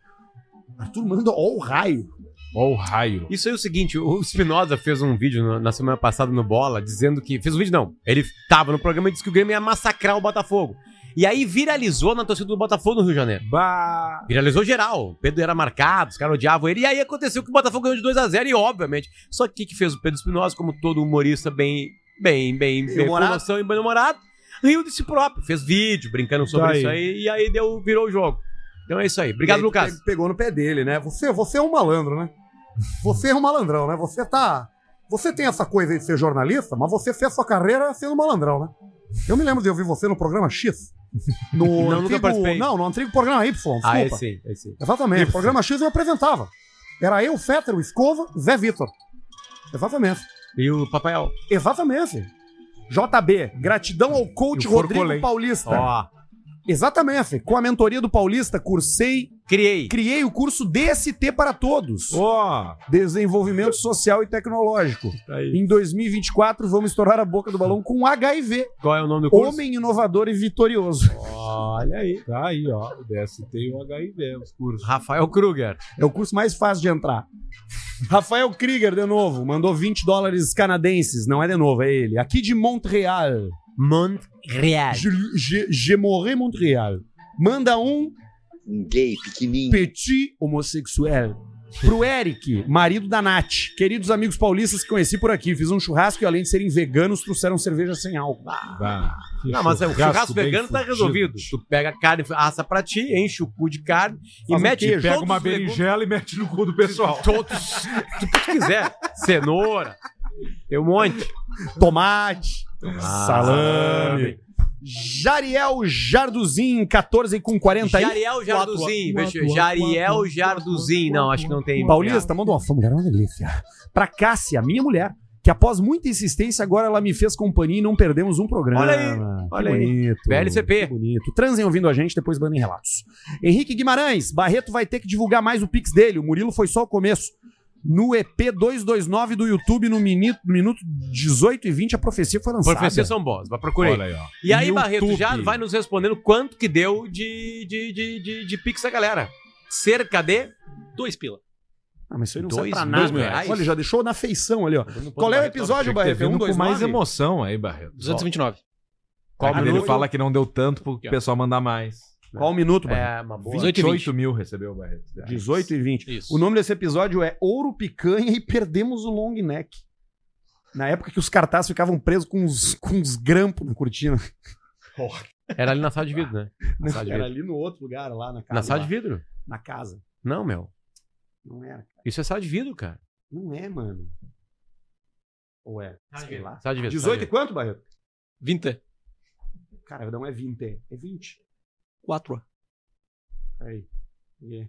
[SPEAKER 1] Arthur manda, ó, o raio.
[SPEAKER 5] Ó o raio.
[SPEAKER 3] Isso aí é o seguinte, o Spinoza fez um vídeo no- na semana passada no Bola, dizendo que... Fez um vídeo não, ele tava no programa e disse que o Grêmio ia massacrar o Botafogo. E aí viralizou na torcida do Botafogo no Rio de Janeiro.
[SPEAKER 5] Bah.
[SPEAKER 3] Viralizou geral. O Pedro era marcado, os caras odiavam ele. E aí aconteceu que o Botafogo ganhou de 2x0 e, obviamente, só que o que que fez o Pedro Espinosa, como todo humorista bem, bem, bem, bem com
[SPEAKER 1] Bem-humorado.
[SPEAKER 3] noção e bem-humorado, riu de si próprio. Fez vídeo brincando sobre
[SPEAKER 5] Tá aí.
[SPEAKER 3] isso aí e aí deu, virou o jogo. Então é isso aí. Obrigado,
[SPEAKER 1] Ele
[SPEAKER 3] Lucas.
[SPEAKER 1] pe- Pegou no pé dele, né? Você, você é um malandro, né? Você é um malandrão, né? Você tá. Você tem essa coisa aí de ser jornalista, mas você fez sua carreira sendo malandrão, né? Eu me lembro de ouvir você no programa
[SPEAKER 3] <laughs>
[SPEAKER 1] X. No
[SPEAKER 3] Não,
[SPEAKER 1] antigo,
[SPEAKER 3] nunca participei.
[SPEAKER 1] Não, no antigo programa Y, desculpa.
[SPEAKER 3] Ah, esse aí, esse aí.
[SPEAKER 1] Exatamente. O programa X eu apresentava. Era eu, Fetter, o Escova, Zé Vitor. Exatamente.
[SPEAKER 3] E o Papael.
[SPEAKER 1] Exatamente. JB, gratidão ao coach
[SPEAKER 5] E o
[SPEAKER 1] Rodrigo
[SPEAKER 5] Forcolém.
[SPEAKER 1] Paulista.
[SPEAKER 3] Ó,
[SPEAKER 1] Exatamente. Com a mentoria do Paulista, cursei
[SPEAKER 3] criei.
[SPEAKER 1] criei o curso DST para todos.
[SPEAKER 5] Ó.
[SPEAKER 1] Desenvolvimento social e tecnológico.
[SPEAKER 5] Tá aí.
[SPEAKER 1] Em 2024 vamos estourar a boca do balão com HIV,
[SPEAKER 3] Qual é o nome do curso?
[SPEAKER 1] homem inovador e vitorioso.
[SPEAKER 5] Olha aí. Tá aí, ó. O DST e o HIV, os cursos.
[SPEAKER 3] Rafael Kruger.
[SPEAKER 1] É o curso mais fácil de entrar. Rafael Krieger de novo, mandou 20 dólares canadenses, não é de novo, é ele. Aqui de Montreal.
[SPEAKER 7] É.
[SPEAKER 3] Montreal.
[SPEAKER 1] Je- Je je morré Montreal. Manda um
[SPEAKER 22] Um gay pequenininho.
[SPEAKER 1] petit homossexuel. Pro Eric, marido da Nath. Queridos amigos paulistas que conheci por aqui, fiz um churrasco e além de serem veganos, trouxeram cerveja sem álcool.
[SPEAKER 3] Ah.
[SPEAKER 5] Bah, que
[SPEAKER 3] Não, mas é, o churrasco
[SPEAKER 5] bem
[SPEAKER 3] vegano tá
[SPEAKER 5] fudido.
[SPEAKER 3] resolvido. Tu pega a carne, assa pra ti, enche o cu de carne e
[SPEAKER 1] Faz um
[SPEAKER 3] mete
[SPEAKER 1] queijo.
[SPEAKER 3] todos
[SPEAKER 5] Pega uma
[SPEAKER 3] os legumes-
[SPEAKER 5] berinjela e mete no cu do pessoal.
[SPEAKER 3] Todos. Tudo que tu quiser. Cenoura. Tem um monte.
[SPEAKER 1] tomate,
[SPEAKER 3] Ah.
[SPEAKER 1] salame. Jariel Jarduzin, 14 com 40 aí.
[SPEAKER 3] Jariel Jarduzin.
[SPEAKER 1] Quatro,
[SPEAKER 3] veja, Jariel Jarduzin. Não, acho que não tem.
[SPEAKER 1] Paulista, manda uma mulher, é uma delícia. Pra Cássia, minha mulher, que após muita insistência, agora ela me fez companhia e não perdemos um programa.
[SPEAKER 3] Olha aí, olha aí.
[SPEAKER 1] que bonito.
[SPEAKER 3] VLCP.
[SPEAKER 1] Que bonito. Transem ouvindo a gente, depois mandem relatos. Henrique Guimarães, Barreto vai ter que divulgar mais o Pix dele. O Murilo foi só o começo. No EP 229 do YouTube, no minuto, minuto 18 e 20, a profecia foi lançada.
[SPEAKER 3] Professor São Bos, vai procurar.
[SPEAKER 5] Olha aí, um ó.
[SPEAKER 3] E aí,
[SPEAKER 5] YouTube.
[SPEAKER 3] Barreto, já vai nos respondendo quanto que deu de, de, de, de, de pix da galera. Cerca de.
[SPEAKER 27] Dois pila.
[SPEAKER 1] Ah, mas isso aí não
[SPEAKER 3] Dois
[SPEAKER 1] serve pra
[SPEAKER 3] mil
[SPEAKER 1] nada.
[SPEAKER 3] reais?
[SPEAKER 1] Olha, já deixou na feição ali, ó. Qual é o episódio,
[SPEAKER 5] Tinha que ter
[SPEAKER 1] Barreto? É um,
[SPEAKER 5] vindo com
[SPEAKER 1] dois,
[SPEAKER 5] mais
[SPEAKER 1] nove?
[SPEAKER 5] emoção aí, Barreto.
[SPEAKER 27] 229.
[SPEAKER 5] Qual
[SPEAKER 3] Ah,
[SPEAKER 5] ele
[SPEAKER 3] minuto?
[SPEAKER 5] fala que não deu tanto pro
[SPEAKER 27] Aqui, ó.
[SPEAKER 5] pessoal mandar mais.
[SPEAKER 1] Qual o minuto, Barreto?
[SPEAKER 3] É, uma boa.
[SPEAKER 27] 18 e 20.
[SPEAKER 5] 28 mil recebeu o Barreto.
[SPEAKER 1] 18 e 20.
[SPEAKER 27] Isso.
[SPEAKER 1] O nome desse episódio é Ouro Picanha e Perdemos o Long Neck. Na época que os cartazes ficavam presos com uns, com uns grampos né? na cortina.
[SPEAKER 3] Era ali na sala de vidro, né? Na sala de
[SPEAKER 1] Era
[SPEAKER 3] vidro.
[SPEAKER 1] ali no outro lugar, lá na casa.
[SPEAKER 3] Na sala
[SPEAKER 1] Ah, tá lá.
[SPEAKER 3] de vidro?
[SPEAKER 1] Na casa.
[SPEAKER 3] Não, meu.
[SPEAKER 1] Não era.
[SPEAKER 3] Isso é sala de vidro, cara.
[SPEAKER 1] Não é, mano. Ou é? Sei lá.
[SPEAKER 3] Sala Tá de vidro.
[SPEAKER 1] 18 e quanto, Barreto?
[SPEAKER 27] 20.
[SPEAKER 1] Cara, não é 20. É É 20.
[SPEAKER 27] 4.
[SPEAKER 1] Peraí. É.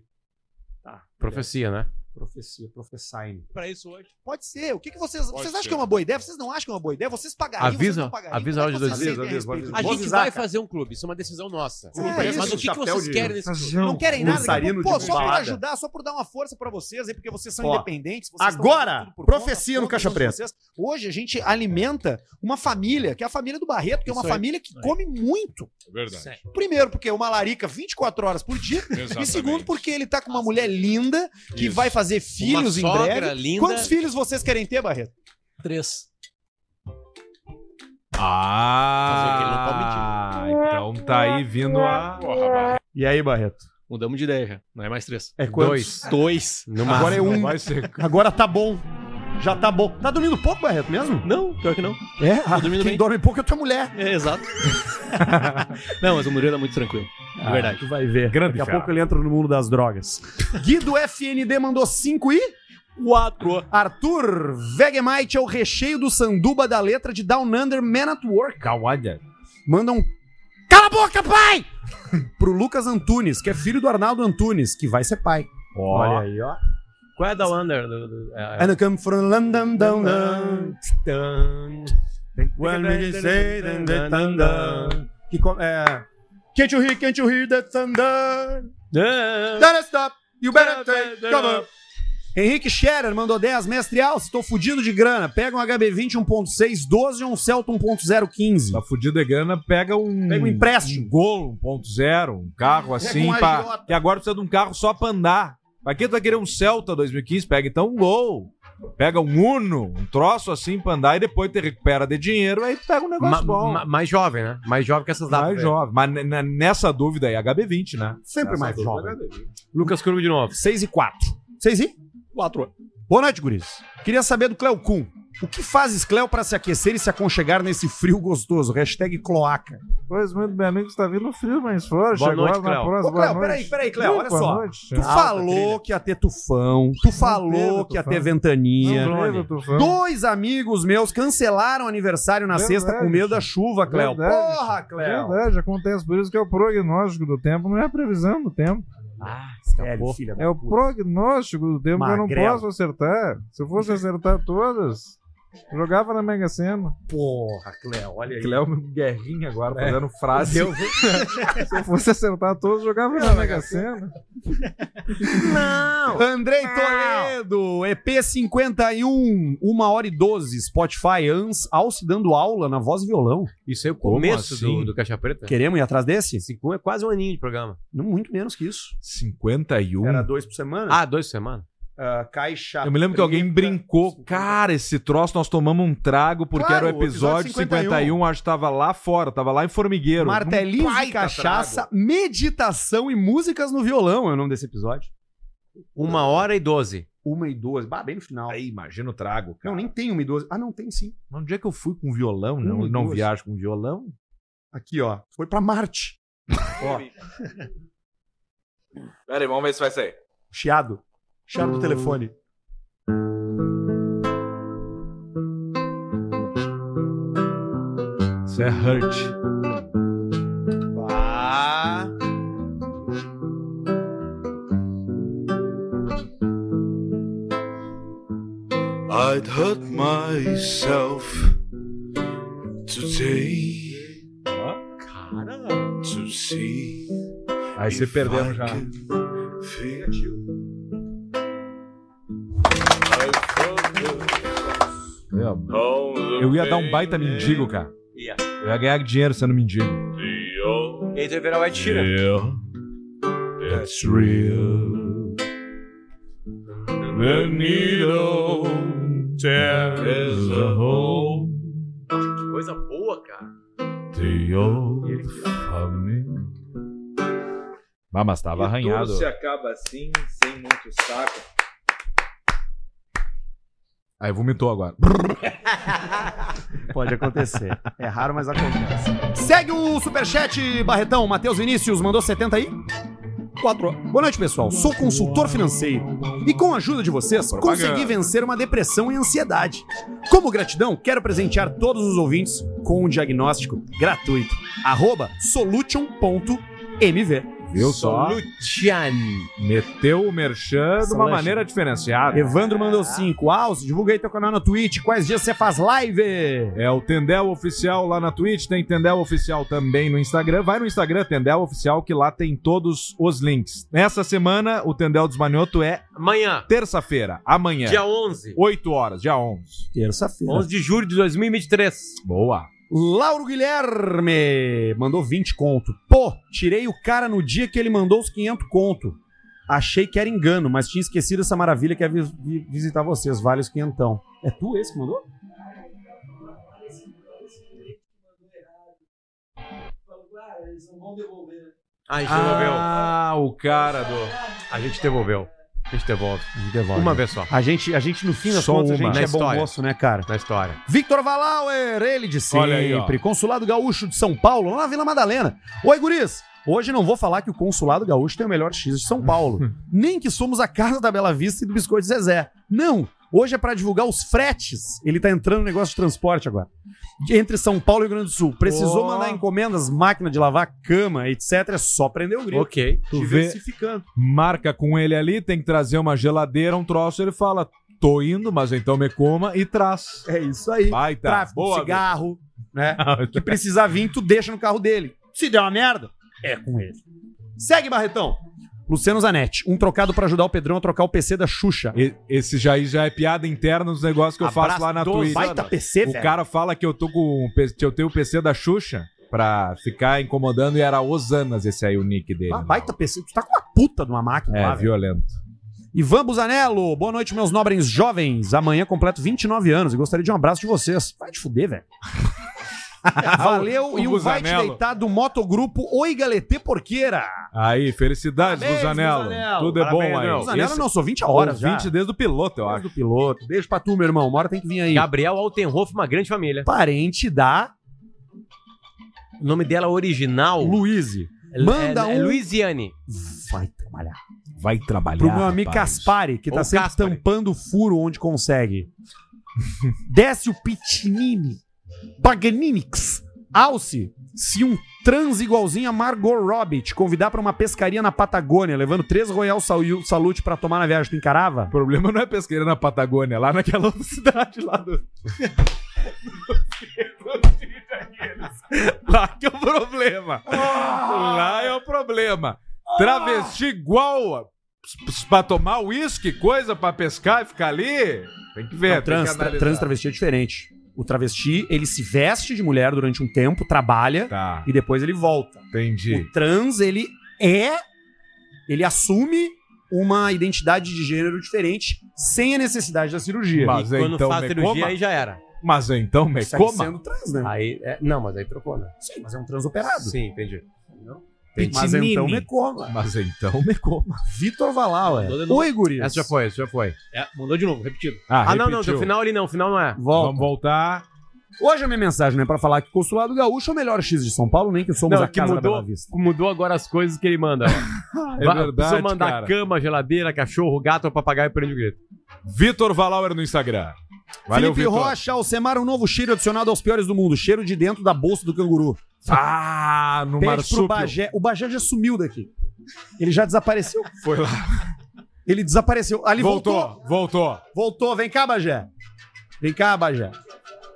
[SPEAKER 1] Tá.
[SPEAKER 3] Profecia, né?
[SPEAKER 1] Profecia, professine.
[SPEAKER 27] Para isso hoje.
[SPEAKER 4] Pode ser. O que, que vocês.
[SPEAKER 27] Pode
[SPEAKER 4] vocês
[SPEAKER 27] ser.
[SPEAKER 4] acham que é uma boa ideia? Vocês não acham que é uma boa ideia? Vocês pagariam. vocês
[SPEAKER 3] Avisa,
[SPEAKER 4] não pagariam.
[SPEAKER 3] avisa a
[SPEAKER 4] Como é
[SPEAKER 3] hora de
[SPEAKER 4] que vocês sentem a
[SPEAKER 3] dois.
[SPEAKER 1] Avisa, avisa,
[SPEAKER 4] respeito
[SPEAKER 1] avisa.
[SPEAKER 4] disso?
[SPEAKER 1] Vou avisar, cara.
[SPEAKER 3] fazer um clube, isso é uma decisão nossa.
[SPEAKER 1] É isso,
[SPEAKER 4] chapéu de-
[SPEAKER 3] nesse clube?
[SPEAKER 4] Não querem nada,
[SPEAKER 1] Mussarino
[SPEAKER 4] tipo,
[SPEAKER 1] de
[SPEAKER 4] pô, só por
[SPEAKER 1] balada.
[SPEAKER 4] ajudar, só por dar uma força pra vocês aí, porque vocês são
[SPEAKER 1] Ó,
[SPEAKER 4] independentes. vocês
[SPEAKER 1] agora,
[SPEAKER 4] estão fazendo tudo por
[SPEAKER 1] profecia no
[SPEAKER 4] conta,
[SPEAKER 1] Caixa
[SPEAKER 4] todos
[SPEAKER 1] Preta.
[SPEAKER 4] vocês. Hoje a gente alimenta uma família, que é a família do Barreto, que é uma
[SPEAKER 27] Isso aí,
[SPEAKER 4] família que
[SPEAKER 27] isso aí.
[SPEAKER 4] come muito.
[SPEAKER 2] É verdade.
[SPEAKER 4] Primeiro, porque é uma larica 24 horas por
[SPEAKER 27] <laughs>
[SPEAKER 4] dia. E segundo, porque ele tá com uma mulher linda que
[SPEAKER 2] Isso.
[SPEAKER 4] vai fazer filhos em
[SPEAKER 3] sogra
[SPEAKER 4] breve.
[SPEAKER 3] linda.
[SPEAKER 4] Quantos filhos vocês querem ter, Barreto?
[SPEAKER 27] Três.
[SPEAKER 5] Ah, então tá aí vindo a.
[SPEAKER 1] E aí, Barreto?
[SPEAKER 27] Mudamos de ideia já. Não é mais três.
[SPEAKER 1] É quantos?
[SPEAKER 27] Dois. Ah, Dois.
[SPEAKER 1] No Agora é um.
[SPEAKER 5] Vai ser.
[SPEAKER 1] Agora tá bom. Já tá bom. Tá dormindo pouco, Barreto, mesmo?
[SPEAKER 27] Não, pior que não. Tá
[SPEAKER 1] É? Ah,
[SPEAKER 27] dormindo
[SPEAKER 1] quem
[SPEAKER 27] bem.
[SPEAKER 1] dorme pouco é tua mulher.
[SPEAKER 27] É, exato. <laughs> não, mas o Murilo é muito tranquilo. De
[SPEAKER 1] Ah,
[SPEAKER 27] verdade.
[SPEAKER 1] Tu vai ver.
[SPEAKER 5] Grande
[SPEAKER 1] Daqui a
[SPEAKER 5] fera.
[SPEAKER 1] pouco ele entra no mundo das
[SPEAKER 27] <laughs>
[SPEAKER 1] drogas. Guido FND mandou 5 e...
[SPEAKER 27] Quatro.
[SPEAKER 1] Arthur Vegemite é o recheio do sanduba da letra de Down Under Man at Work.
[SPEAKER 5] Kawaja.
[SPEAKER 1] Manda um... Cala a boca, pai! <laughs> Pro Lucas Antunes, que é filho do Arnaldo Antunes, que vai ser pai.
[SPEAKER 5] Olha
[SPEAKER 1] aí, ó.
[SPEAKER 27] Qual é da Wonder? Do, do- é, é-
[SPEAKER 1] And I come from London, down, down. When we say dun, dun, dun, dun. Que co- é... Can't you hear, can't you hear the thunder? Don't stop, you better take cover. Henrique Scherer mandou 10 mestre Alce, tô fudido de grana. Pega um HB20 1.6, 12 ou um Celta 1.015.
[SPEAKER 5] Tá fudido de grana, pega um.
[SPEAKER 1] Pega um empréstimo.
[SPEAKER 5] Um golo 1.0, um carro assim.
[SPEAKER 1] um
[SPEAKER 5] pra-
[SPEAKER 1] agiota.
[SPEAKER 5] E agora precisa de um carro só pra andar. Pra que tu vai querer um Celta 2015? Pega então um gol. Pega um Uno, um troço assim pra andar e depois te recupera de dinheiro, aí tu pega um negócio
[SPEAKER 3] Ma-
[SPEAKER 5] bom.
[SPEAKER 3] ma- mais jovem, né? Mais jovem que essas datas.
[SPEAKER 5] mais
[SPEAKER 3] velho.
[SPEAKER 5] jovem. Mas ne- ne- nessa dúvida aí, HB20, né?
[SPEAKER 1] Sempre
[SPEAKER 5] Nessa
[SPEAKER 1] mais
[SPEAKER 5] dúvida,
[SPEAKER 1] jovem.
[SPEAKER 5] HB20.
[SPEAKER 3] Lucas Curvo de novo.
[SPEAKER 1] 6 e 4. 6 e?
[SPEAKER 27] Quatro.
[SPEAKER 1] Boa noite, guris. Queria saber do Cleo Kuhn. O que fazes, Cleo, pra se aquecer e se aconchegar nesse frio gostoso? Hashtag cloaca.
[SPEAKER 5] Pois muito bem, amigo, está vindo frio, mas forte.
[SPEAKER 27] Boa noite, Cléo.
[SPEAKER 1] Ô, Cleo, Ah, tá peraí, peraí, Cleo, olha só. Tu
[SPEAKER 5] Tu
[SPEAKER 1] falou que ia ter tufão, tu falou
[SPEAKER 5] teve
[SPEAKER 1] que ia
[SPEAKER 5] tufão.
[SPEAKER 1] ter ventania.
[SPEAKER 5] falou. Do...
[SPEAKER 1] Dois amigos meus cancelaram aniversário na
[SPEAKER 5] Verdade.
[SPEAKER 1] sexta com medo da chuva, Cleo.
[SPEAKER 5] Verdade.
[SPEAKER 1] Porra, Cleo.
[SPEAKER 5] Verdade, acontece. Por isso que é o prognóstico do tempo, não é a previsão do tempo.
[SPEAKER 1] Ah, escapou. filha da
[SPEAKER 5] É o
[SPEAKER 1] puta.
[SPEAKER 5] prognóstico do tempo que eu
[SPEAKER 1] Magrelo.
[SPEAKER 5] não posso acertar. Se eu fosse acertar todas, jogava na Mega Sena.
[SPEAKER 1] Porra, Cleo, olha aí. Assim,
[SPEAKER 5] Cléo Guerrinha agora fazendo frase. Se eu fosse acertar todas, jogava na Mega Sena.
[SPEAKER 1] Não! <laughs> Andrei Toledo, EP 51, 1 hora e 12, Spotify, Ans, Alce dando aula na voz e violão.
[SPEAKER 3] Isso aí é o
[SPEAKER 5] Como
[SPEAKER 3] começo
[SPEAKER 5] assim?
[SPEAKER 3] do, do Caixa Preta.
[SPEAKER 1] Queremos ir atrás desse?
[SPEAKER 3] Cinco é quase um aninho de programa.
[SPEAKER 1] Não, muito menos que isso. Hum.
[SPEAKER 5] 51.
[SPEAKER 1] Era dois por semana?
[SPEAKER 3] Ah, dois semanas.
[SPEAKER 1] Ah, caixa.
[SPEAKER 5] Eu me lembro que alguém brincou.
[SPEAKER 1] 50.
[SPEAKER 5] Cara, esse troço nós tomamos um trago porque
[SPEAKER 1] Claro,
[SPEAKER 5] era o episódio,
[SPEAKER 1] episódio
[SPEAKER 5] 51.
[SPEAKER 1] 51,
[SPEAKER 5] acho que tava lá fora, tava lá em Formigueiro.
[SPEAKER 1] Martelinhos
[SPEAKER 5] Um
[SPEAKER 1] de
[SPEAKER 5] baita
[SPEAKER 1] cachaça, meditação e músicas no violão é o nome desse episódio.
[SPEAKER 3] Uma hora e doze.
[SPEAKER 1] Uma e duas. Bah, bem no final.
[SPEAKER 5] trago. Aí, imagina o trago,
[SPEAKER 1] Não,
[SPEAKER 5] cara.
[SPEAKER 1] nem tem uma e duas. Ah, não, tem sim.
[SPEAKER 5] Mas onde é que eu fui com violão? Não,
[SPEAKER 1] Uma e
[SPEAKER 5] não
[SPEAKER 1] duas.
[SPEAKER 5] viajo com violão?
[SPEAKER 1] Aqui, ó. Foi pra Marte.
[SPEAKER 28] Pera aí, vamos ver se vai sair.
[SPEAKER 1] Chiado. Chiado do telefone.
[SPEAKER 5] Isso é hurt. Ah,
[SPEAKER 2] I'd hurt myself today
[SPEAKER 3] Cara.
[SPEAKER 2] to see.
[SPEAKER 5] Aí você
[SPEAKER 2] if I
[SPEAKER 5] perdemos já.
[SPEAKER 2] can feel I focus on the
[SPEAKER 5] Eu ia dar um
[SPEAKER 2] pain
[SPEAKER 5] baita
[SPEAKER 2] in
[SPEAKER 5] mendigo, cara.
[SPEAKER 3] Ia.
[SPEAKER 5] Eu ia ganhar dinheiro sendo mendigo.
[SPEAKER 2] the old
[SPEAKER 3] E aí tu vai virar o Ed Sheeran.
[SPEAKER 2] Yeah, that's real. The needle tears a hole.
[SPEAKER 3] Que coisa boa, cara.
[SPEAKER 2] The old family.
[SPEAKER 5] Ah, mas tava arranhado.
[SPEAKER 28] acaba assim, sem muito saco.
[SPEAKER 5] Aí vomitou agora.
[SPEAKER 1] Pode acontecer. É raro, mas acontece. Segue o superchat, Barretão. Matheus Vinícius mandou 70 aí. Quatro. Boa noite, pessoal. Sou consultor financeiro e, com a ajuda de vocês, consegui vencer uma depressão e ansiedade. Como gratidão, quero presentear todos os ouvintes com um diagnóstico gratuito. Arroba solution.mv.
[SPEAKER 5] Viu só?
[SPEAKER 3] Lucian.
[SPEAKER 5] Meteu o merchan de uma
[SPEAKER 1] Selection.
[SPEAKER 5] maneira diferenciada.
[SPEAKER 1] Evandro mandou 5. Alce, divulga aí teu canal na Twitch. Quais dias você faz live?
[SPEAKER 5] É o Tendel Oficial lá na Twitch, tem Tendel Oficial também no Instagram. Vai no Instagram, Tendel Oficial, que lá tem todos os links. Nessa semana, o Tendel dos Manioto é
[SPEAKER 3] Amanhã,
[SPEAKER 5] terça-feira, amanhã,
[SPEAKER 3] dia 11.
[SPEAKER 5] 8 horas, dia 11.
[SPEAKER 1] Terça-feira.
[SPEAKER 3] 11 de julho de 2023.
[SPEAKER 5] Boa.
[SPEAKER 1] Lauro Guilherme mandou 20 conto. Pô, tirei o cara no dia que ele mandou os 500 conto. Achei que era engano, mas tinha esquecido essa maravilha que é vi- vi- visitar vocês. Vale os quinhentão. É tu esse que mandou?
[SPEAKER 3] A gente devolveu.
[SPEAKER 5] Ah, o cara do.
[SPEAKER 3] A gente devolveu. A gente devolve.
[SPEAKER 1] Devolve.
[SPEAKER 3] Uma vez só.
[SPEAKER 1] A gente, a gente, no fim das
[SPEAKER 3] Só
[SPEAKER 1] contas, a gente
[SPEAKER 3] uma. Na
[SPEAKER 1] é bom
[SPEAKER 3] história.
[SPEAKER 1] moço, né, cara?
[SPEAKER 3] Na história.
[SPEAKER 1] Victor Valauer, ele de
[SPEAKER 5] Olha aí,
[SPEAKER 1] sempre. Consulado Gaúcho de São Paulo, lá na Vila Madalena. Oi, guris. Hoje não vou falar que o Consulado Gaúcho tem o melhor X de São
[SPEAKER 5] <laughs>
[SPEAKER 1] Paulo. Nem que somos a casa da Bela Vista e do Biscoito Zezé. Não. Hoje é pra divulgar os fretes. Ele tá entrando no negócio de transporte agora. De- Entre São Paulo e Rio Grande do Sul. Precisou
[SPEAKER 5] Ó.
[SPEAKER 1] mandar encomendas, máquina de lavar, cama, etc. É só prender o grito.
[SPEAKER 3] Ok.
[SPEAKER 5] Tu vê, marca com ele ali, tem que trazer uma geladeira, um troço, ele fala, tô indo, mas então me coma e traz.
[SPEAKER 1] É isso aí.
[SPEAKER 5] Baita,
[SPEAKER 1] Tráfico,
[SPEAKER 5] tá. boa,
[SPEAKER 1] um cigarro, né? que precisar vir, tu deixa no carro dele. Se der uma merda, é com ele. Segue, Barretão. Luciano Zanetti, um trocado pra ajudar o Pedrão a trocar o PC da Xuxa.
[SPEAKER 5] <laughs> E- Esse já, já é piada interna nos negócios que eu
[SPEAKER 1] Abraço
[SPEAKER 5] faço lá na
[SPEAKER 1] dos
[SPEAKER 5] Twitch.
[SPEAKER 1] baita PC,
[SPEAKER 5] o
[SPEAKER 1] velho.
[SPEAKER 5] cara fala que eu tô com um P- que eu tenho o PC da Xuxa pra ficar incomodando e era Osanas esse aí o nick dele. né?
[SPEAKER 1] Ah, baita PC, tu tá com uma puta de uma máquina
[SPEAKER 5] é,
[SPEAKER 1] lá, velho.
[SPEAKER 5] violento.
[SPEAKER 1] Ivan Busanello, boa noite, meus nobres jovens. Amanhã completo 29 anos e gostaria de um abraço de vocês. Vai te fuder,
[SPEAKER 5] <laughs>
[SPEAKER 1] velho. Valeu
[SPEAKER 5] O
[SPEAKER 1] e um vai te
[SPEAKER 5] Busanello.
[SPEAKER 1] deitar do motogrupo Oi Galetê Porqueira.
[SPEAKER 5] Aí, felicidades,
[SPEAKER 1] Parabéns,
[SPEAKER 5] Busanello.
[SPEAKER 1] Busanello.
[SPEAKER 5] Tudo é
[SPEAKER 1] Parabéns,
[SPEAKER 5] bom aí.
[SPEAKER 1] Busanello. Busanello não, sou 20 a hora
[SPEAKER 5] horas.
[SPEAKER 1] já.
[SPEAKER 5] 20 desde o piloto, eu acho.
[SPEAKER 1] do piloto. Beijo pra tu, meu irmão. Uma hora tem que vir aí.
[SPEAKER 3] Gabriel Altenhoff, uma grande família.
[SPEAKER 1] Parente da
[SPEAKER 3] O nome dela original.
[SPEAKER 1] Luíse.
[SPEAKER 3] é-
[SPEAKER 1] Manda
[SPEAKER 3] é,
[SPEAKER 1] um-
[SPEAKER 3] Luiziane.
[SPEAKER 1] Vai trabalhar.
[SPEAKER 5] Vai trabalhar.
[SPEAKER 1] Pro meu amigo
[SPEAKER 5] rapaz.
[SPEAKER 1] Caspari, que tá
[SPEAKER 3] Ô,
[SPEAKER 1] sempre
[SPEAKER 3] Caspari.
[SPEAKER 1] tampando o furo onde consegue. <laughs> Décio Pitinini. Paganininx. Alce. Se um trans igualzinho a Margot Robbie te convidar pra uma pescaria na Patagônia, levando três Royal Salu- Salute pra tomar na viagem, tu encarava?
[SPEAKER 5] O problema não é pesqueira na Patagônia, é lá naquela <laughs> outra cidade lá do. <laughs> lá que é o problema. Lá é o problema. Travesti igual a... ps- pra tomar uísque, coisa pra pescar e ficar ali. Tem que ver.
[SPEAKER 1] Não, trans,
[SPEAKER 5] tem que
[SPEAKER 1] tra-
[SPEAKER 5] analisar.
[SPEAKER 1] trans e travesti é diferente. O travesti, ele se veste de mulher durante um tempo,
[SPEAKER 3] é
[SPEAKER 1] trabalha
[SPEAKER 5] Tá,
[SPEAKER 1] e depois ele volta.
[SPEAKER 5] entendi.
[SPEAKER 1] O trans, ele é. Ele assume uma identidade de gênero diferente sem a necessidade da cirurgia.
[SPEAKER 5] Mas
[SPEAKER 3] e quando
[SPEAKER 5] então
[SPEAKER 3] faz
[SPEAKER 5] me
[SPEAKER 3] cirurgia,
[SPEAKER 5] coma?
[SPEAKER 3] aí já era.
[SPEAKER 5] Mas então, me
[SPEAKER 1] Segue
[SPEAKER 5] coma.
[SPEAKER 1] sendo trans, né?
[SPEAKER 3] é Aí, é- não, mas aí trocou, né?
[SPEAKER 1] Sim, mas é um trans operado.
[SPEAKER 3] Sim, entendi.
[SPEAKER 5] Entendi.
[SPEAKER 1] Mas então me
[SPEAKER 3] um-
[SPEAKER 1] coma.
[SPEAKER 5] Mas então me coma.
[SPEAKER 1] Vitor Valauer.
[SPEAKER 29] Mandou de novo.
[SPEAKER 1] Oi, gurias.
[SPEAKER 3] Essa já foi, essa já foi.
[SPEAKER 29] É, mandou de novo, repetido.
[SPEAKER 3] Ah, não, não,
[SPEAKER 5] repetiu.
[SPEAKER 3] do final ali não, final não é.
[SPEAKER 1] Volta.
[SPEAKER 5] Vamos voltar.
[SPEAKER 1] Hoje a minha mensagem não é pra falar que o Consulado Gaúcho é o melhor X de São Paulo, nem que somos
[SPEAKER 3] Não,
[SPEAKER 1] a
[SPEAKER 3] que
[SPEAKER 1] casa da
[SPEAKER 3] mudou.
[SPEAKER 1] Bela Vista.
[SPEAKER 3] Mudou agora as coisas que ele <laughs> manda.
[SPEAKER 5] É verdade,
[SPEAKER 3] Precisa mandar
[SPEAKER 5] cara.
[SPEAKER 3] cama, geladeira, cachorro, gato, papagaio, prende o grito.
[SPEAKER 5] Vitor Valauer no Instagram. Valeu,
[SPEAKER 1] Felipe
[SPEAKER 5] Vitor.
[SPEAKER 1] Rocha, Alcemar, um novo cheiro adicionado aos piores do mundo. Cheiro de dentro da bolsa do canguru.
[SPEAKER 5] Ah, no
[SPEAKER 1] Pede pro
[SPEAKER 5] Marsupio.
[SPEAKER 1] Bagé. O Bagé já sumiu daqui. Ele já desapareceu.
[SPEAKER 5] Foi lá.
[SPEAKER 1] Ele desapareceu. Ali voltou. Voltou,
[SPEAKER 5] Voltou, voltou.
[SPEAKER 1] Vem cá, Bagé. Vem cá, Bagé.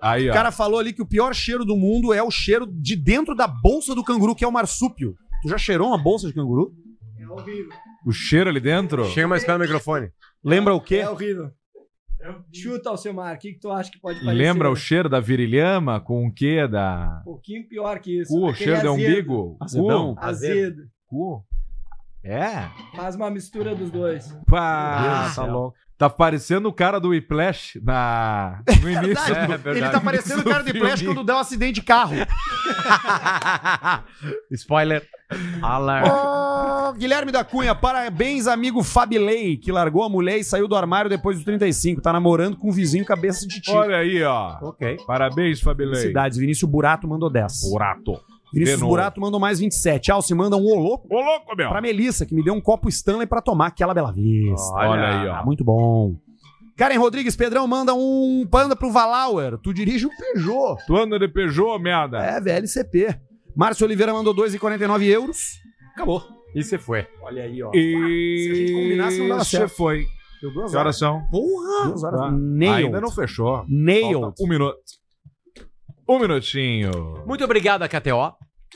[SPEAKER 5] Aí,
[SPEAKER 1] O
[SPEAKER 5] ó.
[SPEAKER 1] cara falou ali que o pior cheiro do mundo é o cheiro de dentro da bolsa do canguru, que é o marsúpio. Tu já cheirou uma bolsa de canguru?
[SPEAKER 7] É horrível.
[SPEAKER 5] O cheiro ali dentro?
[SPEAKER 3] Chega mais perto do microfone.
[SPEAKER 1] Lembra o quê?
[SPEAKER 7] É horrível. Chuta, Alcemar. O que, que tu acha que pode parecer?
[SPEAKER 5] É Lembra o cheiro da virilhama com o quê? Da.
[SPEAKER 7] Um pouquinho pior que isso.
[SPEAKER 5] Cu, o
[SPEAKER 7] Aquele
[SPEAKER 5] cheiro de
[SPEAKER 7] azedo.
[SPEAKER 5] umbigo?
[SPEAKER 1] Azedão.
[SPEAKER 5] Cu?
[SPEAKER 7] Azedo.
[SPEAKER 5] Cu? É?
[SPEAKER 7] Faz uma mistura dos dois.
[SPEAKER 5] Pá, tá louco. Tá parecendo o cara do
[SPEAKER 1] <laughs>
[SPEAKER 5] Whiplash na... no início.
[SPEAKER 1] Verdade.
[SPEAKER 5] do-
[SPEAKER 1] Ele
[SPEAKER 5] <laughs>
[SPEAKER 1] tá parecendo o cara de
[SPEAKER 5] Do
[SPEAKER 1] plástico
[SPEAKER 5] filme.
[SPEAKER 1] quando dá um acidente de
[SPEAKER 5] <laughs>
[SPEAKER 1] carro.
[SPEAKER 3] Spoiler. Alarm.
[SPEAKER 1] Ô, Guilherme da Cunha, parabéns, amigo Fabilei, que largou a mulher e saiu do armário depois dos 35. Tá namorando com um vizinho cabeça de tiro.
[SPEAKER 5] Olha aí, ó.
[SPEAKER 3] Ok.
[SPEAKER 5] Parabéns, Fabilei.
[SPEAKER 1] Felicidades. Vinícius Burato mandou 10.
[SPEAKER 5] Burato.
[SPEAKER 1] Vinícius
[SPEAKER 5] de novo.
[SPEAKER 1] Burato mandou mais 27. Alce manda um ô louco
[SPEAKER 5] Ô, louco, meu.
[SPEAKER 1] pra Melissa, que me deu um copo Stanley pra tomar aquela bela vista.
[SPEAKER 5] Olha aí, ó.
[SPEAKER 1] Ah, Muito bom. Karen Rodrigues Pedrão manda um panda pro Valauer. Tu dirige um Peugeot.
[SPEAKER 5] Tu anda de Peugeot, merda.
[SPEAKER 1] É, VLCP. Márcio Oliveira mandou 2,49 euros. Acabou.
[SPEAKER 3] E você foi.
[SPEAKER 1] Olha aí, ó.
[SPEAKER 5] E.
[SPEAKER 1] Se a gente combinasse, não dava
[SPEAKER 5] Você
[SPEAKER 1] certo.
[SPEAKER 5] foi.
[SPEAKER 1] Deu duas
[SPEAKER 5] Que horas são?
[SPEAKER 1] Porra! Duas horas.
[SPEAKER 5] Ah,
[SPEAKER 1] Nailed.
[SPEAKER 5] Ainda não fechou.
[SPEAKER 1] Nailed.
[SPEAKER 5] Falta Um minuto. Um minutinho.
[SPEAKER 3] Muito obrigado a KTO.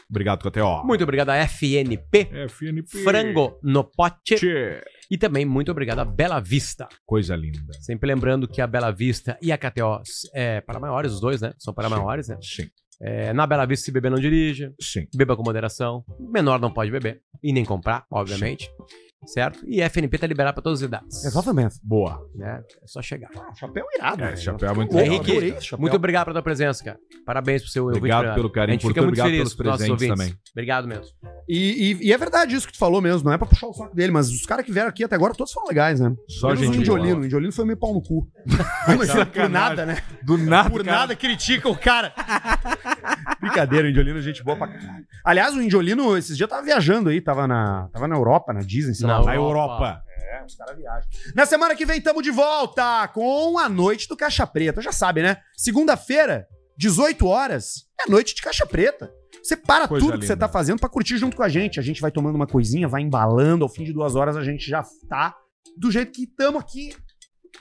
[SPEAKER 5] Obrigado, KTO.
[SPEAKER 3] Muito obrigado a FNP.
[SPEAKER 5] FNP.
[SPEAKER 3] Frango no pote.
[SPEAKER 5] Tchê.
[SPEAKER 3] E também muito obrigado a Bela Vista.
[SPEAKER 5] Coisa linda.
[SPEAKER 3] Sempre lembrando que a Bela Vista e a KTO é para maiores, os dois, né? São para maiores, né?
[SPEAKER 5] Sim,
[SPEAKER 3] É, na Bela Vista, se beber, não dirija.
[SPEAKER 5] sim.
[SPEAKER 3] Beba com moderação. Menor não pode beber. E nem comprar, obviamente. Certo? E FNP tá liberado para todas as idades.
[SPEAKER 5] É
[SPEAKER 1] Exatamente.
[SPEAKER 5] Boa.
[SPEAKER 3] Né? É só chegar.
[SPEAKER 1] Chapéu irado.
[SPEAKER 5] É,
[SPEAKER 1] né?
[SPEAKER 5] esse chapéu é muito
[SPEAKER 1] Eu
[SPEAKER 5] legal.
[SPEAKER 3] Henrique,
[SPEAKER 1] adorei esse chapéu.
[SPEAKER 3] Muito obrigado pela tua presença, cara. Parabéns pro seu
[SPEAKER 5] Obrigado
[SPEAKER 3] ouvinte.
[SPEAKER 5] pelo carinho,
[SPEAKER 3] A gente
[SPEAKER 5] por
[SPEAKER 3] fica
[SPEAKER 5] tudo,
[SPEAKER 3] muito
[SPEAKER 5] obrigado
[SPEAKER 3] feliz
[SPEAKER 5] pelos
[SPEAKER 3] com nossos
[SPEAKER 5] presentes
[SPEAKER 3] ouvintes. Obrigado mesmo.
[SPEAKER 1] E, e- e é verdade isso que tu falou mesmo, não é pra puxar o saco dele, mas os caras que vieram aqui até agora todos foram legais, né?
[SPEAKER 5] Só
[SPEAKER 1] Menos
[SPEAKER 5] gente
[SPEAKER 1] o Indiolino.
[SPEAKER 5] boa.
[SPEAKER 1] O Indiolino foi meio pau no
[SPEAKER 5] <laughs>
[SPEAKER 1] cu. Mas por nada, né?
[SPEAKER 5] Do É, Ah, nada.
[SPEAKER 1] Por nada critica o cara. <laughs> Brincadeira, o Indiolino é gente boa pra caralho. Aliás, o Indiolino esses dias tava viajando aí, tava na, tava na Europa, na Disney, sei lá. né?
[SPEAKER 5] Na Europa.
[SPEAKER 1] É, os caras viajam. Na semana que vem tamo de volta com a noite do Caixa Preta. Já sabe, né? Segunda-feira, 18 horas, é noite de Caixa Preta. Você para
[SPEAKER 5] Coisa
[SPEAKER 1] tudo que você
[SPEAKER 5] linda.
[SPEAKER 1] tá fazendo pra curtir junto com a gente. A gente vai tomando uma coisinha, vai embalando. Ao fim de duas horas a gente já tá do jeito que estamos aqui.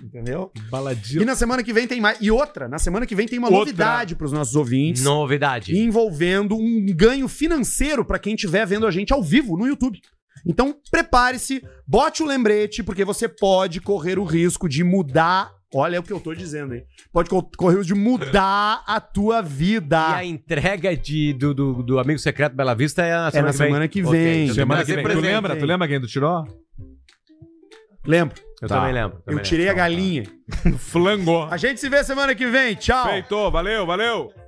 [SPEAKER 1] Entendeu?
[SPEAKER 5] Baladinho.
[SPEAKER 1] E na semana que vem tem mais. E outra, na semana que vem tem uma
[SPEAKER 3] Outra.
[SPEAKER 1] novidade pros nossos ouvintes.
[SPEAKER 3] Novidade.
[SPEAKER 1] Envolvendo um ganho financeiro pra quem estiver vendo a gente ao vivo no YouTube. Então, prepare-se, bote o lembrete, porque você pode correr o risco de mudar. Olha o que eu tô dizendo, hein? Pode co- correr o risco de mudar a tua
[SPEAKER 5] ah.
[SPEAKER 3] E
[SPEAKER 1] vida.
[SPEAKER 3] a entrega de, do, do, do Amigo Secreto Bela Vista é na
[SPEAKER 1] É na
[SPEAKER 3] semana,
[SPEAKER 1] semana que
[SPEAKER 3] Ok,
[SPEAKER 1] vem.
[SPEAKER 3] então
[SPEAKER 5] Semana que
[SPEAKER 3] tem
[SPEAKER 5] vem.
[SPEAKER 3] que
[SPEAKER 5] Tu
[SPEAKER 3] ser
[SPEAKER 5] lembra?
[SPEAKER 3] presente,
[SPEAKER 5] Tu
[SPEAKER 3] hein?
[SPEAKER 5] lembra quem tu tirou?
[SPEAKER 1] Lembro.
[SPEAKER 3] Eu
[SPEAKER 5] Tá.
[SPEAKER 3] também lembro. também
[SPEAKER 1] Eu tirei a galinha.
[SPEAKER 5] Flango.
[SPEAKER 1] A gente se vê semana que vem. Tchau.
[SPEAKER 5] Feito. Valeu, valeu.